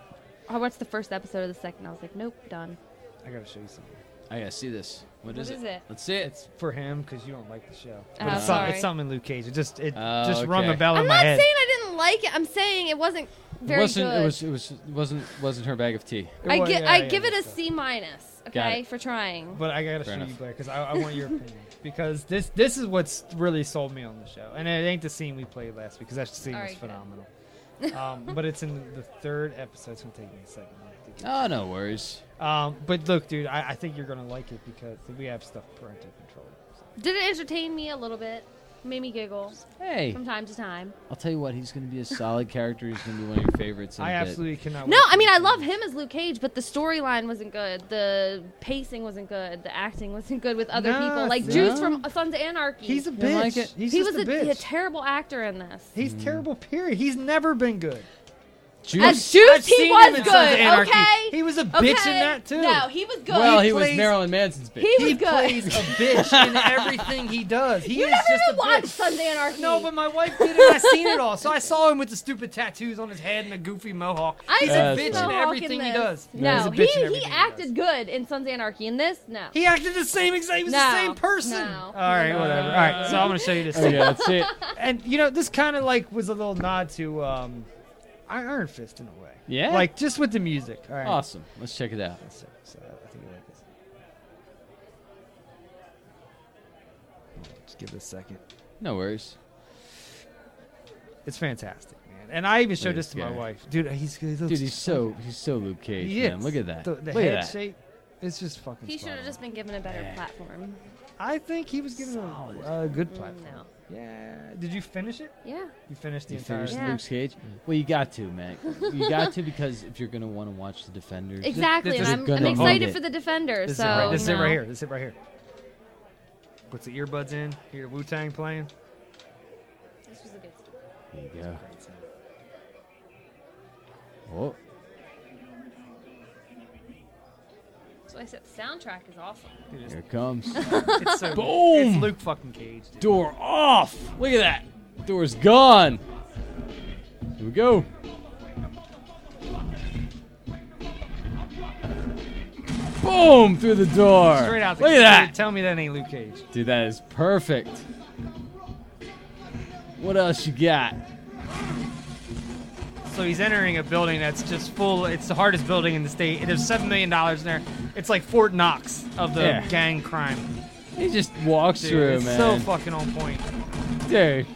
S9: I watched the first episode of the second. I was like, nope, done.
S8: I gotta show you something.
S10: I gotta see this.
S9: What is is it? it?
S10: Let's see it. It's
S8: for him because you don't like the show.
S9: Oh,
S8: it's, some-
S9: sorry.
S8: it's something in Luke Cage. It just it
S10: Oh,
S8: just rung a
S10: okay.
S8: bell in
S9: I'm
S8: my
S9: not
S8: head.
S9: saying I didn't like it. I'm saying it wasn't very
S10: wasn't
S9: good.
S10: it was it was wasn't wasn't her bag of tea.
S9: I, gi- I give it a C minus.
S10: Got
S9: Okay,
S10: it.
S9: for trying.
S8: But I gotta
S10: Fair
S8: show
S10: enough.
S8: you Blair because I, I want your opinion because this this is what's really sold me on the show, and it ain't the scene we played last week because that scene
S9: All
S8: was
S9: right, good.
S8: phenomenal. um, but it's in the third episode. It's gonna take me a second.
S10: Oh no worries.
S8: Um, but look, dude, I, I think you're gonna like it because we have stuff parental control.
S9: Did it entertain me a little bit? Made me giggle.
S10: Hey.
S9: From time to time.
S10: I'll tell you what, he's gonna be a solid character. He's gonna be one of your favorites. in
S8: I
S10: a bit.
S8: absolutely cannot.
S9: No, I mean I love him as Luke Cage, but the storyline wasn't good. The pacing wasn't good. The acting wasn't good with other
S8: No,
S9: people, like
S8: no.
S9: Jews from Sons of Anarchy.
S8: He's a You don't like bitch. it? He's
S9: he
S8: just
S9: was
S8: a bitch.
S9: terrible actor in this.
S8: He's terrible. Period. He's never been good.
S10: Juice?
S9: As Juice,
S8: I've
S9: he
S8: seen
S9: was
S8: him in
S9: good.
S8: Sons of Anarchy.
S9: Okay,
S8: He was a bitch
S9: okay?
S8: in that too.
S9: No, he was good.
S10: Well, he, was Marilyn Manson's bitch. <laughs>
S9: He was good.
S8: plays a bitch
S9: <laughs>
S8: in everything he does. He
S9: you
S8: is
S9: never
S8: just
S9: even
S8: a
S9: watched
S8: bitch.
S9: Sons of Anarchy.
S8: No, but my wife did it. I seen it all. So I saw him with the stupid tattoos on his head and the goofy mohawk.
S9: I
S8: He's
S10: Yeah,
S8: a
S10: that's
S8: bitch
S10: right.
S8: in
S9: Mohawk
S8: everything
S9: in
S8: he
S9: this.
S8: does.
S9: No,
S8: He's a bitch in
S9: he, he
S8: everything
S9: acted good in Sons of Anarchy. In this, no.
S8: He acted the same exact. He was the
S9: No,
S8: same person.
S9: no.
S8: All right, whatever. All right, so I'm gonna show you this.
S10: Okay,
S8: thing.
S10: Oh, that's it.
S8: And you know, this kind of like was a little nod to um, I- Iron Fist in a way. <laughs>
S10: Yeah?
S8: Like just with the music. All right.
S10: Awesome. Let's check it out.
S8: So, so I think I like this. Just give it a second.
S10: No worries.
S8: It's fantastic, man. And I even showed
S10: Look at
S8: this to my
S10: guy.
S8: wife, dude. He's he looks
S10: Dude, he's so he's so Luke Cage,
S8: He
S10: man.
S8: is.
S10: Look at that.
S8: The, the
S10: Look
S8: head
S10: at that.
S8: shape. It's just fucking.
S9: He
S8: spot
S9: should have
S8: on.
S9: just been given a better platform.
S8: I think he was given a, a good platform.
S9: No.
S8: Yeah. Did you finish it?
S9: Yeah.
S8: You finished the
S10: You
S8: entire.
S10: finished
S9: Yeah.
S10: Luke Cage. Well, you got to, man. You got to because if you're gonna want to watch the Defenders,
S9: Exactly,
S10: you're
S9: and I'm, I'm
S10: gonna own
S9: excited
S10: it.
S9: for the Defender.
S8: This
S9: so
S8: is it right, this is
S9: you
S8: it right
S9: know.
S8: here. This is it right here. Puts the earbuds in. Hear Wu Tang playing.
S9: This was a good story.
S10: There you go. Oh,
S9: So I said the soundtrack is awesome.
S8: Dude, it's-
S10: here it comes.
S8: it's
S10: <laughs>
S8: so good. It's
S10: Boom!
S8: Luke fucking Cage. Dude.
S10: Door off. Look at that. Door's gone. Here we go. Boom! Through the door.
S8: Straight out. The
S10: Look at
S8: gate.
S10: that.
S8: Tell me that ain't Luke Cage.
S10: Dude, that is perfect. What else you got?
S8: So he's entering a building that's just full. It's the hardest building in the state. There's seven million dollars in there. It's like Fort Knox of the
S10: Yeah.
S8: gang crime.
S10: He just walks
S8: Dude,
S10: through,
S8: it's so
S10: man.
S8: fucking on point.
S10: Dude,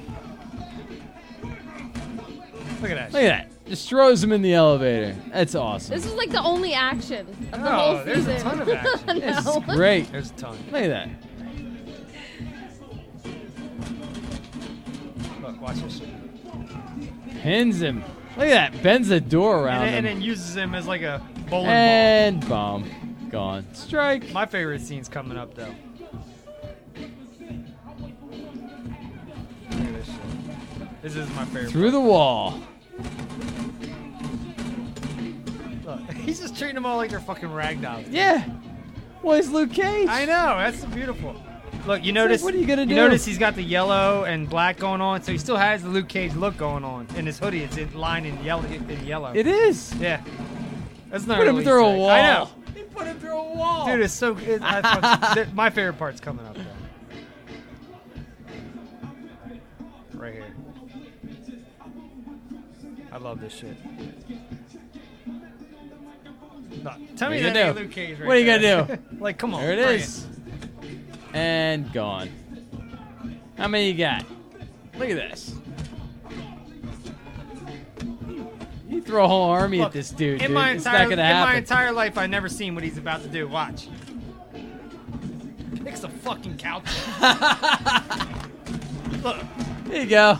S8: Look at that.
S10: look at that. Just throws him in the elevator. That's awesome.
S9: This was like the only action of
S8: No,
S9: the whole season.
S8: Oh, there's a ton
S9: <laughs>
S8: of action.
S10: This is
S9: no.
S10: great.
S8: There's a ton.
S10: Look at that.
S8: Look, watch this. Shit.
S10: Pins him. Look at that. Bends the door
S8: And,
S10: around
S8: then- and
S10: him.
S8: then uses him as like a bowling
S10: And bomb. Gone. Strike.
S8: ball. My favorite scene's coming up though. Look at this shit. This is my favorite.
S10: Through the wall.
S8: Look, <laughs> he's just treating them all like they're fucking rag dolls.
S10: Yeah. Well, it's Luke Cage.
S8: I know. That's so beautiful. Look, you notice.
S10: what are you gonna do?
S8: notice he's got the yellow and black going on, so he still has the Luke Cage look going on. And his hoodie is in line in yellow. In yellow.
S10: It is.
S8: Yeah. That's not
S10: Put him
S8: really
S10: through a
S8: sick.
S10: wall.
S8: I know.
S10: He put him through a wall.
S8: Dude, it's so. It, I
S10: <laughs>
S8: fucking- th- my favorite part's coming up though. Right here. I love this shit. No, tell me
S10: What are you
S8: that
S10: gonna
S8: ain't
S10: do?
S8: Luke Cage right
S10: What are you gonna
S8: there. <laughs> like, come on.
S10: There it
S8: bring
S10: is. And gone. How many you got? Look at this. You throw a whole army
S8: Look,
S10: at this dude,
S8: in
S10: dude.
S8: my
S10: it's
S8: entire,
S10: not gonna
S8: in
S10: happen.
S8: my entire life, I've never seen what he's about to do. Watch. Picks a fucking
S10: <laughs>
S8: couch. Look,
S10: There you go.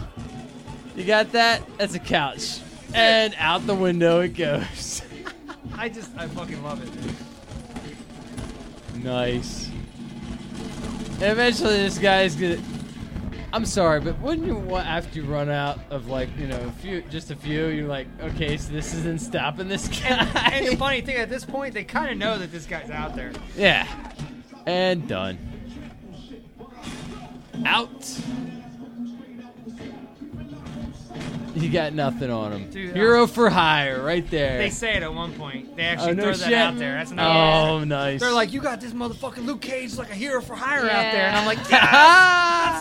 S10: You got that? That's a couch. And out the window it goes. <laughs>
S8: I just, I fucking love it.
S10: Nice. Eventually, this guy's gonna. I'm sorry, but wouldn't you want after you run out of like you know a few, just a few, you're like, okay, so this isn't stopping this <laughs> guy.
S8: And the funny thing, at this point, they kind of know that this guy's out there.
S10: yeah, and done. Out. You got nothing on him.
S8: Dude,
S10: Hero for hire, right there.
S8: They say it at one point. They actually
S10: Oh, no
S8: throw that
S10: shit.
S8: out there. That's another.
S10: Oh,
S8: reason.
S10: nice.
S8: They're
S10: <laughs>
S8: like, you got this motherfucking Luke Cage like a hero for hire out there,
S10: Yeah.
S8: and I'm like, yeah,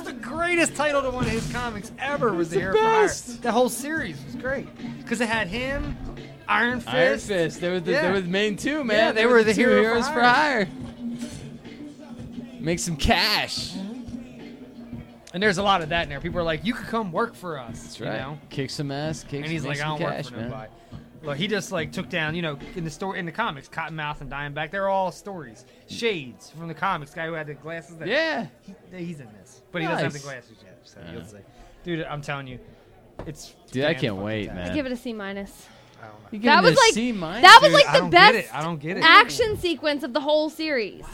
S8: that's the greatest title to one of his comics ever was the,
S10: the
S8: hero for hire.
S10: best.
S8: That whole series was great because it had him, Iron Fist.
S10: Iron Fist. They were the,
S8: Yeah.
S10: they were the main two, man.
S8: Yeah, they, were the
S10: two
S8: hero
S10: heroes for hire. Make some cash.
S8: And there's a lot of that in there. People are like, you could come work for us. That's
S10: right.
S8: You know?
S10: Kick some ass. Kick
S8: and he's
S10: some,
S8: like,
S10: make
S8: I
S10: some
S8: don't work
S10: cash,
S8: for
S10: man.
S8: nobody. Look, he just like took down, you know, in the story in the comics, Cottonmouth and Diamondback. They're all stories, shades from the comics. Guy who had the glasses. That,
S10: Yeah.
S8: he- he's in this, but he doesn't have the
S10: Nice.
S8: glasses yet. So
S10: Yeah.
S8: you'll see. Dude, I'm telling you, it's.
S10: Dude, I
S8: damn
S10: can't
S8: fucking
S10: wait,
S8: tight.
S10: man.
S9: I give it a C minus.
S10: You give
S9: That
S10: it a
S9: was like
S10: C minus?
S9: that was
S10: Dude,
S9: like
S10: I
S9: the
S10: don't
S9: best
S10: get it. I don't get it.
S9: action sequence of the whole series.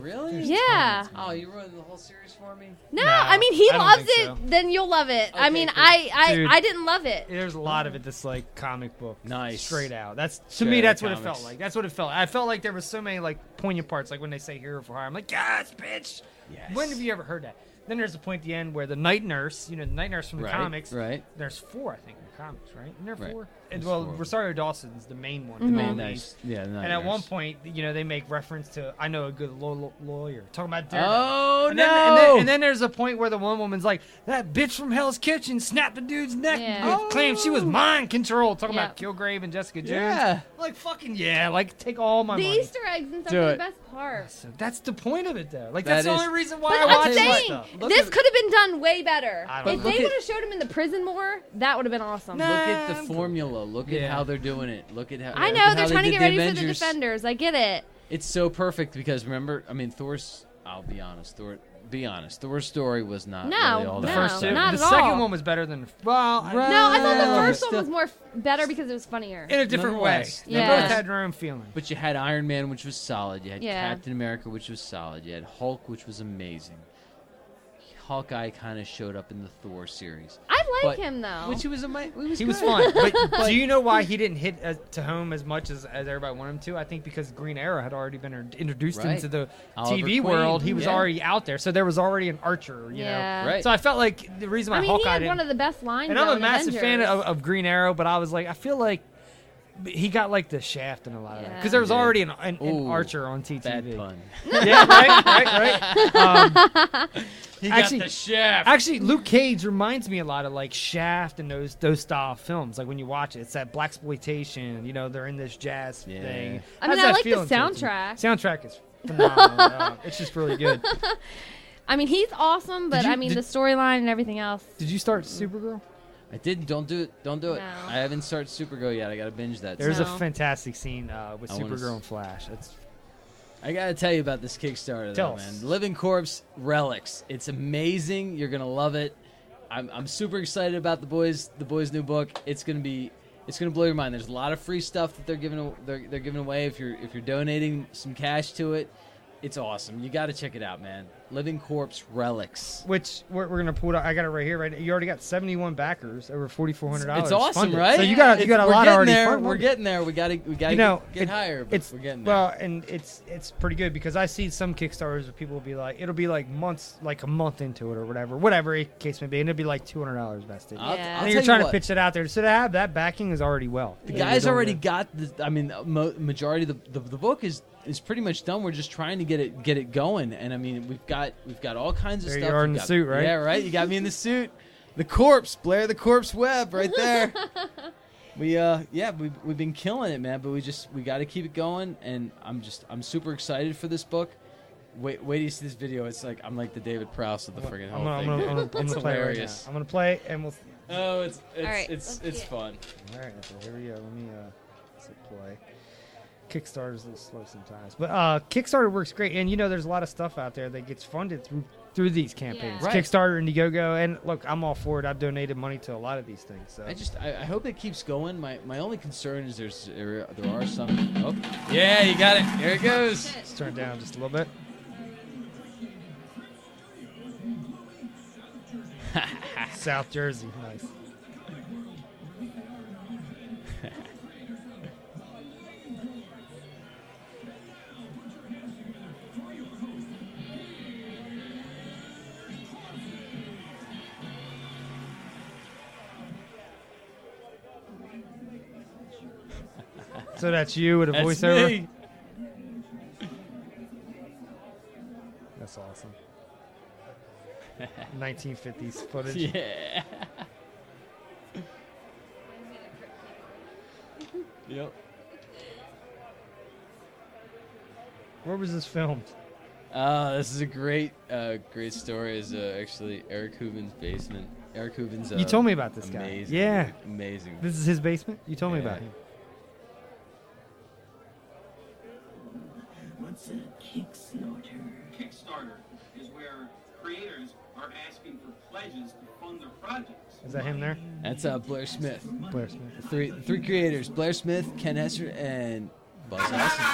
S10: Really?
S9: Yeah.
S10: Oh, you ruined the whole series for me.
S9: No,
S8: No,
S9: I mean he
S8: I don't
S9: loves
S8: think
S9: it.
S8: so.
S9: Then you'll love it. I
S8: Okay,
S9: mean,
S8: cool.
S9: I I,
S8: Dude.
S9: I didn't love it.
S8: There's a lot of it that's like comic book,
S10: nice,
S8: straight out. That's to
S10: Straight
S8: me,
S10: outta
S8: that's what it felt
S10: comics.
S8: like. That's what it felt. I felt like there was so many like poignant parts, like when they say "hero for hire." I'm like, yes, bitch.
S10: Yes.
S8: When have you ever heard that? Then there's a point at the end where the night nurse, you know, the night nurse from the
S10: Right,
S8: comics.
S10: right.
S8: There's four, I think, in the comics, right? Isn't there
S10: Right.
S8: four? And,
S10: There's
S8: well,
S10: four.
S8: Rosario Dawson's the main one. The
S10: Mhm.
S8: main
S10: Night
S8: lead.
S10: nurse. Yeah, the night
S8: And at one
S10: nurse.
S8: point, you know, they make reference to I know a good law- law- lawyer. Talking about Daredevil.
S10: Oh,
S8: and Then, and, then,
S10: no!
S8: and then there's a point where the one woman's like, "That bitch from Hell's Kitchen snapped the dude's neck,
S10: Yeah.
S8: and claimed she was
S10: Oh.
S8: mind control." Talking
S9: Yeah.
S8: about Kilgrave and Jessica Jones.
S10: Yeah.
S8: Like fucking yeah, like take all my
S9: the
S8: money.
S9: Easter eggs and stuff
S8: Do
S9: are
S8: it.
S9: the best part.
S8: So that's the point of it though. Like
S10: That
S8: that's the
S10: is-
S8: only reason why
S9: But
S8: I watch
S9: I'm
S8: this
S9: saying
S8: stuff. Look
S9: this
S8: at-
S9: could have been done way better.
S10: I don't
S9: If
S10: know.
S9: they
S10: Look
S9: would
S10: at-
S9: have showed him in the prison more, that would have been awesome.
S10: Look at the formula. Look at how they're doing it. Look at how.
S9: I
S10: look
S9: know they're
S10: at how they
S9: trying to
S10: did
S9: get ready for the
S10: Avengers.
S9: defenders. I get it.
S10: It's so perfect because remember, I mean, Thor's. I'll be honest. Thor. Be honest. Thor's story was not
S9: No,
S10: really all
S9: The
S10: that
S9: first
S10: great.
S9: two. not
S8: the
S9: at
S8: second
S9: all.
S8: one was better than the f- well. I-
S9: No, I thought
S8: Oh.
S9: the first one was more f- better because it was funnier.
S8: in a different way.
S10: Nonetheless,
S8: They both
S10: nonetheless.
S8: had their own feeling.
S10: But you had Iron Man, which was solid. You had
S9: Yeah.
S10: Captain America, which was solid. You had Hulk, which was amazing. Hawkeye kind of showed up in the Thor series.
S9: I like
S10: But-
S9: him though.
S10: Which he was a mi- he
S9: <laughs>
S10: was
S8: He was
S10: good.
S8: fun. <laughs> But do you know why he didn't hit as, to home as much as, as everybody wanted him to? I think because Green Arrow had already been in- introduced
S10: Right.
S8: into the
S10: Oliver
S8: TV
S10: Queen,
S8: world. He was
S10: yeah.
S8: already out there, so there was already an Archer. You
S9: Yeah.
S8: know,
S9: Right.
S8: so I felt like the reason why
S9: I mean,
S8: Hawkeye
S9: he had
S8: didn't,
S9: one of the best lines.
S8: and I'm
S9: though,
S8: a
S9: in
S8: massive fan
S9: Avengers.
S8: of, of Green Arrow, but I was like, I feel like he got like the shaft in a lot of that
S9: Yeah.
S8: because there was
S10: He did.
S8: already an, an, an
S10: Ooh,
S8: Archer on TTV.
S10: Bad pun.
S8: yeah, right, right, right. Um,
S10: He got the shaft.
S8: Actually, Luke Cage reminds me a lot of like Shaft and those those style films. Like when you watch it, it's that black exploitation. You know, they're in this jazz
S10: Yeah.
S8: thing.
S9: I
S8: Has
S9: mean, I
S8: that
S9: like the
S8: feeling to it to me.
S9: soundtrack.
S8: Soundtrack
S9: <laughs>
S8: is phenomenal. Uh, it's just really good.
S9: I mean, he's awesome, but
S8: you-
S9: I mean,
S8: did-
S9: the storyline and everything else.
S8: Did you start Supergirl?
S10: I did. Don't do it. Don't do it.
S9: No.
S10: I haven't started Supergirl yet. I gotta binge that.
S8: There's
S9: No.
S8: a fantastic scene uh, with
S10: I wanna
S8: Supergirl
S10: s-
S8: and Flash. That's
S10: I gotta tell you about this Kickstarter,
S8: Tell
S10: though,
S8: us.
S10: man. Living Corpse Relics. It's amazing. You're gonna love it. I'm, I'm super excited about the boys. The boys' new book. It's gonna be. It's gonna blow your mind. There's a lot of free stuff that they're giving. They're, they're giving away if you're if you're donating some cash to it. It's awesome. You gotta check it out, man. Living Corpse Relics.
S8: which we're, we're gonna pull it. Out. I got it right here. Right, now. you already got 71 backers over 4,400. dollars
S10: It's awesome,
S8: funded.
S10: right?
S8: So you got you
S10: It's-
S8: got a
S10: we're
S8: lot
S10: getting
S8: already.
S10: There.
S8: fun-
S10: We're getting there. We gotta we gotta
S8: you know,
S10: get, get
S8: it-
S10: higher. But
S8: it's
S10: we're getting there.
S8: well, and it's it's pretty good because I see some Kickstarters where people will be like, it'll be like months, like a month into it or whatever, whatever the case may be, and it'll be like two hundred dollars vested.
S10: I'll-
S9: Yeah.
S10: I'll
S8: and you're
S10: tell you
S8: trying to
S10: what.
S8: pitch it out there, so to have that backing is already well.
S10: The
S8: Yeah,
S10: guys
S8: you're doing
S10: already
S8: good.
S10: got the. I mean, uh, mo- majority of the, the the book is is pretty much done. We're just trying to get it get it going, and I mean, we've got we've got all kinds of
S8: There you
S10: stuff.
S8: are
S10: We've
S8: in the
S10: got-
S8: suit, right?
S10: Yeah, right. You got me in the suit. The corpse, Blair, the corpse web, right
S9: <laughs>
S10: there. we uh, yeah, we we've been killing it, man. But we just we got to keep it going, and I'm just I'm super excited for this book. Wait, wait till you see this video. It's like I'm like the David Prowse of the friggin'
S8: I'm
S10: whole
S8: gonna, I'm
S10: thing.
S8: gonna, I'm
S10: dude.
S8: gonna, I'm
S10: it's
S8: gonna play it right now.
S10: hilarious.
S8: I'm gonna play it and we'll.
S10: Oh, it's it's
S9: right,
S10: it's
S9: let's
S10: it's
S9: see it.
S10: fun.
S8: All right, so here we go. Let me uh, let's hit play. Kickstarter's a little slow sometimes, but uh, Kickstarter works great. And you know, there's a lot of stuff out there that gets funded through through these campaigns,
S10: Yeah. Right.
S8: Kickstarter, Indiegogo, and look, I'm all for it. I've donated money to a lot of these things. So
S10: I just I, I hope it keeps going. My my only concern is there's there, there are some. Oh,
S8: Yeah, you got it.
S10: There it goes.
S8: Let's turn it down just a little
S10: <laughs>
S8: bit. South Jersey,
S10: <laughs>
S8: nice. So that's you with a
S10: That's
S8: voiceover.
S10: me.
S8: That's
S10: <laughs>
S8: awesome. 1950s footage.
S10: Yeah. Yep.
S8: Where was this filmed?
S10: Uh, this is a great, uh, great story. Is uh, actually Eric Hooven's basement. Eric Hooven's. Uh,
S8: you told me about this
S10: amazing,
S8: guy. Yeah.
S10: Amazing.
S8: This is his basement? You told me about
S10: Yeah.
S8: him.
S13: What's a Kickstarter?
S14: Kickstarter is where creators are asking for pledges to fund their projects.
S8: Is that him there?
S10: That's uh, Blair Smith.
S8: Blair Smith.
S10: Three, three creators: Blair Smith, Ken Hesser, and Buzz Olsen.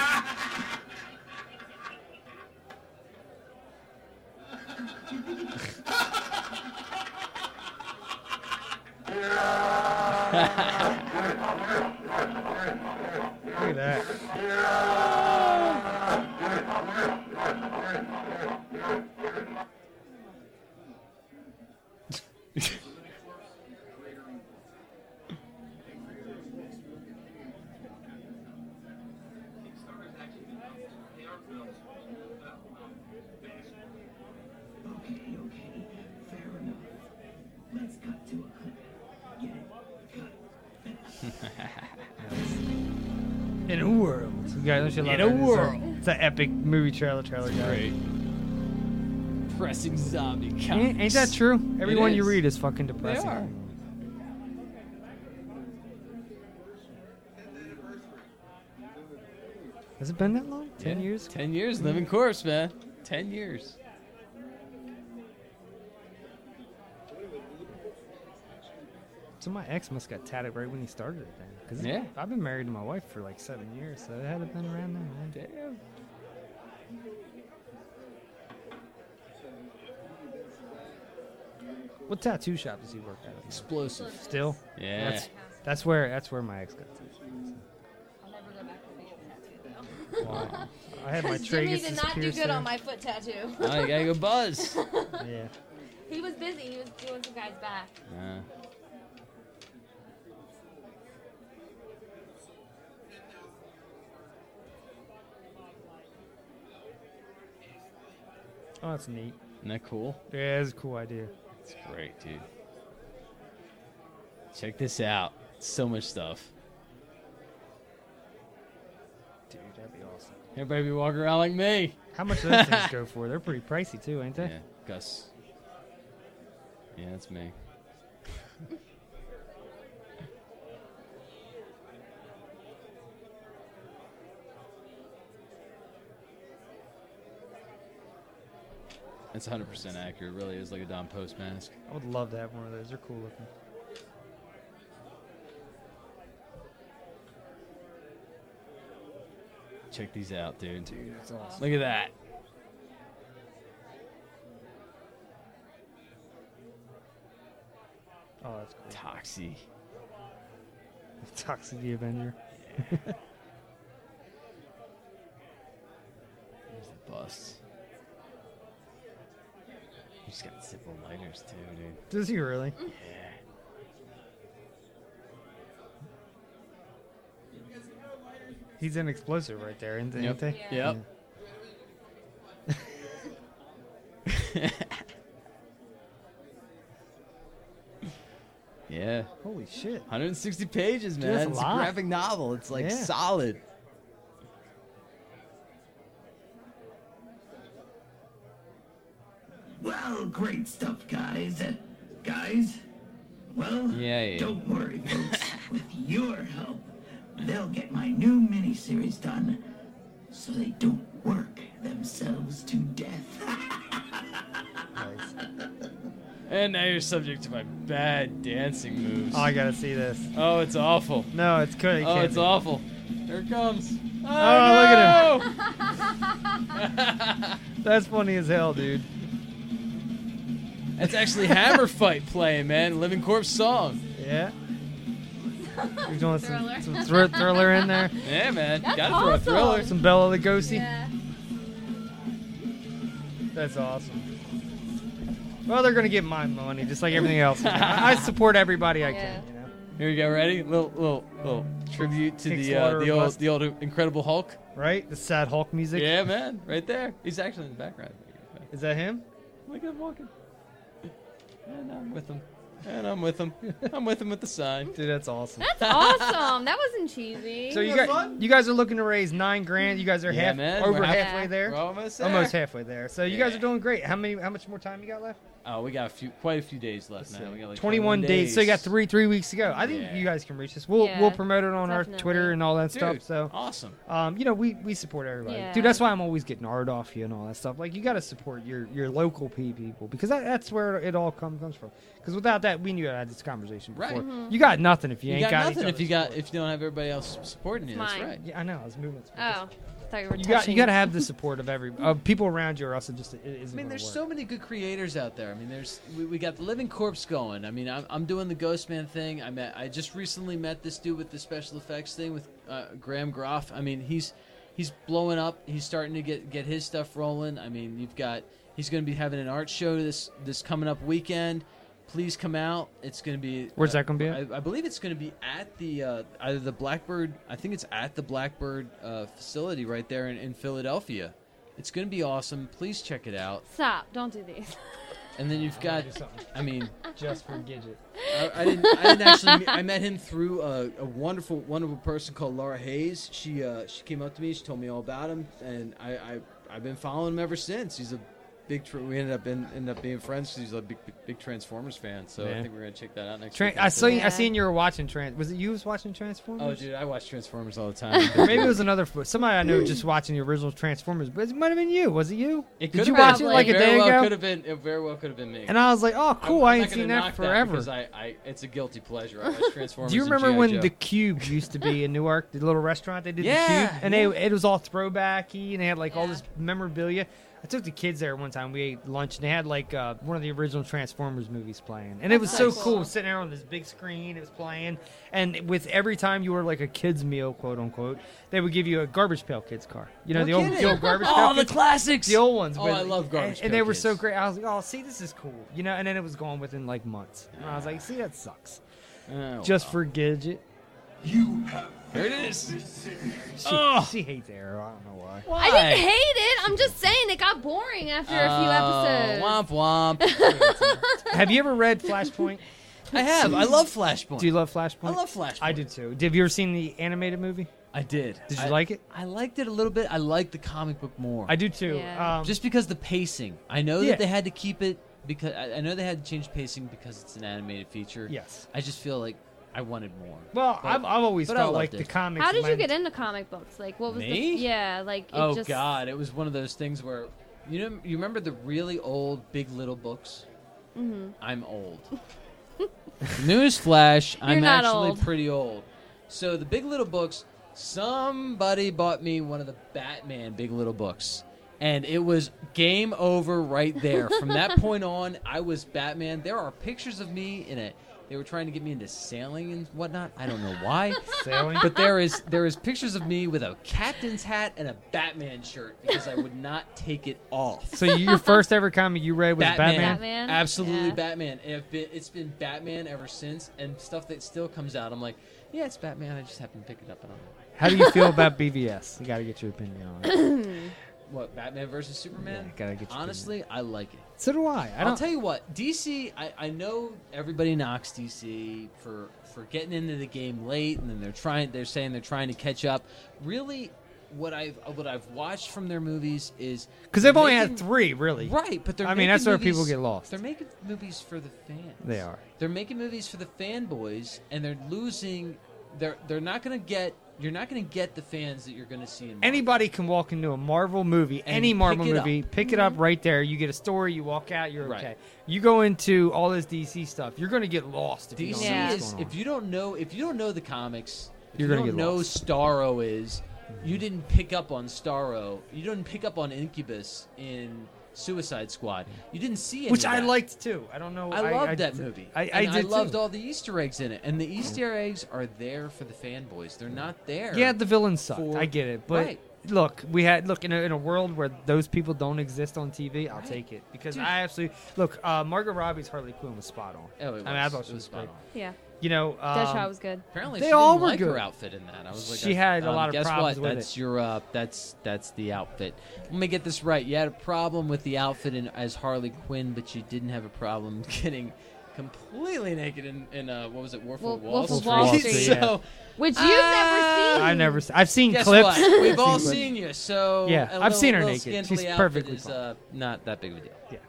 S8: Look at that.
S13: Let's cut to a clip. Get it? Cut.
S8: In a world. You guys, don't you love
S10: In a
S8: it? It's
S10: world.
S8: It's an epic movie trailer trailer guy.
S10: Great. Pressing zombie comics.
S8: Ain't, ain't that true?
S10: It
S8: Everyone you
S10: is.
S8: read is fucking
S10: They
S8: depressing.
S10: are.
S8: Has it been that long? Ten
S10: Yeah.
S8: years? Mm.
S10: Ten years living corpse, man. Ten years.
S8: So my ex must got tatted right when he started it then. 'Cause
S10: Yeah.
S8: I've been married to my wife for like seven years, so it had to have been around then.
S10: Damn.
S8: What tattoo shop does he work at?
S10: Explosive.
S8: Still?
S10: Yeah. <laughs>
S8: That's, that's where that's where my ex got tattoos. Wow. I had <laughs> my
S9: <laughs> Jimmy
S8: tragus
S9: did not do
S8: pierced
S9: good
S8: there.
S9: on my foot tattoo. <laughs>
S10: Oh, you gotta
S8: <laughs>
S10: go buzz.
S8: Yeah.
S9: he was busy. He was doing some guy's back.
S10: Uh,
S8: Oh, that's neat.
S10: isn't that cool?
S8: Yeah, that's a cool idea.
S10: It's great, dude. Check this out. So much stuff.
S8: Dude, that'd be awesome.
S10: Everybody be walking around like me.
S8: How much do those
S10: <laughs>
S8: things go for? They're pretty pricey too, ain't they?
S10: Yeah, Gus. Yeah, that's me. <laughs> That's 100% accurate. It really is like a Don Post mask.
S8: I would love to have one of those. They're cool looking.
S10: Check these out, dude. Dude,
S8: that's awesome.
S10: Look at that.
S8: Oh, that's cool.
S10: Toxie.
S8: <laughs> Toxic the Avenger.
S10: There's the bust. You just got simple lighters, too, dude.
S8: Does he really? He's an explosive right there, isn't,
S10: Yep.
S8: ain't
S10: Yep. <laughs>
S8: he?
S10: Yeah.
S8: Holy shit.
S10: 160 pages,
S8: Dude,
S10: man.
S8: that's a
S10: it's
S8: lot.
S10: a graphic novel. It's like
S8: Yeah.
S10: solid.
S13: Well, great stuff, guys. Uh, guys, well,
S10: Yeah, yeah.
S13: don't worry, folks. With your help, they'll get my new miniseries done <laughs> so they don't work themselves to death.
S10: And now you're subject to my bad dancing moves.
S8: Oh, I gotta see this.
S10: Oh, it's awful.
S8: No, it's good.
S10: Oh, it's awful. Here it comes.
S8: Oh,
S10: Oh, look at him.
S8: That's funny as hell, dude.
S10: That's actually Hammer Fight playing, man. Living Corpse song.
S9: <laughs>
S8: Yeah. You're doing
S9: Thriller.
S8: some, some thr- thriller in
S9: <laughs>
S8: there.
S10: Yeah, man. That's Gotta throw a awesome. thriller.
S8: Some Bella Lugosi.
S9: Yeah.
S8: That's awesome. Well, they're gonna get my money just like everything
S10: <laughs>
S8: else. I I support everybody I can.
S10: Here we go. Ready? Little little little tribute to
S8: Takes
S10: the uh,
S8: water
S10: the old
S8: bust.
S10: the old Incredible Hulk.
S8: Right? The sad Hulk music.
S10: Yeah, man. Right there. He's actually in the background.
S8: Is that him?
S10: Look at him walking. And I'm with him. And I'm
S8: <laughs>
S10: with him. I'm with him with the sign.
S8: Dude, that's awesome.
S9: That's awesome. That wasn't cheesy.
S8: So you guys, you guys are looking to raise nine grand. You guys are
S10: Yeah,
S8: half
S10: man,
S8: over
S10: we're half-
S8: halfway there.
S10: we're almost there.
S8: <laughs> Almost halfway there. So you guys are doing great. How many? How much more time you got left?
S10: Oh, we got a few, quite a few days left now. We got like
S8: 21 days. So you got three three weeks to go. I think
S10: Yeah.
S8: you guys can reach us. We'll
S10: Yeah,
S8: we'll promote it on our
S10: definitely.
S8: Twitter and all that stuff.
S10: Dude,
S8: So
S10: awesome.
S8: Um, you know we we support everybody,
S10: Yeah.
S8: dude. That's why I'm always getting art off you and all that stuff. Like you got to support your your local P people because that, that's where it all come, comes from. Because without that, we knew I had this conversation before.
S10: Right. Mhm.
S8: You got nothing if you, ain't
S10: got,
S8: got
S10: nothing
S8: each
S10: if
S8: other.
S10: you got if you don't have everybody else supporting you.
S9: It's
S10: That's
S9: mine.
S10: right.
S8: Yeah, I know. I was moving.
S9: Oh, I thought you were
S8: You got you
S9: touching.
S8: got to have
S10: <laughs>
S8: the support of every of people around you, or else it just it isn't.
S10: I mean,
S8: gonna
S10: there's
S8: work.
S10: so many good creators out there. I mean, there's we, we got the Living Corpse going. I mean, I'm, I'm doing the Ghost Man thing. I met I just recently met this dude with the special effects thing with uh, Graham Groff. I mean, he's he's blowing up. He's starting to get get his stuff rolling. I mean, you've got he's going to be having an art show this this coming up weekend. Please come out. It's going to be
S8: Where's that gonna be at?
S10: I, I believe it's going to be at the uh, either the Blackbird. I think it's at the Blackbird uh, facility right there in, in Philadelphia. It's going to be awesome. Please check it out.
S9: Stop. Don't do these. <laughs>
S10: And then you've got,
S8: <laughs>
S10: I mean,
S8: just for Gidget.
S10: I, I, didn't, I didn't actually. Meet, I met him through a, a wonderful, wonderful person called Laura Hayes. She uh, she came up to me. She told me all about him, and I, I I've been following him ever since. He's a big. Tr- we ended up in, ended up being friends. 'cause He's a big, big big Transformers fan. So
S8: Yeah.
S10: I think we're gonna check that out next.
S8: Tran-
S10: week.
S8: I saw you, I seen you were watching Trans. Was it you was watching Transformers?
S10: Oh, dude, I watch Transformers all the time.
S8: Or <laughs> Maybe it was another fo- somebody I know just watching the original Transformers, but it might have been you. Was it you?
S10: It
S8: Did
S10: could
S8: you
S10: have been.
S8: watch it like a
S10: very
S8: day
S10: well
S8: ago?
S10: Could have been. It very well could have been me.
S8: And I was like, oh,
S10: I'm-
S8: cool,
S10: I'm
S8: I
S10: not
S8: ain't seen
S10: gonna
S8: that
S10: knock
S8: forever.
S10: because I, I, it's a guilty pleasure. I watch
S8: <laughs>
S10: Transformers.
S8: Do you
S10: and
S8: remember
S10: G.I.
S8: when
S10: Joe.
S8: the Cube used to be in Newark, the little restaurant they did the
S10: Yeah,
S8: Cube, and
S10: yeah.
S8: they it was all throwbacky, and they had like all this memorabilia. I took the kids there one time. We ate lunch, and they had like uh, one of the original Transformers movies playing, and it was so
S5: Nice.
S8: cool sitting there on this big screen. It was playing, and with every time you were like a kids meal, quote unquote, they would give you a garbage pail kids car. You know
S5: No
S8: the old, the
S5: kidding. <laughs>
S8: old garbage.
S5: Oh,
S8: pail
S5: the
S8: Kids-
S5: classics.
S8: the old ones.
S5: Oh,
S8: with-
S5: I love Garbage
S8: and-
S5: Pail
S8: And they were
S5: Kids.
S8: so great. I was like, oh, see, this is cool, you know. And then it was gone within like months, and I was like, see, that sucks.
S5: Oh,
S8: Just for Gidget.
S13: You have
S10: Oh. There it is.
S8: She,
S13: Oh.
S8: she hates Arrow. I don't know why.
S9: I didn't hate it. I'm just saying it got boring after a few
S8: Uh,
S9: episodes.
S10: Oh, Womp womp.
S8: <laughs>
S9: <laughs>
S8: Have you ever read Flashpoint?
S10: I have. I love Flashpoint.
S8: Do you love Flashpoint?
S10: I love Flashpoint.
S8: I did too. Have you ever seen the animated movie?
S10: I did.
S8: Did you
S10: I-
S8: like it?
S10: I liked it a little bit. I liked the comic book more.
S8: I do too. Yeah. Um,
S10: Just because the pacing. I know
S8: Yeah.
S10: that they had to keep it because I, I know they had to change pacing because it's an animated feature.
S8: Yes.
S10: I just feel like I wanted more.
S8: Well,
S10: But-
S8: I've, I've always
S10: but I
S8: felt like
S10: loved
S8: the
S10: it.
S8: comics.
S9: How did you
S8: lend-
S9: get into comic books? Like, what was
S10: Me?
S9: the yeah? Like, it
S10: Oh
S9: just
S10: God! It was one of those things where you know you remember the really old Big Little books.
S9: Mhm.
S10: I'm old. <laughs> Newsflash,
S9: You're
S10: I'm
S9: not
S10: actually
S9: old.
S10: pretty old. So the Big Little Books, somebody bought me one of the Batman Big Little Books. And it was game over right there.
S9: <laughs>
S10: From that point on, I was Batman. There are pictures of me in it. They were trying to get me into sailing and whatnot. I don't know why.
S8: Sailing?
S10: <laughs> But there is there is pictures of me with a captain's hat and a Batman shirt because I would not take it off.
S8: <laughs> So your first ever comic you read was Batman.
S10: Absolutely Batman. And I've been, it's been Batman ever since, and stuff that still comes out. I'm like, yeah, it's Batman. I just happened to pick it up. And I'm
S8: How do you feel about BVS? You got to get your opinion on it.
S10: like, what Batman versus Superman?
S8: gotta get your
S10: Honestly, I like it.
S8: So do I. I
S10: I'll
S8: don't.
S10: tell you what, DC. I, I know everybody knocks DC for for getting into the game late, and then they're trying. They're saying they're trying to catch up. Really, what I've what I've watched from their movies is
S8: Because they've
S10: they're
S8: only had
S10: making-
S8: three, really.
S10: Right, but they're
S8: I mean,
S10: making
S8: that's where
S10: movies-
S8: people get lost.
S10: They're making movies for the fans.
S8: They are.
S10: They're making movies for the fanboys, and they're losing. They're they're not going to get You're not going to get the fans that you're going to see in.
S8: Anybody can walk into a Marvel movie,
S10: And
S8: any
S10: pick
S8: Marvel
S10: it up.
S8: movie, pick it up right there. You get a story, you walk out, you're
S10: Right.
S8: okay. You go into all this DC stuff, you're going to get lost. If you
S10: DC
S8: don't know what's
S10: is
S8: going on.
S10: if you don't know if you don't know the comics, if
S8: You're
S10: you
S8: gonna
S10: don't
S8: get Mm-hmm.
S10: know Starro is. You didn't pick up on Starro. You didn't pick up on Incubus in Suicide Squad. You didn't see any
S8: Mm-hmm. which
S10: of
S8: I
S10: that.
S8: liked too. I don't know.
S10: I, loved that movie.
S8: I, I
S10: And
S8: did.
S10: loved
S8: too. Mm-hmm.
S10: all the Easter eggs in it, and the Easter eggs are there for the fanboys. They're not there.
S8: Yeah, the villains sucked.
S10: for-
S8: I get it, but
S10: Right.
S8: look, we had look in a, in a world where those people don't exist on TV. I'll take it because
S10: Dude.
S8: I absolutely look. Uh, Margot Robbie's Harley Quinn was spot on.
S10: Oh, it
S8: I mean, I
S10: was.
S8: thought
S10: It
S8: she
S10: was
S8: was
S10: spot
S8: great.
S10: on.
S9: Yeah.
S8: You know, um,
S9: Deadshot was good.
S10: Apparently,
S8: They
S10: she
S8: all
S10: didn't
S8: were
S10: like her
S8: good.
S10: outfit in that. I was like,
S8: She had a
S10: um,
S8: lot of
S10: guess
S8: problems
S10: what?
S8: with
S10: that's
S8: it.
S10: your uh, that's that's the outfit. Let me get this right. You had a problem with the outfit in, as Harley Quinn, but you didn't have a problem <laughs> getting completely naked in, in uh, what was it, Wolf,
S9: Wolf-
S10: of Wall
S9: Wolf
S10: Street?
S9: of Wall Street.
S10: so,
S9: Which you've never seen.
S8: I
S9: <laughs>
S8: never. se- uh, I've seen
S10: guess
S8: clips.
S10: what? We've
S8: I've
S10: all
S8: clips.
S10: seen you. So
S8: Yeah,
S10: a
S8: I've
S10: little-
S8: seen her
S10: little
S8: naked. She's
S10: scantily outfit
S8: perfectly
S10: is, uh, not that big of a deal.
S8: Yeah. <laughs>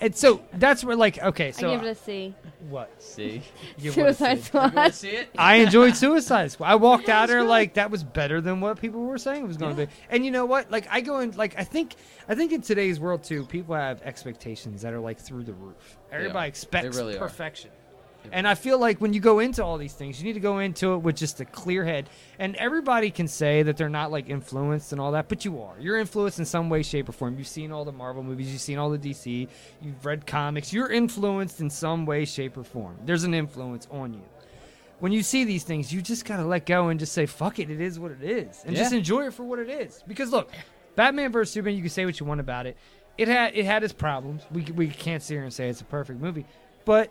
S8: And so that's where, like, okay, so
S9: I give it a C.
S8: what?
S9: <laughs>
S10: See,
S8: <laughs> You wanna
S9: Suicide
S8: see-
S9: Squad.
S10: wanna see it? <laughs>
S8: I enjoyed Suicide Squad. I walked out there like that was better than what people were saying it was going to be. And you know what? Like I go in like I think I think in today's world too, people have expectations that are like through the roof.
S10: They
S8: Everybody
S10: are.
S8: expects
S10: They really are.
S8: perfection. And I feel like when you go into all these things, you need to go into it with just a clear head. And everybody can say that they're not like influenced and all that, but you are. You're influenced in some way, shape, or form. You've seen all the Marvel movies, you've seen all the DC, you've read comics. You're influenced in some way, shape, or form. There's an influence on you when you see these things, you just gotta let go and just say, "Fuck it, it is what it is," and just
S10: Yeah.
S8: enjoy it for what it is. Because look, Batman vs Superman, you can say what you want about it. It had it had its problems. We c- we can't sit here and say it's a perfect movie, but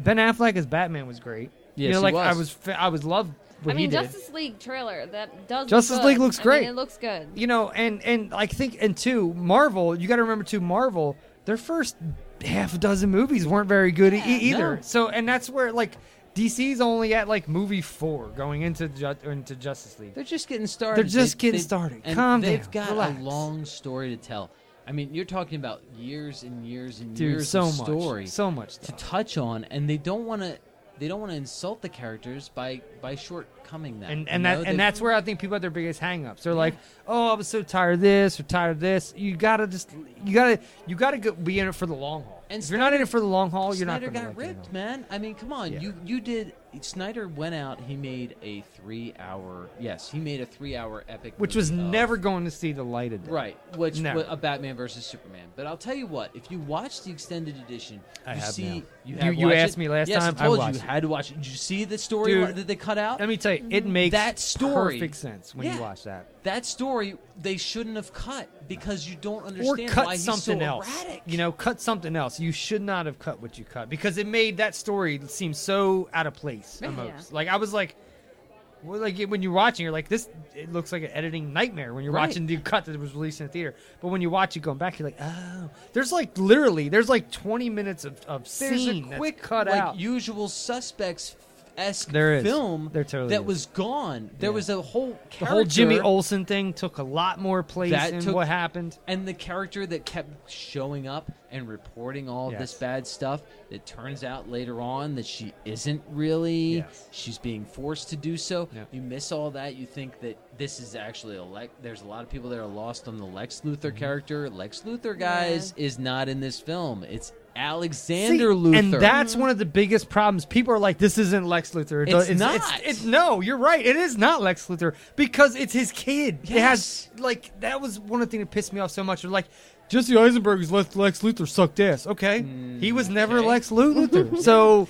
S8: Ben Affleck as Batman was great. you
S10: Yes,
S8: know,
S10: he
S8: like I
S10: was.
S8: was fa- I was loved. What
S9: I
S8: he
S9: mean,
S8: did.
S9: Justice League trailer that does. look
S8: Justice
S9: good.
S8: League looks
S9: I mean,
S8: great.
S9: it looks good.
S8: You know, and and I think and two Marvel. You got to remember too Marvel. Their first half a dozen movies weren't very good e- either.
S10: No.
S8: So and that's where like DC's only at like movie four going into ju- into Justice League.
S10: They're just getting started.
S8: They're just getting started.
S10: and
S8: Calm
S10: they've
S8: down.
S10: got
S8: Relax.
S10: a long story to tell. I mean, you're talking about years and years and
S8: Dude,
S10: years
S8: so
S10: of
S8: much.
S10: story,
S8: So much
S10: to touch on, and they don't want to. They don't want to insult the characters by by shortcoming them.
S8: And
S10: you
S8: and
S10: know?
S8: that and
S10: They-
S8: that's where I think people have their biggest hangups. They're like, oh, I was so tired of this or tired of this. You gotta just you gotta you gotta go, be in it for the long haul.
S10: And
S8: if you're not in it for the long haul, you're
S10: Snyder
S8: not gonna
S10: got
S8: like it at all.
S10: ripped, man. I mean, come on.
S8: Yeah.
S10: You you did. Snyder went out. He made a three hour. Yes, he made a three hour epic,
S8: Which was
S10: movie of-
S8: never going to see the light of day.
S10: Right, which
S8: Never.
S10: was a Batman versus Superman. But I'll tell you what, if you watch the extended edition,
S8: I
S10: you
S8: have
S10: see
S8: now.
S10: you
S8: You-
S10: have
S8: you
S10: watched
S8: asked
S10: it.
S8: me last
S10: yes,
S8: time, I
S10: I told you
S8: watched
S10: you
S8: it.
S10: had to watch it. Did you see the story
S8: Dude,
S10: li- that they cut out?
S8: Let me tell you, it makes
S10: that story
S8: perfect sense when
S10: Yeah.
S8: you watch that.
S10: That story they shouldn't have cut because you don't
S8: Or
S10: understand why
S8: cut
S10: he's
S8: something
S10: so
S8: else.
S10: erratic.
S8: You know, cut something else. You should not have cut what you cut because it made that story seem so out of place.
S10: Yeah.
S8: Almost. Like I was like, well, like when you're watching, you're like, this. It looks like an editing nightmare when you're
S10: Right.
S8: watching the cut that was released in the theater. But when you watch it going back, you're like, oh, there's like literally there's like 20 minutes of of
S10: There's
S8: scene
S10: a
S8: that's
S10: quick
S8: cut
S10: like,
S8: out.
S10: Usual suspects esque
S8: There is.
S10: film
S8: There totally
S10: that
S8: is.
S10: was gone. There was a whole character
S8: the whole Jimmy Olsen thing took a lot more place
S10: That
S8: in
S10: took-
S8: what happened.
S10: and the character that kept showing up and reporting all
S8: Yes.
S10: this bad stuff it turns out later on that she isn't really
S8: Yes.
S10: she's being forced to do so
S8: Yeah.
S10: you miss all that you think that this is actually a lex there's a lot of people that are lost on the lex
S8: Mm-hmm.
S10: luthor character lex luthor guys is not in this film it's alexander
S8: See,
S10: luthor
S8: And that's one of the biggest problems. People are like, this isn't Lex Luthor. It
S10: It's
S8: does-
S10: not.
S8: It's, no, you're right. It is not Lex Luthor because it's his kid. It has, like, that was one of the things that pissed me off so much. They're like, Jesse Eisenberg's let Lex Luthor sucked ass. Okay.
S10: Mm,
S8: he was never Lex Lu-
S10: <laughs>
S8: Luthor. so.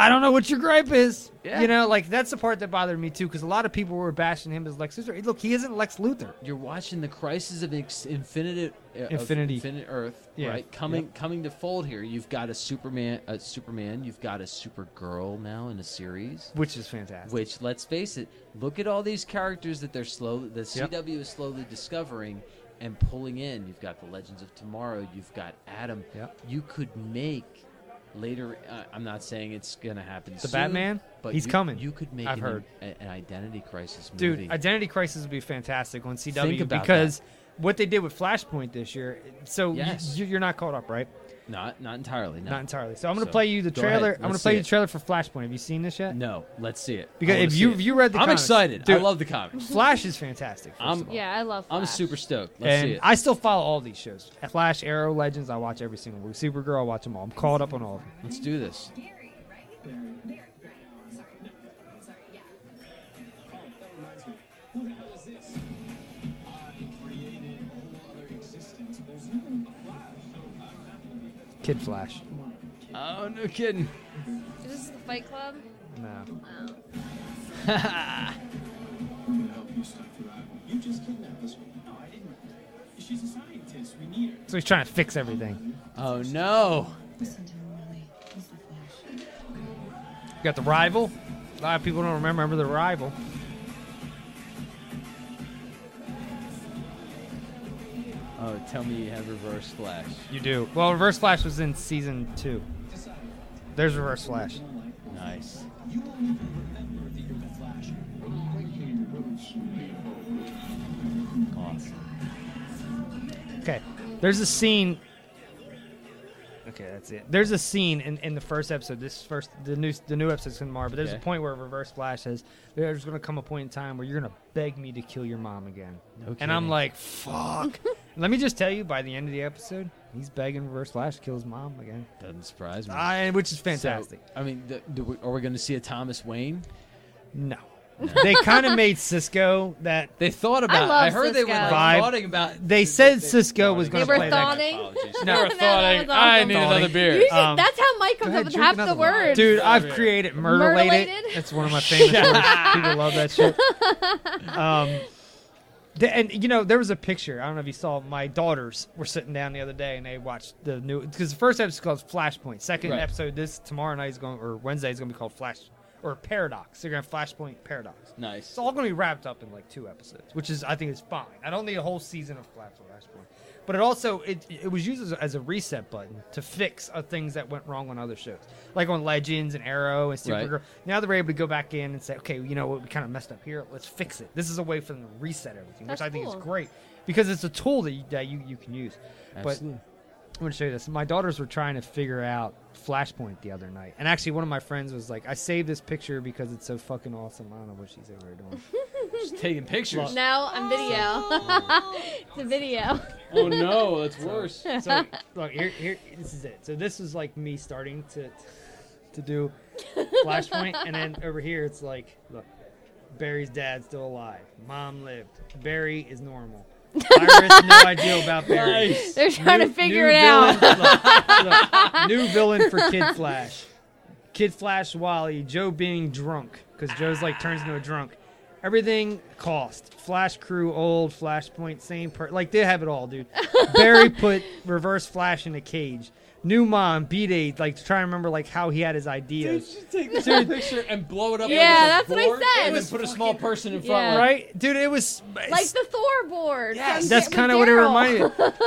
S8: I don't know what your gripe is.
S10: Yeah.
S8: You know, like that's the part that bothered me too, because a lot of people were bashing him as Lex Luthor. Look, he isn't Lex Luthor.
S10: you're watching the crisis of ex- infinite uh, of
S8: Infinity.
S10: infinite earth
S8: Yeah.
S10: right coming
S8: Yep.
S10: coming to fold here you've got a superman a superman you've got a supergirl now in a series
S8: Which is fantastic.
S10: which let's face it look at all these characters that they're slow the
S8: Yep.
S10: cw is slowly discovering and pulling in you've got the legends of tomorrow you've got adam
S8: Yep.
S10: you could make later uh, i'm not saying it's gonna happen
S8: The
S10: soon,
S8: Batman?
S10: but
S8: He's
S10: you-
S8: coming.
S10: you could make
S8: I've
S10: an,
S8: heard.
S10: a- an identity crisis movie
S8: Dude, Identity Crisis would be fantastic on CW
S10: Think about
S8: because what they did with Flashpoint this year. So y-
S10: Yes.
S8: you, you're not caught up, right?
S10: Not not entirely. No.
S8: Not entirely. So I'm gonna play you the trailer. I'm gonna play you the trailer for Flashpoint. Have you seen this yet?
S10: No, let's see it.
S8: Because
S10: I wanna
S8: if
S10: see
S8: you
S10: it.
S8: if you read the,
S10: I'm
S8: comics-
S10: excited. I
S8: Dude,
S10: love the comics.
S8: Flash is fantastic. first
S10: I'm-
S8: of all.
S9: Yeah, I love.
S10: I'm
S9: Flash.
S10: super stoked. Let's see
S8: And
S10: it.
S8: I still follow all these shows. Flash, Arrow, Legends. I watch every single week. Supergirl. I watch them all. I'm caught up on all of them.
S10: Let's do this.
S13: Who the hell is this? I created a whole other existence. There's no Flash.
S8: Kid Flash.
S10: Oh no, kidding.
S9: Is this the Fight Club?
S8: No.
S9: Oh.
S13: I'm gonna help you stop survival. You just kidnapped this woman. No, I didn't. She's a scientist. We need her.
S8: So he's trying to fix everything.
S10: Oh no.
S8: You got the rival. A lot of people don't remember, remember the rival.
S10: Oh, tell me you have Reverse Flash.
S8: You do. Well, Reverse Flash was in season two. There's Reverse Flash.
S10: Nice.
S13: You won't even remember that you're the Flash.
S8: Okay. There's a scene. Okay, that's it. There's a scene in, in the first episode. This first the new the new episode's in tomorrow, but there's
S10: Okay.
S8: a point where Reverse Flash says, "There's going to come a point in time where you're going to beg me to kill your mom again."
S10: No
S8: and I'm
S10: kidding.
S8: like, "Fuck." <laughs> Let me just tell you, by the end of the episode, he's begging Reverse Flash to kill his mom again.
S10: Doesn't surprise me.
S8: I- which is
S10: So,
S8: fantastic.
S10: I mean, th- do we, are we going to see a Thomas Wayne?
S8: No. they kind of made Cisco that
S10: They thought about.
S9: I love
S10: heard they were
S9: Sisko.
S10: like,
S8: Vibe.
S10: thoughting about. Oh,
S8: They said Cisco was
S9: They
S8: going to
S9: were
S8: play that.
S9: thawing. <laughs>
S8: No,
S9: that
S10: thawing.
S9: was
S10: I
S9: awesome.
S10: need another
S8: Thawing.
S10: beer.
S9: Usually,
S8: Um,
S9: that's how Mike comes up with half the words.
S8: Dude, I've created murder related.
S9: Murder-lated?
S8: That's one of my famous words. People love that shit. Um, the- and you know, there was a picture. I don't know if you saw. My daughters were sitting down the other day, and they watched the new because the first episode's called Flashpoint. Second
S10: Right.
S8: episode this tomorrow night is going or Wednesday is going to be called Flash or Paradox. They're going to have Flashpoint Paradox.
S10: Nice.
S8: It's all going to be wrapped up in like two episodes, which is I think is fine. I don't need a whole season of Flash Flashpoint, but it also it it was used as a, as a reset button to fix uh, things that went wrong on other shows, like on Legends and Arrow and
S10: Right.
S8: Supergirl. Now they're able to go back in and say, okay, you know what, we kind of messed up here. Let's fix it. This is a way for them to reset everything,
S9: That's
S8: which I think
S9: cool.
S8: is great because it's a tool that you, that you, you can use.
S10: Absolutely.
S8: But I'm going to show you this. My daughters were trying to figure out Flashpoint the other night, and actually, one of my friends was like, "I saved this picture because it's so fucking awesome." I don't know what she's over there doing.
S10: Just taking pictures.
S9: No, I'm video. <laughs> it's a video.
S10: oh no, that's worse.
S8: so look here, here this is it so this is like me starting to to do flashpoint and then over here it's like look barry's dad's still alive mom lived barry is normal Iris, no idea about Barry.
S10: Nice.
S9: They're trying to figure it out.
S8: villain- look,
S9: <laughs>
S8: look, new villain for Kid Flash. Kid Flash Wally, Joe being drunk, because Joe's like turns into a drunk. Everything cost. Flash crew, old, Flashpoint, same per like they have it all,
S9: <laughs>
S8: dude. Barry put reverse flash in a cage. New mom, beat aid, like trying to remember like how he had his ideas.
S10: Just take this picture and blow it up.
S9: Yeah,
S10: onto
S9: that's
S10: the
S9: what I
S10: board
S9: said.
S10: And then put a small person in front.
S9: Yeah.
S10: Like,
S8: Right? Dude, it was
S9: Like the Thor board.
S8: that's
S9: from Ger-
S8: kind of
S9: with
S8: what it
S9: Daryl.
S8: reminded.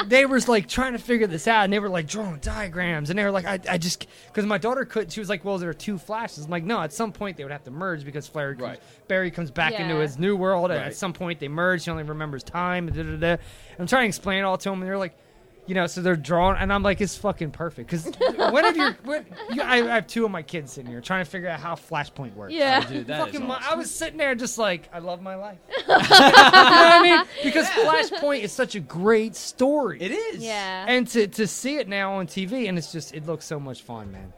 S8: and they was like trying to figure this out, and they were like drawing diagrams, and they were like, I, I just because my daughter could. She was like, well, there are two flashes. I'm like, no, at some point they would have to merge because Flair comes,
S10: Right.
S8: Barry comes back into
S9: Yeah.
S8: his new world, and
S10: Right.
S8: at some point they merge. She only remembers time. and Da, da, da. I'm trying to explain it all to them, and they're like. You know, so they're drawing, and I'm like, it's fucking perfect. Because one of your, <laughs> what, you, I, I have two of my kids sitting here trying to figure out how Flashpoint works.
S9: <laughs> Yeah.
S10: Dude, that is
S8: Fucking, my,
S10: awesome.
S8: I was sitting there just like, I love my life. you know what I mean? Because Flashpoint is such a great story.
S10: It is.
S9: Yeah.
S8: And to, to see it now on TV, and it's just, it looks so much fun, man.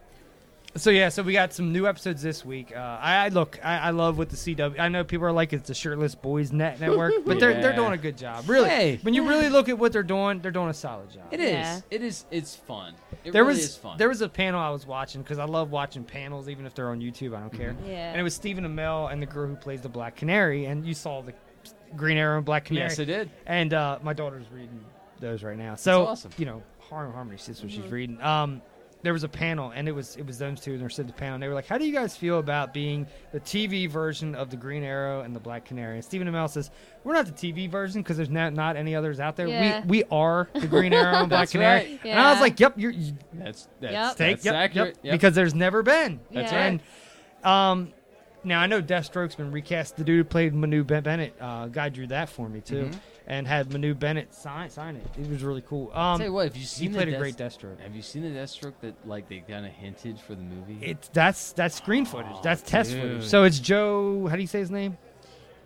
S8: So, yeah, so we got some new episodes this week. Uh, I, I look, I, I love what the CW, I know people are like, it's the Shirtless Boys Net Network, but they're, they're
S10: Yeah.
S8: doing a good job. Really.
S10: Hey.
S8: When you really look at what they're doing, they're doing a solid job.
S10: It is.
S9: Yeah.
S10: It is. It's fun. It
S8: There
S10: really
S8: was
S10: is fun.
S8: there was a panel I was watching because I love watching panels even if they're on YouTube I don't care.
S10: Mm-hmm.
S9: Yeah.
S8: And it was Stephen Amell and the girl who plays the Black Canary and you saw the Green Arrow and Black Canary.
S10: Yes, I did.
S8: And uh, my daughter's reading those right now. So
S10: awesome. Mm-hmm.
S8: you know Har- Harmony sister she's reading. Um, there was a panel and it was it was those two and they were sitting at the panel and they were like, how do you guys feel about being the TV version of the Green Arrow and the Black Canary? And Stephen Amell says, we're not the TV version because there's not not any others out there.
S9: Yeah.
S8: We we are the Green Arrow
S10: <laughs>
S8: and Black
S10: That's
S8: Canary.
S10: right.
S8: And I was
S9: Yeah.
S8: like, yep, you're. You,
S10: That's that's,
S9: Yep.
S8: Take
S10: that's accurate. Yep.
S8: because there's never been.
S9: That's
S8: And, um, Now I know Deathstroke's been recast. The dude who played Manu Ben- Bennett, uh, guy drew that for me too,
S10: Mhm.
S8: and had Manu Bennett sign sign it. It was really cool. Um,
S10: Tell you what, have you
S8: he
S10: seen the
S8: played a
S10: Death-
S8: great Deathstroke.
S10: Have you seen the Deathstroke that like they kind of hinted for the movie? <laughs>
S8: It's that's that's screen footage. That's test footage.
S10: Oh, dude.
S8: So it's Joe. How do you say his name?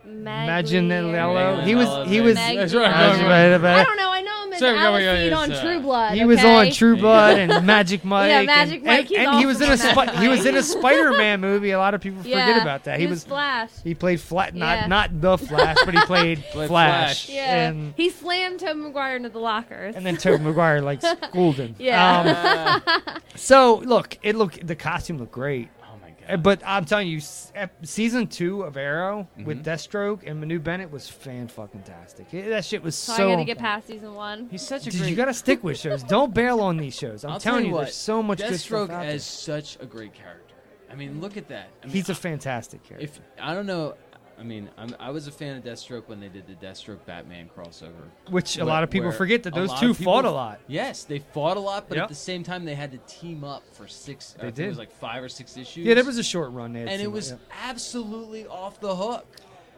S8: Maginello.
S10: Magliaro.
S8: He was he was.
S9: Magliaro.
S8: Magliaro.
S9: I don't know. I know him as
S8: Sorry,
S9: Alice
S8: yeah,
S9: Seed
S8: yeah,
S9: on
S8: it's, uh,
S9: True Blood.
S8: He was
S9: okay?
S8: on True Blood and Magic Mike.
S9: <laughs> Yeah,
S8: and-
S9: Magic Mike,
S8: and-
S9: he's
S8: and he was in a
S9: awesome on
S8: spi- he was in a
S9: Magic Mike.
S8: Spider-Man movie. A lot of people forget
S9: Yeah,
S8: about that.
S9: he was Flash.
S8: He played Flash, not
S9: Yeah.
S8: not the Flash, but he played
S10: <laughs> Played
S8: Flash.
S10: Flash.
S9: Yeah,
S8: And,
S9: he slammed Tobey Maguire into the lockers.
S8: and then Tobey Maguire
S9: <laughs>
S8: like schooled him.
S9: Yeah.
S10: Oh
S8: Um, so look, it look the costume looked great. Oh <laughs> my god! But I'm telling you, s- ep- season two of Arrow
S10: Mm-hmm.
S8: with Deathstroke and Manu Bennett was fan fucking tastic. That shit was so.
S9: so, I got to get past season one.
S10: He's such
S8: Dude, you gotta stick with
S9: <laughs>
S8: shows. Don't bail on these shows. I'm
S10: I'll tell
S8: telling you,
S10: what,
S8: there's so much good stuff
S10: Deathstroke
S8: out there.
S10: as such a great character. I mean, look at that. I mean,
S8: He's a fantastic character.
S10: If I don't know, I mean, I'm, I was a fan of Deathstroke when they did the Deathstroke Batman crossover,
S8: Which a
S10: Where-
S8: lot of people
S10: where
S8: forget that
S10: a
S8: those
S10: lot
S8: two
S10: of people-
S8: fought a lot.
S10: Yes, they fought a lot, but
S8: Yep.
S10: at the same time, they had to team up for six.
S8: They
S10: I think It was
S8: did.
S10: like five or six issues.
S8: Yeah, there was a short run. They had
S10: and
S8: some-
S10: it was
S8: yeah.
S10: absolutely off the hook.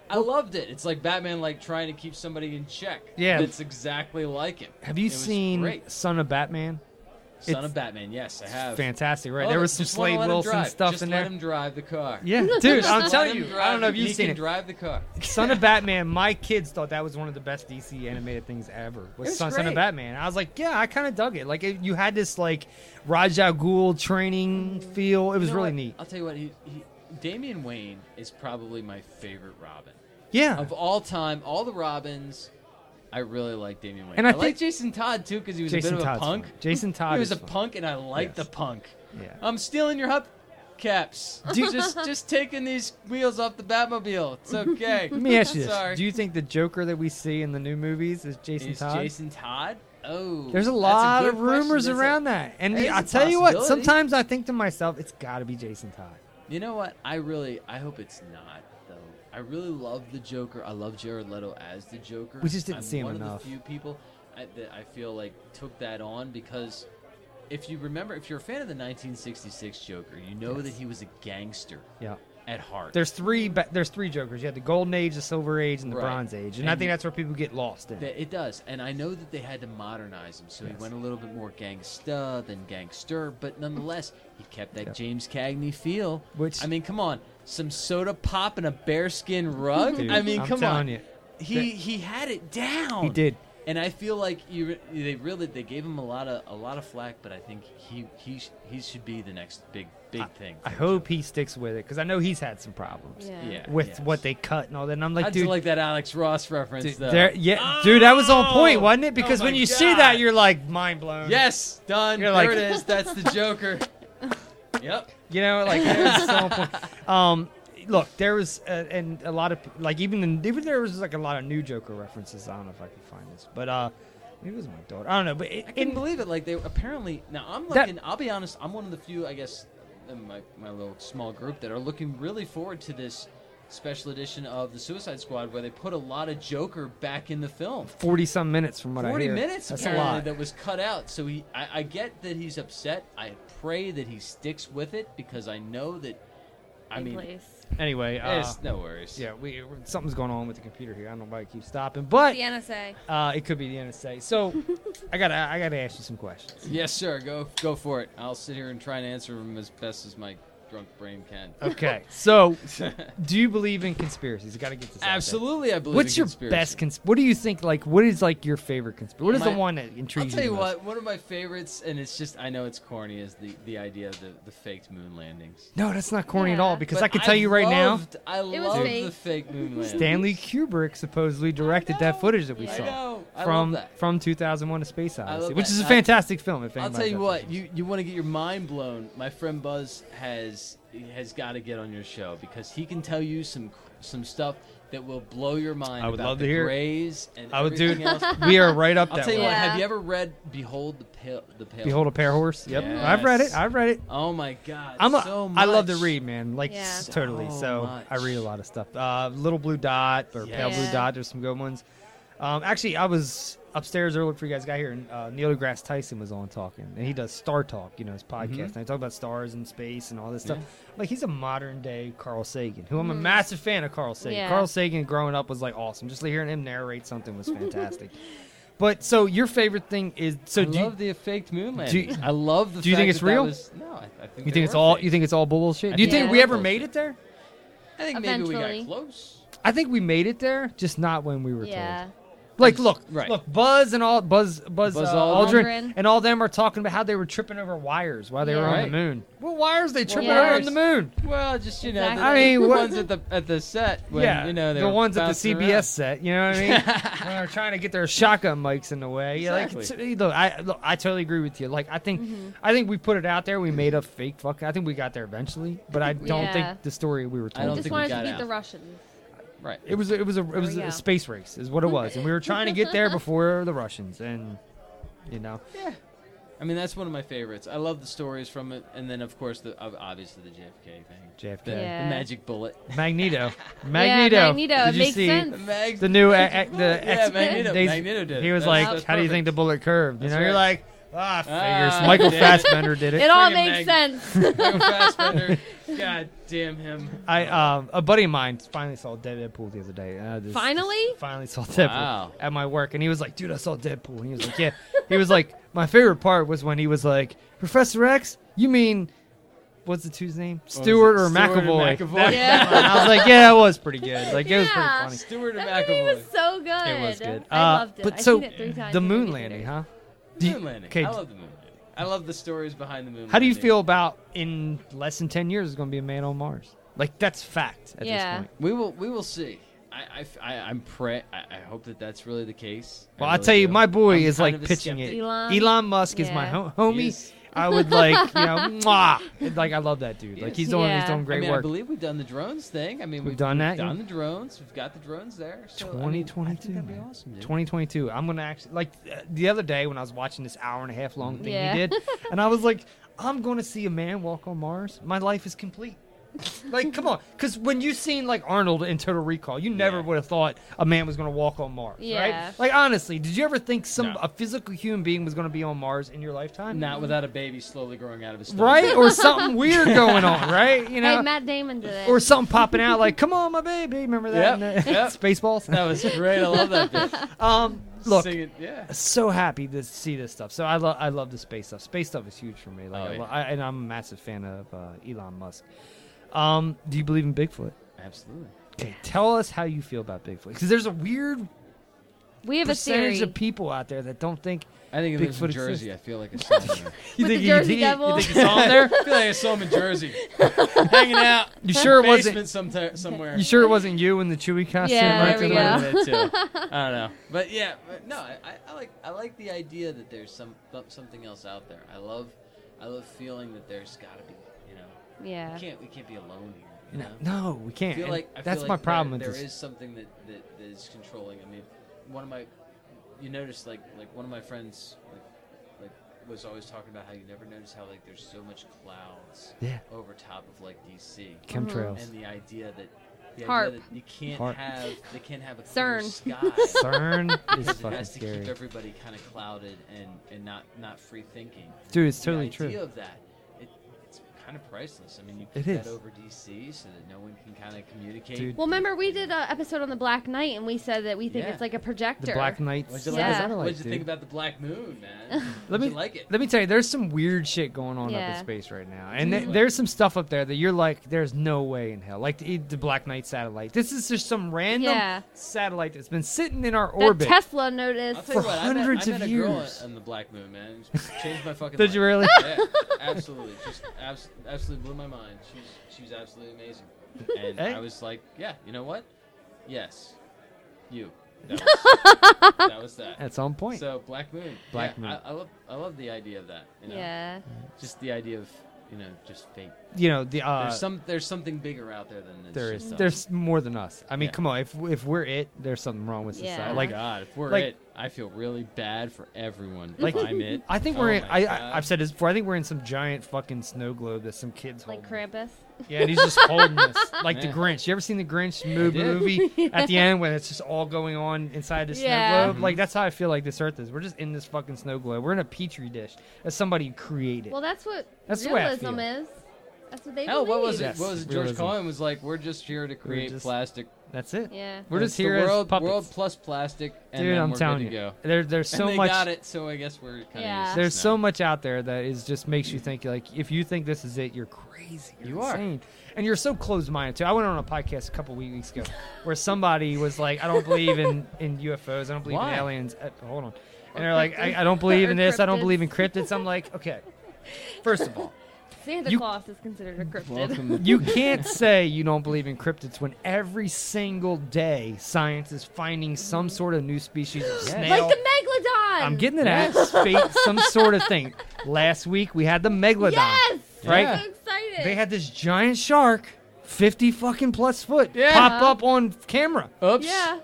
S10: I loved it. It's like Batman, like trying to keep somebody in check.
S8: Yeah.
S10: that's exactly like him.
S8: Have you
S10: It was
S8: seen
S10: great.
S8: Son of Batman?
S10: Son
S8: It's-
S10: of Batman? Yes, I have.
S8: fantastic, right?
S10: Love
S8: There
S10: it.
S8: was some
S10: Just wanna
S8: Slade
S10: let him
S8: Wilson
S10: drive.
S8: stuff
S10: Just
S8: in
S10: let
S8: there.
S10: him drive the car.
S8: <laughs> Yeah, dude,
S10: Just
S8: I'm
S10: <laughs> let
S8: telling
S10: him
S8: you, I
S10: drive
S8: don't know if
S10: the-
S8: you've
S10: he
S8: seen
S10: can
S8: it.
S10: Drive the car.
S8: Son
S10: <laughs>
S8: of Batman. My kids thought that was one of the best DC animated things ever. Was,
S10: It was
S8: Son, Son of
S10: great.
S8: Batman? I was like, yeah, I kind of dug it. Like it, you had this like Ra's al Ghul training feel. It was
S10: You know
S8: really
S10: what?
S8: neat.
S10: I'll tell you what, he, he, Damian Wayne is probably my favorite Robin.
S8: Yeah.
S10: Of all time, all the Robins, I really like Damian Wayne.
S8: And
S10: And
S8: I
S10: I, like
S8: think-
S10: Jason Todd too because he was
S8: Jason
S10: a bit
S8: Todd's
S10: of a punk.
S8: fun. Jason Todd
S10: <laughs> He was
S8: is
S10: a punk, and I like the punk.
S8: Yeah.
S10: I'm stealing your
S8: <laughs>
S10: hubcaps. <laughs>
S8: Do-
S10: just just taking these wheels off the Batmobile.
S8: <laughs>
S10: It's okay.
S8: Let me ask you this:
S10: <laughs> Sorry.
S8: Do you think the Joker that we see in the new movies is Jason
S10: is
S8: Todd?
S10: Jason Todd? Oh,
S8: There's a
S10: that's
S8: lot
S10: good
S8: of
S10: question.
S8: rumors
S10: That's a-
S8: around that, and
S10: That
S8: the-
S10: is
S8: I
S10: a
S8: tell you what,
S10: possibility.
S8: sometimes I think to myself, it's got to be Jason Todd.
S10: You know what? I really, I hope it's not though. I really love the Joker. I love Jared Leto as the Joker.
S8: We just didn't
S10: I'm
S8: see him
S10: one
S8: enough.
S10: of the few people I, that I feel like took that on because if you remember, if you're a fan of the 1966 Joker, you know that he was a gangster.
S8: Yeah.
S10: At heart.
S8: There's three. Ba- there's three Jokers. You had the Golden Age, the Silver Age, and the
S10: Right.
S8: Bronze Age, and, I
S10: And
S8: think that's where people get lost in.
S10: That- it does, and I know that they had to modernize him, so
S8: Yes.
S10: he went a little bit more gangsta than gangster, but nonetheless, he kept that
S8: Yeah.
S10: James Cagney feel.
S8: Which-
S10: I mean, come on, some soda pop and a bearskin rug.
S8: Dude,
S10: I mean,
S8: I'm
S10: come
S8: telling
S10: on,
S8: you.
S10: he
S8: That-
S10: he had it down.
S8: He did.
S10: and I feel like you re- they really they gave him a lot of a lot of flack, but I think he he sh- he should be the next big big thing.
S8: I hope he sticks with it because I know he's had some problems
S10: Yeah. Yeah,
S8: with
S10: yes.
S8: what they cut and all that. And I'm like,
S10: I do
S8: dude,
S10: like that Alex Ross reference
S8: dude,
S10: though.
S8: there- yeah, dude, that was on point,
S10: Oh!
S8: wasn't it?
S10: Oh
S8: Because when
S10: my
S8: you see
S10: God.
S8: that, you're like mind blown.
S10: Yes, done.
S8: You're
S10: there
S8: like-
S10: it is. That's the
S8: <laughs>
S10: Joker. yep.
S8: You know, like it was so
S10: <laughs>
S8: important. Um, look, there was uh, and a lot of like even in, even there was like a lot of new Joker references. I don't know if I can find this, but uh, maybe it was my daughter. I don't know, but it,
S10: I
S8: in-
S10: couldn't believe it. Like they apparently now I'm
S8: That-
S10: looking. I'll be honest. I'm one of the few, I guess, in my my little small group that are looking really forward to this special edition of the Suicide Squad, where they put a lot of Joker back in the film.
S8: forty some minutes from what I
S10: Forty
S8: hear.
S10: minutes
S8: That's a
S10: apparently
S8: lot.
S10: that was cut out. So he, I, I get that he's upset. I pray that he sticks with it because I know that. I
S9: Big
S10: mean,
S9: place.
S8: Anyway, uh,
S10: it's no worries.
S8: Yeah, we something's going on with the computer here. I don't know why it keeps stopping, but
S9: the NSA.
S8: uh, it could be the NSA.
S10: <laughs>
S8: So I gotta I gotta ask you some questions.
S10: Yes, sir. Go go for it. I'll sit here and try and answer them as best as my drunk brain can.
S8: Okay, <laughs> so
S10: <laughs>
S8: do you believe in conspiracies? I gotta get this. out there.
S10: Absolutely, I believe.
S8: What's
S10: in
S8: your
S10: conspiracy.
S8: best cons? What do you think? Like, what is like your favorite conspiracy? What is the
S10: My-
S8: one that intrigues you?
S10: I'll tell you
S8: the most?
S10: what, one of my favorites, and it's just I know it's corny, is the, the idea of the, the faked moon landings.
S8: No, that's not corny at
S10: Yeah.
S8: all because
S10: But
S8: I can tell
S10: I
S8: you right
S10: loved-
S8: now.
S10: I
S9: It was
S10: love
S9: fake.
S10: the fake moon landings.
S8: Stanley Kubrick supposedly directed that footage that we
S10: I
S8: saw
S10: know. I love
S8: from
S10: that.
S8: from 2001: A Space
S10: I love
S8: Odyssey, which
S10: that.
S8: is a
S10: I-
S8: fantastic film. If
S10: I'll
S8: anybody's
S10: tell you
S8: ever
S10: what, you, you want to get your mind blown. My friend Buzz has has got to get on your show because he can tell you some some stuff that will blow your mind.
S8: I would
S10: about
S8: love
S10: the
S8: to hear it.
S10: Grays and
S8: I would-
S10: everything
S8: dude, <laughs>
S10: else.
S8: we are right up
S10: I'll
S8: that
S10: tell you
S8: way.
S10: what. Have
S9: Yeah.
S10: you ever read Behold the Pale? The Pale.
S8: Behold a Pair Horse. Yep, I've read it.
S10: Yes.
S8: I've read it.
S10: Oh my God!
S8: I'm a,
S10: so
S8: I love to
S10: much.
S8: read, man. Like
S9: Yeah.
S8: s- totally.
S10: So
S8: So
S10: much.
S8: I read a lot of stuff. Uh, Little Blue Dot or Pale
S10: Yes.
S8: Blue
S9: Yeah.
S8: Dot. There's some good ones. Um, actually, I was upstairs earlier for you guys got here, and uh, Neil deGrasse Tyson was on talking, and he does Star Talk, you know, his podcast.
S10: Mhm.
S8: And they talk about stars and space and all this stuff.
S10: Yeah.
S8: Like he's a modern day Carl Sagan, who I'm a
S9: Mm-hmm.
S10: Mm.
S8: massive fan of Carl Sagan.
S10: Yeah.
S8: Carl Sagan growing up was like awesome. Just like hearing him narrate something
S9: <laughs>
S8: was fantastic. but so your favorite thing is so
S10: I
S8: do
S10: love the faked moon
S8: do
S10: landing.
S8: you-
S10: I love the.
S8: Do you think
S10: fact
S8: it's
S10: that that
S8: real?
S10: was- no, I, I think
S8: you
S10: they
S8: think it's
S10: were
S8: all
S10: faked.
S8: you think it's all bullshit.
S10: I
S8: Do you
S10: think
S8: think
S10: they
S8: we
S10: were
S8: ever
S10: bullshit.
S8: made it there?
S10: I think maybe we
S9: Eventually.
S10: got close.
S8: I think we made it there, just not when we were told.
S9: Yeah.
S8: Like, look,
S10: Right.
S8: look, Buzz and all Buzz, Buzz,
S10: Buzz
S8: uh,
S10: Aldrin.
S8: Aldrin, and all them are talking about how they were tripping over wires while they were
S10: Yeah.
S8: on the
S10: Right.
S8: moon. Well, why are they tripping
S10: wires.
S8: over on the moon?
S10: Well, just you know,
S8: Exactly.
S10: the,
S8: I mean,
S10: the
S8: what-
S10: ones at the at the set. When,
S8: yeah,
S10: you know, they
S8: the
S10: were
S8: ones at the
S10: bouncing
S8: CBS
S10: around.
S8: set. You know what I
S10: <laughs>
S8: mean? when they're trying to get their shotgun mics in the way. Yeah, like,
S10: Exactly.
S8: it's- look, I look, I totally agree with you. Like, I think,
S10: Mhm.
S8: I think we put it out there. We made a fake fuck. I think we got there eventually, but I don't
S9: Yeah.
S8: think the story we were told.
S9: I just wanted to beat the Russians.
S10: Right.
S8: It was it was a it was
S9: There we
S8: a
S9: go.
S8: space race is what it was, and we were trying to get
S9: <laughs>
S8: there before the Russians, and you know.
S10: Yeah. I mean, that's one of my favorites. I love the stories from it, and then of course the ob- obviously the JFK thing.
S8: JFK.
S10: the, the
S8: Yeah.
S10: magic bullet.
S9: <laughs>
S8: Magneto.
S10: Yeah,
S8: Magneto.
S9: Magneto,
S8: Did
S9: it
S8: you
S9: makes
S8: see
S9: sense.
S10: Mag- <laughs>
S8: The new a- a- the
S10: Yeah,
S8: X
S10: Magneto- Magneto did it.
S8: He was
S10: That's-
S8: like,
S10: that's
S8: "How do you think the bullet curved?" You
S10: That's
S8: know, you're
S10: right.
S8: like, "Ah,
S10: Ah,
S8: figures."
S10: <laughs>
S8: Michael
S10: did it.
S8: Fassbender did it.
S9: It all
S10: Friggin'
S9: makes
S10: Mag-
S9: sense.
S8: <laughs>
S10: Michael Fassbender. God damn him.
S8: I um, a buddy of mine finally saw Deadpool the other day. Uh, this-
S9: Finally?
S8: finally saw Deadpool
S10: Wow.
S8: at my work, and he was like, "Dude, I saw Deadpool." And he was like, "Yeah." he was like, <laughs> "My favorite part was when he was like, Professor X, you mean." What's the two's name?
S10: was
S8: Stewart
S10: it?
S8: or
S10: Stewart and
S8: McAvoy?
S10: McAvoy.
S8: That-
S10: Yeah.
S8: I was like, yeah, that was pretty good. Like, it was pretty
S9: Yeah.
S8: funny.
S10: <laughs> Stewart and
S9: That movie was so good.
S8: It was good.
S9: I
S8: Uh,
S9: loved it.
S8: But
S9: I've
S8: so
S9: seen it three times.
S8: the
S9: in
S8: moon
S9: movie
S8: landing,
S9: theater.
S8: huh? Do you-
S10: Moon landing.
S8: okay,
S10: I love the moon landing. I love the stories behind the moon.
S8: How do you
S10: landing.
S8: feel about in less than ten years there's going to be a man on Mars? Like that's fact at this point.
S10: We will. We will see. I, I, I am pray. I, I hope that that's really the case.
S8: Well,
S10: I
S8: I
S10: really
S8: tell you,
S10: do.
S8: my boy
S10: I'm
S8: is
S10: kind
S8: like
S10: of a
S8: pitching it.
S10: skeptic.
S9: Elon?
S8: Musk is my
S9: Yeah.
S8: ho- homie. I would like, you
S9: <laughs>
S8: know, mwah. like I love that dude.
S10: He
S8: Like
S10: is.
S8: he's doing he's
S9: Yeah.
S8: doing great
S10: I mean, I
S8: work.
S10: believe we've done the drones thing. I mean,
S8: We've done that,
S10: Done
S8: yeah.
S10: the drones. We've got the drones there. So, I mean, I
S8: Twenty
S10: think
S8: twenty two,
S10: that'd be awesome, dude.
S8: twenty twenty two. I'm gonna actually like uh, the other day when I was watching this hour and a half long thing
S9: Yeah.
S8: he
S9: <laughs>
S8: did, and I was like, I'm gonna see a man walk on Mars. My life is complete. like, come on, because when you seen like Arnold in Total Recall, you never would have thought a man was gonna walk on Mars,
S10: Yeah.
S8: right? Like, honestly, did you ever think some a physical human being was gonna be on Mars in your lifetime?
S10: Not without a baby slowly growing out of his stomach.
S8: right
S9: <laughs>
S8: or something weird going on, right? You know,
S9: Hey, Matt Damon did it.
S8: or something popping out like, "Come on, my baby." Remember that?
S10: Yep,
S8: in, uh,
S10: yep.
S8: <laughs> Spaceballs.
S10: <laughs> That was great. I love that bit.
S8: Um, <laughs> look,
S10: Singing- yeah.
S8: so happy to see this stuff. So I love, I love the space stuff. Space stuff is huge for me. Like,
S10: Oh,
S8: I
S10: yeah.
S8: lo- I, and I'm a massive fan of uh, Elon Musk. Um, do you believe in Bigfoot?
S10: Absolutely.
S8: Okay, tell us how you feel about Bigfoot, because there's a weird
S9: We have a
S8: percentage
S9: theory.
S8: of people out there that don't
S9: <laughs>
S8: think.
S10: I think it lives in
S8: Bigfoot
S10: Jersey. I
S8: exists.
S10: feel like I saw
S8: <laughs>
S10: him there.
S8: You think
S9: With the
S8: he
S9: Jersey
S8: did?
S9: Devil.
S8: You think you saw him
S9: <laughs>
S8: there?
S10: I feel like I saw him
S8: <laughs>
S10: in Jersey, hanging out.
S8: You sure it wasn't-
S10: basement sometime- somewhere.
S8: You sure it wasn't you in the Chewy costume?
S10: Yeah,
S8: right
S10: there
S8: to
S10: we
S8: the
S10: go.
S8: left? <laughs>
S10: I don't know. But yeah, but no, I, I- I like I like the idea that there's some th- something else out there. I love I love feeling that there's got to be, you know.
S9: Yeah.
S10: We can't we can't be alone here. You
S8: No,
S10: know?
S8: no, we can't.
S10: I feel
S8: And
S10: like I
S8: that's
S10: feel
S8: my
S10: like
S8: problem with
S10: There,
S8: this.
S10: there is something that, that, that is controlling. I mean, one of my you notice like like one of my friends like, like was always talking about how you never notice how like there's so much clouds
S8: Yeah.
S10: over top of like DC
S8: Chemtrails.
S10: and the idea that. The
S9: Harp.
S10: idea that you can't
S8: Harp.
S10: have they can't have a clear
S9: CERN.
S10: sky. <laughs>
S8: CERN is
S10: because <laughs> it
S8: fucking
S10: has to keep
S8: scary.
S10: everybody kind of clouded and, and not, not free thinking.
S8: Dude, it's
S10: The
S8: totally true.
S10: idea of that, it, it's kind of priceless. I mean, you
S8: It
S10: put that
S8: is.
S10: over DC so that no one can kind of communicate.
S8: Dude.
S9: Well, remember we did an episode on the Black Knight, and we said that we think
S10: Yeah.
S9: it's like a projector.
S8: The Black Knight.
S10: What'd you, like,
S9: Yeah.
S8: satellite,
S10: what'd you
S8: dude.
S10: think about the Black Moon, man?
S8: <laughs> Let
S10: What'd
S8: me
S10: you like it.
S8: Let me tell you, there's some weird shit going on up
S9: Yeah.
S8: in space right now, and
S10: Dude,
S8: th-
S10: like-
S8: there's some stuff up there that you're like, there's no way in hell. Like the, the Black Knight satellite. This is just some random
S9: Yeah.
S8: satellite that's been sitting in our
S9: That
S8: orbit.
S9: Tesla
S10: I'll
S9: noticed.
S10: tell you
S8: for
S10: what,
S8: hundreds
S10: I met,
S8: of
S10: I met a girl
S8: years.
S10: on- on the Black Moon,
S8: <laughs>
S10: man. Just Changed my fucking.
S8: Did you
S10: life.
S9: <laughs>
S8: really?
S10: Yeah, absolutely. Just abs- absolutely blew my mind. She was she was absolutely amazing, and
S8: Hey.
S10: I was like, yeah, you know what? Yes, you.
S8: <laughs>
S10: That was that. Was that.
S8: That's on point.
S10: So Black Moon.
S8: Black
S10: Yeah,
S8: Moon.
S10: I, I love I love the idea of that. You know?
S9: Yeah.
S10: Just the idea of you know just fate.
S8: you know the uh,
S10: there's some there's something bigger out there than this.
S8: there
S10: shit
S8: is
S10: stuff.
S8: there's more than us. I mean,
S10: Yeah.
S8: come on, if if we're it, there's something wrong with
S10: Yeah.
S8: society.
S10: Oh
S8: Like
S10: God, if we're
S8: like,
S10: it, I feel really bad for everyone.
S8: Like
S9: <laughs>
S10: if I'm it.
S8: I think
S10: Oh
S8: we're. In,
S10: my
S8: I,
S10: God.
S8: I I've said this before. I think we're in some giant fucking snow globe that some kids hold.
S9: Like Krampus.
S8: Yeah, and he's just holding
S9: <laughs>
S8: us like the
S10: Yeah.
S8: Grinch. You ever seen the Grinch mo-
S10: did.
S8: movie at the end when it's just all going on inside the
S9: Yeah.
S8: snow globe?
S9: Mhm.
S10: Mm-hmm.
S8: Like that's how I feel like this Earth is. We're just in this fucking snow globe. We're in a petri dish that somebody created.
S9: Well, that's what
S8: That's the way I
S9: realism is. That's what they
S10: Hell,
S9: believe.
S10: what was it?
S8: Yes,
S10: What was it? George
S8: realism.
S10: Collin was like, "We're just here to create
S8: just-
S10: plastic."
S8: That's it.
S9: Yeah.
S8: We're
S10: It's
S8: just
S10: the
S8: here as
S10: world,
S8: puppets.
S10: world plus plastic, and
S8: Dude,
S10: then
S8: I'm
S10: we're
S8: telling
S10: good
S8: you.
S10: to go.
S8: There- there's
S10: And
S8: so
S10: they
S8: much-
S10: got it, so I guess we're kind
S9: Yeah.
S10: of.
S8: There's so much out there that is just makes you think like if you think this is it, you're crazy. You're
S10: You are.
S8: insane. and you're so closed-minded too. I went on a podcast a couple weeks ago where somebody was like, "I don't believe in in UFOs. I don't believe
S10: Why?
S8: in aliens." Uh, hold on,
S10: Or
S8: and they're like,
S10: cryptids.
S8: I, "I don't believe in
S10: Or
S8: this. I
S10: <laughs>
S8: don't
S10: cryptids.
S8: believe in cryptids." I'm like, okay, first of all,
S9: Santa
S8: You-
S9: Claus is considered a cryptid.
S10: <laughs>
S8: you can't say you don't believe in cryptids when every single day science is finding some sort of new species of snail.
S9: <laughs> like the megalodon.
S8: I'm getting it at spate, some sort of
S10: <laughs>
S8: thing. Last week we had the megalodon,
S9: Yes!
S8: right?
S9: I'm so excited.
S8: They had this giant shark, fifty fucking plus foot,
S9: Yeah.
S8: pop up on camera.
S10: Oops.
S9: Yeah.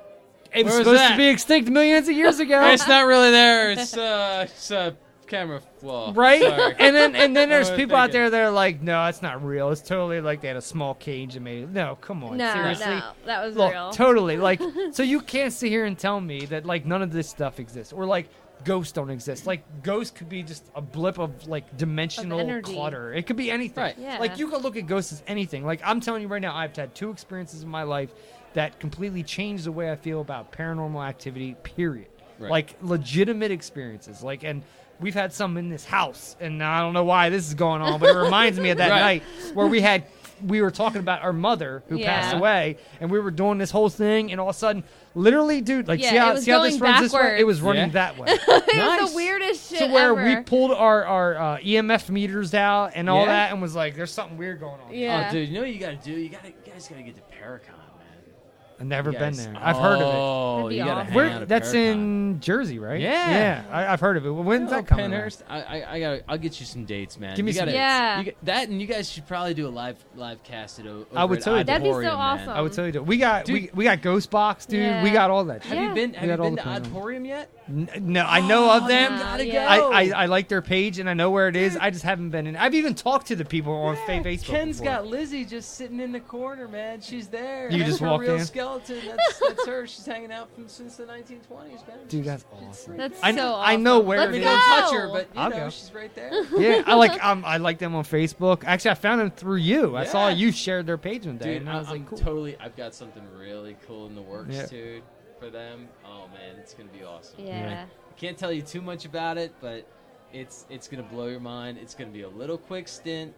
S8: It was
S10: Uh-huh. Where was
S8: supposed to
S10: that?
S8: be extinct millions of years ago.
S10: it's not
S9: <laughs>
S10: really there. It's uh, it's a camera flaw.
S8: <laughs> Right,
S10: Sorry.
S8: <laughs> and then and then
S10: I
S8: there's
S10: was
S8: people out
S10: thinking.
S8: there that are like, no, it's not real. It's totally like they had a small cage and made it. No, come on,
S9: No,
S8: seriously,
S9: no, that was
S8: Look,
S9: real.
S8: Totally,
S9: <laughs>
S8: like, so you can't sit here and tell me that like none of this stuff exists, or like ghosts don't exist. Like ghosts could be just a blip of like dimensional
S10: energy.
S8: clutter. It could be anything.
S10: Right. Yeah.
S8: Like you could look at ghosts as anything. Like I'm telling you right now, I've had two experiences in my life that completely changed the way I feel about paranormal activity. Period.
S10: Right.
S8: Like legitimate experiences. Like and. We've had some in this house, and I don't know why this is going on, but it reminds me of that
S10: <laughs> Right.
S8: night where we had we were talking about our mother who
S9: Yeah.
S8: passed away, and we were doing this whole thing, and all of a sudden, literally, dude, like see
S9: Yeah, it
S8: how,
S9: was
S8: see how this
S9: going
S8: runs this way? It was
S9: backwards.
S8: running
S10: Yeah.
S8: that way.
S9: <laughs> it was the weirdest shit
S8: to where
S9: ever.
S8: we pulled our our uh, EMF meters out and all
S10: Yeah.
S8: that, and was like, "There's something weird going on."
S9: Yeah.
S10: Oh, dude, you know what you gotta do? You gotta, you guys gotta get to Paracon, man.
S8: I've never
S10: You
S8: been
S10: guys-
S8: there. I've heard of
S10: Oh,
S9: That'd
S10: you
S9: be
S10: gotta
S9: awesome.
S8: it.
S10: hang out
S8: Where,
S10: at
S8: that's
S10: Paracon.
S8: in Jersey, right?
S10: Yeah.
S8: yeah. I, I've heard of it. Well, When's
S10: Oh,
S8: that coming? around?
S10: Pennhurst. I, I, I gotta, I'll get you some dates, man.
S8: Give me
S10: you
S8: some
S10: gotta,
S8: dates.
S9: Yeah.
S10: you get- that and you guys should probably do a live, live cast at. o- Over
S8: I would
S10: at
S8: tell you-
S9: That'd be so
S10: Oddporium, man.
S9: awesome.
S8: I would tell you. Dude. We got we,
S10: Dude.
S8: we got Ghost Box, dude. We
S9: Yeah.
S8: got all that.
S10: Have
S8: shit.
S9: Yeah.
S10: you been?
S8: We
S10: Have
S8: got
S10: you
S8: all
S10: been
S8: the
S10: to
S8: paranormal.
S10: Oddporium yet?
S8: N- No, I know of them.
S9: Oh, you gotta
S8: I,
S9: go.
S8: I, I like their page and I know where it is. I just haven't been in. I've even talked to the people on fa-
S10: Yeah,
S8: Facebook.
S10: Ken's
S8: before.
S10: got Lizzie just sitting in the corner, man. She's there.
S8: You
S10: that's
S8: just
S10: her
S8: walked
S10: real
S8: in?
S10: skeleton. That's, that's her. She's hanging out from since the 1920s, man.
S8: Dude, that's
S10: <laughs>
S8: awesome.
S9: That's
S8: I,
S9: so
S8: I know
S9: awesome.
S8: where
S10: I
S9: Let's
S8: it
S10: mean,
S8: is.
S9: go.
S10: don't touch her, but you
S8: I'll
S10: know
S8: go.
S10: she's
S9: <laughs>
S10: right there.
S8: Yeah, I like um, I like them on Facebook. Actually, I found them through you. I saw
S10: Yeah.
S8: you shared their page one day,
S10: Dude,
S8: and I
S10: I
S8: was
S10: I'm
S8: like, cool.
S10: totally. I've got something really cool in the works,
S8: Yeah.
S10: dude, for them. Oh man, it's gonna be awesome.
S9: Yeah.
S10: I can't tell you too much about it, but it's it's gonna blow your mind. It's gonna be a little quick stint,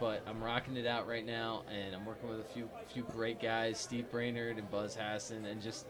S10: but I'm rocking it out right now, and I'm working with a few few great guys, Steve Brainerd and Buzz Hassan, and just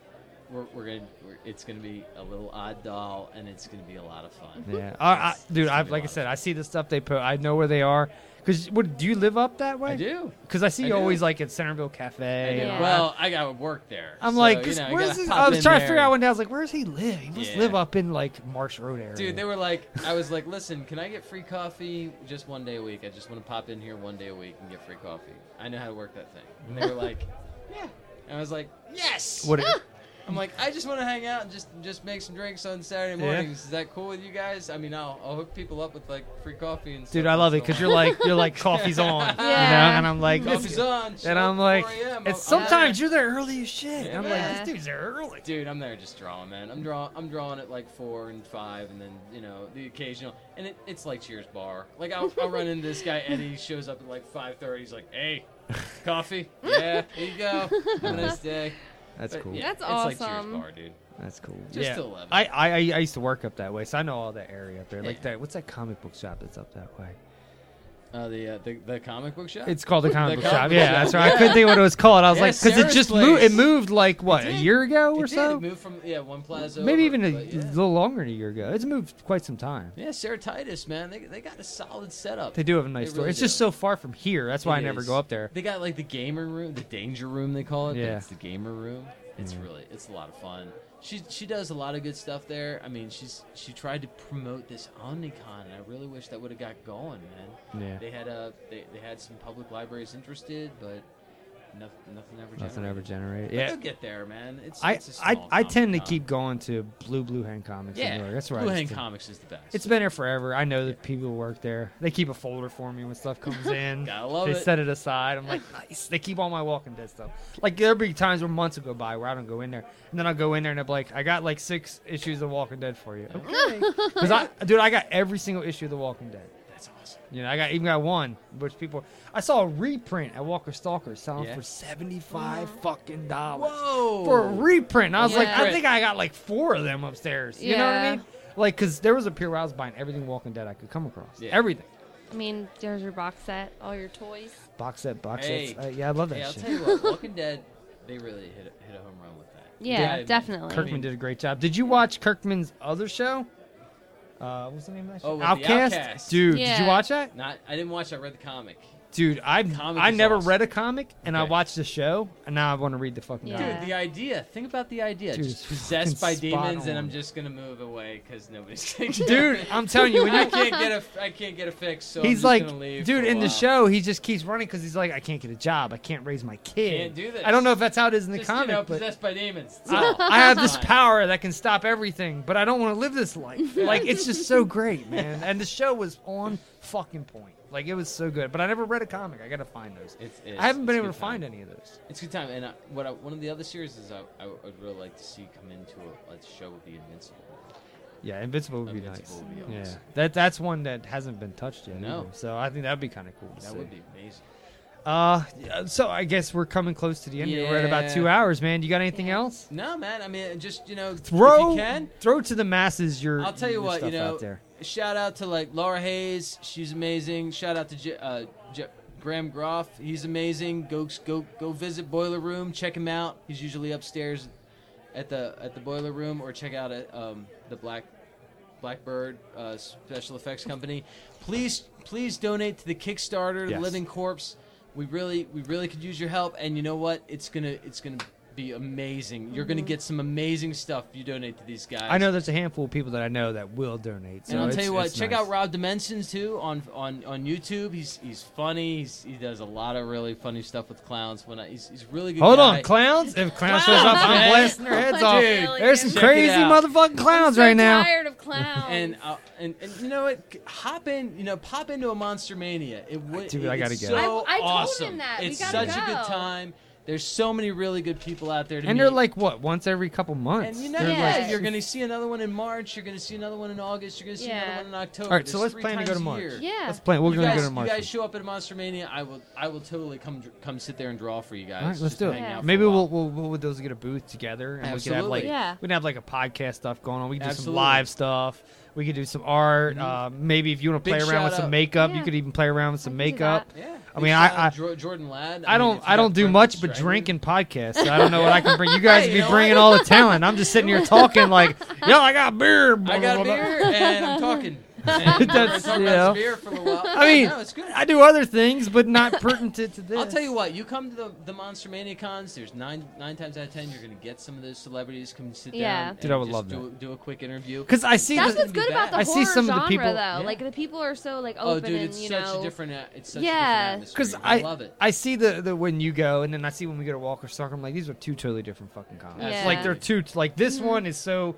S10: we're, we're gonna we're, it's gonna be a little odd doll, and it's gonna be a lot of fun.
S8: yeah, I, I,
S10: It's-
S8: dude,
S10: it's gonna
S8: I
S10: be a
S8: like I
S10: lot of
S8: said, I see the stuff they put. I know where they are. Cause what do you live up that way?
S10: I do.
S8: Cause I see
S10: I
S8: you
S10: do.
S8: always like at Centerville Cafe. and
S9: Yeah.
S8: all that.
S10: Well, I gotta work there.
S8: I'm
S10: so,
S8: like,
S10: you know, you
S8: where's
S10: gotta
S8: this?
S10: pop
S8: I was
S10: in
S8: trying to figure
S10: there.
S8: out one day. I was like, where's he live? He must
S10: Yeah.
S8: live up in like Marsh Road area.
S10: Dude, they were like, I was like, listen, can I get free coffee just one day a week? I just want to pop in here one day a week and get free coffee. I know how to work that thing. And they were like,
S8: <laughs>
S10: yeah. And I was like, yes.
S8: What? it-
S10: I'm like, I just want to hang out and just just make some drinks on Saturday
S8: Yeah.
S10: mornings. Is that cool with you guys? I mean, I'll, I'll hook people up with like free coffee and stuff.
S8: Dude, I love it
S10: and so
S8: because you're
S10: on.
S8: like you're like coffee's on, you know,
S9: <laughs> Yeah.
S8: and I'm like
S10: coffee's on.
S8: <laughs> and I'm like,
S10: 4 a.m.,
S8: and
S10: I'm-
S8: sometimes you're there early as shit. And I'm
S9: Yeah.
S8: like, this dude's there early.
S10: Dude, I'm there just drawing, man. I'm drawing. I'm drawing at like four and five, and then you know the occasional. And it, it's like Cheers bar. Like I'll, I'll run into
S9: <laughs>
S10: this guy Eddie. he Shows up at like five thirty. He's like, "Hey, coffee? Yeah, here you go. Have a nice day."
S8: That's
S10: But
S8: cool.
S10: yeah,
S9: That's
S10: It's like
S9: awesome.
S10: Cheers bar, dude.
S8: That's cool.
S10: Just
S8: yeah.
S10: to eleven.
S8: I, I I I used to work up that way, so I know all that area up there. Like
S10: Yeah.
S8: that, what's that comic book shop that's up that way?
S10: Uh, the, uh, the the comic book shop.
S8: It's called the comic
S10: The
S8: book
S10: comic
S8: shop.
S10: book
S8: Yeah,
S10: shop.
S8: that's right. I
S10: Yeah.
S8: couldn't think of what it was called. I was
S10: Yeah,
S8: like, because it
S10: Sarah's
S8: just moved. It
S10: place.
S8: moved like what a
S10: did.
S8: year ago
S10: It
S8: or
S10: did.
S8: so.
S10: It moved from yeah one plaza.
S8: Maybe
S10: over,
S8: even a
S10: but yeah.
S8: little longer than a year ago. It's moved quite some time.
S10: Yeah, Ceratitis, man. They, they got a solid setup.
S8: They do have a
S10: They
S8: nice store.
S10: really
S8: it's just
S10: do.
S8: so far from here. That's why
S10: It
S8: I never
S10: is.
S8: go up there.
S10: They got like the gamer room, the danger room they call it. but
S8: Yeah. Mm.
S10: It's the gamer room. It's really it's a lot of fun. she she does a lot of good stuff there. I mean, she's she tried to promote this Omnicon, and I really wish that would have got going, man.
S8: Yeah.
S10: They had a they, they had some public libraries interested, but nothing nothing ever.
S8: Nothing
S10: generated.
S8: ever generated.
S10: But
S8: Yeah.
S10: they'll get there, man. It's
S8: I,
S10: it's a
S8: I,
S10: small
S8: I tend to
S10: Comic-Con.
S8: keep going to Blue Blue Hand Comics. in
S10: Yeah,
S8: New York. that's right.
S10: Blue Hen Comics is the best.
S8: It's been there forever. I know that people who work there. They keep a folder for me when stuff
S10: <laughs>
S8: comes in.
S10: Gotta love
S8: they
S10: it.
S8: set it aside. I'm like, nice. They keep all my Walking Dead stuff. Like there'll be times where months will go by where I don't go in there, and then I'll go in there and they'll be like, I got like six issues of Walking Dead for you. <laughs> Okay. Because I, dude, I got every single issue of The Walking Dead.
S10: That's awesome.
S8: You know, I got even got one, which people. I saw a reprint at Walker Stalker selling
S10: Yeah.
S8: for seventy five fucking dollars.
S10: Whoa!
S8: For a reprint, and I was like, I
S10: Yeah.
S8: think I got like four of them upstairs. You know what I
S9: Yeah.
S8: mean? Like, cause there was a period where I was buying everything Walking Dead I could come across. Everything,
S9: I mean, there's your box set, all your toys.
S8: box set, box
S10: Hey,
S8: sets. Uh, yeah, I love that
S10: hey, I'll
S8: shit.
S10: tell you what, Walking Dead, they really hit a, hit a home run with that.
S9: Yeah, definitely.
S8: Kirkman did a great job. Did you watch Kirkman's other show? Uh, what's the name of that show?
S10: Oh, with the
S8: Outcast?
S10: Outcast.
S8: Dude, did you watch that?
S10: Not, I didn't watch. it, I read the comic.
S8: Dude, I
S10: Comic
S8: I
S10: is
S8: never
S10: awesome.
S8: read a comic, and I
S10: Okay.
S8: watched the show, and now I want to read the fucking. comic.
S10: Dude, the idea. Think about the idea.
S8: Dude,
S10: just
S8: it's
S10: possessed by
S8: fucking spot
S10: demons, and
S8: on.
S10: I'm just gonna move away because nobody's
S8: <laughs>
S10: taking.
S8: Dude, I'm telling you, when you-
S10: <laughs> I can't get a, I can't get a fix. So I'm
S8: he's
S10: just
S8: like,
S10: gonna leave
S8: dude,
S10: for a
S8: in the
S10: while.
S8: show, he just keeps running because he's like, I can't get a job. I can't raise my kid.
S10: Can't do this.
S8: I don't know if that's how it is in the
S10: Just,
S8: comic,
S10: you know,
S8: but
S10: possessed by demons. That's
S8: I, <laughs>
S10: all. <laughs>
S8: I have this
S10: Fine.
S8: power that can stop everything, but I don't want to live this
S10: <laughs>
S8: life. Like, it's just so great, man. And the show was on fucking point. Like, it was so good. But I never read a comic. I got to find those.
S10: It's, it's,
S8: I haven't been
S10: it's
S8: able to
S10: good time.
S8: find any of those.
S10: It's a good time, and I, what I, one of the other series is I, I would really like to see come into a, a show with the Invincible.
S8: Yeah, Invincible would be
S10: Invincible
S8: nice.
S10: would be
S8: yeah,
S10: awesome.
S8: that that's one that hasn't been touched yet.
S10: No.
S8: either. so I think that'd be kind of cool. To
S10: That
S8: see.
S10: would be amazing.
S8: Uh, yeah, so I guess we're coming close to the end. We're at about
S10: Yeah.
S8: two hours, man. You got anything else?
S10: No, man. I mean, just you know,
S8: throw
S10: if you can,
S8: throw to the masses your
S10: I'll tell you
S8: your
S10: what,
S8: stuff
S10: you know,
S8: out there.
S10: shout out to like Laura Hayes, she's amazing. Shout out to Je- uh, Je- Graham Groff, he's amazing. Go go go visit Boiler Room, check him out. He's usually upstairs at the at the Boiler Room, or check out at, um, the Black Blackbird uh, Special Effects Company. Please please donate to the Kickstarter,
S8: Yes.
S10: the Living Corpse. We really we really could use your help, and you know what? It's gonna it's gonna be amazing. You're gonna
S8: Mhm.
S10: get some amazing stuff if you donate to these guys.
S8: I know there's a handful of people that I know that will donate. So
S10: and I'll
S8: it's-
S10: tell you what,
S8: it's
S10: check
S8: nice.
S10: out Rob Dimensions too on on on YouTube. He's he's funny. He's, he does a lot of really funny stuff with clowns. When I, he's he's a really good.
S8: Hold
S10: guy.
S8: on, clowns! If clowns shows up, I'm
S10: man.
S8: blasting their heads off.
S10: Dude,
S8: There's some
S10: check it
S8: crazy
S10: out.
S8: motherfucking clowns right now.
S9: of clowns.
S10: And, uh, and and you know what? Hop in, you know, pop into a Monster Mania. It would.
S8: Dude, I gotta
S10: it's
S8: go.
S10: So
S8: I- I
S9: told him
S10: awesome.
S9: that. We
S10: It's
S9: gotta
S10: such a
S9: go.
S10: good time. There's so many really good people out there. To
S8: And they're
S10: meet.
S8: like what once every couple months.
S10: And you know,
S8: They're
S10: yeah,
S8: like-
S10: you're going to see another one in March. You're going to see another one in August. You're going to see
S9: Yeah.
S10: another one in October.
S8: All right, so let's
S10: There's three
S8: plan to go
S10: times
S8: to
S10: a
S8: March.
S10: year.
S9: Yeah.
S8: Let's plan- we're
S10: You
S8: gonna go
S10: guys-
S8: to March.
S10: You guys show up at Monster Mania. I will. I will totally come. dr- Come sit there and draw for you guys.
S8: All right, let's
S10: Just
S8: do it.
S10: hang out for
S8: Maybe
S10: a while.
S8: we'll, we'll we'll those get a booth together, and we could have like
S10: Absolutely. Yeah.
S8: we can have like a podcast stuff going on. We can do some
S10: Absolutely. Mm-hmm.
S8: live stuff. We could do some art. Uh, maybe if you want to
S10: Big
S8: play around with
S10: shout
S8: some
S10: out.
S8: makeup, you
S10: Yeah.
S8: could even play around with some makeup.
S10: Yeah.
S8: I
S10: Big
S8: mean, I,
S10: shout
S8: I
S10: out Jor- Jordan Ladd.
S8: I don't. I, don't do much but drink and podcasts. So I don't know what I can
S10: <laughs>
S8: bring. You guys
S10: Hey, you
S8: be
S10: know
S8: bringing
S10: what?
S8: all the talent. I'm just sitting
S10: <laughs>
S8: here talking like, yo, I got beer.
S10: I got a beer
S8: <laughs>
S10: and I'm talking. And
S8: That's-
S10: we're gonna talk
S8: yeah.
S10: about beer for a little
S8: <laughs>
S10: while.
S8: I mean,
S10: no, it's good.
S8: I do other things, but not pertinent to this.
S10: I'll tell you what. You come to the, the Monster Mania cons. There's nine nine times out of ten, you're gonna get some of those celebrities come sit
S9: Yeah.
S10: down.
S8: Dude, I
S10: and
S8: would
S10: just
S8: love
S10: do, do a quick interview.
S8: 'Cause I see
S9: That's
S8: the-
S9: what's good about the
S8: I see
S9: horror
S8: some of
S9: genre,
S8: the people-
S9: though.
S8: Yeah.
S9: Like the people are so like
S10: Oh,
S9: open
S10: dude,
S9: and
S10: it's
S9: you
S10: such a
S9: know.
S10: different at- it's such a different
S9: yeah.
S10: atmosphere.
S8: Because
S10: I
S8: I
S10: love it.
S8: I see the, the when you go and then I see when we go to Walker Soccer, I'm like these are two totally different fucking comics.
S9: Yeah.
S8: Like they're two like this
S10: Mm-hmm.
S8: one is so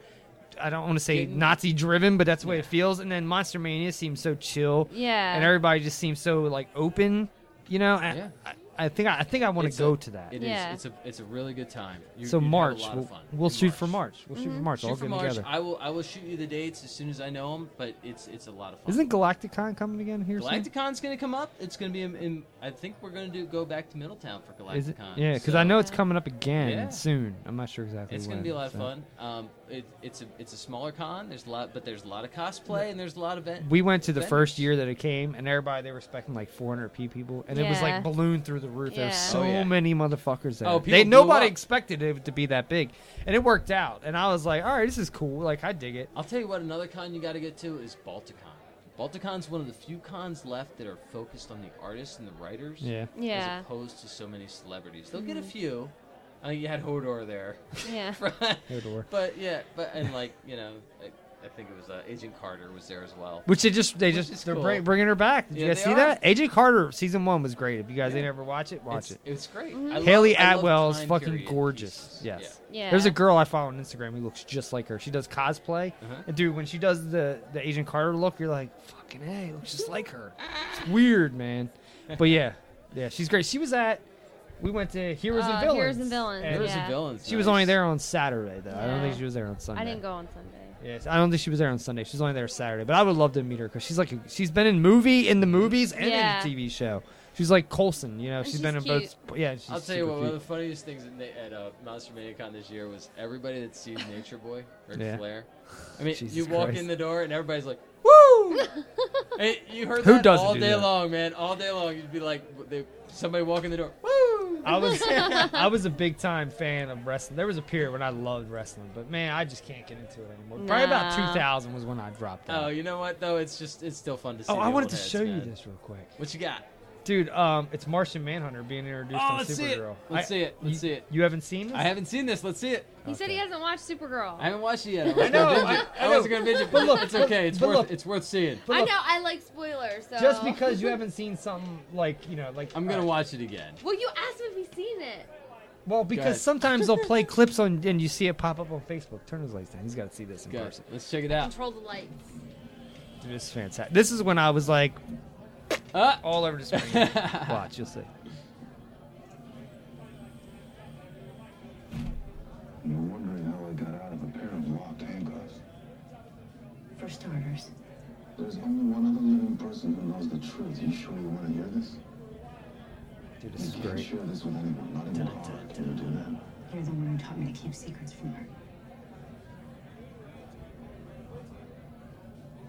S8: I don't want to say Nazi driven, but that's the way it feels. And then Monster Mania seems so chill.
S9: Yeah.
S8: And everybody just seems so like open. You know. And I, I think I, I think I want
S10: It's
S8: to
S10: a-
S8: go to that.
S10: It is.
S9: Yeah.
S10: It's a it's a really good time. You,
S8: so
S10: you'd have
S8: March,
S10: a lot
S8: we'll,
S10: of fun. Mm-hmm.
S8: we'll shoot for March. We'll shoot for March.
S10: Shoot
S8: all
S10: for
S8: getting
S10: March.
S8: together.
S10: I will I will shoot you the dates as soon as I know them. But it's it's a lot of fun.
S8: Isn't Galacticon coming again here? soon?
S10: Galacticon's going to come up. It's going to be in, in. I think we're going to do go back to Middletown for
S8: Is it?
S10: Galacticon.
S8: Yeah, because
S10: so
S8: I know it's coming up again
S10: Yeah.
S8: soon. I'm not sure exactly.
S10: It's
S8: when,
S10: going to be a lot of
S8: so.
S10: fun. Um, it, it's a it's a smaller con. There's a lot, but there's a lot of cosplay and there's a lot of event.
S8: we went to the
S10: event-
S8: first year that it came, and everybody they were expecting like 400 p people, and it was
S10: Yeah.
S8: like ballooned through the roof. There were
S10: Yeah.
S8: so
S10: Oh, yeah.
S8: many motherfuckers there.
S10: Oh, people
S8: they
S10: blew
S8: nobody
S10: up.
S8: expected it to be that big, and it worked out. And I was like, all right, this is cool. Like I dig it.
S10: I'll tell you what. Another con you got to get to is Balticon. Balticon's one of the few cons left that are focused on the artists and the writers.
S8: Yeah.
S9: Yeah. Mm.
S10: As opposed to so many celebrities, they'll get a few, I think you had
S8: <laughs>
S10: Hodor there.
S9: Yeah.
S10: Hodor. But yeah, but and like you know, I, I think it was uh, Agent Carter was there as well.
S8: Which they just they
S10: Which
S8: just
S10: is
S8: they're
S10: cool.
S8: bring, bringing her back. Did
S10: Yeah,
S8: you guys
S10: they
S8: see
S10: are.
S8: that? Agent Carter season one was great. If you guys
S10: Yeah.
S8: ain't ever watch it, watch
S10: It's-
S8: it.
S10: it's great. I
S9: Mm.
S10: love-
S8: Haley
S10: I love
S8: Atwell is
S10: time
S8: fucking
S10: period
S8: gorgeous. Yes.
S9: Yeah.
S8: There's a girl I follow on Instagram who looks just like her. She does cosplay,
S10: Uh-huh.
S8: and dude, when she does the the Agent Carter look, you're like, fucking a, looks
S10: <laughs>
S8: just like her. It's weird, man. But yeah, yeah, she's great. She was at. We went to Heroes
S9: Uh,
S8: and Villains.
S9: Heroes and Villains, Heroes and yeah. Villains,
S8: She was
S10: nice.
S8: only there on Saturday though. I don't think
S9: Yeah.
S8: she was there on Sunday.
S9: I didn't go on Sunday.
S8: Yes, I don't think she was there on Sunday. She's only there Saturday. But I would love to meet her because she's like she's been in movie in the movies and
S9: Yeah.
S8: in the TV show. She's like Colson, you know.
S10: And
S8: she's been in
S10: cute.
S8: both. Yeah, she's
S10: I'll tell you
S8: super
S10: what. One
S8: cute.
S10: of the funniest things at, Na- at uh, Monster ManiaCon this year was everybody that sees Nature Boy, Ric
S8: Yeah.
S10: Flair. I mean,
S8: Jesus
S10: you walk
S8: Christ.
S10: in the door and everybody's like, "Woo!" And you
S8: <laughs>
S10: heard
S8: Who
S10: that
S8: doesn't
S10: all
S8: do
S10: day
S8: that?
S10: long, man. All day long, you'd be like, w- they, somebody walk in the door, "Woo!"
S8: I
S10: <laughs>
S8: was I was a big time fan of wrestling. There was a period when I loved wrestling, but man, I just can't get into it anymore. Probably about
S10: Nah.
S8: 2000 was when I dropped out.
S10: Oh, you know what though? It's just it's still fun to see.
S8: oh,
S10: the
S8: I wanted
S10: old
S8: to
S10: heads,
S8: show you
S10: man.
S8: this real quick.
S10: What you got?
S8: Dude, um, it's Martian Manhunter being introduced
S10: Oh,
S8: on
S10: let's see it.
S8: Supergirl.
S10: Let's
S8: I-
S10: see it. Let's
S8: you-
S10: see it.
S8: You haven't seen this?
S10: I haven't seen this. Let's see it.
S9: He said he hasn't watched Supergirl.
S10: I haven't watched it yet.
S8: <laughs> I
S10: I, was
S8: know,
S10: Gonna binge
S8: I-
S10: it.
S8: I
S10: I was
S8: know.
S10: gonna binge it,
S8: But
S10: but
S8: look,
S10: it's okay. It's
S8: but
S10: worth
S8: look.
S10: it's worth seeing.
S9: I know. I like spoilers. So.
S8: Just because
S10: <laughs>
S8: you haven't seen something like you know, like uh,
S10: I'm gonna watch it again.
S9: Well, you asked him if he's seen it.
S8: Well,
S10: ahead.
S8: because sometimes they'll play clips on, and you see it pop up on Facebook. Turn his lights down. He's got to see this in
S10: Go ahead.
S8: person.
S10: Let's check it out.
S9: Control the lights.
S8: Dude, this is fantastic. This is when I was like,
S10: Ah.
S8: all over the
S10: <laughs>
S8: screen. Watch, you'll see.
S11: You're wondering how I got out of a pair of locked handcuffs.
S13: For starters,
S11: There's only one other living person who knows the truth. You sure you want to hear this?
S8: Dude,
S11: this you is can't share this with anyone, not even Clara. Can you do that?
S13: you're the one who taught me to keep secrets from her.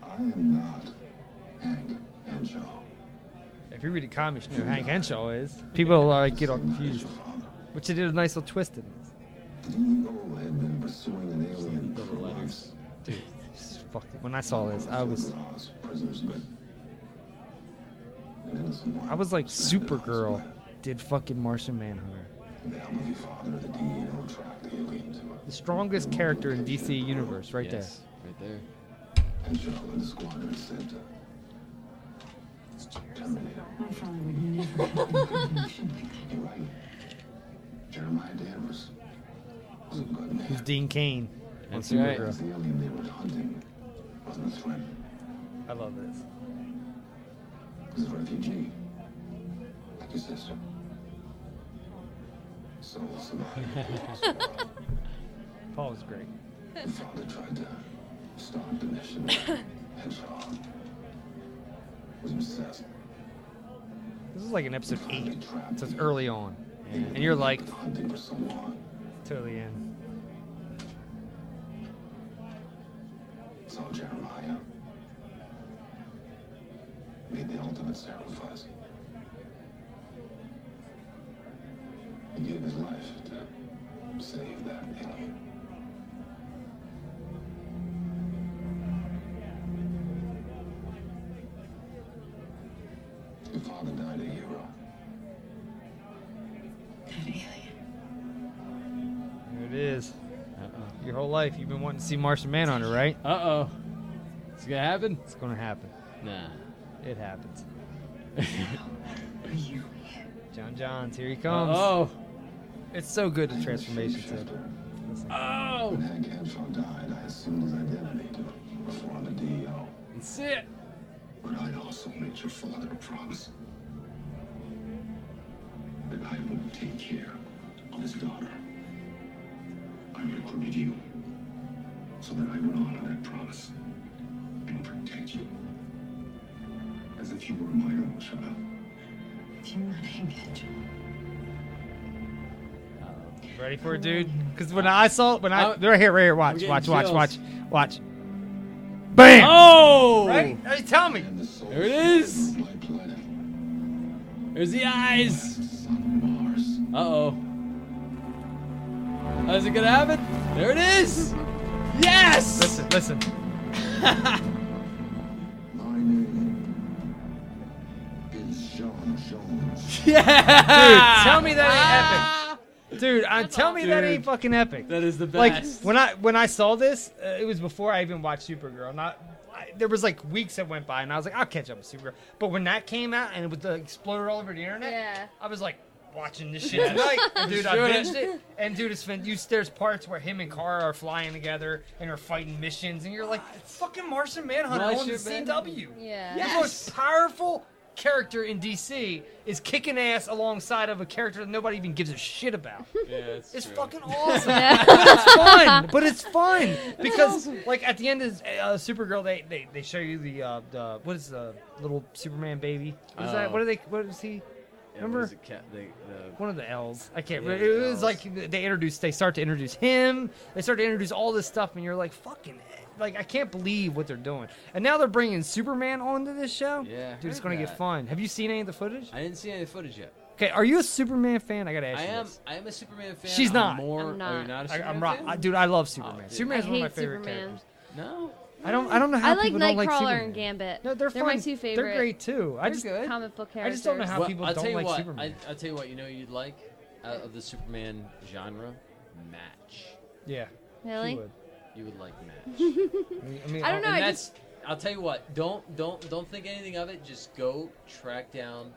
S11: I am not Hank Henshaw.
S8: If you read the comics, you know who Hank Henshaw is. People uh, get all confused, which they did a nice little twist in this.
S11: DEO had been pursuing an alien for months.
S8: Dude, this is fucking- when I saw this, I was,
S11: Laws, prisoners, but an innocent one.
S8: I was like, Supergirl did fucking Martian Manhunter,
S11: With the help of your father, the DEO tracked the alien to her.
S8: the strongest character in DC universe, right
S10: Yes, right there.
S11: Henshaw and the squadron sent her. Terminator.
S13: My father would
S11: <laughs>
S13: never have a connection like that.
S11: You're right. Jeremiah Danvers was a good
S8: there.
S11: man.
S8: Who's Dean Kane? on
S10: That's right.
S8: Supergirl.
S11: The alien they were hunting wasn't a threat.
S8: I love this.
S11: It was a refugee. Like your sister. So survived.
S8: Paul was great.
S11: the father tried to stop the mission. Henshaw was obsessed.
S8: This is like an episode eight, so it's early on,
S10: Yeah.
S8: and you're like
S11: Been hunting for so long.
S8: totally in.
S11: Saw Jeremiah. Made the ultimate sacrifice. He gave his life to save that alien. Your father died a hero.
S13: That alien.
S8: There it is. Your whole life you've been wanting to see Martian Manhunter, right?
S10: Uh oh. It's gonna happen?
S8: It's gonna happen.
S10: Nah.
S8: It
S10: <laughs>
S8: happens.
S13: Are you
S8: John Johns, here he comes.
S10: Oh.
S8: It's so good the transformation tip.
S10: Oh.
S11: When Hank Henshaw died, I assumed his identity to reform the DEO.
S10: That's it.
S11: But I also made your father a promise that I would take care of his daughter. I recruited you so that I would honor that promise and protect you as if you were my own child.
S13: If you're not Hank Angel,
S8: Ready for it, dude? Because when I saw, when I, they're right here, right here. Watch,
S10: getting
S8: watch, watch,
S10: chills.
S8: watch, watch. Bam!
S10: Oh!
S8: Right? Hey, tell me.
S11: And the soul
S10: There it is.
S11: of my planet,
S10: There's the eyes.
S11: son of Mars.
S10: Uh oh. How's it gonna happen? There it is. Yes.
S8: Listen, listen.
S11: My name is Sean Jones.
S10: Yeah.
S8: Dude, tell me that ain't epic. Dude, uh, tell me that
S10: Ah! Dude,
S8: ain't fucking epic. That
S10: is the best.
S8: Like when I when I saw this, uh, it was before I even watched Supergirl. Not I, there was like weeks that went by, and I was like, I'll catch up with Supergirl. But when that came out and it was uh, exploded all over the internet, I was like watching this shit tonight. And, dude, I
S13: Sure.
S8: binged it. And dude, it's fin- you, there's parts where him and Kara are flying together and are fighting missions, and you're like, fucking Martian Manhunter
S13: Martian
S8: on the CW.
S13: Manhunter. Yeah.
S8: The most powerful character in DC is kicking ass alongside of a character that nobody even gives a shit about.
S10: Yeah, it's,
S8: It's
S10: true.
S8: fucking
S9: <laughs>
S8: awesome. but it's fun. But it's fun because, like, at the end of uh, Supergirl, they, they they show you the uh, the what is the little Superman baby? What is that?
S10: Oh.
S8: What are they? What is he? Remember?
S10: was a cat- the- the-
S8: One of the L's. I can't.
S10: Yeah,
S8: remember. it
S10: the
S8: was like they introduce. They start to introduce him. They start to introduce all this stuff, and you're like, fucking. Like I can't believe what they're doing, and now they're bringing Superman onto this show.
S10: Yeah, I
S8: dude, it's
S10: heard
S8: gonna get
S10: that.
S8: fun. Have you seen any of the footage?
S10: I didn't see any footage yet.
S8: Okay, are you a Superman fan? I gotta ask
S10: I
S8: you
S10: am.
S8: this.
S10: I am a Superman fan.
S8: She's
S10: I'm
S8: not.
S10: More,
S8: I'm
S10: Are you not
S8: I,
S10: a Superman
S8: am wrong.
S10: fan? Oh,
S8: I, dude, I love Superman.
S10: dude.
S8: Superman's
S9: I
S8: one of my
S9: hate
S8: favorite
S9: Superman.
S8: characters.
S10: No.
S8: I don't. I don't know how
S9: I like
S8: people don't like
S9: Nightcrawler
S8: Superman.
S9: and Gambit.
S8: No, they're,
S9: they're
S8: fun.
S9: my two favorite.
S8: They're great too. I
S9: They're
S8: just
S9: good. comic book
S8: I just don't know
S9: characters.
S8: how
S10: Well,
S8: people
S10: I'll
S8: don't
S10: tell you
S8: like
S10: what,
S8: Superman.
S10: I, I'll tell you what. You know, you'd like out of the Superman genre, match.
S8: yeah.
S9: Really?
S8: would.
S10: You would like match.
S8: I, mean,
S9: I don't know.
S10: And
S9: I
S10: that's,
S9: just
S10: I'll tell you what. Don't don't don't think anything of it. Just go track down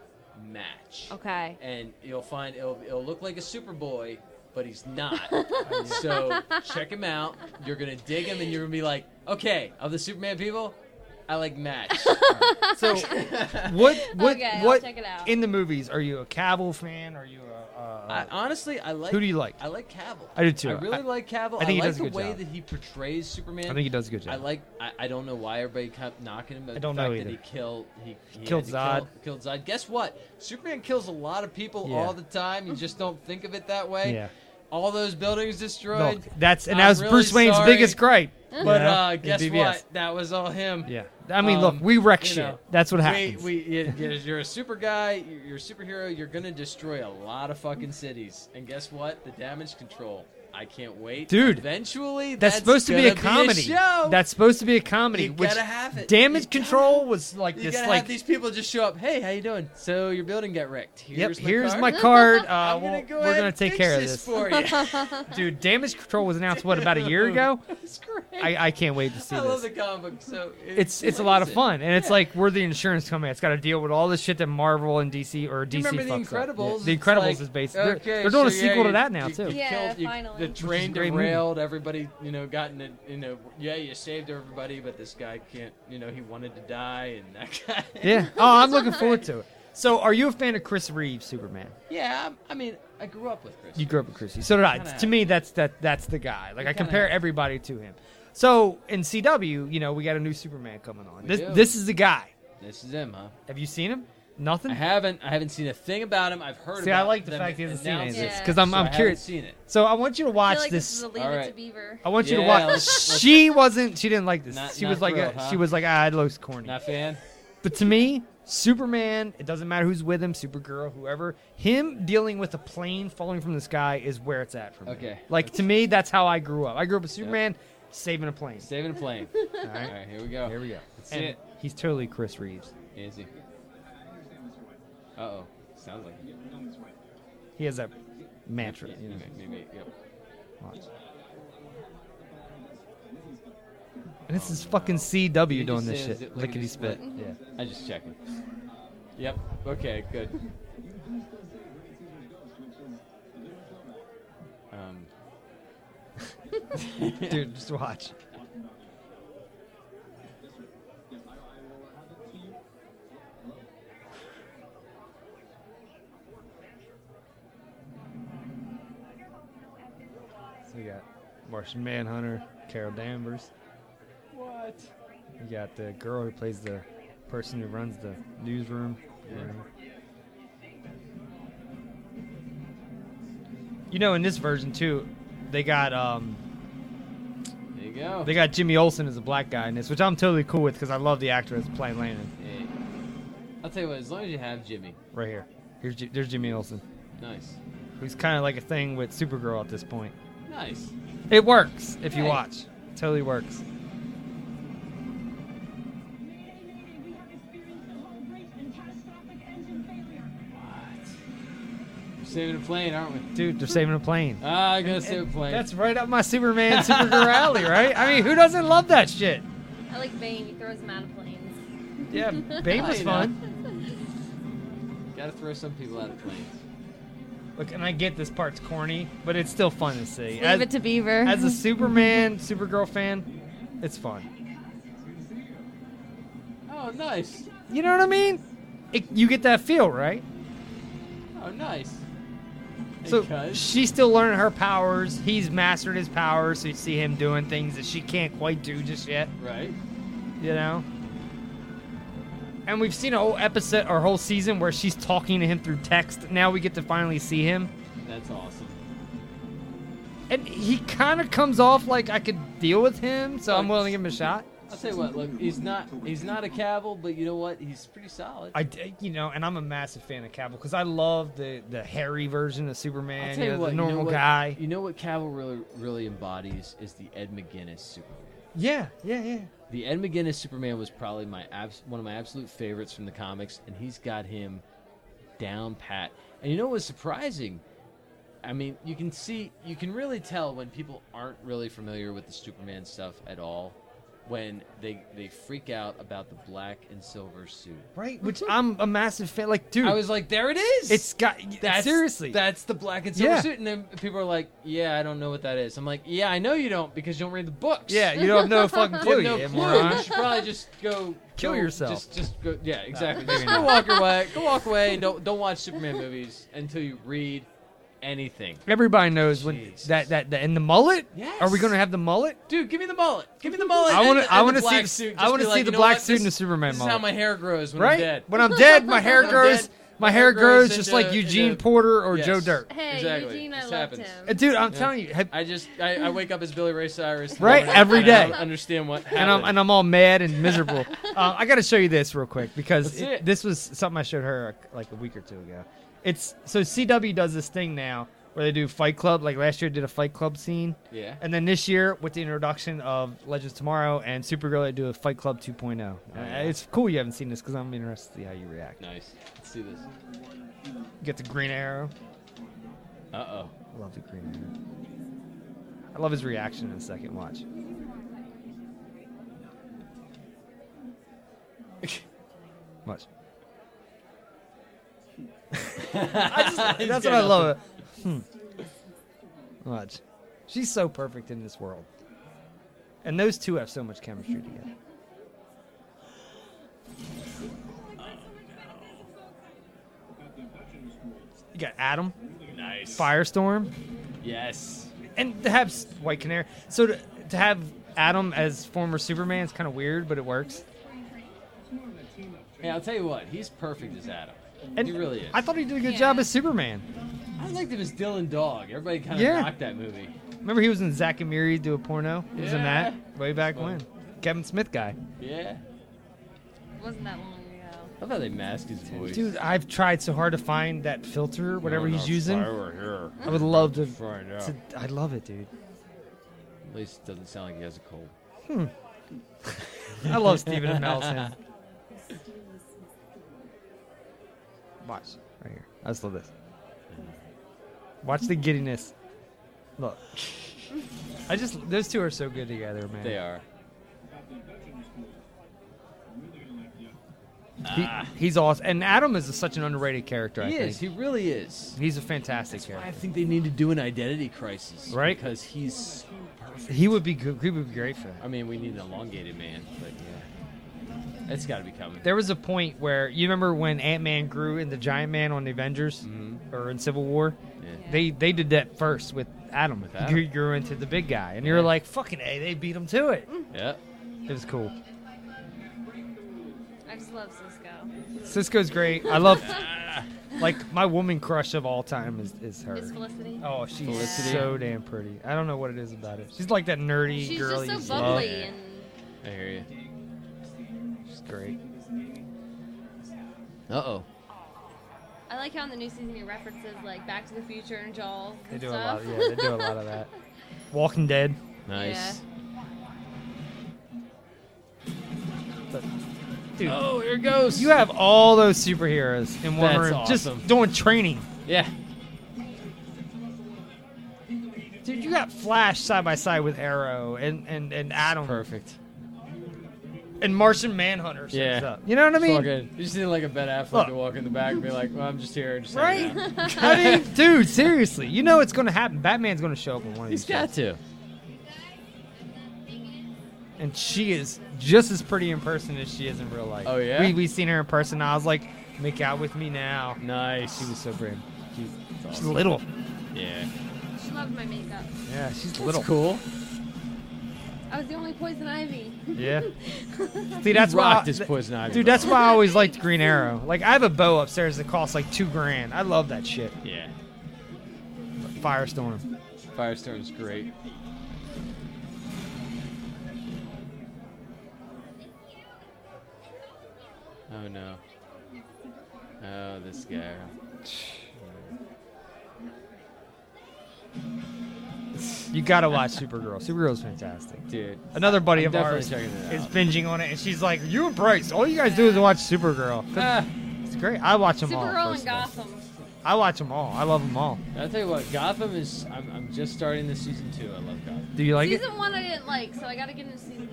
S10: Match.
S9: Okay.
S10: And you'll find it'll, it'll look like a Superboy, but he's not.
S9: <laughs>
S10: so check him out. You're gonna dig him, and you're gonna be like, okay, of the Superman people, I like Match.
S9: <laughs>
S8: So what? What?
S9: Okay, I'll
S8: what?
S9: check it out.
S8: In the movies, are you a Cavill fan? Are you a? Uh,
S10: I, honestly, I like.
S8: Who do you like?
S10: I like Cavill.
S8: I do too.
S10: I really
S8: I-
S10: like Cavill.
S8: I think he
S10: like
S8: does a
S10: the
S8: good
S10: way
S8: job.
S10: that he portrays Superman.
S8: I think he does a good job.
S10: I like. I, I don't know why everybody kept knocking him. But
S8: I don't
S10: the fact
S8: know
S10: That he
S8: either.
S10: killed. He, he
S8: Killed
S10: had to Kill, killed Zod. Guess what? Superman kills a lot of people
S8: Yeah.
S10: all the time. You just don't think of it that way.
S8: Yeah.
S10: All those buildings destroyed.
S8: no, that's and
S10: I'm
S8: that was
S10: really
S8: Bruce Wayne's
S10: sorry.
S8: biggest gripe.
S10: <laughs> But
S8: you know,
S10: uh,
S8: in
S10: guess
S8: BVS.
S10: what? That was all him.
S8: Yeah. I mean, look, we wreck shit. That's what
S10: Um, we-
S8: happens.
S10: We, you- you- you're a super guy. You're you're a superhero. You're gonna destroy a lot of fucking cities. And guess what? The damage control. I can't wait,
S8: Dude,
S10: Eventually,
S8: That's, supposed to be a
S10: gonna
S8: comedy.
S10: show.
S8: That's supposed to be a comedy.
S10: You
S8: which
S10: gotta have it.
S8: Damage control was like
S10: you
S8: this,
S10: gotta
S8: like
S10: have these people just show up. Hey, how you doing? So your building got wrecked. Here's
S8: yep,
S10: my
S8: here's
S10: <laughs> card.
S8: my card. Uh,
S10: I'm
S8: we'll-
S10: gonna go
S8: we're
S10: ahead
S8: gonna
S10: and
S8: take
S10: fix
S8: care of this.
S10: this for
S8: <laughs>
S10: you. <laughs>
S8: Dude, Damage Control was announced what about a year ago?
S10: That's great.
S8: I, I can't wait to see
S10: I love
S8: this.
S10: the comic book. So
S8: It's it's a
S10: amazing.
S8: lot of fun, and it's
S10: Yeah.
S8: like we're the insurance company. It's got to deal with all this shit that Marvel and DC or DC.
S10: Do you remember The
S8: fucks up.
S10: Incredibles?
S8: The
S10: It's
S8: Incredibles
S10: like,
S8: is based. They're,
S10: okay,
S8: they're doing a
S10: so yeah,
S8: sequel to
S10: you-
S8: that now
S10: you-
S8: too.
S10: you
S9: Yeah,
S10: killed- you-
S9: finally.
S10: The
S9: Which
S8: is a
S10: train
S8: great movie.
S10: derailed. Everybody, you know, gotten it. You know, yeah, you saved everybody, but this guy can't. You know, he wanted to die, and that guy. <laughs>
S8: yeah. Oh, I'm looking forward to it. So, are you a fan of Chris Reeve Superman?
S10: Yeah, I'm- I mean, I grew up with Chris.
S8: You grew up with Chris Reeve, so did I.
S10: Kinda.
S8: To me, that's that that's the guy. Like
S10: You
S8: I
S10: kinda
S8: compare
S10: have.
S8: everybody to him. So in CW, you know, we got a new Superman coming on.
S10: We
S8: This
S10: do.
S8: this is the guy.
S10: This is him, huh?
S8: Have you seen him? Nothing.
S10: I haven't. I haven't seen a thing about him. I've heard.
S8: See, I
S10: about
S8: like the
S10: them
S8: fact he hasn't seen any of
S10: announcing
S8: this
S10: it,
S8: because I'm,
S10: so I
S8: I'm
S10: haven't
S8: curious.
S10: Seen it.
S8: So I want you to watch
S9: like this
S8: this.
S9: is a leave it to Alright. Beaver.
S8: I want you to
S10: Yeah,
S8: watch.
S10: let's- let's-
S8: she wasn't. She didn't like this.
S10: Not-
S8: she
S10: not
S8: was like.
S10: thrilled,
S8: a,
S10: huh?
S8: She was like, ah, it looks corny.
S10: Not a fan.
S8: But to me, Superman. It doesn't matter who's with him, Supergirl, whoever. Him dealing with a plane falling from the sky is where it's at for me.
S10: Okay.
S8: Like to me, that's how I grew up. I grew up with Superman saving a plane.
S10: Saving
S8: <laughs>
S10: a plane. All right. here we go. Here we go. That's
S8: And
S10: it.
S8: He's totally Chris Reeves.
S10: Is he? Uh oh. Sounds like it.
S8: He has that mantra. you know.
S10: Maybe. Yep.
S8: Watch. And this is fucking CW doing this shit. Lickety spit. Yeah.
S10: I just checking. Yep. Okay. Good. Um.
S8: Dude, just watch. So you got Martian Manhunter, Carol Danvers.
S10: What?
S8: You got the girl who plays the person who runs the newsroom. You know, in this version too, they got um,
S10: There you go.
S8: They got Jimmy Olsen as a black guy in this, which I'm totally cool with because I love the actor as playing Landon.
S10: Yeah. I'll tell you what. As long as you have Jimmy,
S8: Right here, here's Ji- there's Jimmy Olsen,
S10: nice,
S8: who's kind of like a thing with Supergirl at this point.
S10: nice.
S8: It works if you
S10: Hey.
S8: watch. It totally works.
S10: What? There's saving a plane, aren't we?
S8: Dude, they're saving a plane.
S10: Ah, I gotta save a plane.
S8: That's right up my Superman Supergirl alley, right? I mean, who doesn't love that shit?
S9: I like Bane. He throws him out of planes.
S8: Yeah, Bane was
S10: You know.
S9: fun.
S10: Gotta throw some people out of planes.
S8: Look, and I get this part's corny, but it's still fun to see.
S9: Leave it to Beaver.
S8: As a Superman Supergirl fan, it's fun.
S10: Oh, nice.
S8: You know what I mean? It, you get that feel, right?
S10: Oh, nice.
S8: So she's still learning her powers. He's mastered his powers, so you see him doing things that she can't quite do just yet.
S10: Right.
S8: You know? And we've seen a whole episode or whole season where she's talking to him through text. Now we get to finally see him.
S10: That's awesome.
S8: And he kind of comes off like I could deal with him, so I'm willing to give him a shot.
S10: I'll tell you what. Look, he's not he's not a Cavill, but you know what? He's pretty solid.
S8: I, d- you know, and I'm a massive fan of Cavill because I love the the hairy version of Superman,
S10: I'll
S8: you
S10: tell you
S8: know,
S10: what.
S8: the
S10: you know
S8: normal
S10: what-
S8: guy.
S10: You know what Cavill really really embodies is the Ed McGuinness Superman.
S8: Yeah, yeah, yeah.
S10: The Ed McGuinness Superman was probably my abs- one of my absolute favorites from the comics, and he's got him down pat. And you know what was surprising? I mean, you can see, you can really tell when people aren't really familiar with the Superman stuff at all, when they they freak out about the black and silver suit.
S8: Right, which I'm a massive fan. Like, dude,
S10: I was like, there it is.
S8: It's got
S10: That's,
S8: seriously.
S10: that's the black and silver
S8: Yeah.
S10: suit, and then people are like, "Yeah, I don't know what that is." I'm like, "Yeah, I know you don't because you don't read the books."
S8: Yeah, you don't have no fucking
S10: You
S8: clue,
S10: have no
S8: you
S10: clue.
S8: moron.
S10: You should probably just go
S8: Kill
S10: go-
S8: yourself.
S10: Just, just go. Yeah, exactly.
S8: maybe
S10: just go
S8: not.
S10: walk away. Go walk away and don't don't watch Superman movies until you read anything.
S8: Everybody knows when that, that that and the mullet.
S10: Yes.
S8: Are we gonna have the mullet?
S10: Dude, give me the mullet. Give me the mullet.
S8: I wanna-
S10: and the-
S8: I
S10: and the
S8: wanna see
S10: black
S8: the-
S10: suit.
S8: I
S10: Just
S8: wanna
S10: be
S8: see
S10: like,
S8: the
S10: you know
S8: black
S10: what?
S8: suit and
S10: This-
S8: the Superman
S10: This is
S8: mullet.
S10: how my hair grows when
S8: right
S10: I'm dead.
S8: when I'm dead, my hair
S10: <laughs> When I'm
S8: grows.
S10: dead,
S8: my hair grows just
S10: into-
S8: like Eugene
S10: into-
S8: Porter or
S10: Yes.
S8: Joe Dirt.
S9: Hey,
S10: exactly.
S9: Eugene, I
S10: This
S9: loved
S10: happens.
S9: him.
S8: Uh, dude, I'm telling you,
S10: I just I, I wake up as Billy Ray Cyrus, in the
S8: Right,
S10: morning,
S8: every
S10: and I
S8: day.
S10: don't understand what happened.
S8: And I'm and I'm all mad and
S10: <laughs>
S8: miserable. uh, I got to show you this real quick because
S10: Let's see
S8: it-
S10: it.
S8: this was something I showed her like, like a week or two ago. It's so CW does this thing now where they do Fight Club. Like last year, did a Fight Club scene.
S10: Yeah.
S8: And then this year, with the introduction of Legends Tomorrow and Supergirl, they do a Fight Club 2.0. Uh, It's cool you haven't seen this because I'm interested to see how you react.
S10: nice. Let's see this.
S8: You get the Green Arrow.
S10: Uh oh.
S8: I love the Green Arrow. I love his reaction in the second watch. <laughs> Watch. <laughs> I just-
S10: He's
S8: that's
S10: got
S8: what I love.
S10: nothing.
S8: Hmm. Watch. She's so perfect in this world. And those two have so much chemistry together. You got Adam.
S10: Nice.
S8: Firestorm.
S10: Yes.
S8: And to have s- White Canary. So to, to have Adam as former Superman is kind of weird, but it works.
S10: Hey, I'll tell you what. He's perfect as Adam.
S8: And
S10: he really is.
S8: I thought he did a good job as Superman.
S10: I liked him as Dylan Dog. Everybody kind of
S8: Yeah.
S10: knocked that movie.
S8: Remember he was in Zack and Miri do a porno? He was in
S10: Yeah.
S8: that way back when. Kevin Smith guy.
S10: Yeah.
S9: Wasn't that long ago?
S10: I thought they masked his voice.
S8: Dude, I've tried so hard to find that filter, whatever
S10: No,
S8: he's
S10: no,
S8: using.
S10: fire over here.
S8: I would love to,
S10: Find out.
S8: to. I love it, dude.
S10: At least it doesn't sound like he has a cold.
S8: Hmm. <laughs> I love Stephen Amell's hand. Watch right here. I just love this. Watch the giddiness. Look, I just those two are so good together, man.
S10: They are.
S8: He, he's awesome, and Adam is such an underrated character. I
S10: He
S8: think
S10: is. He really is.
S8: he's a fantastic character.
S10: I think they need to do an identity crisis,
S8: Right.
S10: Because he's so perfect.
S8: He would be good. He would be great for that.
S10: I mean, we need an elongated man, but yeah, it's got to be coming.
S8: There was a point where you remember when Ant Man grew into Giant Man on the Avengers
S10: Mm-hmm.
S8: or in Civil War. They they did that first with Adam. He
S10: Adam.
S8: grew- grew into the big guy, and you're
S10: Yeah.
S8: like, "Fucking a!" They beat him to it.
S9: Mm-hmm.
S10: Yeah.
S8: It was cool.
S9: I just love Cisco.
S8: Cisco's great. I love <laughs> like my woman crush of all time is is her.
S9: Is Felicity?
S8: Oh, she's
S10: Felicity.
S8: so damn pretty. I don't know what it is about her. She's like that nerdy
S9: She's
S8: girl.
S9: just
S8: you
S9: so
S8: love.
S9: bubbly and
S10: I hear you.
S8: She's great.
S10: Uh oh.
S9: I like how in the new season he references like Back to the Future and Jaws.
S8: They
S9: and
S8: do a
S9: stuff.
S8: lot. Yeah, they do a lot of that. Walking Dead.
S10: Nice.
S8: But- Dude,
S10: Oh, here it goes.
S8: You have all those superheroes in one
S10: That's
S8: room,
S10: awesome.
S8: just doing training.
S10: Yeah.
S8: Flash side by side with Arrow and and and Adam.
S10: Perfect.
S8: And Martian Manhunter. shows
S10: Yeah.
S8: up. You know what I
S10: It's all
S8: mean?
S10: good. You just need like a Ben Affleck
S8: Look.
S10: to walk in the back and be like, well, I'm just here. Just
S8: Right? <laughs>
S10: hanging out."
S8: I mean, dude, seriously, you know it's going to happen. Batman's going to show up in one of
S10: He's
S8: these.
S10: got
S8: shows. And she is just as pretty in person as she is in real life.
S10: Oh, yeah?
S8: we we seen her in person. I was like, make out with me now. Nice. She was so pretty. She's, she's
S10: awesome.
S8: little.
S10: Yeah.
S9: <laughs> She loved my makeup.
S8: Yeah, she's
S10: That's
S8: little.
S10: cool.
S9: I was the only poison ivy.
S8: <laughs> Yeah. See, that's
S10: You
S8: why
S10: rocked his poison ivy,
S8: Dude,
S10: bro.
S8: that's why I always liked Green Arrow. Like, I have a bow upstairs that costs like two grand. I love that shit.
S10: Yeah.
S8: Firestorm.
S10: Firestorm's great. Oh no. Oh, this guy.
S8: You gotta watch Supergirl. Supergirl's fantastic.
S10: Dude.
S8: Another buddy
S10: I'm
S8: of
S10: definitely
S8: ours
S10: checking it
S8: is
S10: out.
S8: binging on it, and she's like, "You and Bryce, all you guys do is watch Supergirl.
S10: Ah.
S8: It's great. I watch them all.
S9: Supergirl and
S8: personally.
S9: Gotham.
S8: I watch them all. I love them all.
S10: I'll tell you what, Gotham is. I'm, I'm just starting the season two. I love Gotham.
S8: Do you like it?
S9: season one I didn't like, so I gotta get into season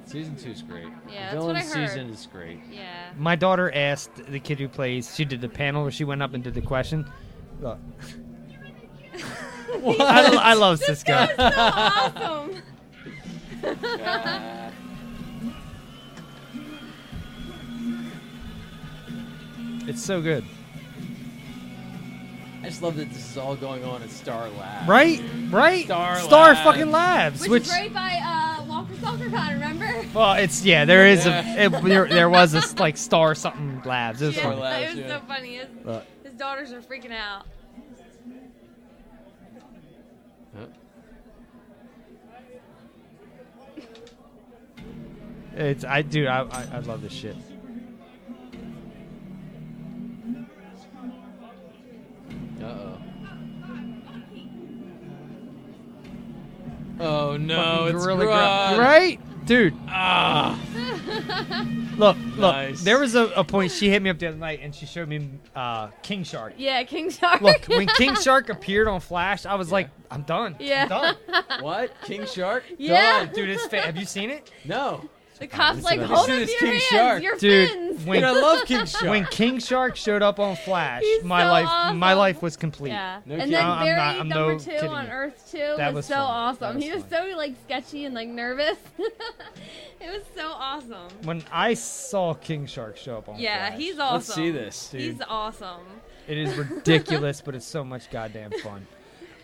S8: <laughs>
S9: two.
S10: Season two's great.
S9: Yeah, that's
S10: the
S9: what
S10: villain
S9: I heard.
S10: season is great.
S9: Yeah.
S8: My daughter asked the kid who plays. She did the panel where she went up and did the question.
S9: <laughs>
S8: Look, I, I love
S9: This
S8: Cisco.
S9: guy is so awesome.
S8: It's so good,
S10: I just love that this is all going on at Star Labs.
S8: right? Right?
S10: Star Labs.
S8: fucking Labs,
S9: Which,
S8: which
S9: is right by uh, Walker Soccer Con, remember?
S8: Well, it's yeah. There is
S10: Yeah.
S8: a it, there, there was a s- like star something labs. It was
S9: yeah,
S8: funny.
S9: It was so funny. His,
S8: Look.
S9: his daughters are freaking out.
S8: It's I do I, I I love this shit.
S10: Uh oh. Oh no,
S8: Fucking
S10: it's
S8: Gorilla Grodd.
S10: Grodd.
S8: right, dude.
S10: Ah.
S8: Look, look.
S10: Nice.
S8: There was a, a point she hit me up the other night, and she showed me uh, King Shark.
S9: Yeah, King Shark.
S8: Look, when King Shark appeared on Flash, I was like, I'm done.
S9: <laughs> Yeah. <laughs>
S8: I'm done.
S10: What? King Shark?
S9: Yeah.
S8: Done. dude. It's fa- have you seen it?
S10: No.
S9: The cop's
S10: Listen
S9: like,
S10: to
S9: hold up your
S10: this. This is King
S9: hands,
S10: Shark.
S9: your
S8: Dude,
S9: fins.
S8: when,
S10: Dude, I
S8: <laughs>
S10: love King Shark.
S8: When King Shark showed up on Flash,
S9: He's
S8: my
S9: so
S8: life
S9: awesome.
S8: my life was complete.
S9: Yeah,
S10: No
S9: and
S10: kidding.
S9: then
S8: I'm
S9: Barry
S8: not- I'm
S9: number
S8: no
S9: two
S8: kidding
S9: on
S8: you.
S9: Earth two
S8: That was
S9: was so
S8: fun.
S9: awesome.
S8: That
S9: he
S8: was
S9: was so like sketchy and like nervous. <laughs> it was so awesome.
S8: When I saw King Shark show up on
S9: Yeah,
S8: Flash,
S9: he's awesome.
S10: Let's see this, dude.
S9: He's awesome.
S8: It is ridiculous, but it's so much goddamn fun.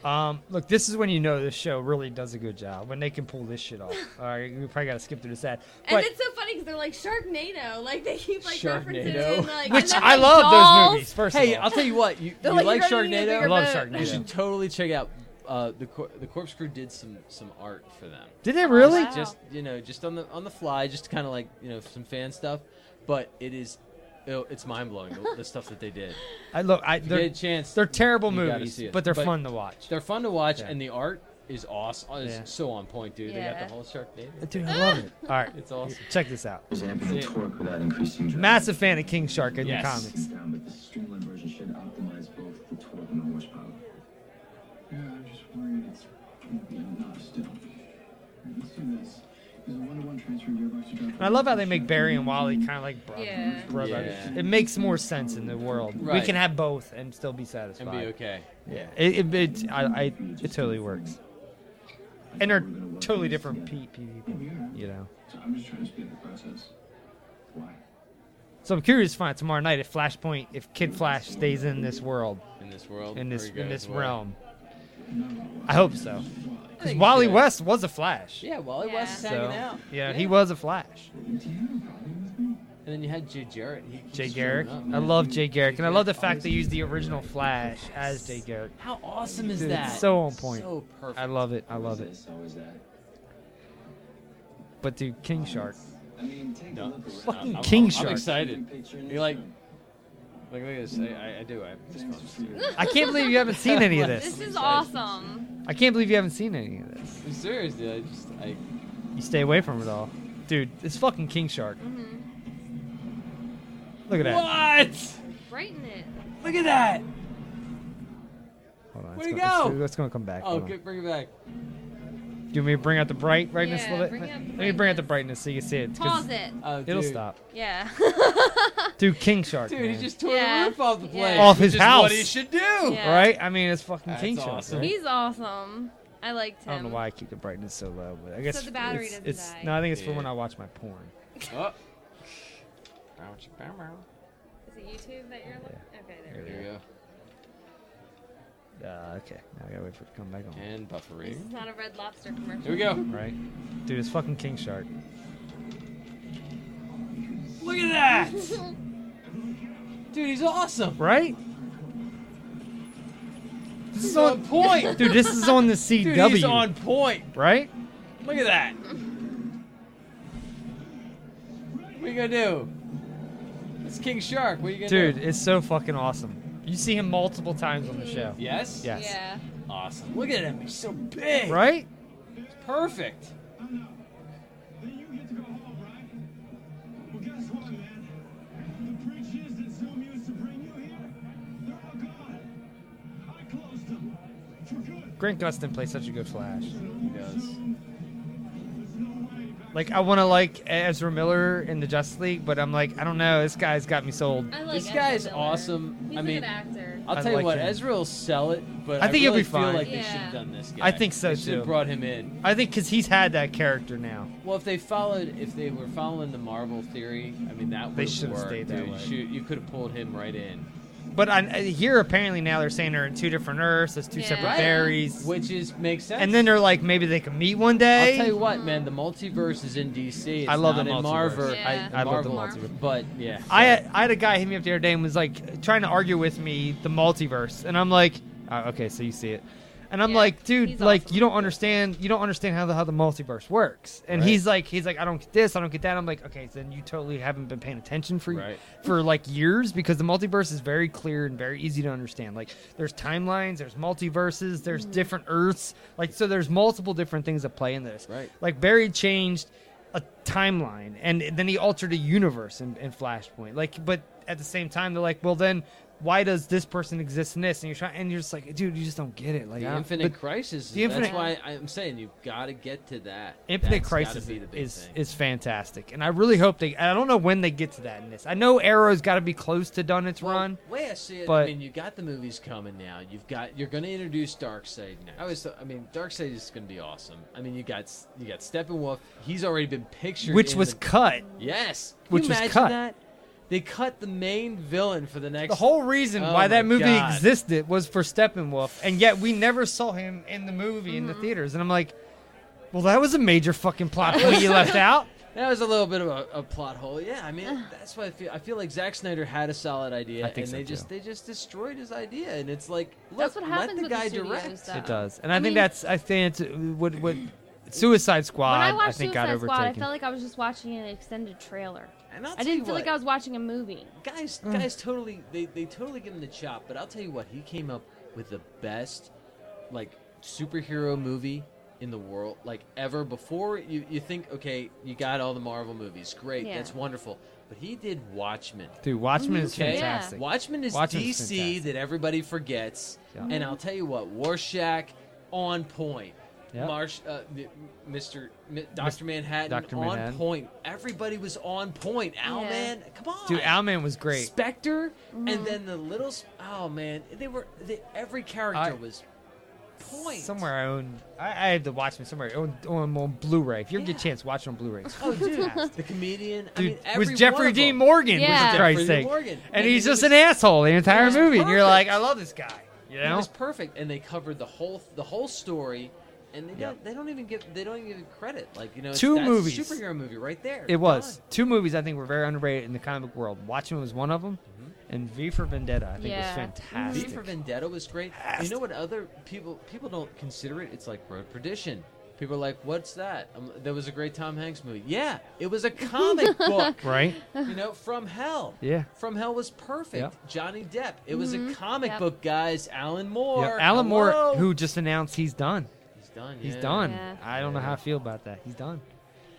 S8: Um, look, this is when you know this show really does a good job when they can pull this shit off. All right, we probably got to skip through this ad,
S9: And
S8: but
S9: it's so funny because they're like Sharknado, like they keep like referencing
S10: Sharknado.
S9: it, and, like,
S8: which
S9: and then,
S8: I
S9: like,
S8: love
S9: dolls.
S8: those movies. First,
S10: hey,
S8: of all.
S10: I'll tell you what. You,
S9: They're
S10: you
S9: like,
S10: like
S9: you're gonna need a
S10: Sharknado?
S9: bigger I love boat. Sharknado.
S10: You should totally check out uh, the cor- the Corpse Crew did some some art for them.
S8: did they really?
S9: Wow.
S10: Just you know, just on the on the fly, just kind of like you know some fan stuff. But it is, it- it's mind blowing the, the stuff that they did.
S8: I look, I
S10: If you
S8: they're,
S10: get a chance.
S8: they're terrible
S10: you gotta
S8: movies,
S10: see it.
S8: but they're fun to watch.
S10: They're fun to watch,
S8: Yeah.
S10: and the art is awesome. It's
S8: Yeah.
S10: so on point, dude. They
S9: Yeah.
S10: got the whole Sharknado.
S8: Dude, I love it. All right,
S10: It's awesome.
S8: check this out.
S11: There's ample torque without increasing drag.
S8: Massive fan of King Shark in
S10: Yes.
S8: the comics.
S11: Down, but the streamlined version should optimize both the torque and the horsepower. Yeah, I'm just worried it's going to be enough still. Let's do this. There's a one-to-one transfer gearbox to drive.
S8: And I love how they make Barry and Wally kind of like brother.
S9: Yeah.
S8: brother.
S10: Yeah.
S8: It makes more sense in the world. We
S10: Right.
S8: can have both and still be satisfied.
S10: And be okay.
S8: Yeah, it it, it, I, I, it totally works. And they're totally different P, PvP, you know.
S11: So I'm just trying to speed up the process. Why?
S8: So I'm curious to find out tomorrow night if Flashpoint, if Kid Flash stays in this world,
S10: In this world.
S8: in
S10: or
S8: this
S10: you go
S8: in this
S10: to the world.
S8: realm. I hope so.
S10: I
S8: Because
S10: think
S8: Wally
S10: so.
S8: West was a Flash.
S10: Yeah, Wally West is
S9: Yeah.
S10: hanging
S8: So,
S10: out.
S8: yeah, he was a Flash.
S10: And then you had Jay Jarrett. He keeps
S8: Jay
S10: showing
S8: Garrick.
S10: up,
S8: I
S10: man.
S8: love Jay Garrick. And I love the fact they used the original Flash as Jay Garrick.
S10: How awesome is
S8: Dude,
S10: that?
S8: it's so on point.
S10: So perfect.
S8: I love it. I love it.
S11: This, always that.
S8: But dude, King Shark.
S11: I mean, take a
S10: No,
S11: look around.
S8: Fucking
S10: I'm- I'm-
S8: King
S10: I'm
S8: Shark.
S10: excited.
S11: Picture in
S10: You
S11: this
S10: like?
S11: room.
S10: Like look at this. I, I, I do. I have this
S11: Thanks for your-
S8: I can't believe you haven't seen any of
S9: <laughs> This
S8: this.
S9: is awesome.
S8: I can't believe you haven't seen any of this.
S10: I'm serious, dude. I just I.
S8: You stay away from it all. Dude, it's fucking King Shark.
S10: Mm-hmm.
S8: Look at that.
S10: What?
S9: Brighten it.
S10: Look at that.
S8: Hold on.
S10: Where'd
S8: it's
S10: he
S8: go-
S10: go?
S8: It's, it's gonna come back.
S10: Oh,
S8: Hold on.
S10: good. Bring it back.
S8: Do you want me to bring out the bright brightness
S9: Yeah,
S8: a little bit?
S9: bring out the
S8: Let me bring out the brightness so you can see it. 'cause
S9: Pause it.
S10: Oh,
S8: it'll
S10: dude. <laughs>
S8: stop.
S9: Yeah.
S8: Dude, King Shark.
S10: Dude,
S8: man.
S10: he just tore the roof off the
S9: Yeah.
S10: place.
S8: Off
S10: which
S8: his
S10: is
S8: house.
S10: What he should do.
S9: Yeah.
S8: Right? I mean, it's fucking
S10: That's
S8: King Shark.
S10: awesome.
S8: right?
S9: He's awesome. I liked him.
S8: I don't know why I keep the brightness so low, but I guess
S9: the battery
S8: it's,
S9: doesn't
S8: it's-
S9: die.
S8: No, I think it's for
S10: Yeah.
S8: when I watch my porn.
S10: Oh.
S9: Is it YouTube that you're looking? Okay, there.
S10: There
S9: we go.
S10: you go.
S8: Uh, okay, now I gotta wait for it to come back on.
S10: And
S9: This is
S10: buffering.
S9: not a Red Lobster commercial.
S10: Here we go.
S8: Right, dude, it's fucking King Shark.
S10: Look
S9: <laughs>
S10: at that. Dude, he's awesome.
S8: Right? This
S10: He's on
S8: <laughs>
S10: point.
S8: dude. This is on the
S10: <laughs> Dude,
S8: CW.
S10: he's on point.
S8: Right?
S10: Look at that. What are you gonna do? It's King Shark. What are you gonna
S8: Dude,
S10: do?
S8: it's so fucking awesome. You see him multiple times on the show.
S10: Yes?
S8: Yes.
S9: Yeah.
S10: Awesome. Look at him. He's so big.
S8: Right?
S10: It's perfect.
S13: Then you get to go home, right? Well, guess what, man? The preachers that Zoom used to bring you here, they're all gone. I closed them for good.
S8: Grant Gustin plays such a good Flash.
S10: He does.
S8: Like I want to like Ezra Miller in the Justice League, but I'm like I don't know. This guy's got me sold.
S9: I like
S10: this
S9: Ezra
S10: guy's
S9: Miller.
S10: awesome.
S9: He's
S10: I
S9: a
S10: mean,
S9: good actor.
S10: I'll
S8: I
S10: tell you
S8: like
S10: what,
S8: him.
S10: Ezra will sell it, but
S8: I
S10: I,
S8: think he'll
S10: really
S8: be
S10: feel
S8: fine.
S10: like they
S9: Yeah.
S10: should have done this guy.
S8: I think so,
S10: They should
S8: too.
S10: have brought him in.
S8: I think because he's had that character now.
S10: Well, if they followed, if they were following the Marvel theory, I mean that
S8: They
S10: would
S8: should've
S10: work,
S8: stayed that
S10: dude.
S8: way.
S10: Shoot, you could have pulled him right in,
S8: But I, I- here apparently now they're saying they're in two different Earths. There's two
S9: Yeah.
S8: separate
S9: Right.
S8: berries.
S10: which is makes sense.
S8: And then they're like maybe they can meet one day.
S10: I'll tell you what, man, the multiverse is in DC. It's
S8: I love
S10: not
S8: the
S10: in
S8: multiverse.
S10: Marvel.
S9: Yeah.
S8: I, I love the
S10: Marvel,
S8: multiverse.
S10: But yeah,
S8: I had, I had a guy hit me up the other day and was like trying to argue with me the multiverse, and I'm like, "Uh, okay, so you see it, and I'm
S9: Yeah,
S8: like, dude,
S9: he's
S8: like
S9: awesome.
S8: you don't understand, you don't understand how the how the multiverse works, and
S10: Right.
S8: he's like, he's like, I don't get this, I don't get that. I'm like, okay, then you totally haven't been paying attention for
S10: Right.
S8: for like years because the multiverse is very clear and very easy to understand. Like there's timelines, there's multiverses, there's different Earths, like so there's multiple different things that play in this.
S10: Right.
S8: Like Barry changed a timeline and then he altered a universe in, in Flashpoint. Like, but at the same time, they're like, well, then why does this person exist in this? And you're trying, and you're just like, dude, you just don't get it. Like,
S10: the
S8: I'm-
S10: Infinite
S8: but
S10: Crisis.
S8: the Infinite-
S10: that's why I'm saying you've got to get to that.
S8: Infinite
S10: That's gotta
S8: Crisis
S10: be the big
S8: is
S10: thing.
S8: is fantastic, and I really hope they. I don't know when they get to that in this. I know Arrow's got to be close to done its run.
S10: Way I see it,
S8: but-
S10: I mean, you got the movies coming now. You've got you're going to introduce Darkseid now. I always, thought, I mean, Darkseid is going to be awesome. I mean, you got you got Steppenwolf. He's already been pictured,
S8: which
S10: in
S8: was
S10: the-
S8: cut.
S10: yes, Can
S8: which
S10: you
S8: was
S10: imagine
S8: cut.
S10: That? They cut the main villain for the next.
S8: The whole reason
S10: Oh
S8: why that
S10: my
S8: movie
S10: God.
S8: existed was for Steppenwolf, and yet we never saw him in the movie in the
S9: Mm-hmm.
S8: theaters. And I'm like, well, that was a major fucking plot point you
S9: <laughs>
S8: left out.
S10: That was a little bit of a, a plot hole. Yeah,
S9: <sighs>
S10: I mean, that's why I feel. I feel like Zack Snyder had a solid idea,
S8: I think
S10: and
S8: so,
S10: they just
S8: too.
S10: they just destroyed his idea, and it's like, look,
S9: That's what
S10: let
S9: happens
S10: the
S9: with
S10: guy
S9: the studios,
S10: direct.
S9: though.
S8: It does, and I,
S9: I
S8: think
S9: mean-
S8: that's I think it's what what Suicide Squad.
S9: when I watched
S8: think
S9: Suicide
S8: got
S9: Squad, I
S8: overtaken.
S9: felt like I was just watching an extended trailer.
S10: And I'll
S9: I
S10: tell
S9: didn't
S10: you
S9: feel
S10: what,
S9: like I was watching a movie. <sighs>
S10: guys guys totally they, they totally give him the chop but i'll tell you what he came up with the best like superhero movie in the world like ever before you, you think okay you got all the marvel movies great
S9: Yeah.
S10: that's wonderful but he did watchmen
S8: Dude, Watchmen is
S10: okay
S8: fantastic.
S10: watchmen is
S8: Watchmen's
S10: dc
S8: fantastic.
S10: that everybody forgets
S8: Yeah.
S10: and i'll tell you what warshack on point
S8: Yeah.
S10: Marsh, uh, m- Mr. M- Dr. Manhattan
S8: Dr.
S10: on
S8: Manhattan.
S10: point. Everybody was on point. Owlman, come on.
S8: Dude, Owlman was great.
S10: Spectre, and then the little. s- Oh man, they were they, every character
S8: I-
S10: was point
S8: Somewhere I own, I, I have the Watchmen somewhere on, on, on Blu-ray. If you ever get a
S10: Yeah.
S8: chance, watch it on Blu-ray.
S9: <laughs>
S8: It's
S10: <laughs> Oh dude,
S8: fantastic.
S10: the comedian. I
S8: Dude,
S10: mean, every
S8: was Jeffrey
S10: one of
S8: Dean
S10: them.
S8: Morgan,
S9: Yeah.
S8: for Christ's
S10: Jeffrey Dean
S8: sake.
S10: Morgan.
S8: And,
S10: And
S8: he's
S10: he
S8: just
S10: was-
S8: an asshole the entire
S10: was
S8: movie. And you're like,
S10: perfect.
S8: I love this guy. You
S10: It
S8: know?
S10: was perfect, and they covered the whole the whole story, and they
S8: Yeah.
S10: don't they don't even give they don't even give credit. Like you know, it's-
S8: Two
S10: that's a
S8: movies.
S10: superhero movie right there.
S8: It was.
S10: Done.
S8: Two movies I think were very underrated in the comic book world. Watchmen was one of them, and V for Vendetta I think
S9: Yeah.
S8: was
S10: Mm-hmm. V
S8: fantastic.
S10: for Vendetta was great. You know what other people people don't consider it? It's like Road Perdition. People are like, "What's that?" Um, that was a great Tom Hanks movie. Yeah, it was
S8: <laughs>
S10: a comic book.
S8: right?
S10: You know, From Hell.
S8: Yeah.
S10: From Hell was perfect.
S8: Yep.
S10: Johnny Depp. It was a comic
S9: Yep.
S10: book, guys. Alan Moore.
S8: Yeah, Alan
S10: hello.
S8: Moore, who just announced he's done.
S10: He's done.
S8: He's
S10: yeah.
S8: done.
S9: Yeah.
S8: I don't know
S10: Yeah.
S8: how I feel about that. He's done.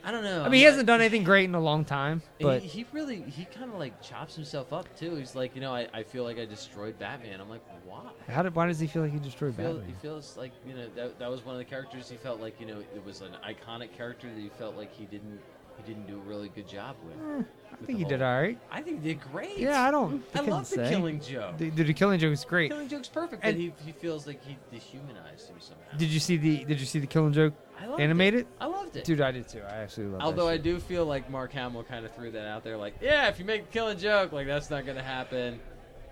S10: I don't know.
S8: I mean, he hasn't done anything great in a long time, but
S10: he, he really he kind of like chops himself up too. He's like, you know, I, I feel like I destroyed Batman. I'm like, why?
S8: how did, why does he feel like he destroyed
S10: Feel-
S8: Batman?
S10: he feels like you know that, that was one of the characters he felt like you know it was an iconic character that he felt like he didn't he didn't do a really good job with.
S8: Eh, I
S10: with the
S8: think he did
S10: whole-
S8: all right.
S10: I think he did great.
S8: Yeah, I don't.
S10: I
S8: couldn't
S10: love the
S8: say.
S10: Killing Joke.
S8: The, the, the Killing Joke is great.
S10: Killing Joke's perfect, and he, he feels like he dehumanized him somehow.
S8: Did you see the Did you see the Killing Joke
S10: I loved
S8: animated?
S10: it. I loved it.
S8: dude. I did too. I absolutely loved.
S10: Although
S8: that
S10: I do feel like Mark Hamill kind of threw that out there, like, yeah, if you make a killing joke, like that's not gonna happen.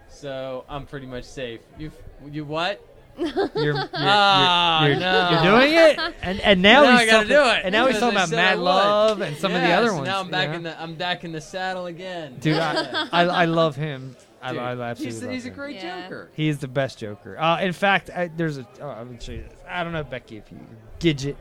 S10: So I'm pretty much safe. You, you what?
S8: shit.
S10: <laughs>
S8: You're, you're,
S10: Ah,
S8: you're,
S10: no.
S8: you're doing it, and and
S10: <laughs>
S8: now
S10: I
S8: he's
S10: gotta
S8: talking,
S10: do it.
S8: And now he's
S10: Because
S8: talking
S10: I
S8: about
S10: said I
S8: Mad
S10: would.
S8: Love and some of the
S10: Yeah,
S8: other
S10: so
S8: ones.
S10: Now I'm back
S8: yeah.
S10: in the I'm back in the saddle again.
S8: Dude,
S10: <laughs> Yeah.
S8: I, I, I love him. I,
S10: Dude,
S8: I absolutely
S10: he's,
S8: love
S10: he's a
S8: him.
S10: great Joker.
S8: He is the best Joker. Uh, in fact, I, there's a. Oh, I'm gonna show you this. I don't know Becky if you Gidget.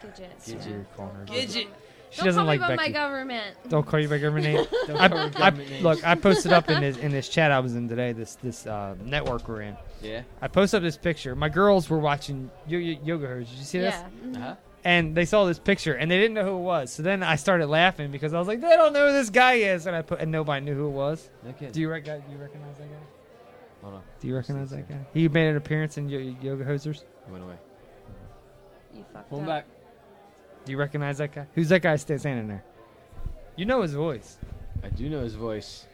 S9: Gidget,
S8: That's what
S9: yeah.
S8: you're calling her.
S9: Gidget.
S8: She
S9: Don't
S8: doesn't
S9: call
S8: like
S9: me by my
S8: Becky.
S9: government.
S8: Don't call you by government
S9: <laughs>
S8: name.
S9: Don't
S8: I,
S9: call her
S8: I,
S9: government name.
S8: look, I posted up
S10: <laughs>
S8: in this in this chat I was in today. This this uh, network we're in.
S10: Yeah.
S8: I posted up this picture. My girls were watching yo- yo- yoga hers. Did you see this?
S9: Yeah. Mhm. Uh-huh.
S8: And they saw this picture and they didn't know who it was. So then I started laughing because I was like, they don't know who this guy is, and I put and nobody knew who it was.
S10: Okay.
S8: Do you rec- do you recognize that guy?
S10: Hold on.
S8: Do you recognize that guy? He made an appearance in yo- Yo- Yoga Hosers.
S10: He went away.
S9: You fucked
S10: Pull him
S9: up.
S10: back.
S8: Do you recognize that guy? Who's that guy sta- standing there? You know his voice.
S10: I do know his voice.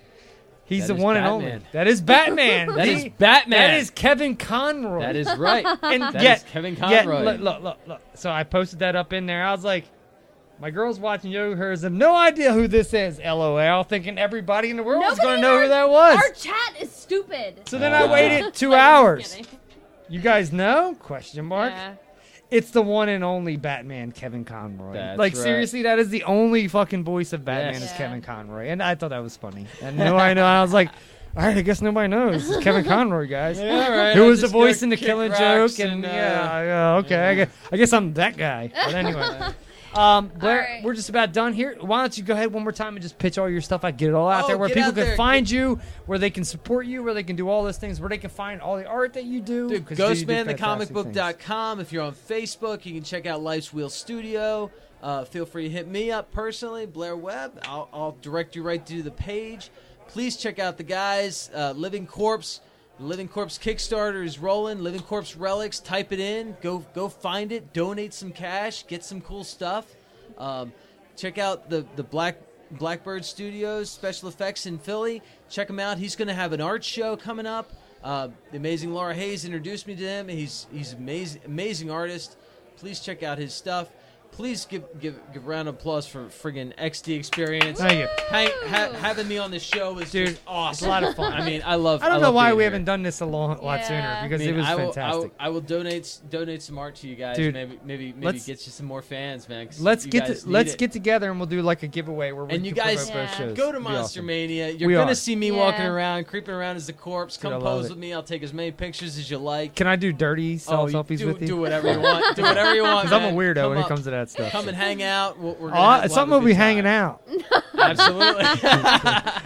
S8: He's
S10: That
S8: the
S10: is
S8: one and
S10: Batman.
S8: only. That is Batman.
S10: <laughs> That
S8: The-
S10: is Batman.
S8: That is Kevin Conroy.
S10: That is right.
S8: <laughs> And
S10: <laughs> That is
S8: yet,
S10: Kevin
S8: yet-
S10: Conroy.
S8: look, look, look, look. So I posted that up in there. I was like, my girl's watching Yoga Hers have no idea who this is. LOL, thinking everybody in the world is
S9: Nobody
S8: going
S9: in
S8: to know
S9: our-
S8: who that was.
S9: Our chat is stupid.
S8: So
S9: <laughs>
S8: then I waited two hours. You guys know? Question mark.
S9: Yeah.
S8: It's the one and only Batman, Kevin Conroy.
S10: That's
S8: like
S10: right.
S8: seriously, that is the only fucking voice of Batman
S10: Yes.
S8: is Kevin Conroy, and I thought that was funny. And no, I know. I was like, <laughs> all right, I guess nobody knows. It's Kevin Conroy, guys.
S10: Yeah, all right,
S8: <laughs> Who
S10: I'm
S8: was the
S10: just gonna
S8: voice in the
S10: kick
S8: Killing
S10: rocks
S8: Joke? And,
S10: and, uh,
S8: yeah, uh, okay, I, guess, I guess I'm that guy.
S10: <laughs>
S8: But anyway. Um, Blair, we're just about done here. Why don't you go ahead one more time and just pitch all your stuff? I get it all out
S10: Oh,
S8: there where
S10: get
S8: people
S10: out
S8: can
S10: there.
S8: find you, where they can support you, where they can do all those things, where they can find all the art that you do.
S10: Dude,
S8: 'cause, dude, you do fantastic things.
S10: ghostmanthecomicbook.com. If you're on Facebook, you can check out Life's Wheel Studio. Uh, feel free to hit me up personally, Blair Webb. I'll, I'll direct you right to the page. Please check out the guys, uh, Living Corpse. The Living Corpse Kickstarter is rolling. Living Corpse Relics. Type it in. Go go find it. Donate some cash. Get some cool stuff. Um, check out the the Black Blackbird Studios special effects in Philly. Check him out. He's going to have an art show coming up. Uh, the amazing Laura Hayes introduced me to him. He's he's amazing amazing artist. Please check out his stuff. Please give give give a round of applause for friggin' XD Experience.
S8: Thank you.
S10: Ha- ha- having me on the show is
S8: Dude,
S10: just awesome.
S8: It's a lot of fun.
S10: <laughs> I mean, I love.
S8: I don't
S10: I
S8: know
S10: love
S8: why
S10: being
S8: we
S10: here.
S8: haven't done this a long, lot sooner because
S10: I mean,
S8: it was
S10: I will, I will,
S8: fantastic.
S10: I will donate donate some art to you guys.
S8: Dude,
S10: maybe maybe maybe
S8: let's-
S10: get you some more fans, man. 'cause
S8: let's
S10: you
S8: get
S10: guys
S8: to,
S10: need
S8: let's
S10: it.
S8: get together and we'll do like a giveaway where we
S10: And you
S8: can
S10: guys
S8: promote both shows.
S10: go to
S8: It'd be
S10: Monster
S8: awesome.
S10: Mania. You're
S8: We
S10: gonna
S8: are.
S10: see me walking around, creeping around as the corpse.
S8: I
S10: Come
S8: love
S10: pose
S8: it.
S10: with me. I'll take as many pictures as you like.
S8: Can I do dirty
S10: Oh,
S8: self
S10: you
S8: selfies
S10: do,
S8: with you?
S10: do whatever you
S8: <laughs>
S10: want. Do whatever you want.
S8: 'Cause I'm a
S10: man.
S8: weirdo
S10: Come
S8: when it
S10: up.
S8: comes to that stuff.
S10: Come and hang out. We're, we're gonna
S8: Aw,
S10: have a lot
S8: something
S10: of
S8: will
S10: a
S8: be
S10: good
S8: hanging
S10: time. <laughs>
S8: out. <laughs>
S10: Absolutely. <laughs>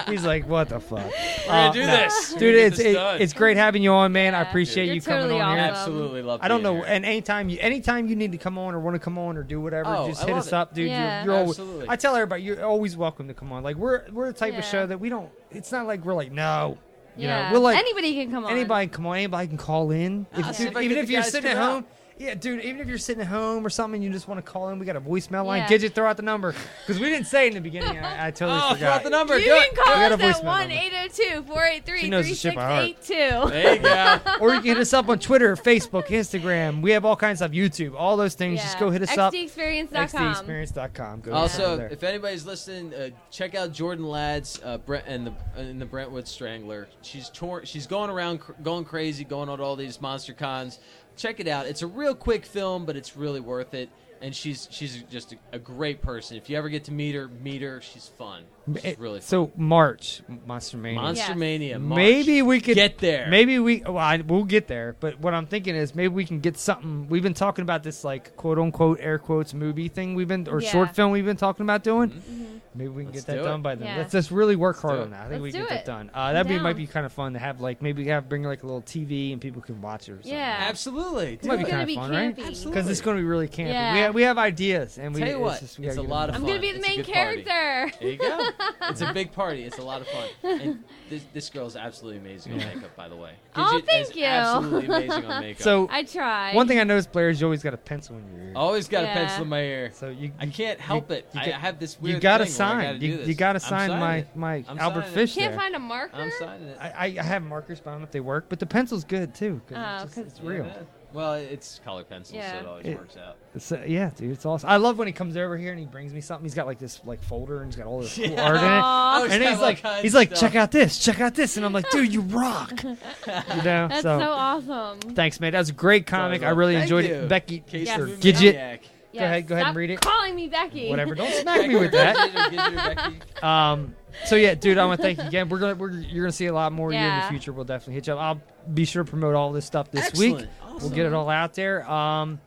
S8: He's like, what the fuck?
S10: We're gonna
S8: Uh,
S10: do
S8: no.
S10: this. We're
S8: dude.
S10: gonna get
S8: It's
S10: this
S8: it-
S10: done.
S8: it's great having you on, man. I appreciate
S10: Dude,
S8: you
S10: you're
S8: coming
S10: totally
S8: on here.
S10: awesome. Absolutely love
S8: I don't
S10: being
S8: know.
S10: here.
S8: And anytime you anytime you need to come on or want to come on or do whatever,
S10: Oh,
S8: just
S10: I
S8: hit
S10: love
S8: us
S10: it.
S8: up, dude.
S10: Yeah.
S8: You're, you're always,
S10: Absolutely.
S8: I tell everybody you're always welcome to come on. Like we're we're the type
S9: Yeah.
S8: of show that we don't. It's not like we're like no. You
S9: Yeah.
S8: know, we're like
S9: Anybody can come on.
S8: Anybody can come on. Anybody can call in.
S9: I'll
S8: If,
S9: see
S8: dude,
S9: if I
S8: even
S9: get
S8: if
S9: the
S8: you're
S9: guys
S8: sitting at
S9: to come
S8: home. Yeah, dude. Even if you're sitting at home or something, and you just want to call in. We got a voicemail line.
S9: Yeah.
S8: Gidget, throw out the number because we didn't say in the beginning. I, I totally
S10: Oh,
S8: forgot.
S10: throw out the number.
S9: You
S10: Do
S9: can
S10: it.
S9: call
S8: We got a
S9: us at oh
S8: voicemail
S9: 1
S8: number.
S9: 802 483
S8: She knows the shit by heart.
S9: 3682.
S10: There you go.
S8: or you can hit us up on Twitter, Facebook, Instagram. We have all kinds of YouTube, all those things. Just
S9: Yeah.
S8: go hit us up.
S9: XDExperience.com.
S8: XDExperience.com. Go
S10: Also,
S8: there.
S10: if anybody's listening, uh, check out Jordan Ladd's uh, Brent and the and the Brentwood Strangler. She's tour- she's going around, cr- going crazy, going on all these monster cons. Check it out. It's a real quick film, but it's really worth it. And she's she's just a, a great person. If you ever get to meet her, meet her. She's fun. She's
S8: It-
S10: really fun.
S8: so March, Monster Mania.
S10: Monster Yes. Mania, March.
S8: Maybe we could
S10: Get there.
S8: Maybe we. Well, I, we'll get there. But what I'm thinking is maybe we can get something. We've been talking about this like quote unquote air quotes movie thing we've been or
S9: Yeah.
S8: short film we've been talking about doing. Mm-hmm. Maybe we can
S10: Mm-hmm.
S8: get
S10: Let's
S8: that
S10: do it.
S8: done by then.
S9: Yeah.
S8: Let's just really work
S10: Let's
S8: hard
S10: do
S8: on
S10: it.
S8: that. I think
S9: Let's
S8: we
S9: do
S8: can get that
S9: it.
S8: done. Uh,
S9: I'm
S8: that be might
S9: down.
S8: be kind of fun to have like maybe have bring like a little TV and people can watch it. Or something.
S9: Yeah.
S10: Absolutely.
S8: It might be kind
S9: It's gonna
S8: of
S9: be
S8: fun, right?
S9: campy.
S8: Because it's going to be really campy. We,
S9: Yeah.
S8: have, we have ideas, and we.
S10: Tell you
S8: it's
S10: what,
S8: just- we
S10: it's
S8: gotta
S10: a
S8: get it
S10: lot
S8: done.
S10: of
S9: I'm
S10: fun.
S9: gonna be the
S10: It's a
S9: main
S10: good party.
S9: character.
S10: There
S8: <laughs>
S10: you go. it's a big party. It's a lot of fun. And this, this girl's absolutely amazing on makeup, by the way.
S9: <laughs> Oh,
S10: Gidget is
S9: thank you.
S10: Absolutely
S8: <laughs>
S10: amazing on makeup.
S8: So
S9: I try.
S8: One thing I noticed, Blair, is you always got a pencil in your ear.
S10: Always got
S9: Yeah.
S10: a pencil in my ear.
S8: So you,
S10: Oh, I can't help it. I have this weird.
S8: you gotta
S10: thing where I
S8: sign.
S10: gotta do
S8: you,
S10: this.
S8: you gotta
S10: I'm
S8: sign
S10: signing
S8: my
S10: it.
S8: my
S10: I'm
S8: Albert
S10: signing it.
S8: Fish
S9: Can't
S8: there.
S9: find a marker.
S10: I'm signing it.
S8: I, I I have markers, but I don't know if they work. But the pencil's good too. 'cause
S9: Oh,
S8: it's,
S9: 'cause-
S8: just, it's real.
S10: Yeah. Well, it's color pencil, so
S9: Yeah.
S10: it always
S8: It-
S10: works out.
S8: It's, uh, yeah, dude, it's awesome. I love when he comes over here and he brings me something. He's got like this like folder and he's got all this cool
S10: <laughs> Yeah.
S8: art in it.
S10: Aw.
S8: and
S10: Always
S8: he's
S10: got
S8: like,
S10: all kinds
S8: he's
S10: of
S8: like,
S10: stuff.
S8: check out this, check out this, and I'm like,
S9: <laughs>
S8: dude, you rock. You know,
S9: That's so,
S8: so.
S9: awesome.
S8: Thanks, man. That was a great comic. I really
S10: Thank
S8: enjoyed
S10: you.
S8: it. Becky,
S10: Case
S9: Yes.
S8: or
S10: Yes.
S8: Gidget,
S10: Maniac.
S8: Go ahead- go ahead and
S9: stop
S8: read it.
S9: Calling me Becky.
S8: whatever.
S9: <laughs>
S8: Don't smack me with that. <laughs> Um, so yeah, dude, I want to thank you
S9: <laughs>
S8: again. We're gonna, we're, you're gonna see a lot more of you in the
S9: Yeah.
S8: future. We'll definitely hit you up. I'll be sure to promote all this stuff this week.
S10: Excellent.
S8: We'll get it
S10: Awesome.
S8: all out there. Um,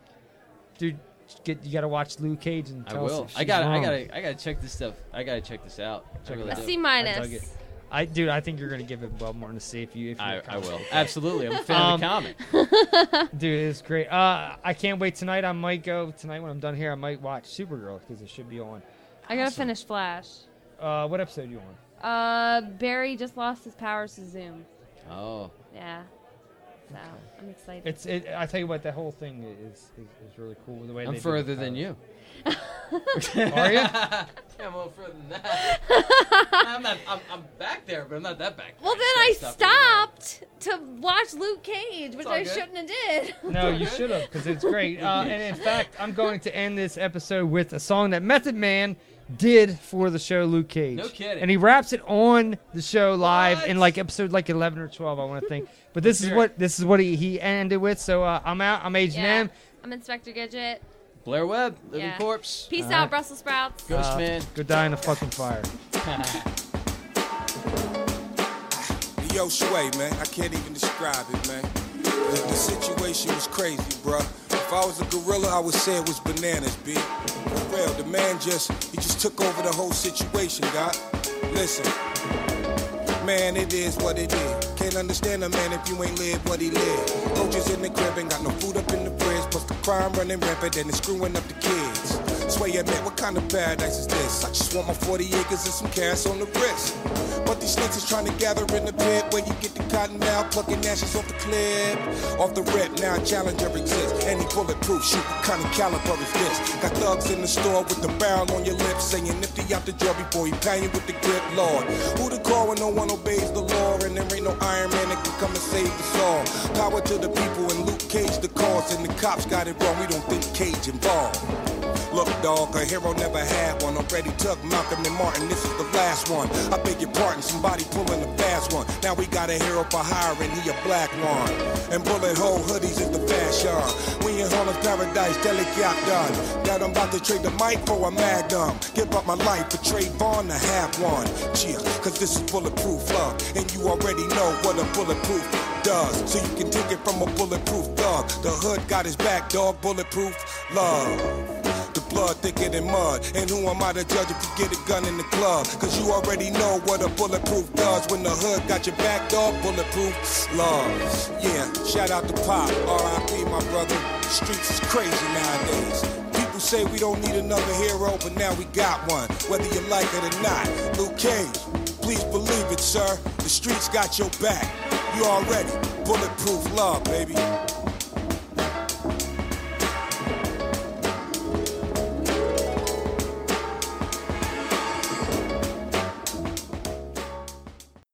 S8: dude, get you gotta watch Luke Cage and
S10: I
S8: tell
S10: will.
S8: Us if
S10: I
S8: she's
S10: got. I
S8: wrong.
S10: got. to I got to check this stuff. I got to check this out. I
S8: it
S10: really
S9: A
S10: do.
S9: C
S8: I dug it.
S9: minus.
S8: I dude, I think you're gonna give it well more to see if you if you
S10: I, I will. Absolutely.
S8: <laughs>
S10: I'm a fan of the
S8: Um,
S10: comic.
S8: Dude, it's great. Uh, I can't wait tonight. I might go tonight when I'm done here. I might watch Supergirl because it should be on.
S9: I gotta finish Flash.
S8: Uh, what episode you on?
S9: Uh, Barry just lost his powers to Zoom.
S10: Oh.
S9: Yeah. So I'm excited.
S8: It's. It, I tell you what, that whole thing is is, is really cool. The way
S10: I'm
S8: they Uh, did
S10: further
S8: the
S10: than
S8: powers.
S10: you. <laughs>
S8: Are you?
S10: Yeah, I'm a little further
S9: <laughs>
S10: than that. I'm not. I'm, I'm back there, but I'm not that back.
S9: well, then I stopped to watch Luke Cage, which
S10: all
S9: I
S10: good.
S9: shouldn't have did.
S8: No, you should have, because it's great. Uh, and in fact, I'm going to end this episode with a song that Method Man did for the show Luke Cage.
S10: No kidding.
S8: And he raps it on the show live in
S10: What?
S8: like episode like 11 or 12, I want to think. But this is
S10: hear
S8: what this is what he, he ended with. So uh, I'm out. I'm Agent
S9: <laughs> Yeah.
S8: M.
S9: I'm Inspector Gadget.
S10: Blair Webb, Living
S9: Yeah. Uh,
S10: Corpse,
S9: Peace
S8: All
S9: out,
S8: right.
S9: Brussels sprouts.
S10: Ghost Man.
S8: Go die in a fucking fire.
S15: Yo, Sway, man, I can't even describe it, man. The, the situation was crazy, bruh. If I was a gorilla, I would say it was bananas, B. For real, the man just, he just took over the whole situation, God. Listen, man, it is what it is. Can't understand a man if you ain't live what he lived. Coaches in the crib ain't got no food up in the fridge, plus the crime running rampant and it's screwing up the kids. Sway, man, what kind of paradise is this? I just want my 40 acres and some cash on the wrist. But these snakes is trying to gather in the pit where you get the cotton out, plucking ashes off the clip. Off the rip, now a challenger exists. Any bulletproof shoot, what kind of caliber is this? Got thugs in the store with the barrel on your lips, saying nifty out the jaw before he pound you with the grip, Lord. Who to call when no one obeys the law? And there ain't no Iron Man that can come and save us all. Power to the people and Luke Cage the cause, and the cops got it wrong. We don't think Cage involved. Look, dog, a hero never had one. Already took Malcolm and Martin. This is the last one. I beg your pardon, somebody pulling a fast one. Now we got a hero for hire and he a black one. And bullet hole hoodies is the fashion. We in Harlem's paradise, delicate done. That I'm about to trade the mic for a magnum. Give up my life for Trayvon to have one. Cheer, cause this is bulletproof love. And you already know what a bulletproof does. So you can take it from a bulletproof dog. The hood got his back, dog. Bulletproof love. The blood thicker than mud. And who am I to judge if you get a gun in the club? Cause you already know what a bulletproof does. When the hood got your back, dog, bulletproof love. Yeah, shout out to Pop, RIP, my brother. Streets is crazy nowadays. People say we don't need another hero, but now we got one, whether you like it or not. Luke Cage, please believe it, sir. The streets got your back. You already bulletproof love, baby.